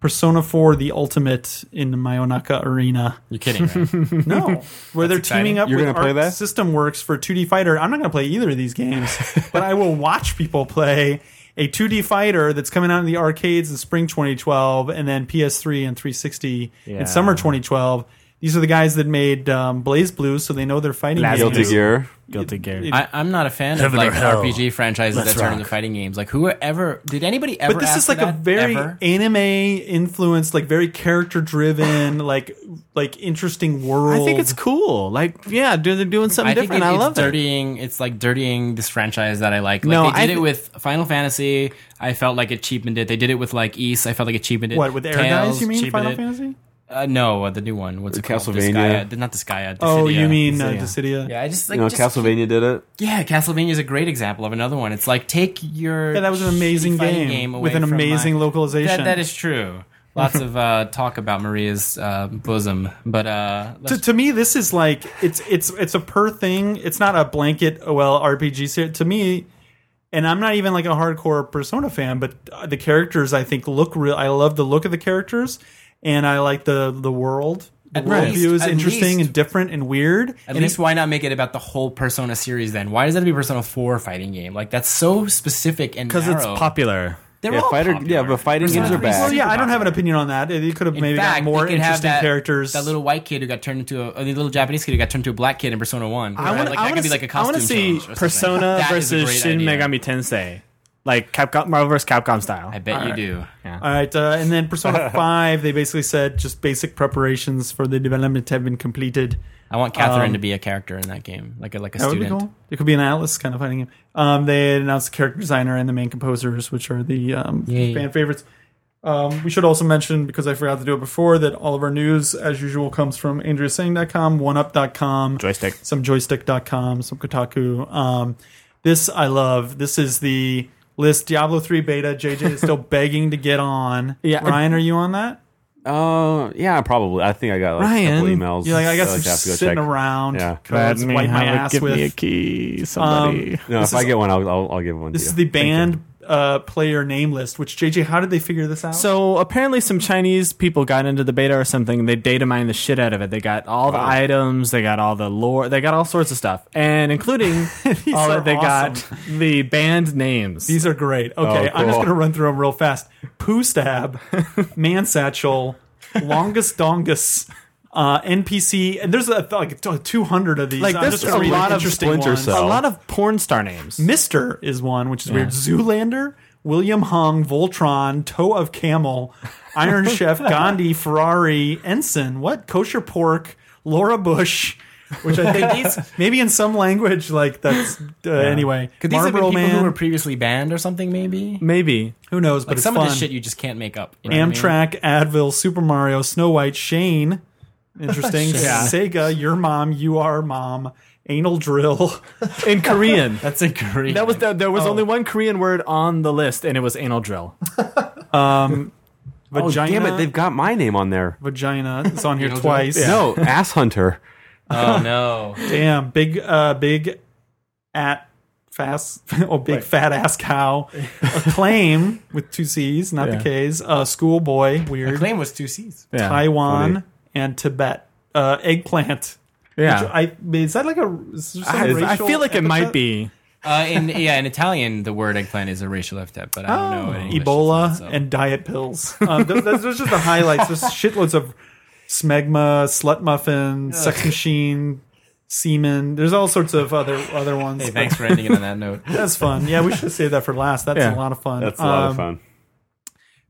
Speaker 6: Persona 4 The Ultimate in the Mayonaka Arena.
Speaker 4: You're kidding, right?
Speaker 6: No, where they're teaming
Speaker 4: exciting.
Speaker 6: up
Speaker 5: You're
Speaker 6: with
Speaker 5: gonna play
Speaker 6: Arc
Speaker 5: that?
Speaker 6: System Works for 2D Fighter. I'm not going to play either of these games, but I will watch people play a 2D Fighter that's coming out in the arcades in spring 2012, and then PS3 and 360
Speaker 3: Yeah.
Speaker 6: in summer 2012. These are the guys that made um, Blaze Blue, so they know they're fighting.
Speaker 3: Blazblue.
Speaker 6: games.
Speaker 5: Guilty Gear.
Speaker 3: Guilty Gear.
Speaker 6: it-
Speaker 4: I, I'm not a fan of like RPG franchises that turn into fighting games. Like whoever did anybody ever
Speaker 6: but this
Speaker 4: ask
Speaker 6: is
Speaker 4: for
Speaker 6: like a
Speaker 4: that?
Speaker 6: very
Speaker 4: Ever?
Speaker 6: anime influenced, like very character driven, like like interesting world.
Speaker 3: I think it's cool. Like, yeah, do- they're doing something
Speaker 4: I think
Speaker 3: different.
Speaker 4: it-
Speaker 3: I
Speaker 4: it's
Speaker 3: love it.
Speaker 4: dirtying. It's like dirtying this franchise that I like. Like
Speaker 3: No,
Speaker 4: they did
Speaker 3: I thi-
Speaker 4: it with Final Fantasy. I felt like it cheapened it. They did it with like East. I felt like it cheapened it.
Speaker 6: what with air
Speaker 4: Tails
Speaker 6: guys. You mean
Speaker 4: cheapened
Speaker 6: Final
Speaker 4: it.
Speaker 6: Fantasy?
Speaker 4: Uh, no, uh, the new one. What's it called?
Speaker 5: Castlevania.
Speaker 4: Disgaea. Not Disgaea.
Speaker 6: Oh, you
Speaker 4: Dissidia.
Speaker 6: mean uh,
Speaker 3: Dissidia.
Speaker 6: Dissidia?
Speaker 4: Yeah, I just like
Speaker 5: You know,
Speaker 4: just
Speaker 5: Castlevania did it.
Speaker 4: Yeah, Castlevania is a great example of another one. It's like take your
Speaker 6: Yeah, that was an amazing
Speaker 4: shitty fighting
Speaker 6: game,
Speaker 4: game away
Speaker 6: with an
Speaker 4: from
Speaker 6: amazing
Speaker 4: my-
Speaker 6: localization.
Speaker 4: That, that is true. Lots of uh, talk about Maria's uh, bosom, but uh,
Speaker 6: to,
Speaker 4: let's-
Speaker 6: to me, this is like it's it's it's a per thing. It's not a blanket oh, well RPG series. To me, and I'm not even like a hardcore Persona fan, but uh, the characters I think look real. I love the look of the characters, and I like the the world. The
Speaker 4: At
Speaker 6: world
Speaker 4: least-
Speaker 6: view is
Speaker 4: at
Speaker 6: interesting
Speaker 4: least-
Speaker 6: and different and weird.
Speaker 4: at
Speaker 6: and
Speaker 4: least why not make it about the whole Persona series then? Why does that have to be Persona Four fighting game? Like that's so specific and
Speaker 3: Because it's
Speaker 4: narrow.
Speaker 3: popular.
Speaker 4: They're
Speaker 5: Yeah,
Speaker 4: all
Speaker 5: fighter-
Speaker 4: popular.
Speaker 5: yeah, but fighting
Speaker 4: Persona
Speaker 5: games are
Speaker 4: 3 is
Speaker 5: bad.
Speaker 6: Well, yeah,
Speaker 4: super
Speaker 6: I don't have an
Speaker 4: popular.
Speaker 6: opinion on that. It could have
Speaker 4: In
Speaker 6: maybe
Speaker 4: fact,
Speaker 6: got more
Speaker 4: they could have
Speaker 6: interesting
Speaker 4: that,
Speaker 6: characters.
Speaker 4: That little white kid who got turned into a, a little Japanese kid who got turned into a black kid in Persona One.
Speaker 3: I want
Speaker 4: like, that
Speaker 3: to
Speaker 4: could be like a costume
Speaker 3: see
Speaker 4: challenge or something.
Speaker 3: Persona
Speaker 4: That is a
Speaker 3: versus
Speaker 4: great
Speaker 3: Shin
Speaker 4: idea.
Speaker 3: Megami Tensei, like Capcom Marvel versus Capcom style.
Speaker 4: I bet you do.
Speaker 6: All right, uh, and then Persona Five, they basically said just basic preparations for the development have been completed.
Speaker 4: I want Catherine
Speaker 6: Um,
Speaker 4: to be a character in that game, like a, like a
Speaker 6: That would be
Speaker 4: student.
Speaker 6: cool. It could be an Atlas kind of fighting game. Um, they announced the character designer and the main composers, which are the um,
Speaker 4: Yay.
Speaker 6: fan favorites. Um, we should also mention, because I forgot to do it before, that all of our news, as usual, comes from AndreaSing.com, OneUp.com,
Speaker 3: Joystick.
Speaker 6: some joystick.com, some Kotaku. Um, this I love. This is the list Diablo 3 beta. JJ is still begging to get on.
Speaker 3: Yeah.
Speaker 6: Ryan, are you on that?
Speaker 5: Uh, yeah, probably. I think I got like a couple
Speaker 3: Ryan,
Speaker 5: emails.
Speaker 6: You're like, I guess I'm
Speaker 5: that I have
Speaker 6: just
Speaker 5: to go
Speaker 6: sitting
Speaker 5: check.
Speaker 6: around.
Speaker 5: Yeah.
Speaker 6: Could I wipe my ass with.
Speaker 3: key, Um,
Speaker 6: somebody.
Speaker 5: No,
Speaker 6: This
Speaker 5: if I
Speaker 6: is-
Speaker 5: get one, I'll, I'll, I'll give one.
Speaker 6: This
Speaker 5: to
Speaker 6: is
Speaker 5: you.
Speaker 6: the band uh, player name list. Which JJ, how did they figure this out?
Speaker 3: So apparently, some Chinese people got into the beta or something. And they data mined the shit out of it. They got all the items. They got all the lore. They got all sorts of stuff, and including all
Speaker 6: are
Speaker 3: that they
Speaker 6: awesome.
Speaker 3: got the band names.
Speaker 6: these are great. Okay,
Speaker 5: Oh,
Speaker 6: I'm just
Speaker 5: cool.
Speaker 6: going to run through them real fast. Poo stab, man satchel, longest dongus. Uh, NPC and there's uh, like 200 of these.
Speaker 3: like
Speaker 6: I'm
Speaker 3: there's
Speaker 6: just
Speaker 3: a
Speaker 6: gonna read the
Speaker 3: lot of
Speaker 6: interesting
Speaker 5: Splinter
Speaker 6: ones.
Speaker 5: Cell.
Speaker 3: a lot of porn star names.
Speaker 6: Mister is one, which is weird. Zoolander, William Hung, Voltron, Toe of Camel, Iron Chef, Gandhi, Ferrari, Ensign, what? Kosher Pork, Laura Bush, which I think maybe in some language, like that's. Uh, Anyway,
Speaker 4: Could these
Speaker 6: Marlboro
Speaker 4: have been people
Speaker 6: Man,
Speaker 4: who were previously banned or something? Maybe
Speaker 3: Maybe
Speaker 6: who knows, but
Speaker 4: like
Speaker 6: it's
Speaker 4: some
Speaker 6: fun.
Speaker 4: of this shit you just can't make up. you know what I mean?
Speaker 6: Amtrak, Advil, Super Mario, Snow White, Shane. Interesting.
Speaker 3: Yeah.
Speaker 6: Sega, Your Mom, You Are Mom, Anal Drill.
Speaker 3: in Korean.
Speaker 4: That's a great.
Speaker 3: That was the, there was
Speaker 6: Oh.
Speaker 3: only one Korean word on the list, and it was anal drill.
Speaker 5: Oh,
Speaker 6: Vagina.
Speaker 5: damn it! They've got my name on there.
Speaker 6: Vagina. It's on here
Speaker 4: Anal Drill?
Speaker 6: twice.
Speaker 5: No, Ass Hunter.
Speaker 4: oh no.
Speaker 6: Damn, big, uh, big at fast or big fat ass cow, acclaim with two C's, not the K's, uh, schoolboy, weird,
Speaker 4: Claim was two C's.
Speaker 3: Yeah.
Speaker 6: Taiwan,
Speaker 5: Funny.
Speaker 6: and Tibet, uh, eggplant.
Speaker 3: Yeah.
Speaker 6: I is that like a? Is there some
Speaker 3: I,
Speaker 6: racial
Speaker 3: I feel like it might
Speaker 6: epithet?
Speaker 3: be.
Speaker 4: Uh, in yeah, in Italian, the word eggplant is a racial epithet, but I don't know. in English,
Speaker 6: Oh. Ebola
Speaker 4: it's not, so.
Speaker 6: and diet pills. Um, those, those are just the highlights. There's shitloads of smegma, slut muffin, sex machine, semen. There's all sorts of other other ones.
Speaker 4: Hey, thanks for ending it on that note.
Speaker 6: That's fun. Yeah, we should save that for last. That's
Speaker 3: Yeah.
Speaker 6: a lot of fun.
Speaker 5: That's a lot
Speaker 6: Um,
Speaker 5: of fun.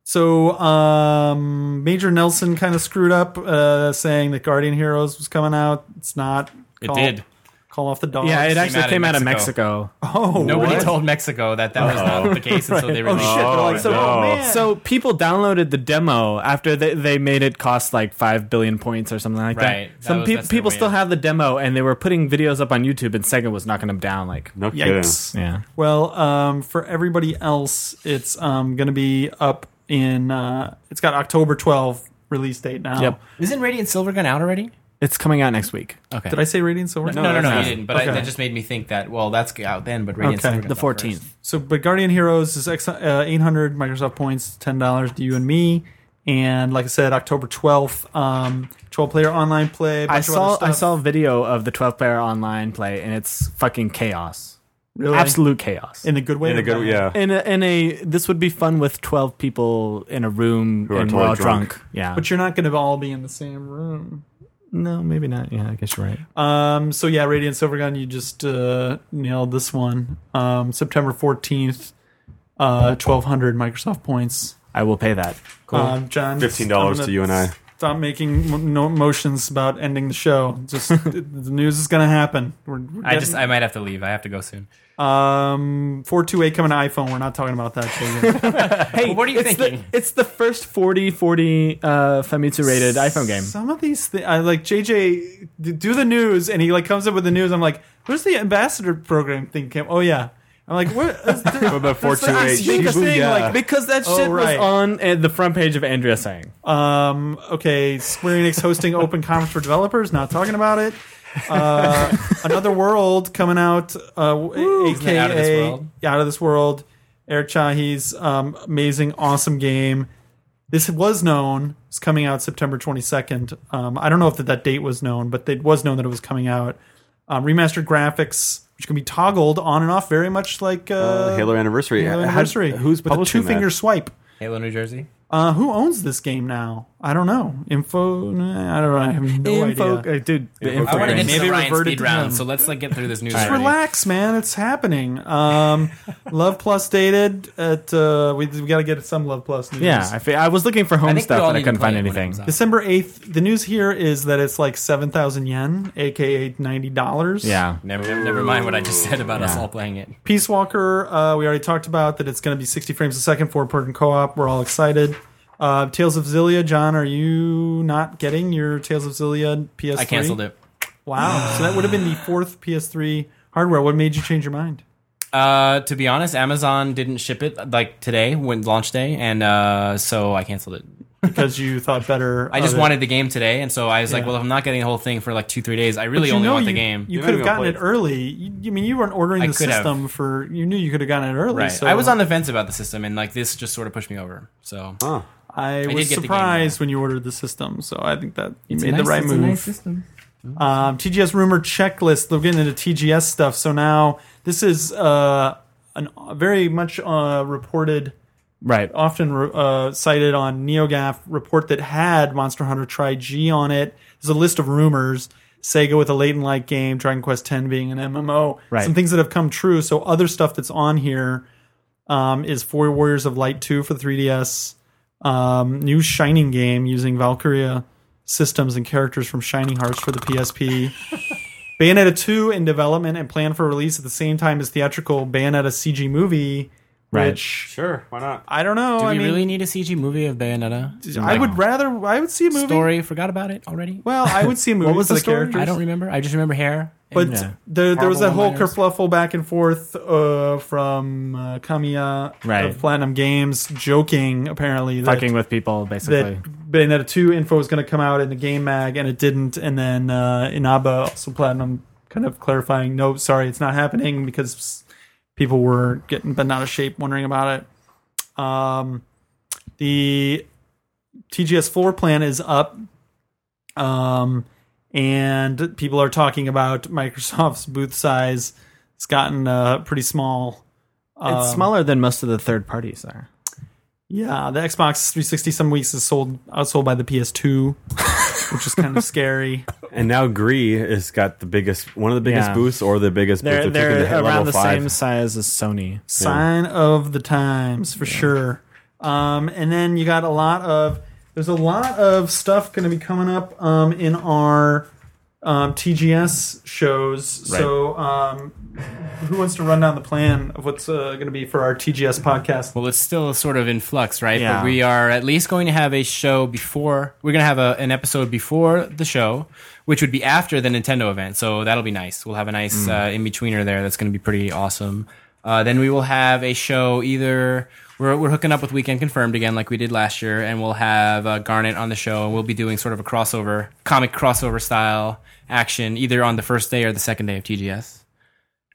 Speaker 6: So, um, Major Nelson kind of screwed up uh, saying that Guardian Heroes was coming out. It's not.
Speaker 4: It
Speaker 6: Call-
Speaker 4: did.
Speaker 6: Call off the dogs.
Speaker 3: Yeah, it actually
Speaker 4: out in
Speaker 3: came out of
Speaker 4: Mexico.
Speaker 3: Mexico.
Speaker 4: Nobody told Mexico that that was not the case, and so they
Speaker 6: Oh,
Speaker 4: released.
Speaker 6: shit. They're like, so,
Speaker 5: no.
Speaker 6: oh, man.
Speaker 3: So people downloaded the demo after they, they made it cost like five billion points or something like
Speaker 4: Right.
Speaker 3: that.
Speaker 4: That
Speaker 3: Some
Speaker 4: was-
Speaker 3: peop
Speaker 4: that's their
Speaker 3: people
Speaker 4: way
Speaker 3: still
Speaker 4: in.
Speaker 3: have the demo, and they were putting videos up on YouTube, and Sega was knocking them down. Like,
Speaker 5: No kidding.
Speaker 6: Yikes.
Speaker 3: Yeah.
Speaker 6: Well, um, for everybody else, it's um, going to be up in. Uh, it's got October 12 release date now.
Speaker 3: Yep.
Speaker 4: Isn't Radiant Silvergun out already?
Speaker 3: it's coming out next week.
Speaker 4: Okay.
Speaker 6: Did I say Radiant Silver?
Speaker 4: No, no, no,
Speaker 3: that's
Speaker 4: you
Speaker 3: not-
Speaker 4: didn't. But I,
Speaker 6: okay.
Speaker 4: that just made me think that. Well, that's out then, but Radiant
Speaker 6: Okay.
Speaker 4: Silvergun
Speaker 3: The
Speaker 4: out first.
Speaker 3: fourteenth.
Speaker 6: So, but Guardian Heroes is X, uh, 800 Microsoft points, $10 to you and me. And like I said, October 12th, um, 12 player online play. a bunch
Speaker 3: I
Speaker 6: of
Speaker 3: saw
Speaker 6: other
Speaker 3: I
Speaker 6: stuff.
Speaker 3: saw a video of the twelve player online play, and it's fucking chaos.
Speaker 6: Really?
Speaker 3: Absolute chaos.
Speaker 6: In the good way.
Speaker 5: In a good, yeah.
Speaker 3: in a, in a this would be fun with 12 people in a room
Speaker 5: are
Speaker 3: and
Speaker 5: totally
Speaker 3: we're all
Speaker 5: drunk.
Speaker 3: drunk. yeah
Speaker 6: But you're not going to all be in the same room.
Speaker 3: no maybe not yeah i guess you're right
Speaker 6: Um, so yeah, Radiant Silvergun, you just uh, nailed this one. Um, September fourteenth, uh, twelve hundred Microsoft points.
Speaker 3: i will pay that cool
Speaker 6: Um, John,
Speaker 5: $15
Speaker 6: I'm gonna
Speaker 5: to you and I.
Speaker 6: Stop making mo- no motions about ending the show. Just the news is going to happen. We're, we're
Speaker 4: I just I might have to leave. I have to go soon.
Speaker 6: um four two eight coming to iPhone. We're not talking about that. Shit yet.
Speaker 3: hey
Speaker 4: what are you
Speaker 3: it's
Speaker 4: thinking?
Speaker 3: the, it's the first 40 40 uh famitsu rated iphone game
Speaker 6: Some of these things, I like JJ d- do the news, and he like comes up with the news. I'm like, where's the ambassador program thing? Came? Oh yeah. I'm like, what? Is there, what
Speaker 5: about 428
Speaker 6: thing,
Speaker 5: Shibuya?
Speaker 6: like,
Speaker 3: because that
Speaker 6: Oh,
Speaker 3: shit
Speaker 6: right.
Speaker 3: was on uh, the front page of andrea saying
Speaker 6: Um, okay, Square Enix hosting open conference for developers. Not talking about it. Uh, Another World coming out, uh,
Speaker 4: Isn't it
Speaker 6: aka
Speaker 4: Out of This World?
Speaker 6: Out of This World. Eric Chahi's um, amazing, awesome game. This was known. It's coming out September 22nd. Um, I don't know if that, that date was known, but it was known that it was coming out. Um, remastered graphics, which can be toggled on and off, very much like uh,
Speaker 5: Uh, Halo Anniversary.
Speaker 6: Halo
Speaker 5: How-
Speaker 6: Anniversary.
Speaker 5: who's
Speaker 6: with a
Speaker 5: publishing
Speaker 6: two finger
Speaker 5: that?
Speaker 6: swipe?
Speaker 4: Halo, New Jersey.
Speaker 6: Uh, who owns this game now? I don't know. Info? nah, I don't know. I have no
Speaker 3: info
Speaker 6: idea.
Speaker 3: uh, dude the info
Speaker 4: I want to
Speaker 3: game.
Speaker 4: get to
Speaker 6: Maybe
Speaker 4: the Ryan
Speaker 6: revert it
Speaker 4: speed
Speaker 6: to
Speaker 4: round,
Speaker 6: him.
Speaker 4: so let's like get through this news.
Speaker 6: Just
Speaker 4: already.
Speaker 6: relax, man. It's happening. Um, Love Plus dated at uh, we, we got to get some Love Plus news.
Speaker 3: yeah I, fe- I was looking for
Speaker 4: I
Speaker 3: home
Speaker 4: think we all
Speaker 3: stuff and
Speaker 4: need
Speaker 3: i
Speaker 4: to
Speaker 3: couldn't
Speaker 4: play
Speaker 3: find
Speaker 4: it when it
Speaker 3: anything
Speaker 4: comes out.
Speaker 6: December eighth. The news here is that it's like seven thousand yen, aka ninety dollars.
Speaker 3: yeah
Speaker 4: Never, never, never mind what I just said about us
Speaker 3: Yeah.
Speaker 4: all playing it.
Speaker 6: Peace Walker. Uh, we already talked about that. It's going to be sixty frames a second, four person co op. We're all excited. Uh, Tales of Zillia. John, are you not getting your Tales of Zillia PS?
Speaker 4: I canceled it.
Speaker 6: Wow. so that would have been the fourth PS3 hardware. What made you change your mind?
Speaker 4: Uh, to be honest, Amazon didn't ship it like today when launch day, and uh, so I canceled it.
Speaker 6: Because you thought better.
Speaker 4: I just
Speaker 6: of it.
Speaker 4: wanted the game today, and so I was like,
Speaker 6: Oh, Yeah.
Speaker 4: well, if I'm not getting the whole thing for like two, three days, I
Speaker 6: But
Speaker 4: really
Speaker 6: you
Speaker 4: only
Speaker 6: know
Speaker 4: want the
Speaker 6: you-
Speaker 4: game.
Speaker 6: You
Speaker 5: You're
Speaker 6: could have
Speaker 5: not
Speaker 6: gotten
Speaker 5: even
Speaker 6: it
Speaker 5: gonna
Speaker 6: early. You, you- I mean, you weren't ordering
Speaker 4: I
Speaker 6: the
Speaker 4: could have.
Speaker 6: system for. You knew you could have gotten it early.
Speaker 4: Right.
Speaker 6: So
Speaker 4: I was on the fence about the system, and like this just sort of pushed me over. So
Speaker 6: I
Speaker 4: did
Speaker 6: was
Speaker 4: get the game,
Speaker 6: surprised when you ordered the system. So I think that you made
Speaker 4: nice-
Speaker 6: the right
Speaker 4: it's a
Speaker 6: move.
Speaker 4: nice system.
Speaker 6: Um, TGS rumor checklist. We're getting into TGS stuff. So now this is uh, an very much uh, reported.
Speaker 3: right
Speaker 6: often re- uh, cited on NeoGAF report that had Monster Hunter Tri G on it. There's a list of rumors. Sega with a late and light game, Dragon Quest X being an MMO.
Speaker 3: Right.
Speaker 6: Some things that have come true. So other stuff that's on here um, is Four Warriors of Light 2 for the 3DS, um, new Shining game using Valkyria systems and characters from Shining Hearts for the PSP. Bayonetta 2 in development and planned for release at the same time as theatrical Bayonetta CG movie,
Speaker 3: Right.
Speaker 6: which
Speaker 5: Sure, why not?
Speaker 6: I don't know.
Speaker 4: Do
Speaker 6: I
Speaker 4: we
Speaker 6: mean,
Speaker 4: really need a CG movie of Bayonetta?
Speaker 6: I would rather. I would see a movie.
Speaker 4: Story forgot about it already.
Speaker 6: Well, I would see a movie.
Speaker 3: was
Speaker 6: for
Speaker 3: the story?
Speaker 6: characters?
Speaker 4: I don't remember. I just remember hair.
Speaker 6: But
Speaker 3: Yeah.
Speaker 6: there, there was that whole
Speaker 4: Horrible one-liners.
Speaker 6: kerfluffle back and forth uh, from uh, Kamiya
Speaker 3: Right.
Speaker 6: of Platinum Games joking apparently that
Speaker 3: fucking with people basically
Speaker 6: that Bayonetta two info was going to come out in the game mag and it didn't, and then uh, Inaba also Platinum kind of clarifying, no, sorry, it's not happening because people were getting bent out of shape wondering about it. Um, the TGS floor plan is up, um, and people are talking about Microsoft's booth size. It's gotten uh, pretty small.
Speaker 3: it's smaller than most of the third parties are.
Speaker 6: Yeah, the Xbox 360 some weeks is sold outsold by the PS2, which is kind of scary.
Speaker 5: And now Gree has got the biggest, one of the biggest
Speaker 3: Yeah.
Speaker 5: booths or the biggest
Speaker 3: They're
Speaker 5: booth.
Speaker 3: they're
Speaker 5: taking the level
Speaker 3: around the
Speaker 5: five.
Speaker 3: same size as Sony.
Speaker 6: Sign of the times for sure. Um, and then you got a lot of there's a lot of stuff going to be coming up um, in our um, TGS shows. So um, who wants to run down the plan of what's uh, going to be for our TGS podcast?
Speaker 4: Well, it's still sort of in flux, right?
Speaker 3: Yeah.
Speaker 4: But we are at least going to have a show before. We're going to have a, an episode before the show, which would be after the Nintendo event. So that'll be nice. We'll have a nice uh, in betweener there. That's going to be pretty awesome. Uh, then we will have a show either. We're, we're hooking up with Weekend Confirmed again, like we did last year, and we'll have uh, Garnet on the show, and we'll be doing sort of a crossover, comic crossover style action, either on the first day or the second day of TGS.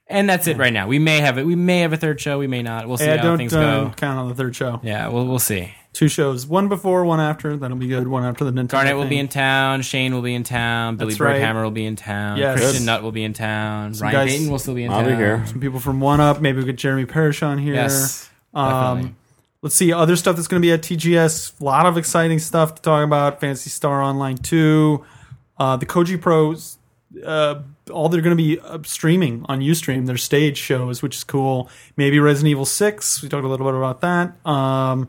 Speaker 4: And that's it right now. We may have it. We may have a third show. We may not. We'll see
Speaker 6: Yeah,
Speaker 4: how
Speaker 6: don't
Speaker 4: things
Speaker 6: uh,
Speaker 4: go.
Speaker 6: count on the third show.
Speaker 4: Yeah, we'll we'll see.
Speaker 6: Two shows, one before, one after. That'll be good. One after the Nintendo.
Speaker 4: Garnet will be
Speaker 6: thing.
Speaker 4: in town. Shane will be in town. Billy
Speaker 6: That's right.
Speaker 4: Berghammer will be in town.
Speaker 6: Yes.
Speaker 4: Christian
Speaker 6: Good.
Speaker 4: Nutt will be in town. Ryan
Speaker 6: guys-
Speaker 4: Payton will still be in
Speaker 5: I'll
Speaker 4: town.
Speaker 5: be here.
Speaker 6: some people from One Up. Maybe we get Jeremy Parrish on here.
Speaker 4: Yes, definitely.
Speaker 6: Um, let's see other stuff that's going to be at TGS. A lot of exciting stuff to talk about. Fantasy Star Online Two, uh, the Koji Pros. Uh, all they're going to be uh, streaming on UStream their stage shows, which is cool. Maybe Resident Evil Six. We talked a little bit about that. Um,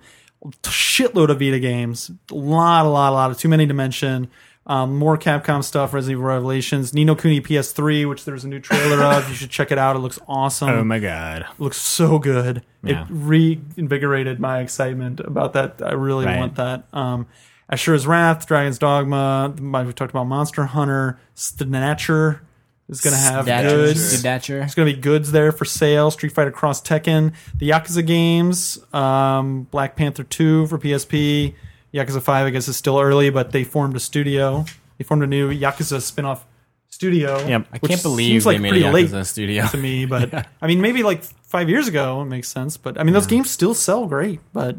Speaker 6: shitload of Vita games. A lot, a lot, a lot of too many to mention. Um, more Capcom stuff, Resident Evil Revelations, Nino Kuni PS3, which there's a new trailer of. You should check it out. It looks awesome
Speaker 3: Oh my god!
Speaker 6: looks so good.
Speaker 3: Yeah.
Speaker 6: It reinvigorated my excitement about that. I really
Speaker 3: Right.
Speaker 6: want that. Um, Ashura's Wrath, Dragon's Dogma. my- We talked about Monster Hunter. Snatcher is going to have goods.
Speaker 4: Datcher.
Speaker 6: There's going to be goods there for sale. Street Fighter Cross Tekken, the Yakuza games, um, Black Panther 2 for PSP. Yakuza 5, I guess, is still early, but they formed a studio. They formed a new Yakuza spin off studio.
Speaker 3: Yep. I
Speaker 4: I
Speaker 6: which
Speaker 4: can't believe
Speaker 6: seems
Speaker 4: they
Speaker 6: like
Speaker 4: made
Speaker 6: pretty
Speaker 4: a
Speaker 6: late
Speaker 4: Yakuza studio.
Speaker 6: to me, but I mean, maybe like five years ago, it makes sense. But I mean, those games still sell great. But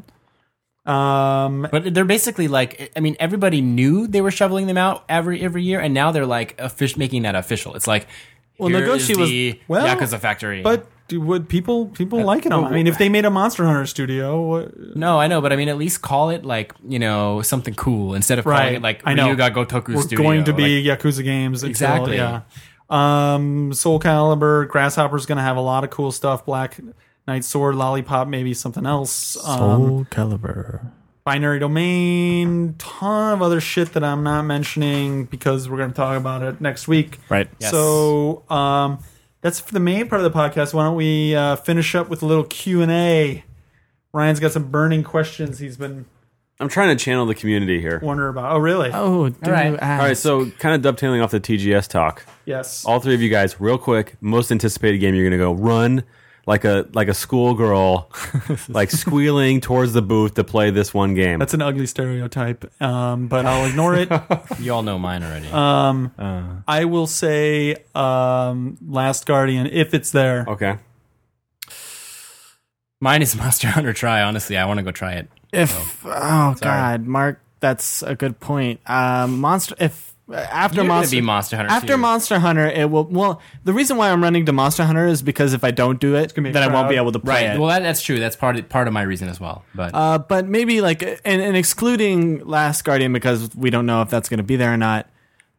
Speaker 6: um,
Speaker 4: But they're basically like, I mean, everybody knew they were shoveling them out every every year, and now they're like offic- making that official. It's like, well, here
Speaker 3: Nagoshi
Speaker 4: is
Speaker 3: was-
Speaker 4: the
Speaker 6: well,
Speaker 4: Yakuza factory.
Speaker 6: but do- would people people
Speaker 4: Uh,
Speaker 6: like it? I mean, if they made a Monster Hunter studio, what,
Speaker 4: no, I know, but I mean, at least call it like you know something cool instead of calling
Speaker 6: Right.
Speaker 4: it like
Speaker 6: I know.
Speaker 4: Ryuga Gotoku
Speaker 6: we're
Speaker 4: Studio.
Speaker 6: going to
Speaker 4: Like,
Speaker 6: be Yakuza games. until-
Speaker 4: Exactly.
Speaker 6: yeah. Um, Soul Calibur, Grasshopper's going to have a lot of cool stuff. Black Knight Sword, Lollipop, maybe something else. Um,
Speaker 3: Caliber.
Speaker 6: binary domain, ton of other shit that I'm not mentioning because we're going to talk about it next week.
Speaker 3: Right.
Speaker 4: Yes.
Speaker 6: So um, that's for the main part of the podcast. Why don't we uh, finish up with a little Q and A? Ryan's got some burning questions he's been
Speaker 5: I'm trying to channel the community here.
Speaker 6: wondering about. Oh, really?
Speaker 3: Oh, do
Speaker 4: All right.
Speaker 3: you
Speaker 5: All right,
Speaker 3: ask?
Speaker 5: so kind of dovetailing off the TGS talk.
Speaker 6: Yes.
Speaker 5: all three of you guys real quick most anticipated game you're gonna go run like a like a schoolgirl like squealing towards the booth to play this one game
Speaker 6: that's an ugly stereotype, um, but I'll ignore it.
Speaker 4: You all know mine already. Uh,
Speaker 6: I will say um, Last Guardian if it's there.
Speaker 5: okay
Speaker 4: Mine is Monster Hunter Try. Honestly, I want to go try it.
Speaker 3: If oh god, Mark, that's a good point. Um, monster. If after
Speaker 4: You're gonna
Speaker 3: monster
Speaker 4: be Monster Hunter
Speaker 3: After
Speaker 4: too.
Speaker 3: Monster Hunter, it will. Well, the reason why I'm running to Monster Hunter is because if I don't do it,
Speaker 6: gonna be
Speaker 3: then
Speaker 6: a
Speaker 3: I won't be
Speaker 6: crowd.
Speaker 3: able to play it.
Speaker 4: Well, that, that's true. That's part of, part of my reason as well. But
Speaker 3: Uh, but maybe like and, and excluding Last Guardian because we don't know if that's going to be there or not.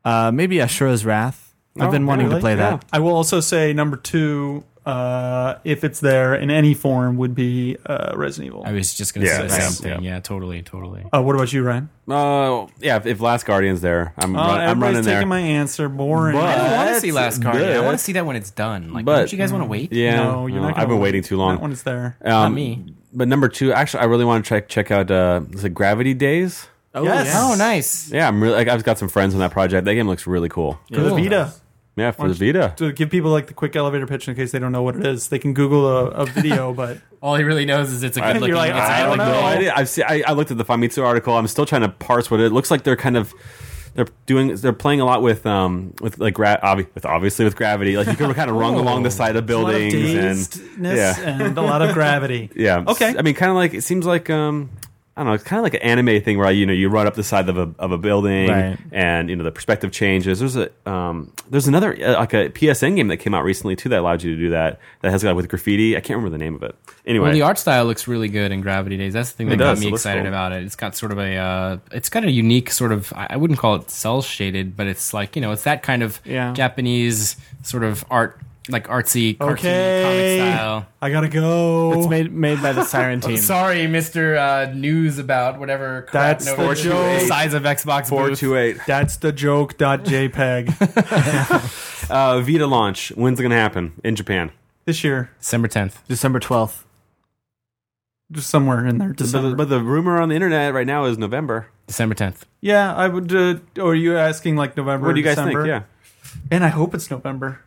Speaker 3: Uh, maybe Ashura's Wrath. I've been wanting
Speaker 6: Oh, really?
Speaker 3: to play
Speaker 5: Yeah.
Speaker 3: that.
Speaker 6: I will also say number two, uh, if it's there in any form, would be uh, Resident Evil.
Speaker 4: I was just going to
Speaker 5: Yeah,
Speaker 4: say
Speaker 5: that's-
Speaker 4: something. Yeah, totally, totally.
Speaker 6: Uh, what about you, Ryan?
Speaker 5: uh, yeah if, if last guardian's there i'm,
Speaker 6: Uh,
Speaker 5: run, I'm
Speaker 6: everybody's
Speaker 5: running
Speaker 6: taking
Speaker 5: there
Speaker 6: my answer. Boring.
Speaker 5: But-
Speaker 4: I don't want to
Speaker 5: That's
Speaker 4: see Last Guardian. I want
Speaker 5: good.
Speaker 4: to see that when it's done. Like,
Speaker 5: But-
Speaker 4: don't you guys want to wait?
Speaker 5: yeah
Speaker 6: no, you're not. Gonna
Speaker 5: i've been
Speaker 6: wait.
Speaker 5: waiting too long
Speaker 6: Not when it's there.
Speaker 5: um,
Speaker 4: Not me.
Speaker 5: but number two actually i really want to check check out uh is it gravity days
Speaker 3: Oh,
Speaker 6: Yes.
Speaker 3: yeah.
Speaker 4: Oh, nice.
Speaker 5: yeah i'm really like, i've got some friends on that project that game looks really cool
Speaker 6: For the
Speaker 4: Cool.
Speaker 6: Vita.
Speaker 5: yeah for the vita
Speaker 6: To give people like the quick elevator pitch in case they don't know what it is, they can Google a, a video. But
Speaker 4: All he really knows is it's a good looking.
Speaker 6: You're like,
Speaker 4: it's a
Speaker 6: I don't
Speaker 4: good looking
Speaker 6: know.
Speaker 5: I, did- I've seen, I, I looked at the Famitsu article. I'm still trying to parse what it looks like. They're kind of they're doing they're playing a lot with um with like gra- obvi- with obviously with gravity. Like you can kind of rung along the side of
Speaker 6: A lot of
Speaker 5: buildings and
Speaker 6: dazedness and a lot of gravity.
Speaker 5: yeah.
Speaker 6: Okay.
Speaker 5: I mean, kind of like it seems like um, I don't know. It's kind of like an anime thing where you know you run up the side of a of a building
Speaker 3: Right.
Speaker 5: and you know the perspective changes. There's a um, there's another uh, like a PSN game that came out recently too that allowed you to do that. That has got with graffiti. I can't remember the name of it. Anyway,
Speaker 4: Well, the art style looks really good in Gravity Days. That's the thing that got
Speaker 5: does. It
Speaker 4: me
Speaker 5: looks
Speaker 4: excited
Speaker 5: cool.
Speaker 4: about it. It's got sort of a, uh, it's got a unique sort of. I I wouldn't call it cell shaded, but it's like you know, it's that kind of
Speaker 6: Yeah.
Speaker 4: Japanese sort of art, like artsy, cartoon
Speaker 6: Okay.
Speaker 4: comic style.
Speaker 6: I gotta go.
Speaker 3: It's made made by the Siren team.
Speaker 4: Sorry, Mister uh, News about whatever. crap
Speaker 6: That's
Speaker 4: no-
Speaker 6: the joke.
Speaker 4: size of Xbox
Speaker 5: four
Speaker 4: booth.
Speaker 5: two eight
Speaker 6: That's the joke. Dot E JPEG
Speaker 5: uh, Vita launch. When's it gonna happen in Japan?
Speaker 6: this year,
Speaker 4: December tenth.
Speaker 3: December twelfth.
Speaker 6: just somewhere in there.
Speaker 5: But the,
Speaker 6: December.
Speaker 5: but the rumor on the internet right now is November.
Speaker 4: December tenth.
Speaker 6: yeah, I would. Uh, or are you asking like November?
Speaker 5: What do you guys
Speaker 6: December?
Speaker 5: think? Yeah.
Speaker 6: And I hope it's November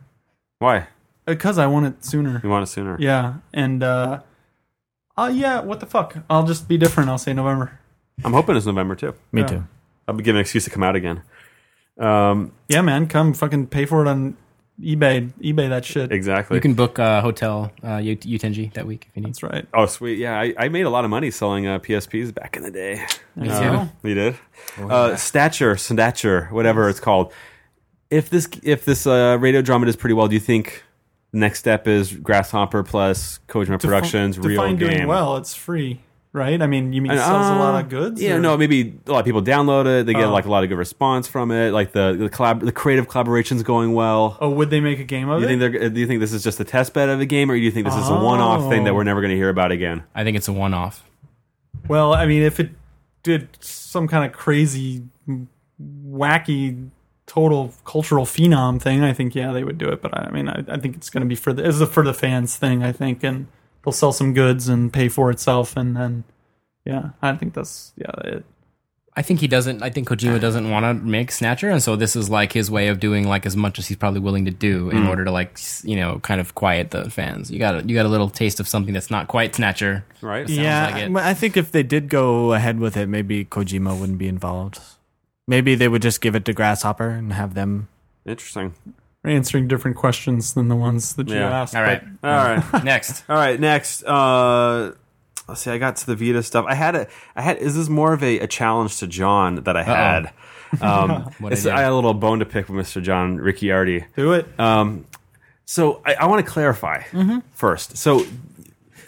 Speaker 5: Why?
Speaker 6: because I want it sooner.
Speaker 5: You want it sooner?
Speaker 6: Yeah, and uh, uh, yeah. What the fuck? I'll just be different. I'll say November.
Speaker 5: I'm hoping it's November too.
Speaker 3: Me
Speaker 6: Yeah.
Speaker 3: too.
Speaker 5: I'll be given an excuse to come out again. Um,
Speaker 6: Yeah, man, come fucking pay for it on eBay. eBay that shit.
Speaker 5: exactly.
Speaker 4: You can book uh, hotel uh, U- Utenji that week if you need.
Speaker 6: That's right.
Speaker 5: Oh, sweet. Yeah, I, I made a lot of money selling uh, PSPs back in the day.
Speaker 6: There you
Speaker 5: Uh,
Speaker 6: go.
Speaker 5: you did?
Speaker 6: Oh,
Speaker 5: Uh, stature, stature, whatever it's called. If this if this uh, radio drama does pretty well, do you think the next step is Grasshopper plus Kojima Productions,
Speaker 6: Defi-
Speaker 5: real
Speaker 6: define
Speaker 5: game?
Speaker 6: doing well. It's free, right? I mean, you mean it
Speaker 5: And,
Speaker 6: sells a
Speaker 5: uh,
Speaker 6: lot of goods?
Speaker 5: Yeah,
Speaker 6: or-
Speaker 5: no, maybe a lot of people download it. They get
Speaker 6: Oh.
Speaker 5: like a lot of good response from it. Like the the collab, the creative collaboration's going well.
Speaker 6: Oh, would they make a game of
Speaker 5: Do you
Speaker 6: it?
Speaker 5: think they're, do you think this is just a test bed of a game, or do you think this is a one off thing that
Speaker 6: Oh.
Speaker 5: we're never going to hear about again?
Speaker 4: I think it's a one off.
Speaker 6: Well, I mean, if it did some kind of crazy, wacky, total cultural phenom thing, I think yeah, they would do it. But I, I mean, I, I think it's going to be for the it's a for the fans thing. I think, and they'll sell some goods and pay for itself, and then yeah, I think that's yeah. It,
Speaker 4: I think he doesn't. I think Kojima doesn't want to make Snatcher, and so this is like his way of doing like as much as he's probably willing to do
Speaker 6: Mm.
Speaker 4: in order to like s- you know kind of quiet the fans. You got a, you got a little taste of something that's not quite Snatcher.
Speaker 5: Right?
Speaker 3: yeah,
Speaker 4: like it.
Speaker 3: but I think if they did go ahead with it, maybe Kojima wouldn't be involved. Maybe they would just give it to Grasshopper and have them.
Speaker 5: Interesting.
Speaker 6: we're answering different questions than the ones that you
Speaker 5: Yeah.
Speaker 6: asked.
Speaker 4: All right,
Speaker 5: All right.
Speaker 4: next.
Speaker 5: All right, next. Uh, let's see. I got to the Vita stuff. I had a. I had. Is this more of a, a challenge to John that I had? Um, it's-
Speaker 4: I do?
Speaker 5: I had a little bone to pick with Mr. John Ricciardi.
Speaker 6: but do it.
Speaker 5: So I, I want to clarify
Speaker 4: Mm-hmm.
Speaker 5: first. So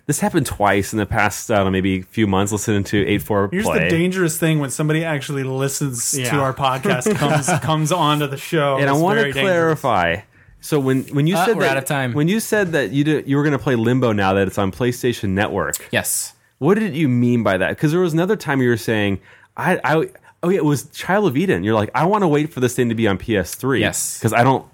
Speaker 5: this happened twice in the past, I don't know, maybe few months. Listening to eight four
Speaker 6: Here's
Speaker 5: play.
Speaker 6: the dangerous thing when somebody actually listens
Speaker 3: Yeah.
Speaker 6: to our podcast comes comes onto the show,
Speaker 5: and I
Speaker 6: it's
Speaker 5: want to
Speaker 6: very dangerous.
Speaker 5: clarify. So when when you
Speaker 4: Uh,
Speaker 5: said
Speaker 4: we're
Speaker 5: that,
Speaker 4: out of time.
Speaker 5: when you said that you did, you were going to play Limbo now that it's on PlayStation Network.
Speaker 4: Yes,
Speaker 5: What did you mean by that? Because there was another time you were saying, I, I, oh yeah, it was Child of Eden. You're like, I want to wait for this thing to be on PS3.
Speaker 4: Yes.
Speaker 5: because I don't.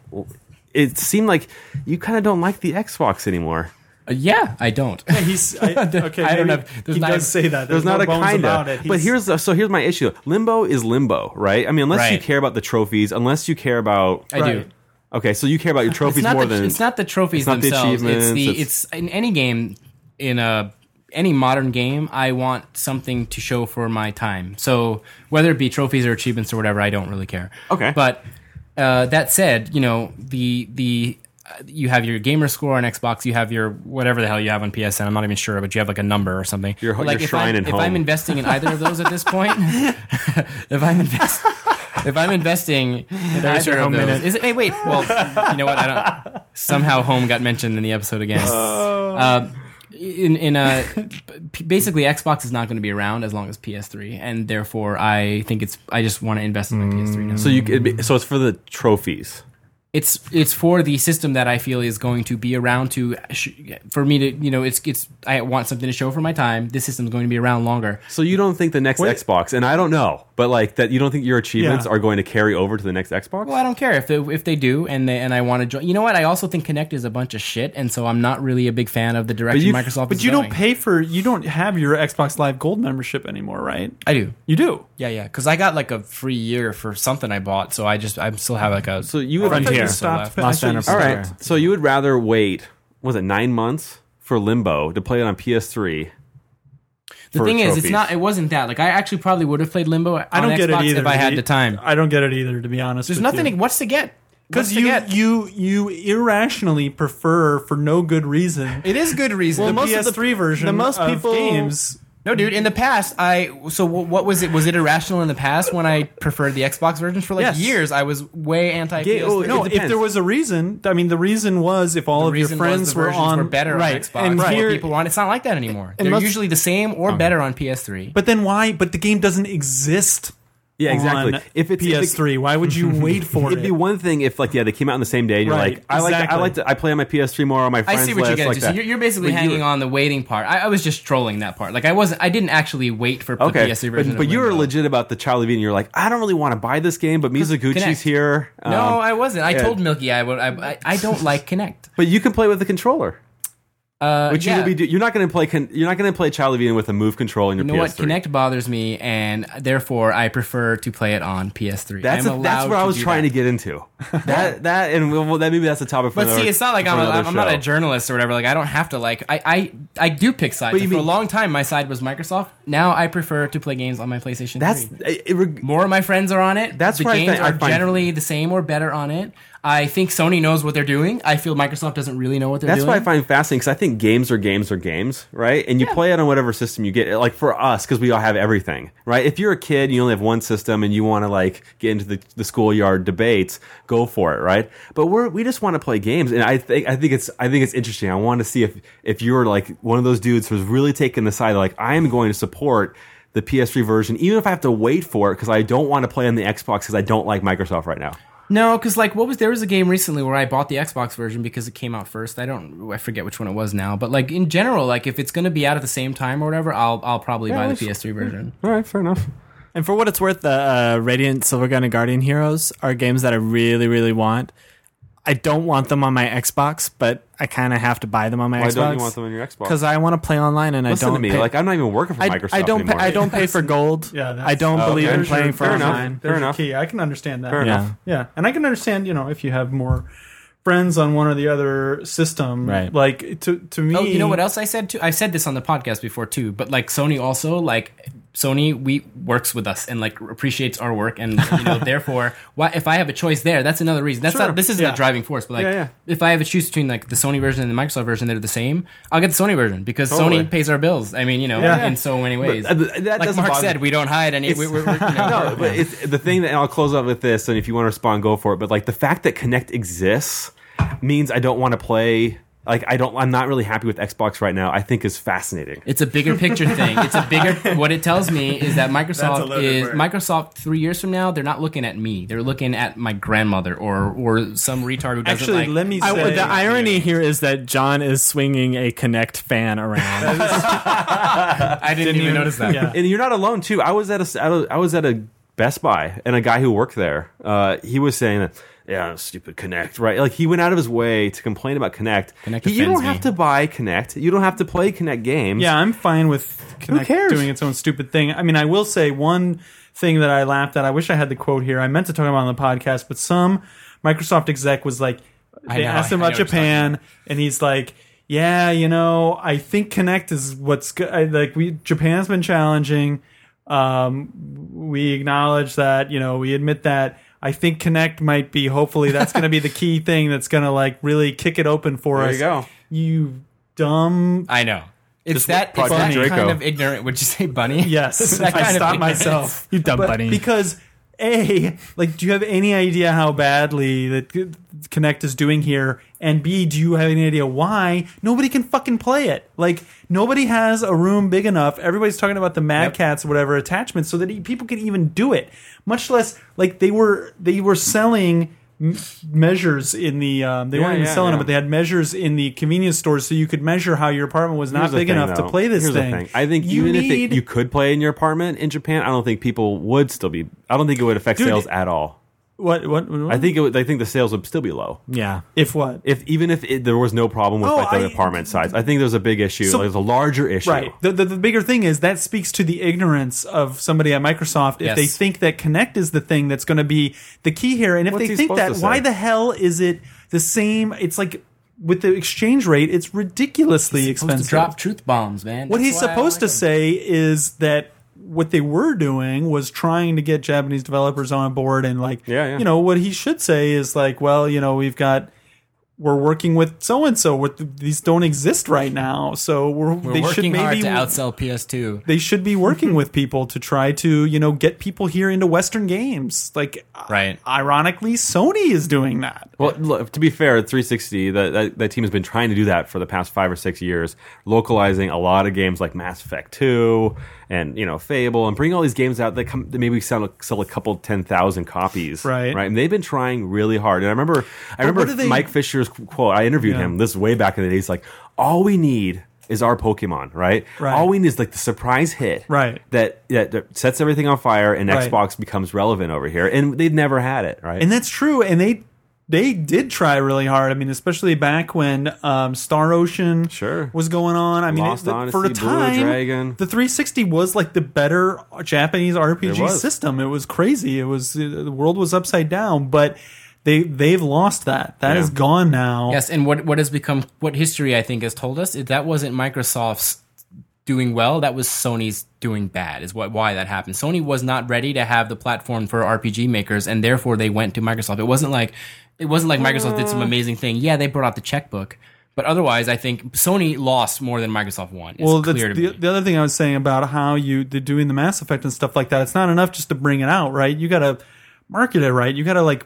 Speaker 5: It seemed like you kind of don't like the Xbox anymore.
Speaker 4: Uh, yeah, I don't.
Speaker 6: He's I, okay.
Speaker 4: I don't
Speaker 6: maybe
Speaker 4: have- there's
Speaker 6: he
Speaker 4: not
Speaker 6: does
Speaker 4: a-
Speaker 6: say that.
Speaker 5: There's, not
Speaker 6: no
Speaker 5: a
Speaker 6: bones
Speaker 5: kind
Speaker 6: about it.
Speaker 5: of. But
Speaker 6: He's-
Speaker 5: here's so here's my issue. Limbo is limbo, right? I mean, unless you
Speaker 4: Right.
Speaker 5: care about the trophies, unless you care about.
Speaker 4: I do.
Speaker 6: Right.
Speaker 5: Okay, so you care about your
Speaker 4: It's
Speaker 5: trophies
Speaker 4: not,
Speaker 5: more
Speaker 4: the,
Speaker 5: than
Speaker 4: it's not the trophies
Speaker 5: it's not the
Speaker 4: themselves. it's the
Speaker 5: achievements,
Speaker 4: it's, in any game in a any modern game. I want something to show for my time. So whether it be trophies or achievements or whatever, I don't really care.
Speaker 5: Okay.
Speaker 4: but uh, that said, you know the the uh, you have your gamer score on Xbox. You have your whatever the hell you have on PSN. I'm not even sure, but you have like a number or something.
Speaker 5: Your-
Speaker 4: like
Speaker 5: your
Speaker 4: if
Speaker 5: shrine
Speaker 4: I'm,
Speaker 5: and
Speaker 4: if
Speaker 5: home.
Speaker 4: I'm investing in either of those at this point, if I'm invest, if I'm investing in either of
Speaker 3: home
Speaker 4: those,
Speaker 3: minute.
Speaker 4: is it? Hey, wait. Well, you know what? I don't. Somehow, home got mentioned in the episode again.
Speaker 3: Oh.
Speaker 4: Uh, in in a p- basically, Xbox is not going to be around as long as PS3, and therefore, I think it's. I just want to invest in my PS3 now.
Speaker 3: Mm.
Speaker 5: so you. it'd be- So it's for the trophies.
Speaker 4: it's it's for the system that I feel is going to be around to sh- for me to you know it's it's I want something to show for my time. This system's going to be around longer.
Speaker 5: So you don't think the next
Speaker 6: Wait.
Speaker 5: Xbox, and I don't know, but like that, you don't think your achievements
Speaker 6: Yeah.
Speaker 5: are going to carry over to the next Xbox?
Speaker 4: Well, I don't care if they, if they do, and they and I want to join. You know what? I also think Connect is a bunch of shit, and so I'm not really a big fan of the
Speaker 5: But
Speaker 4: direction
Speaker 5: you-
Speaker 4: Microsoft.
Speaker 6: But
Speaker 4: is
Speaker 6: you don't
Speaker 4: going.
Speaker 6: pay for you don't have your Xbox Live Gold membership anymore, right?
Speaker 4: I do.
Speaker 6: You do.
Speaker 4: Yeah, yeah. Because I got like a free year for something I bought, so I just I still have like a.
Speaker 5: So you would
Speaker 6: I thought you
Speaker 3: Frontier.
Speaker 6: stopped- I
Speaker 3: Lost
Speaker 6: thought you
Speaker 3: Banner
Speaker 6: stopped-
Speaker 5: All right. So you would rather wait? Was it nine months for Limbo to play it on PS3?
Speaker 4: The
Speaker 5: for
Speaker 4: thing is, it's
Speaker 5: trophies.
Speaker 4: not. It wasn't that. Like I actually probably would have played Limbo.
Speaker 6: I don't get it either.
Speaker 4: If I had
Speaker 6: to
Speaker 4: the time,
Speaker 6: I don't get it either. To be honest,
Speaker 4: there's
Speaker 6: with
Speaker 4: nothing.
Speaker 6: you.
Speaker 4: What's to get?
Speaker 6: because
Speaker 4: What's to
Speaker 6: you
Speaker 4: get?
Speaker 6: you you irrationally prefer for no good reason
Speaker 4: It is good reason.
Speaker 6: the
Speaker 4: The
Speaker 3: most of the-
Speaker 6: PS3 version
Speaker 3: the most
Speaker 6: of
Speaker 3: people-
Speaker 6: games.
Speaker 4: No, dude. In the past, I so wh- what was it? Was it irrational in the past when I preferred the Xbox versions for like
Speaker 6: Yes.
Speaker 4: years? I was way anti.
Speaker 5: Yeah,
Speaker 4: PS3.
Speaker 5: oh, it
Speaker 6: No, if
Speaker 5: depends.
Speaker 6: there was a reason, I mean, the reason was if all
Speaker 4: The
Speaker 6: of your
Speaker 4: reason was
Speaker 6: friends
Speaker 4: the
Speaker 6: were
Speaker 4: versions
Speaker 6: on
Speaker 4: were better
Speaker 3: right,
Speaker 4: on Xbox.
Speaker 3: and
Speaker 4: more
Speaker 3: here-
Speaker 4: people want. It's not like that anymore. They're
Speaker 3: most-
Speaker 4: usually the same or better on PS3.
Speaker 6: But then why? But the game doesn't exist.
Speaker 5: Yeah,
Speaker 6: on
Speaker 5: exactly. If it's- if it-
Speaker 6: PS3, why would you wait for
Speaker 5: It'd
Speaker 6: it?
Speaker 5: be one thing if, like, yeah, they came out on the same day. And you're
Speaker 6: Right,
Speaker 5: like, I like, I
Speaker 6: exactly.
Speaker 5: like, to, I play on my PS3 more on my
Speaker 4: I
Speaker 5: friends
Speaker 4: see what you're
Speaker 5: list,
Speaker 4: getting.
Speaker 5: like
Speaker 4: to. So
Speaker 5: that.
Speaker 4: you're, you're basically
Speaker 5: But you
Speaker 4: hanging
Speaker 5: were-
Speaker 4: on the waiting part. I, I was just trolling that part. Like I wasn't. I didn't actually wait for
Speaker 5: Okay,
Speaker 4: the PS3
Speaker 5: but,
Speaker 4: version.
Speaker 5: but
Speaker 4: of
Speaker 5: you were
Speaker 4: Limbo.
Speaker 5: legit about the Charlie V, and you're like, I don't really want to buy this game, but
Speaker 4: Connect.
Speaker 5: Mizuguchi's here.
Speaker 4: No,
Speaker 5: um,
Speaker 4: I wasn't. I
Speaker 5: yeah.
Speaker 4: told Milky I would. I, I, I don't like Connect.
Speaker 5: But you can play with the controller.
Speaker 4: Uh,
Speaker 5: Which
Speaker 4: yeah.
Speaker 5: you will be. Do- you're not going to play. Con- you're not going to play Child Levian with a move control in your
Speaker 4: You know
Speaker 5: PS3.
Speaker 4: what? Connect bothers me, and therefore I prefer to play it on PS3.
Speaker 5: That's
Speaker 4: I'm
Speaker 5: a, that's
Speaker 4: allowed
Speaker 5: what I was
Speaker 4: do
Speaker 5: trying
Speaker 4: that.
Speaker 5: to get into. That that and well, well, that maybe that's a topic. For
Speaker 4: But
Speaker 5: another,
Speaker 4: see, it's not like
Speaker 5: for
Speaker 4: I'm, a,
Speaker 5: another
Speaker 4: I'm not
Speaker 5: show.
Speaker 4: a journalist or whatever. Like I don't have to like I I, I do pick sides.
Speaker 5: you
Speaker 4: Like, for a
Speaker 5: mean-
Speaker 4: long time, my side was Microsoft. Now I prefer to play games on my PlayStation.
Speaker 5: That's
Speaker 4: 3.
Speaker 5: it, it, reg-
Speaker 4: more of my friends are on it.
Speaker 5: That's
Speaker 4: the
Speaker 5: where I
Speaker 4: games
Speaker 5: think- I
Speaker 4: are
Speaker 5: find-
Speaker 4: generally the same or better on it. I think Sony knows what they're doing. I feel Microsoft doesn't really know what they're
Speaker 5: That's
Speaker 4: doing.
Speaker 5: what I find fascinating because I think games are games are games, right? And you play it on whatever system you get. Like for us, because we all have everything, right? If you're a kid, you only have one system, and you want to like get into the, the schoolyard debates, go for it, right? But we're we just want to play games, and I think I think it's I think it's interesting. I want to see if if you're like one of those dudes who's really taking the side, like I am going to support. The PS3 version, even if I have to wait for it, because I don't want to play on the Xbox, because I don't like Microsoft right now.
Speaker 4: No, because like, what was there was a game recently where I bought the Xbox version because it came out first. I don't, I forget which one it was now, but like in general, like if it's gonna be out at the same time or whatever, I'll I'll probably buy the
Speaker 5: that's-
Speaker 4: PS3 version.
Speaker 5: All right, fair enough.
Speaker 3: And for what it's worth, the uh, Radiant Silvergun and Guardian Heroes are games that I really, really want. I don't want them on my Xbox, but I kind of have to buy them on my
Speaker 5: Why
Speaker 3: Xbox.
Speaker 5: don't you want them on your Xbox?
Speaker 3: Because I want to play online, and
Speaker 5: Listen
Speaker 3: I
Speaker 5: to
Speaker 3: don't
Speaker 5: me.
Speaker 3: pay-
Speaker 5: like I'm not even working for
Speaker 3: I,
Speaker 5: Microsoft
Speaker 3: I don't. Pay,
Speaker 5: anymore.
Speaker 3: I don't pay for gold.
Speaker 6: Yeah, that's-
Speaker 3: I don't
Speaker 5: Oh,
Speaker 3: believe
Speaker 5: okay.
Speaker 3: in
Speaker 6: There's your-
Speaker 3: playing for
Speaker 5: fair enough.
Speaker 3: online.
Speaker 6: There's
Speaker 5: Fair
Speaker 6: your
Speaker 5: enough.
Speaker 6: key. I can understand that.
Speaker 5: Fair
Speaker 3: Yeah.
Speaker 5: enough.
Speaker 6: Yeah, and I can understand, you know, if you have more friends on one or the other system,
Speaker 3: Right.
Speaker 6: Like to to me,
Speaker 4: Oh, you know what else I said too? I said this on the podcast before too, but like Sony also like Sony we works with us and like appreciates our work and you know therefore why if I have a choice there that's another reason that's
Speaker 6: Sure.
Speaker 4: not this isn't
Speaker 6: Yeah.
Speaker 4: a driving force but like
Speaker 5: Yeah, yeah.
Speaker 4: if I have a choose between like the Sony version and the Microsoft version they're the same I'll get the Sony version because
Speaker 5: Totally.
Speaker 4: Sony pays our bills I mean you know
Speaker 6: Yeah.
Speaker 4: in so many ways
Speaker 5: uh, but that
Speaker 4: like
Speaker 5: doesn't
Speaker 4: Mark
Speaker 5: bother-
Speaker 4: said we don't hide any we, we, we, you know,
Speaker 5: no, but it's the thing that and I'll close up with this, and if you want to respond, go for it. But like the fact that Connect exists means I don't want to play. Like I don't, I'm not really happy with Xbox right now. I think is fascinating.
Speaker 4: It's a bigger picture thing. It's a bigger. what it tells me is that Microsoft
Speaker 6: loaded
Speaker 4: is
Speaker 6: word.
Speaker 4: Microsoft. Three years from now, they're not looking at me. They're looking at my grandmother or or some retard who doesn't
Speaker 6: Actually,
Speaker 4: like.
Speaker 6: let me
Speaker 3: I-
Speaker 6: say
Speaker 3: the irony here is that John is swinging a Connect fan around.
Speaker 4: I didn't, even notice that.
Speaker 6: Yeah.
Speaker 5: And you're not alone too. I was at a, at a I was at a Best Buy, and a guy who worked there, uh, he was saying that. Yeah, stupid Connect, right? Like he went out of his way to complain about Connect.
Speaker 4: Kinect
Speaker 5: you don't
Speaker 4: offends me.
Speaker 5: have to buy Connect. You don't have to play Connect games.
Speaker 6: Yeah, I'm fine with Kinect
Speaker 5: cares?
Speaker 6: doing its own stupid thing. I mean, I will say one thing that I laughed at. I wish I had the quote here. I meant to talk about it on the podcast, but some Microsoft exec was like, they
Speaker 4: know,
Speaker 6: asked him
Speaker 4: I
Speaker 6: about
Speaker 4: know what you're
Speaker 6: Japan, and he's like, yeah, you know, I think Connect is what's good. I- Like, we Japan's been challenging. Um, we acknowledge that. You know, we admit that. I think Connect might be. Hopefully, that's going to be the key thing that's going to like really kick it open for
Speaker 5: There you
Speaker 6: us.
Speaker 5: go.
Speaker 6: You dumb
Speaker 4: I know. It's
Speaker 5: Just
Speaker 4: that. It's
Speaker 5: Project
Speaker 4: that
Speaker 5: Draco.
Speaker 4: kind of ignorant. Would you say bunny?
Speaker 6: Yes,
Speaker 4: That kind
Speaker 6: I
Speaker 4: of
Speaker 6: stopped
Speaker 4: ignorance.
Speaker 6: myself.
Speaker 3: You dumb
Speaker 6: But-
Speaker 3: bunny.
Speaker 6: Because a, like, do you have any idea how badly that Connect is doing here? And b, do you have any idea why nobody can fucking play it? Like, nobody has a room big enough. Everybody's talking about the Mad Cats, whatever attachments, so that e- people can even do it. Much less, like, they were they were selling. m- Measures in the um, they
Speaker 5: Yeah,
Speaker 6: weren't even
Speaker 5: yeah,
Speaker 6: selling them,
Speaker 5: yeah.
Speaker 6: but they had measures in the convenience stores so you could measure how your apartment was not
Speaker 5: Here's the
Speaker 6: big
Speaker 5: thing,
Speaker 6: enough
Speaker 5: though.
Speaker 6: to play this
Speaker 5: Here's the
Speaker 6: thing.
Speaker 5: I think
Speaker 6: You
Speaker 5: even
Speaker 6: need-
Speaker 5: if it, you could play in your apartment in Japan, I don't think people would still be. I don't think it would affect
Speaker 6: Dude,
Speaker 5: sales
Speaker 6: it-
Speaker 5: at all.
Speaker 6: what what, what?
Speaker 5: I think it would, I think the sales would still be low.
Speaker 3: yeah.
Speaker 6: If what?
Speaker 5: If even if it, there was no problem with
Speaker 6: Oh,
Speaker 5: like the
Speaker 6: I-
Speaker 5: apartment size, I think there's a big issue.
Speaker 6: So-
Speaker 5: there's a larger issue.
Speaker 6: Right. The, the, the bigger thing is that speaks to the ignorance of somebody at Microsoft if
Speaker 4: Yes.
Speaker 6: they think that Connect is the thing that's going to be the key here. And if
Speaker 5: What's
Speaker 6: they
Speaker 5: he
Speaker 6: think
Speaker 5: supposed
Speaker 6: that,
Speaker 5: to
Speaker 6: why
Speaker 5: say?
Speaker 6: the hell is it the same? It's like with the exchange rate, it's ridiculously
Speaker 4: Supposed
Speaker 6: expensive.
Speaker 4: to drop truth bombs, man.
Speaker 6: what
Speaker 4: That's
Speaker 6: he's
Speaker 4: why I don't
Speaker 6: supposed
Speaker 4: like
Speaker 6: to
Speaker 4: him.
Speaker 6: say is that what they were doing was trying to get Japanese developers on board and like
Speaker 5: Yeah, yeah.
Speaker 6: you know what he should say is like well you know we've got we're working with so and so with these don't exist right now so we're,
Speaker 4: We're
Speaker 6: they should
Speaker 4: working
Speaker 6: maybe
Speaker 4: hard to outsell PS2.
Speaker 6: they should be working
Speaker 5: Mm-hmm.
Speaker 6: with people to try to you know get people here into western games like
Speaker 4: Right.
Speaker 6: ironically Sony is doing that
Speaker 5: Well, look, to be fair, 360, that, that, that team has been trying to do that for the past five or six years, localizing a lot of games like Mass Effect 2 and, you know, Fable, and bringing all these games out that, come, that maybe sell, sell a couple 10,000 copies.
Speaker 6: Right.
Speaker 5: Right. And they've been trying really hard. And I remember, I
Speaker 6: what
Speaker 5: remember
Speaker 6: do they-
Speaker 5: Mike Fisher's quote. I interviewed
Speaker 6: Yeah.
Speaker 5: him this way back in the day. He's like, all we need is our Pokemon, right?
Speaker 6: Right.
Speaker 5: All we need is like the surprise hit
Speaker 6: Right.
Speaker 5: that, that, that sets everything on fire and
Speaker 6: Right.
Speaker 5: Xbox becomes relevant over here. And they've never had it, right?
Speaker 6: and that's true and they they did try really hard. I mean, especially back when um, Star Ocean
Speaker 5: Sure.
Speaker 6: was going on. I mean,
Speaker 5: Lost
Speaker 6: it-
Speaker 5: Odyssey,
Speaker 6: for a
Speaker 5: Blue
Speaker 6: time,
Speaker 5: Dragon.
Speaker 6: the 360 was like the better Japanese RPG
Speaker 5: It was.
Speaker 6: system. It was crazy. It was the world was upside down, but they they've lost that. That
Speaker 5: Yeah.
Speaker 6: is gone now.
Speaker 4: Yes, and what what has become what history I think has told us is that wasn't Microsoft's doing well, that was Sony's doing bad. Is what why that happened. Sony was not ready to have the platform for RPG makers, and therefore they went to Microsoft. It wasn't like it wasn't like Microsoft
Speaker 6: Mm.
Speaker 4: did some amazing thing. Yeah, they brought out the checkbook, but otherwise, I think Sony lost more than Microsoft won. It's
Speaker 6: well, that's
Speaker 4: clear to
Speaker 6: the,
Speaker 4: me.
Speaker 6: the other thing I was saying about how you the doing the Mass Effect and stuff like that. It's not enough just to bring it out, right? You got to market it right. You got to like.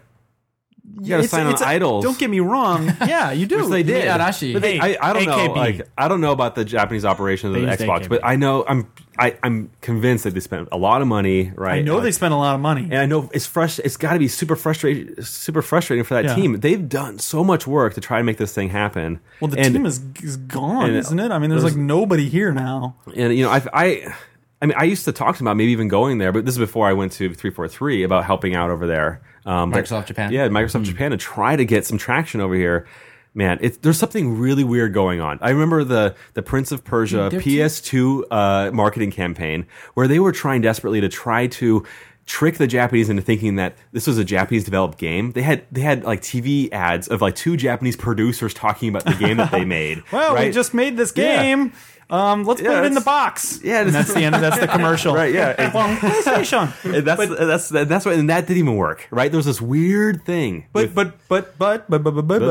Speaker 6: You
Speaker 5: gotta sign on Idols.
Speaker 6: Don't get me wrong. Yeah, you do.
Speaker 5: Which they did.
Speaker 4: Arashi.
Speaker 5: But they-
Speaker 3: Hey,
Speaker 5: I, I don't know.
Speaker 3: AKB.
Speaker 5: Like I don't know about the Japanese operations of
Speaker 3: They
Speaker 5: the
Speaker 3: used
Speaker 5: Xbox,
Speaker 3: AKB.
Speaker 5: but I know I'm I, I'm convinced that they spent a lot of money. Right?
Speaker 6: I know
Speaker 5: Like,
Speaker 6: they spent a lot of money.
Speaker 5: and I know it's fresh. It's got to be super frustrating, super frustrating for that
Speaker 6: Yeah.
Speaker 5: team. They've done so much work to try to make this thing happen.
Speaker 6: well, the
Speaker 5: and,
Speaker 6: team is is gone,
Speaker 5: and
Speaker 6: isn't it? I mean, there's,
Speaker 5: there's-
Speaker 6: like nobody here now.
Speaker 5: and you know I. I I mean, I used to talk to them about maybe even going there, but this is before I went to three four three about helping out over there. Um, but-
Speaker 4: Microsoft Japan.
Speaker 5: yeah, Microsoft
Speaker 6: Hmm.
Speaker 5: Japan, to try to get some traction over here. Man, it's, there's something really weird going on. I remember the the Prince of
Speaker 6: Hmm,
Speaker 5: Persia PS2 uh, marketing campaign where they were trying desperately to try to trick the Japanese into thinking that this was a Japanese developed game. They had they had like TV ads of like two Japanese producers talking about the game that they made.
Speaker 6: Well, we
Speaker 5: right?
Speaker 6: just made this
Speaker 5: Yeah.
Speaker 6: game. Um, let's
Speaker 5: Yeah,
Speaker 6: put it in the
Speaker 5: that's-
Speaker 6: box.
Speaker 5: yeah,
Speaker 6: and
Speaker 5: this
Speaker 6: that's
Speaker 5: is-
Speaker 6: the end. Of, that's the commercial.
Speaker 5: Right, yeah.
Speaker 6: Hey, well, PlayStation.
Speaker 5: And that's that's that's why and that didn't even work. Right? There was this weird thing.
Speaker 6: But but but but but but but but. but.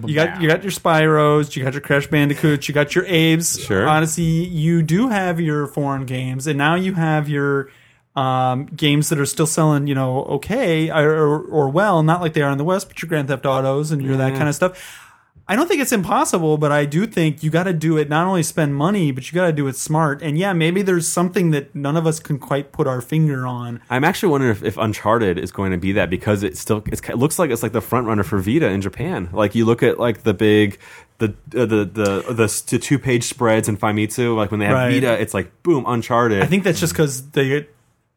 Speaker 5: with-
Speaker 6: You got you got your Spyros, you got your Crash Bandicoots, you got your Abe's.
Speaker 5: Sure.
Speaker 6: Honestly, you do have your foreign games, and now you have your um, games that are still selling, you know, okay or, or, or well, not like they are in the West, but your Grand Theft Autos and your that kind of stuff. I don't think it's impossible, but I do think you got to do it. Not only spend money, but you got to do it smart. And yeah, maybe there's something that none of us can quite put our finger on.
Speaker 5: I'm actually wondering if, if Uncharted is going to be that because it still it's, it looks like it's like the front runner for Vita in Japan. Like you look at like the big the uh, the the the, s- the two page spreads in Famitsu. Like when they have
Speaker 6: Right.
Speaker 5: Vita, it's like boom Uncharted.
Speaker 6: I think that's just because they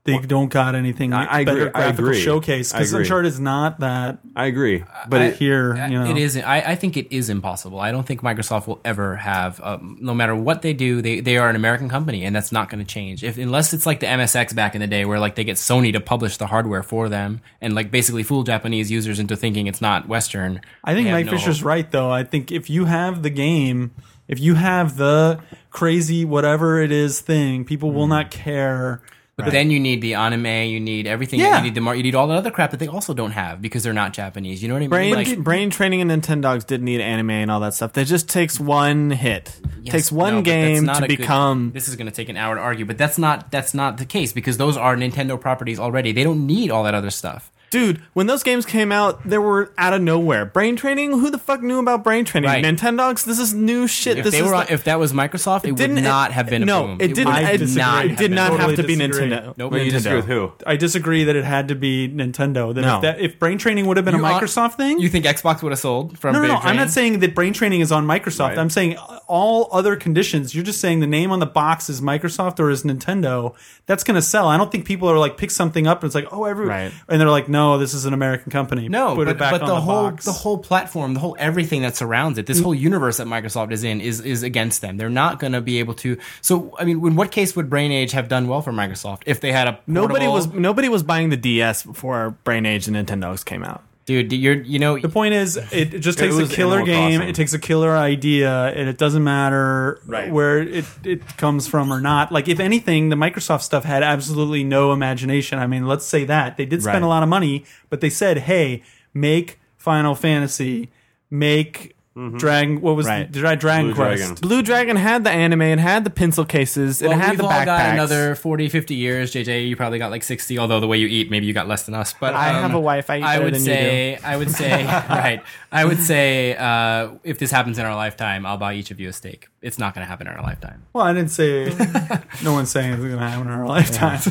Speaker 6: they don't got anything
Speaker 5: I- I
Speaker 6: better
Speaker 5: agree, I
Speaker 6: graphical
Speaker 5: agree.
Speaker 6: showcase.
Speaker 5: I
Speaker 6: Because
Speaker 5: agree.
Speaker 6: Uncharted is not that
Speaker 5: I agree, but it,
Speaker 6: here. You know,
Speaker 4: It is. I, I think it is impossible. I don't think Microsoft will ever have. Um, no matter what they do, they they are an American company, and that's not going to change. If unless it's like the MSX back in the day, where like they get Sony to publish the hardware for them, and like basically fool Japanese users into thinking it's not Western.
Speaker 6: I think
Speaker 4: They have
Speaker 6: Mike
Speaker 4: no
Speaker 6: Fisher's
Speaker 4: hope.
Speaker 6: right, though. I think if you have the game, if you have the crazy whatever it is thing, people
Speaker 5: Hmm.
Speaker 6: will not care.
Speaker 4: But then you need the anime, you need everything.
Speaker 6: Yeah.
Speaker 4: You need the mar- you need all the other crap that they also don't have because they're not Japanese. You know what I mean?
Speaker 3: Brain,
Speaker 4: Like-
Speaker 3: brain training and Nintendogs didn't need anime and all that stuff. That just takes one hit.
Speaker 4: Yes,
Speaker 3: takes one
Speaker 4: no, but that's
Speaker 3: game
Speaker 4: not
Speaker 3: to
Speaker 4: a good-
Speaker 3: become.
Speaker 4: this is going to take an hour to argue, but that's not that's not the case because those are Nintendo properties already. They don't need all that other stuff.
Speaker 3: Dude, when those games came out, they were out of nowhere. Brain training? Who the fuck knew about brain training?
Speaker 4: Right.
Speaker 3: Nintendogs? This is new shit.
Speaker 4: If
Speaker 3: this
Speaker 4: they
Speaker 3: is
Speaker 4: were on,
Speaker 3: the-
Speaker 4: if that was Microsoft, it, would not have been a
Speaker 3: no,
Speaker 4: boom.
Speaker 3: it didn't.
Speaker 4: would
Speaker 6: I
Speaker 3: it
Speaker 6: disagree.
Speaker 4: not
Speaker 3: It
Speaker 4: have
Speaker 3: did
Speaker 4: been a
Speaker 3: not
Speaker 4: boom.
Speaker 3: have
Speaker 6: Totally
Speaker 3: to be
Speaker 6: disagree.
Speaker 3: Nintendo.
Speaker 4: Nope.
Speaker 5: Well, you disagree with
Speaker 3: Nintendo.
Speaker 5: who?
Speaker 6: I disagree that it had to be Nintendo. That
Speaker 3: No.
Speaker 6: if, that, if brain training would have been
Speaker 4: You
Speaker 6: a
Speaker 4: are-
Speaker 6: Microsoft thing,
Speaker 4: You think Xbox would have sold from
Speaker 6: no, no,
Speaker 4: Big
Speaker 6: no. I'm
Speaker 4: Brain?
Speaker 6: not saying that brain training is on Microsoft.
Speaker 5: Right.
Speaker 6: I'm saying all other conditions. You're just saying the name on the box is Microsoft or is Nintendo. That's going to sell. I don't think people are like pick something up and it's like oh every
Speaker 3: Right.
Speaker 6: and they're like no this is an American company.
Speaker 4: No,
Speaker 6: put
Speaker 4: but,
Speaker 6: it back
Speaker 4: but
Speaker 6: on
Speaker 4: the,
Speaker 6: the
Speaker 4: whole
Speaker 6: box.
Speaker 4: the whole platform, the whole everything that surrounds it, this whole universe that Microsoft is in is is against them. They're not going to be able to. So, I mean, in what case would Brain Age have done well for Microsoft if they had a
Speaker 3: Nobody
Speaker 4: portable-
Speaker 3: was nobody was buying the DS before Brain Age and Nintendogs came out.
Speaker 4: dude. You're you know
Speaker 6: The point is, it, it just takes a
Speaker 5: was
Speaker 6: killer
Speaker 5: Animal
Speaker 6: game.
Speaker 5: Crossing.
Speaker 6: It takes a killer idea, and it doesn't matter
Speaker 5: Right.
Speaker 6: where it, it comes from or not. Like, if anything, the Microsoft stuff had absolutely no imagination. I mean, let's say that they did spend
Speaker 3: Right.
Speaker 6: a lot of money, but they said, "Hey, make Final Fantasy, make Dragon. What was
Speaker 3: Right.
Speaker 6: the, Dra- Dragon
Speaker 5: Mm-hmm. Blue
Speaker 6: Quest?
Speaker 5: Dragon.
Speaker 3: Blue Dragon had the anime, it had the pencil cases, it
Speaker 4: Well,
Speaker 3: had
Speaker 4: we've
Speaker 3: the
Speaker 4: all
Speaker 3: backpacks.
Speaker 4: got another 40, 50 years. JJ, you probably got like 60, although the way you eat, maybe you got less than us. But
Speaker 3: I
Speaker 4: um,
Speaker 3: have a wife. I eat
Speaker 4: I
Speaker 3: better
Speaker 4: would
Speaker 3: than
Speaker 4: say,
Speaker 3: you
Speaker 4: I would say, right. I would say, uh, if this happens in our lifetime, I'll buy each of you a steak. It's not going to happen in our lifetime.
Speaker 6: Well, I didn't say. no one's saying it's going to happen in our lifetime,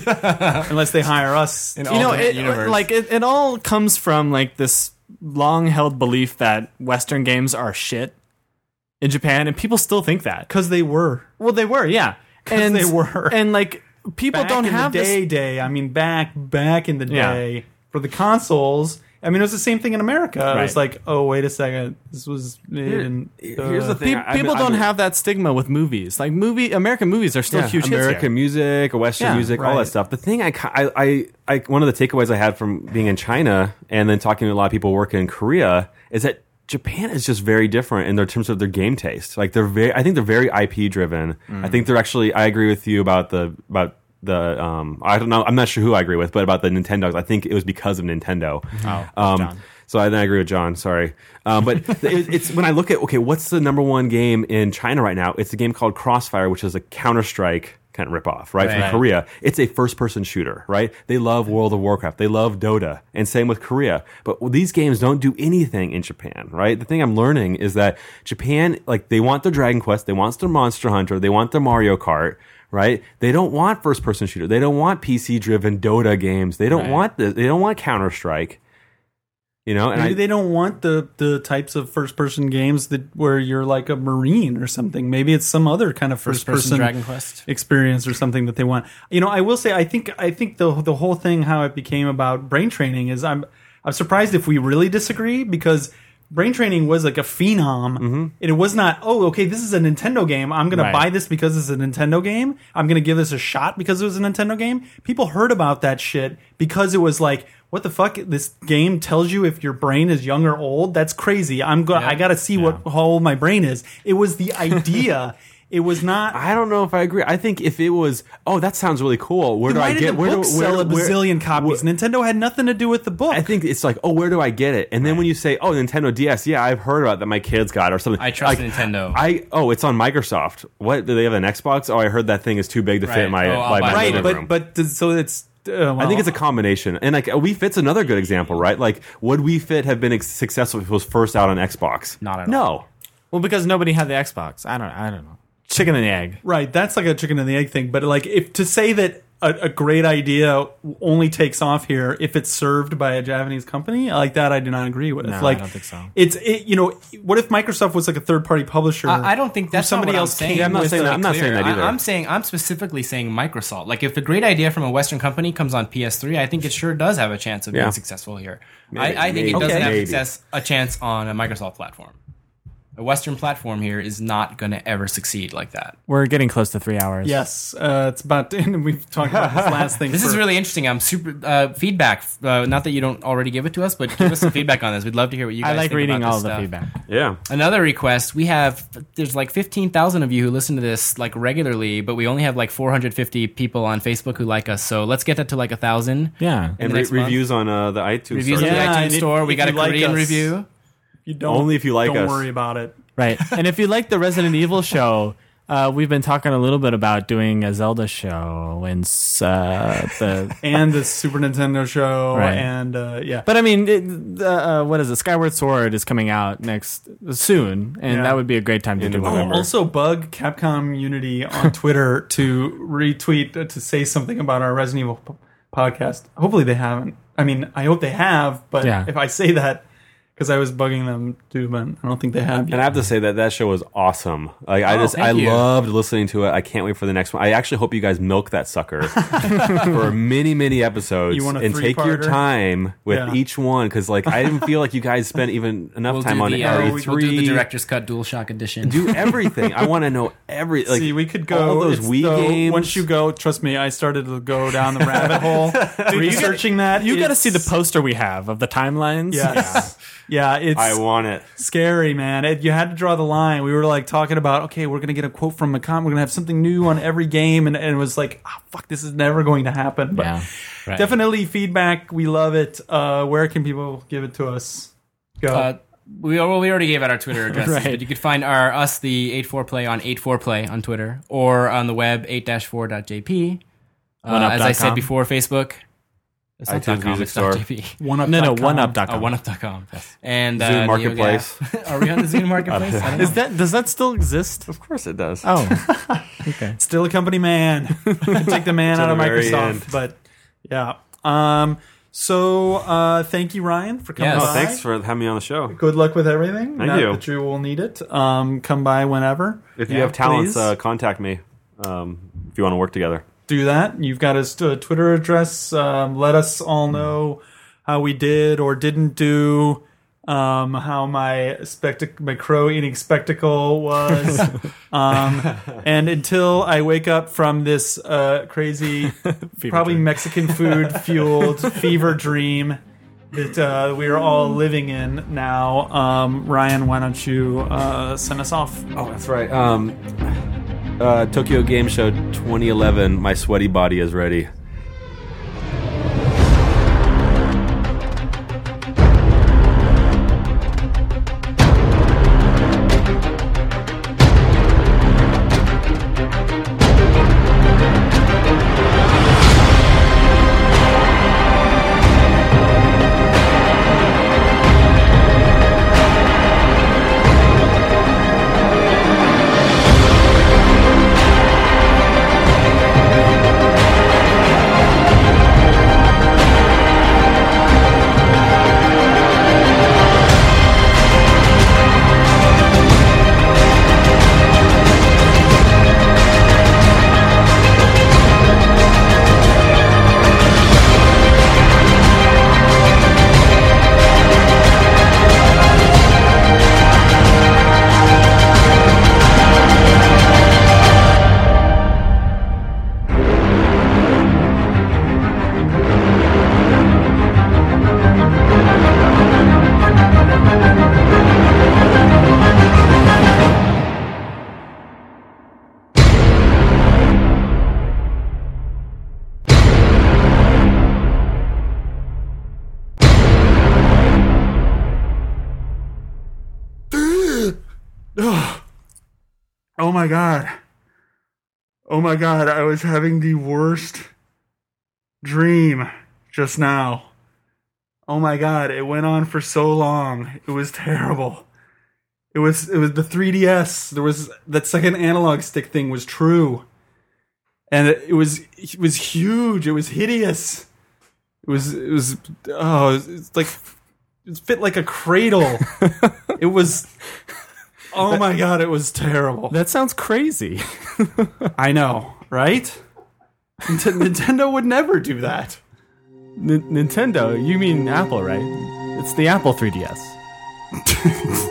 Speaker 6: unless they hire us.
Speaker 3: do. You know, it, like it, it all comes from like this long-held belief that Western games are shit in Japan, and people still think that.
Speaker 6: Because they were.
Speaker 3: Well, they were, yeah, and
Speaker 6: they were.
Speaker 3: and like people
Speaker 6: back
Speaker 3: don't
Speaker 6: in
Speaker 3: have
Speaker 6: the
Speaker 3: this-
Speaker 6: day day. I mean, back back in the
Speaker 3: Yeah.
Speaker 6: day for the consoles. I mean, it was the same thing in America. It was
Speaker 3: Right.
Speaker 6: like, oh wait a second, this was made in.
Speaker 5: here's the
Speaker 6: uh,
Speaker 3: Pe-
Speaker 5: thing. I- I've been-
Speaker 3: people
Speaker 5: I've
Speaker 3: don't
Speaker 5: been-
Speaker 3: have that stigma with movies. Like movie, American movies are still
Speaker 5: Yeah,
Speaker 3: huge. hits here.
Speaker 5: American music, Western
Speaker 3: Yeah,
Speaker 5: music, all
Speaker 6: right.
Speaker 5: that stuff. The thing I, ki- I, I, I, one of the takeaways I had from being in China and then talking to a lot of people working in Korea is that Japan is just very different in their terms of their game taste. Like they're very, I think they're very IP driven. I think they're actually. I agree with you about the about the. Um, I don't know. I'm not sure who I agree with, but about the Nintendo. I think it was because of Nintendo.
Speaker 3: Oh,
Speaker 5: Um,
Speaker 3: John.
Speaker 5: So I, then I agree with John. Sorry, um, but it, it's when I look at okay, what's the number one game in China right now? It's a game called Crossfire, which is a Counter Strike kind of ripoff, right,
Speaker 4: Right.
Speaker 5: from Korea. It's a first-person shooter, right? They love World of Warcraft, they love Dota, and same with Korea. But these games don't do anything in Japan, right? The thing I'm learning is that Japan, like, they want their Dragon Quest, they want their Monster Hunter, they want their Mario Kart. Right? They don't want first person shooter. They don't want PC driven Dota games. They don't want this. They don't want Counter Strike. You know, and
Speaker 6: Maybe
Speaker 5: I,
Speaker 6: they don't want the, the types of first person games that where you're like a marine or something. Maybe it's some other kind of first person
Speaker 4: Dragon Quest.
Speaker 6: experience or something that they want. You know, I will say I think I think the the whole thing how it became about brain training is I'm I'm surprised if we really disagree because brain training was like a phenom and it was not oh okay this is a Nintendo game I'm going
Speaker 3: Right.
Speaker 6: to buy this because it's a Nintendo game I'm going to give this a shot because it was a Nintendo game. People heard about that shit because it was like what the fuck this game tells you if your brain is young or old that's crazy i'm going to i got to see what how old my brain is it was the idea it was not
Speaker 5: I don't know if I agree. I think if it was, oh, that sounds really cool. Where do
Speaker 6: why
Speaker 5: I
Speaker 6: did
Speaker 5: get?
Speaker 6: the
Speaker 5: where
Speaker 6: book
Speaker 5: do
Speaker 6: sell a
Speaker 5: where-
Speaker 6: bazillion
Speaker 5: where-
Speaker 6: copies? Nintendo had nothing to do with the book.
Speaker 5: I think it's like, oh, where do I get it? And then when you say, oh, Nintendo DS, yeah, I've heard about that. My kids got or something.
Speaker 4: I trust
Speaker 5: Like,
Speaker 4: Nintendo.
Speaker 5: I oh, it's on Microsoft. What do they have an Xbox? Oh, I heard that thing is too big to fit
Speaker 4: Right.
Speaker 5: in my,
Speaker 4: Oh, I'll
Speaker 5: like,
Speaker 4: buy
Speaker 5: my
Speaker 4: it.
Speaker 6: right,
Speaker 5: living
Speaker 6: but
Speaker 5: room.
Speaker 6: but th- so it's. Uh, well,
Speaker 5: I think it's a combination, and like uh, Wii Fit's another good example, right? Like, would Wii Fit have been ex- successful if it was first out on Xbox?
Speaker 4: Not at all.
Speaker 5: no.
Speaker 3: Well, because nobody had the Xbox. I don't. I don't know. Chicken and egg.
Speaker 6: right. That's like a chicken and the egg thing. But like, if to say that a, a great idea only takes off here if it's served by a Japanese company like that, I do not agree with.
Speaker 3: I
Speaker 6: like,
Speaker 3: don't think so.
Speaker 6: It's it, you know, what if Microsoft was like a third party publisher?
Speaker 4: I, I don't think that's
Speaker 6: somebody
Speaker 4: somebody
Speaker 6: else
Speaker 4: else
Speaker 6: came
Speaker 4: saying.
Speaker 6: Yeah, I'm not
Speaker 4: Just
Speaker 5: saying
Speaker 4: to
Speaker 5: that-
Speaker 4: be
Speaker 5: I'm not
Speaker 4: clear,
Speaker 5: saying that
Speaker 4: I-
Speaker 5: either.
Speaker 4: I'm saying I'm specifically saying Microsoft. Like if the great idea from a Western company comes on PS3, I think it sure does have a chance of
Speaker 5: Yeah.
Speaker 4: being successful here.
Speaker 5: Maybe,
Speaker 4: I, I think
Speaker 5: maybe,
Speaker 4: it doesn't have
Speaker 5: maybe.
Speaker 4: success a chance on a Microsoft platform. A Western platform here is not going to ever succeed like that.
Speaker 3: We're getting close to three hours.
Speaker 6: yes, uh, it's about. And we've talked about this last thing.
Speaker 4: This is
Speaker 6: for-
Speaker 4: really interesting. I'm super uh, feedback. Uh, not that you don't already give it to us, but give us some feedback on this. We'd love to hear what you guys.
Speaker 3: I like
Speaker 4: think
Speaker 3: reading
Speaker 4: about this
Speaker 3: all the
Speaker 4: stuff.
Speaker 3: feedback.
Speaker 5: Yeah,
Speaker 4: Another request we have there's like 15,000 of you who listen to this like regularly, but we only have like 450 people on Facebook who like us. So let's get that to like a thousand.
Speaker 3: Yeah.
Speaker 5: and
Speaker 4: the
Speaker 5: re-
Speaker 4: next month?
Speaker 5: reviews on uh, the iTunes.
Speaker 4: Reviews
Speaker 5: store.
Speaker 4: on
Speaker 6: Yeah,
Speaker 4: the
Speaker 6: and
Speaker 4: iTunes
Speaker 6: if-
Speaker 4: store. we
Speaker 6: if
Speaker 4: got a
Speaker 6: you like
Speaker 4: Korean
Speaker 6: us-
Speaker 4: review.
Speaker 6: you don't,
Speaker 5: Only if you like
Speaker 6: Don't
Speaker 5: us.
Speaker 6: worry about it.
Speaker 3: Right. and if you like the Resident Evil show, uh, we've been talking a little bit about doing a Zelda show and uh, the.
Speaker 6: And the Super Nintendo show,
Speaker 3: Right.
Speaker 6: and uh, yeah,
Speaker 3: But I mean, it, the, uh, what is it? Skyward Sword is coming out next soon, and
Speaker 6: Yeah.
Speaker 3: that would be a great time to do
Speaker 6: Oh,
Speaker 3: one.
Speaker 6: also bug Capcom Unity on Twitter to retweet uh, to say something about our Resident Evil p- podcast. Hopefully they haven't. I mean, I hope they have, but
Speaker 3: Yeah.
Speaker 6: if I say that, because I was bugging them too, but I don't think they have
Speaker 5: And
Speaker 6: yet.
Speaker 5: I have to say that that show was awesome. Like I just I
Speaker 4: Oh, thank you.
Speaker 5: loved listening to it. I can't wait for the next one. I actually hope you guys milk that sucker for many many episodes
Speaker 6: You want a
Speaker 5: and take your
Speaker 6: three-parter?
Speaker 5: time with
Speaker 6: Yeah.
Speaker 5: each one because like I didn't feel like you guys spent even enough
Speaker 4: We'll
Speaker 5: time
Speaker 4: do
Speaker 5: on
Speaker 4: the,
Speaker 5: every
Speaker 4: uh, we'll
Speaker 5: three.
Speaker 4: do the director's cut DualShock edition.
Speaker 5: do everything. I want to know every. Like,
Speaker 6: See, we could go
Speaker 5: all those
Speaker 6: it's
Speaker 5: Wii
Speaker 6: though-
Speaker 5: games.
Speaker 6: Once you go, trust me, I started to go down the rabbit hole researching that.
Speaker 3: You got to
Speaker 6: It's-
Speaker 3: see the poster we have of the timelines.
Speaker 6: Yes. yeah, it's
Speaker 5: I want it.
Speaker 6: scary, man. It, you had to draw the line. We were like talking about, okay, we're gonna get a quote from Macomb. We're gonna have something new on every game, and, and it was like, ah, fuck, this is never going to happen. But
Speaker 4: Yeah, right.
Speaker 6: definitely feedback. We love it. Uh, where can people give it to us? Go.
Speaker 4: Uh, we, well, we already gave out our Twitter addresses,
Speaker 3: Right.
Speaker 4: but you could find our us the 84play on 84play on Twitter or on the web 8-4.jp. Uh, as I said
Speaker 3: OneUp.com.
Speaker 4: before, Facebook. It's not
Speaker 5: iTunes
Speaker 4: dot com,
Speaker 5: Music
Speaker 4: it's dot
Speaker 5: Store.
Speaker 4: JP.
Speaker 6: one up.
Speaker 3: No, no, one up
Speaker 4: Oh, oneup.com. And uh,
Speaker 5: Zune
Speaker 4: NeoGaf.
Speaker 5: Marketplace.
Speaker 4: Are we on the Zune Marketplace? I don't know.
Speaker 3: Is that does that still exist?
Speaker 5: Of course it does.
Speaker 3: Oh,
Speaker 6: Still a company man. I take the man out
Speaker 5: the
Speaker 6: of
Speaker 5: very
Speaker 6: Microsoft,
Speaker 5: end.
Speaker 6: but yeah. Um. So uh, thank you, Ryan, for coming.
Speaker 4: Yes.
Speaker 6: by.
Speaker 4: Oh,
Speaker 5: Thanks for having me on the show.
Speaker 6: Good luck with everything.
Speaker 5: Thank
Speaker 6: Not
Speaker 5: you.
Speaker 6: That you will need it. Um, come by whenever.
Speaker 5: If you have talents,
Speaker 6: please.
Speaker 5: uh, contact me. Um, if you want to work together.
Speaker 6: do that. You've got his uh, Twitter address. Um, let us all know how we did or didn't do. Um, how my spectac- my crow eating spectacle was. um, and until I wake up from this uh, crazy, probably
Speaker 3: dream.
Speaker 6: Mexican food fueled fever dream that uh, we are all living in now. Um, Ryan, why don't you uh, send us off?
Speaker 5: Oh, that's right. Um, uh, Tokyo Game Show 2011. My sweaty body is ready.
Speaker 6: Oh my god. Oh my god, I was having the worst dream just now. Oh my god, it went on for so long. It was terrible. It was it was the 3DS. There was that second analog stick thing was true. And it, it was it was huge. It was hideous. It was it was oh, it was- it's like it fit like a cradle. it was Oh my god, it was terrible.
Speaker 3: that sounds crazy.
Speaker 6: I know, right? Nint- Nintendo would never do that.
Speaker 3: N- Nintendo, you mean Apple, right? It's the Apple 3DS.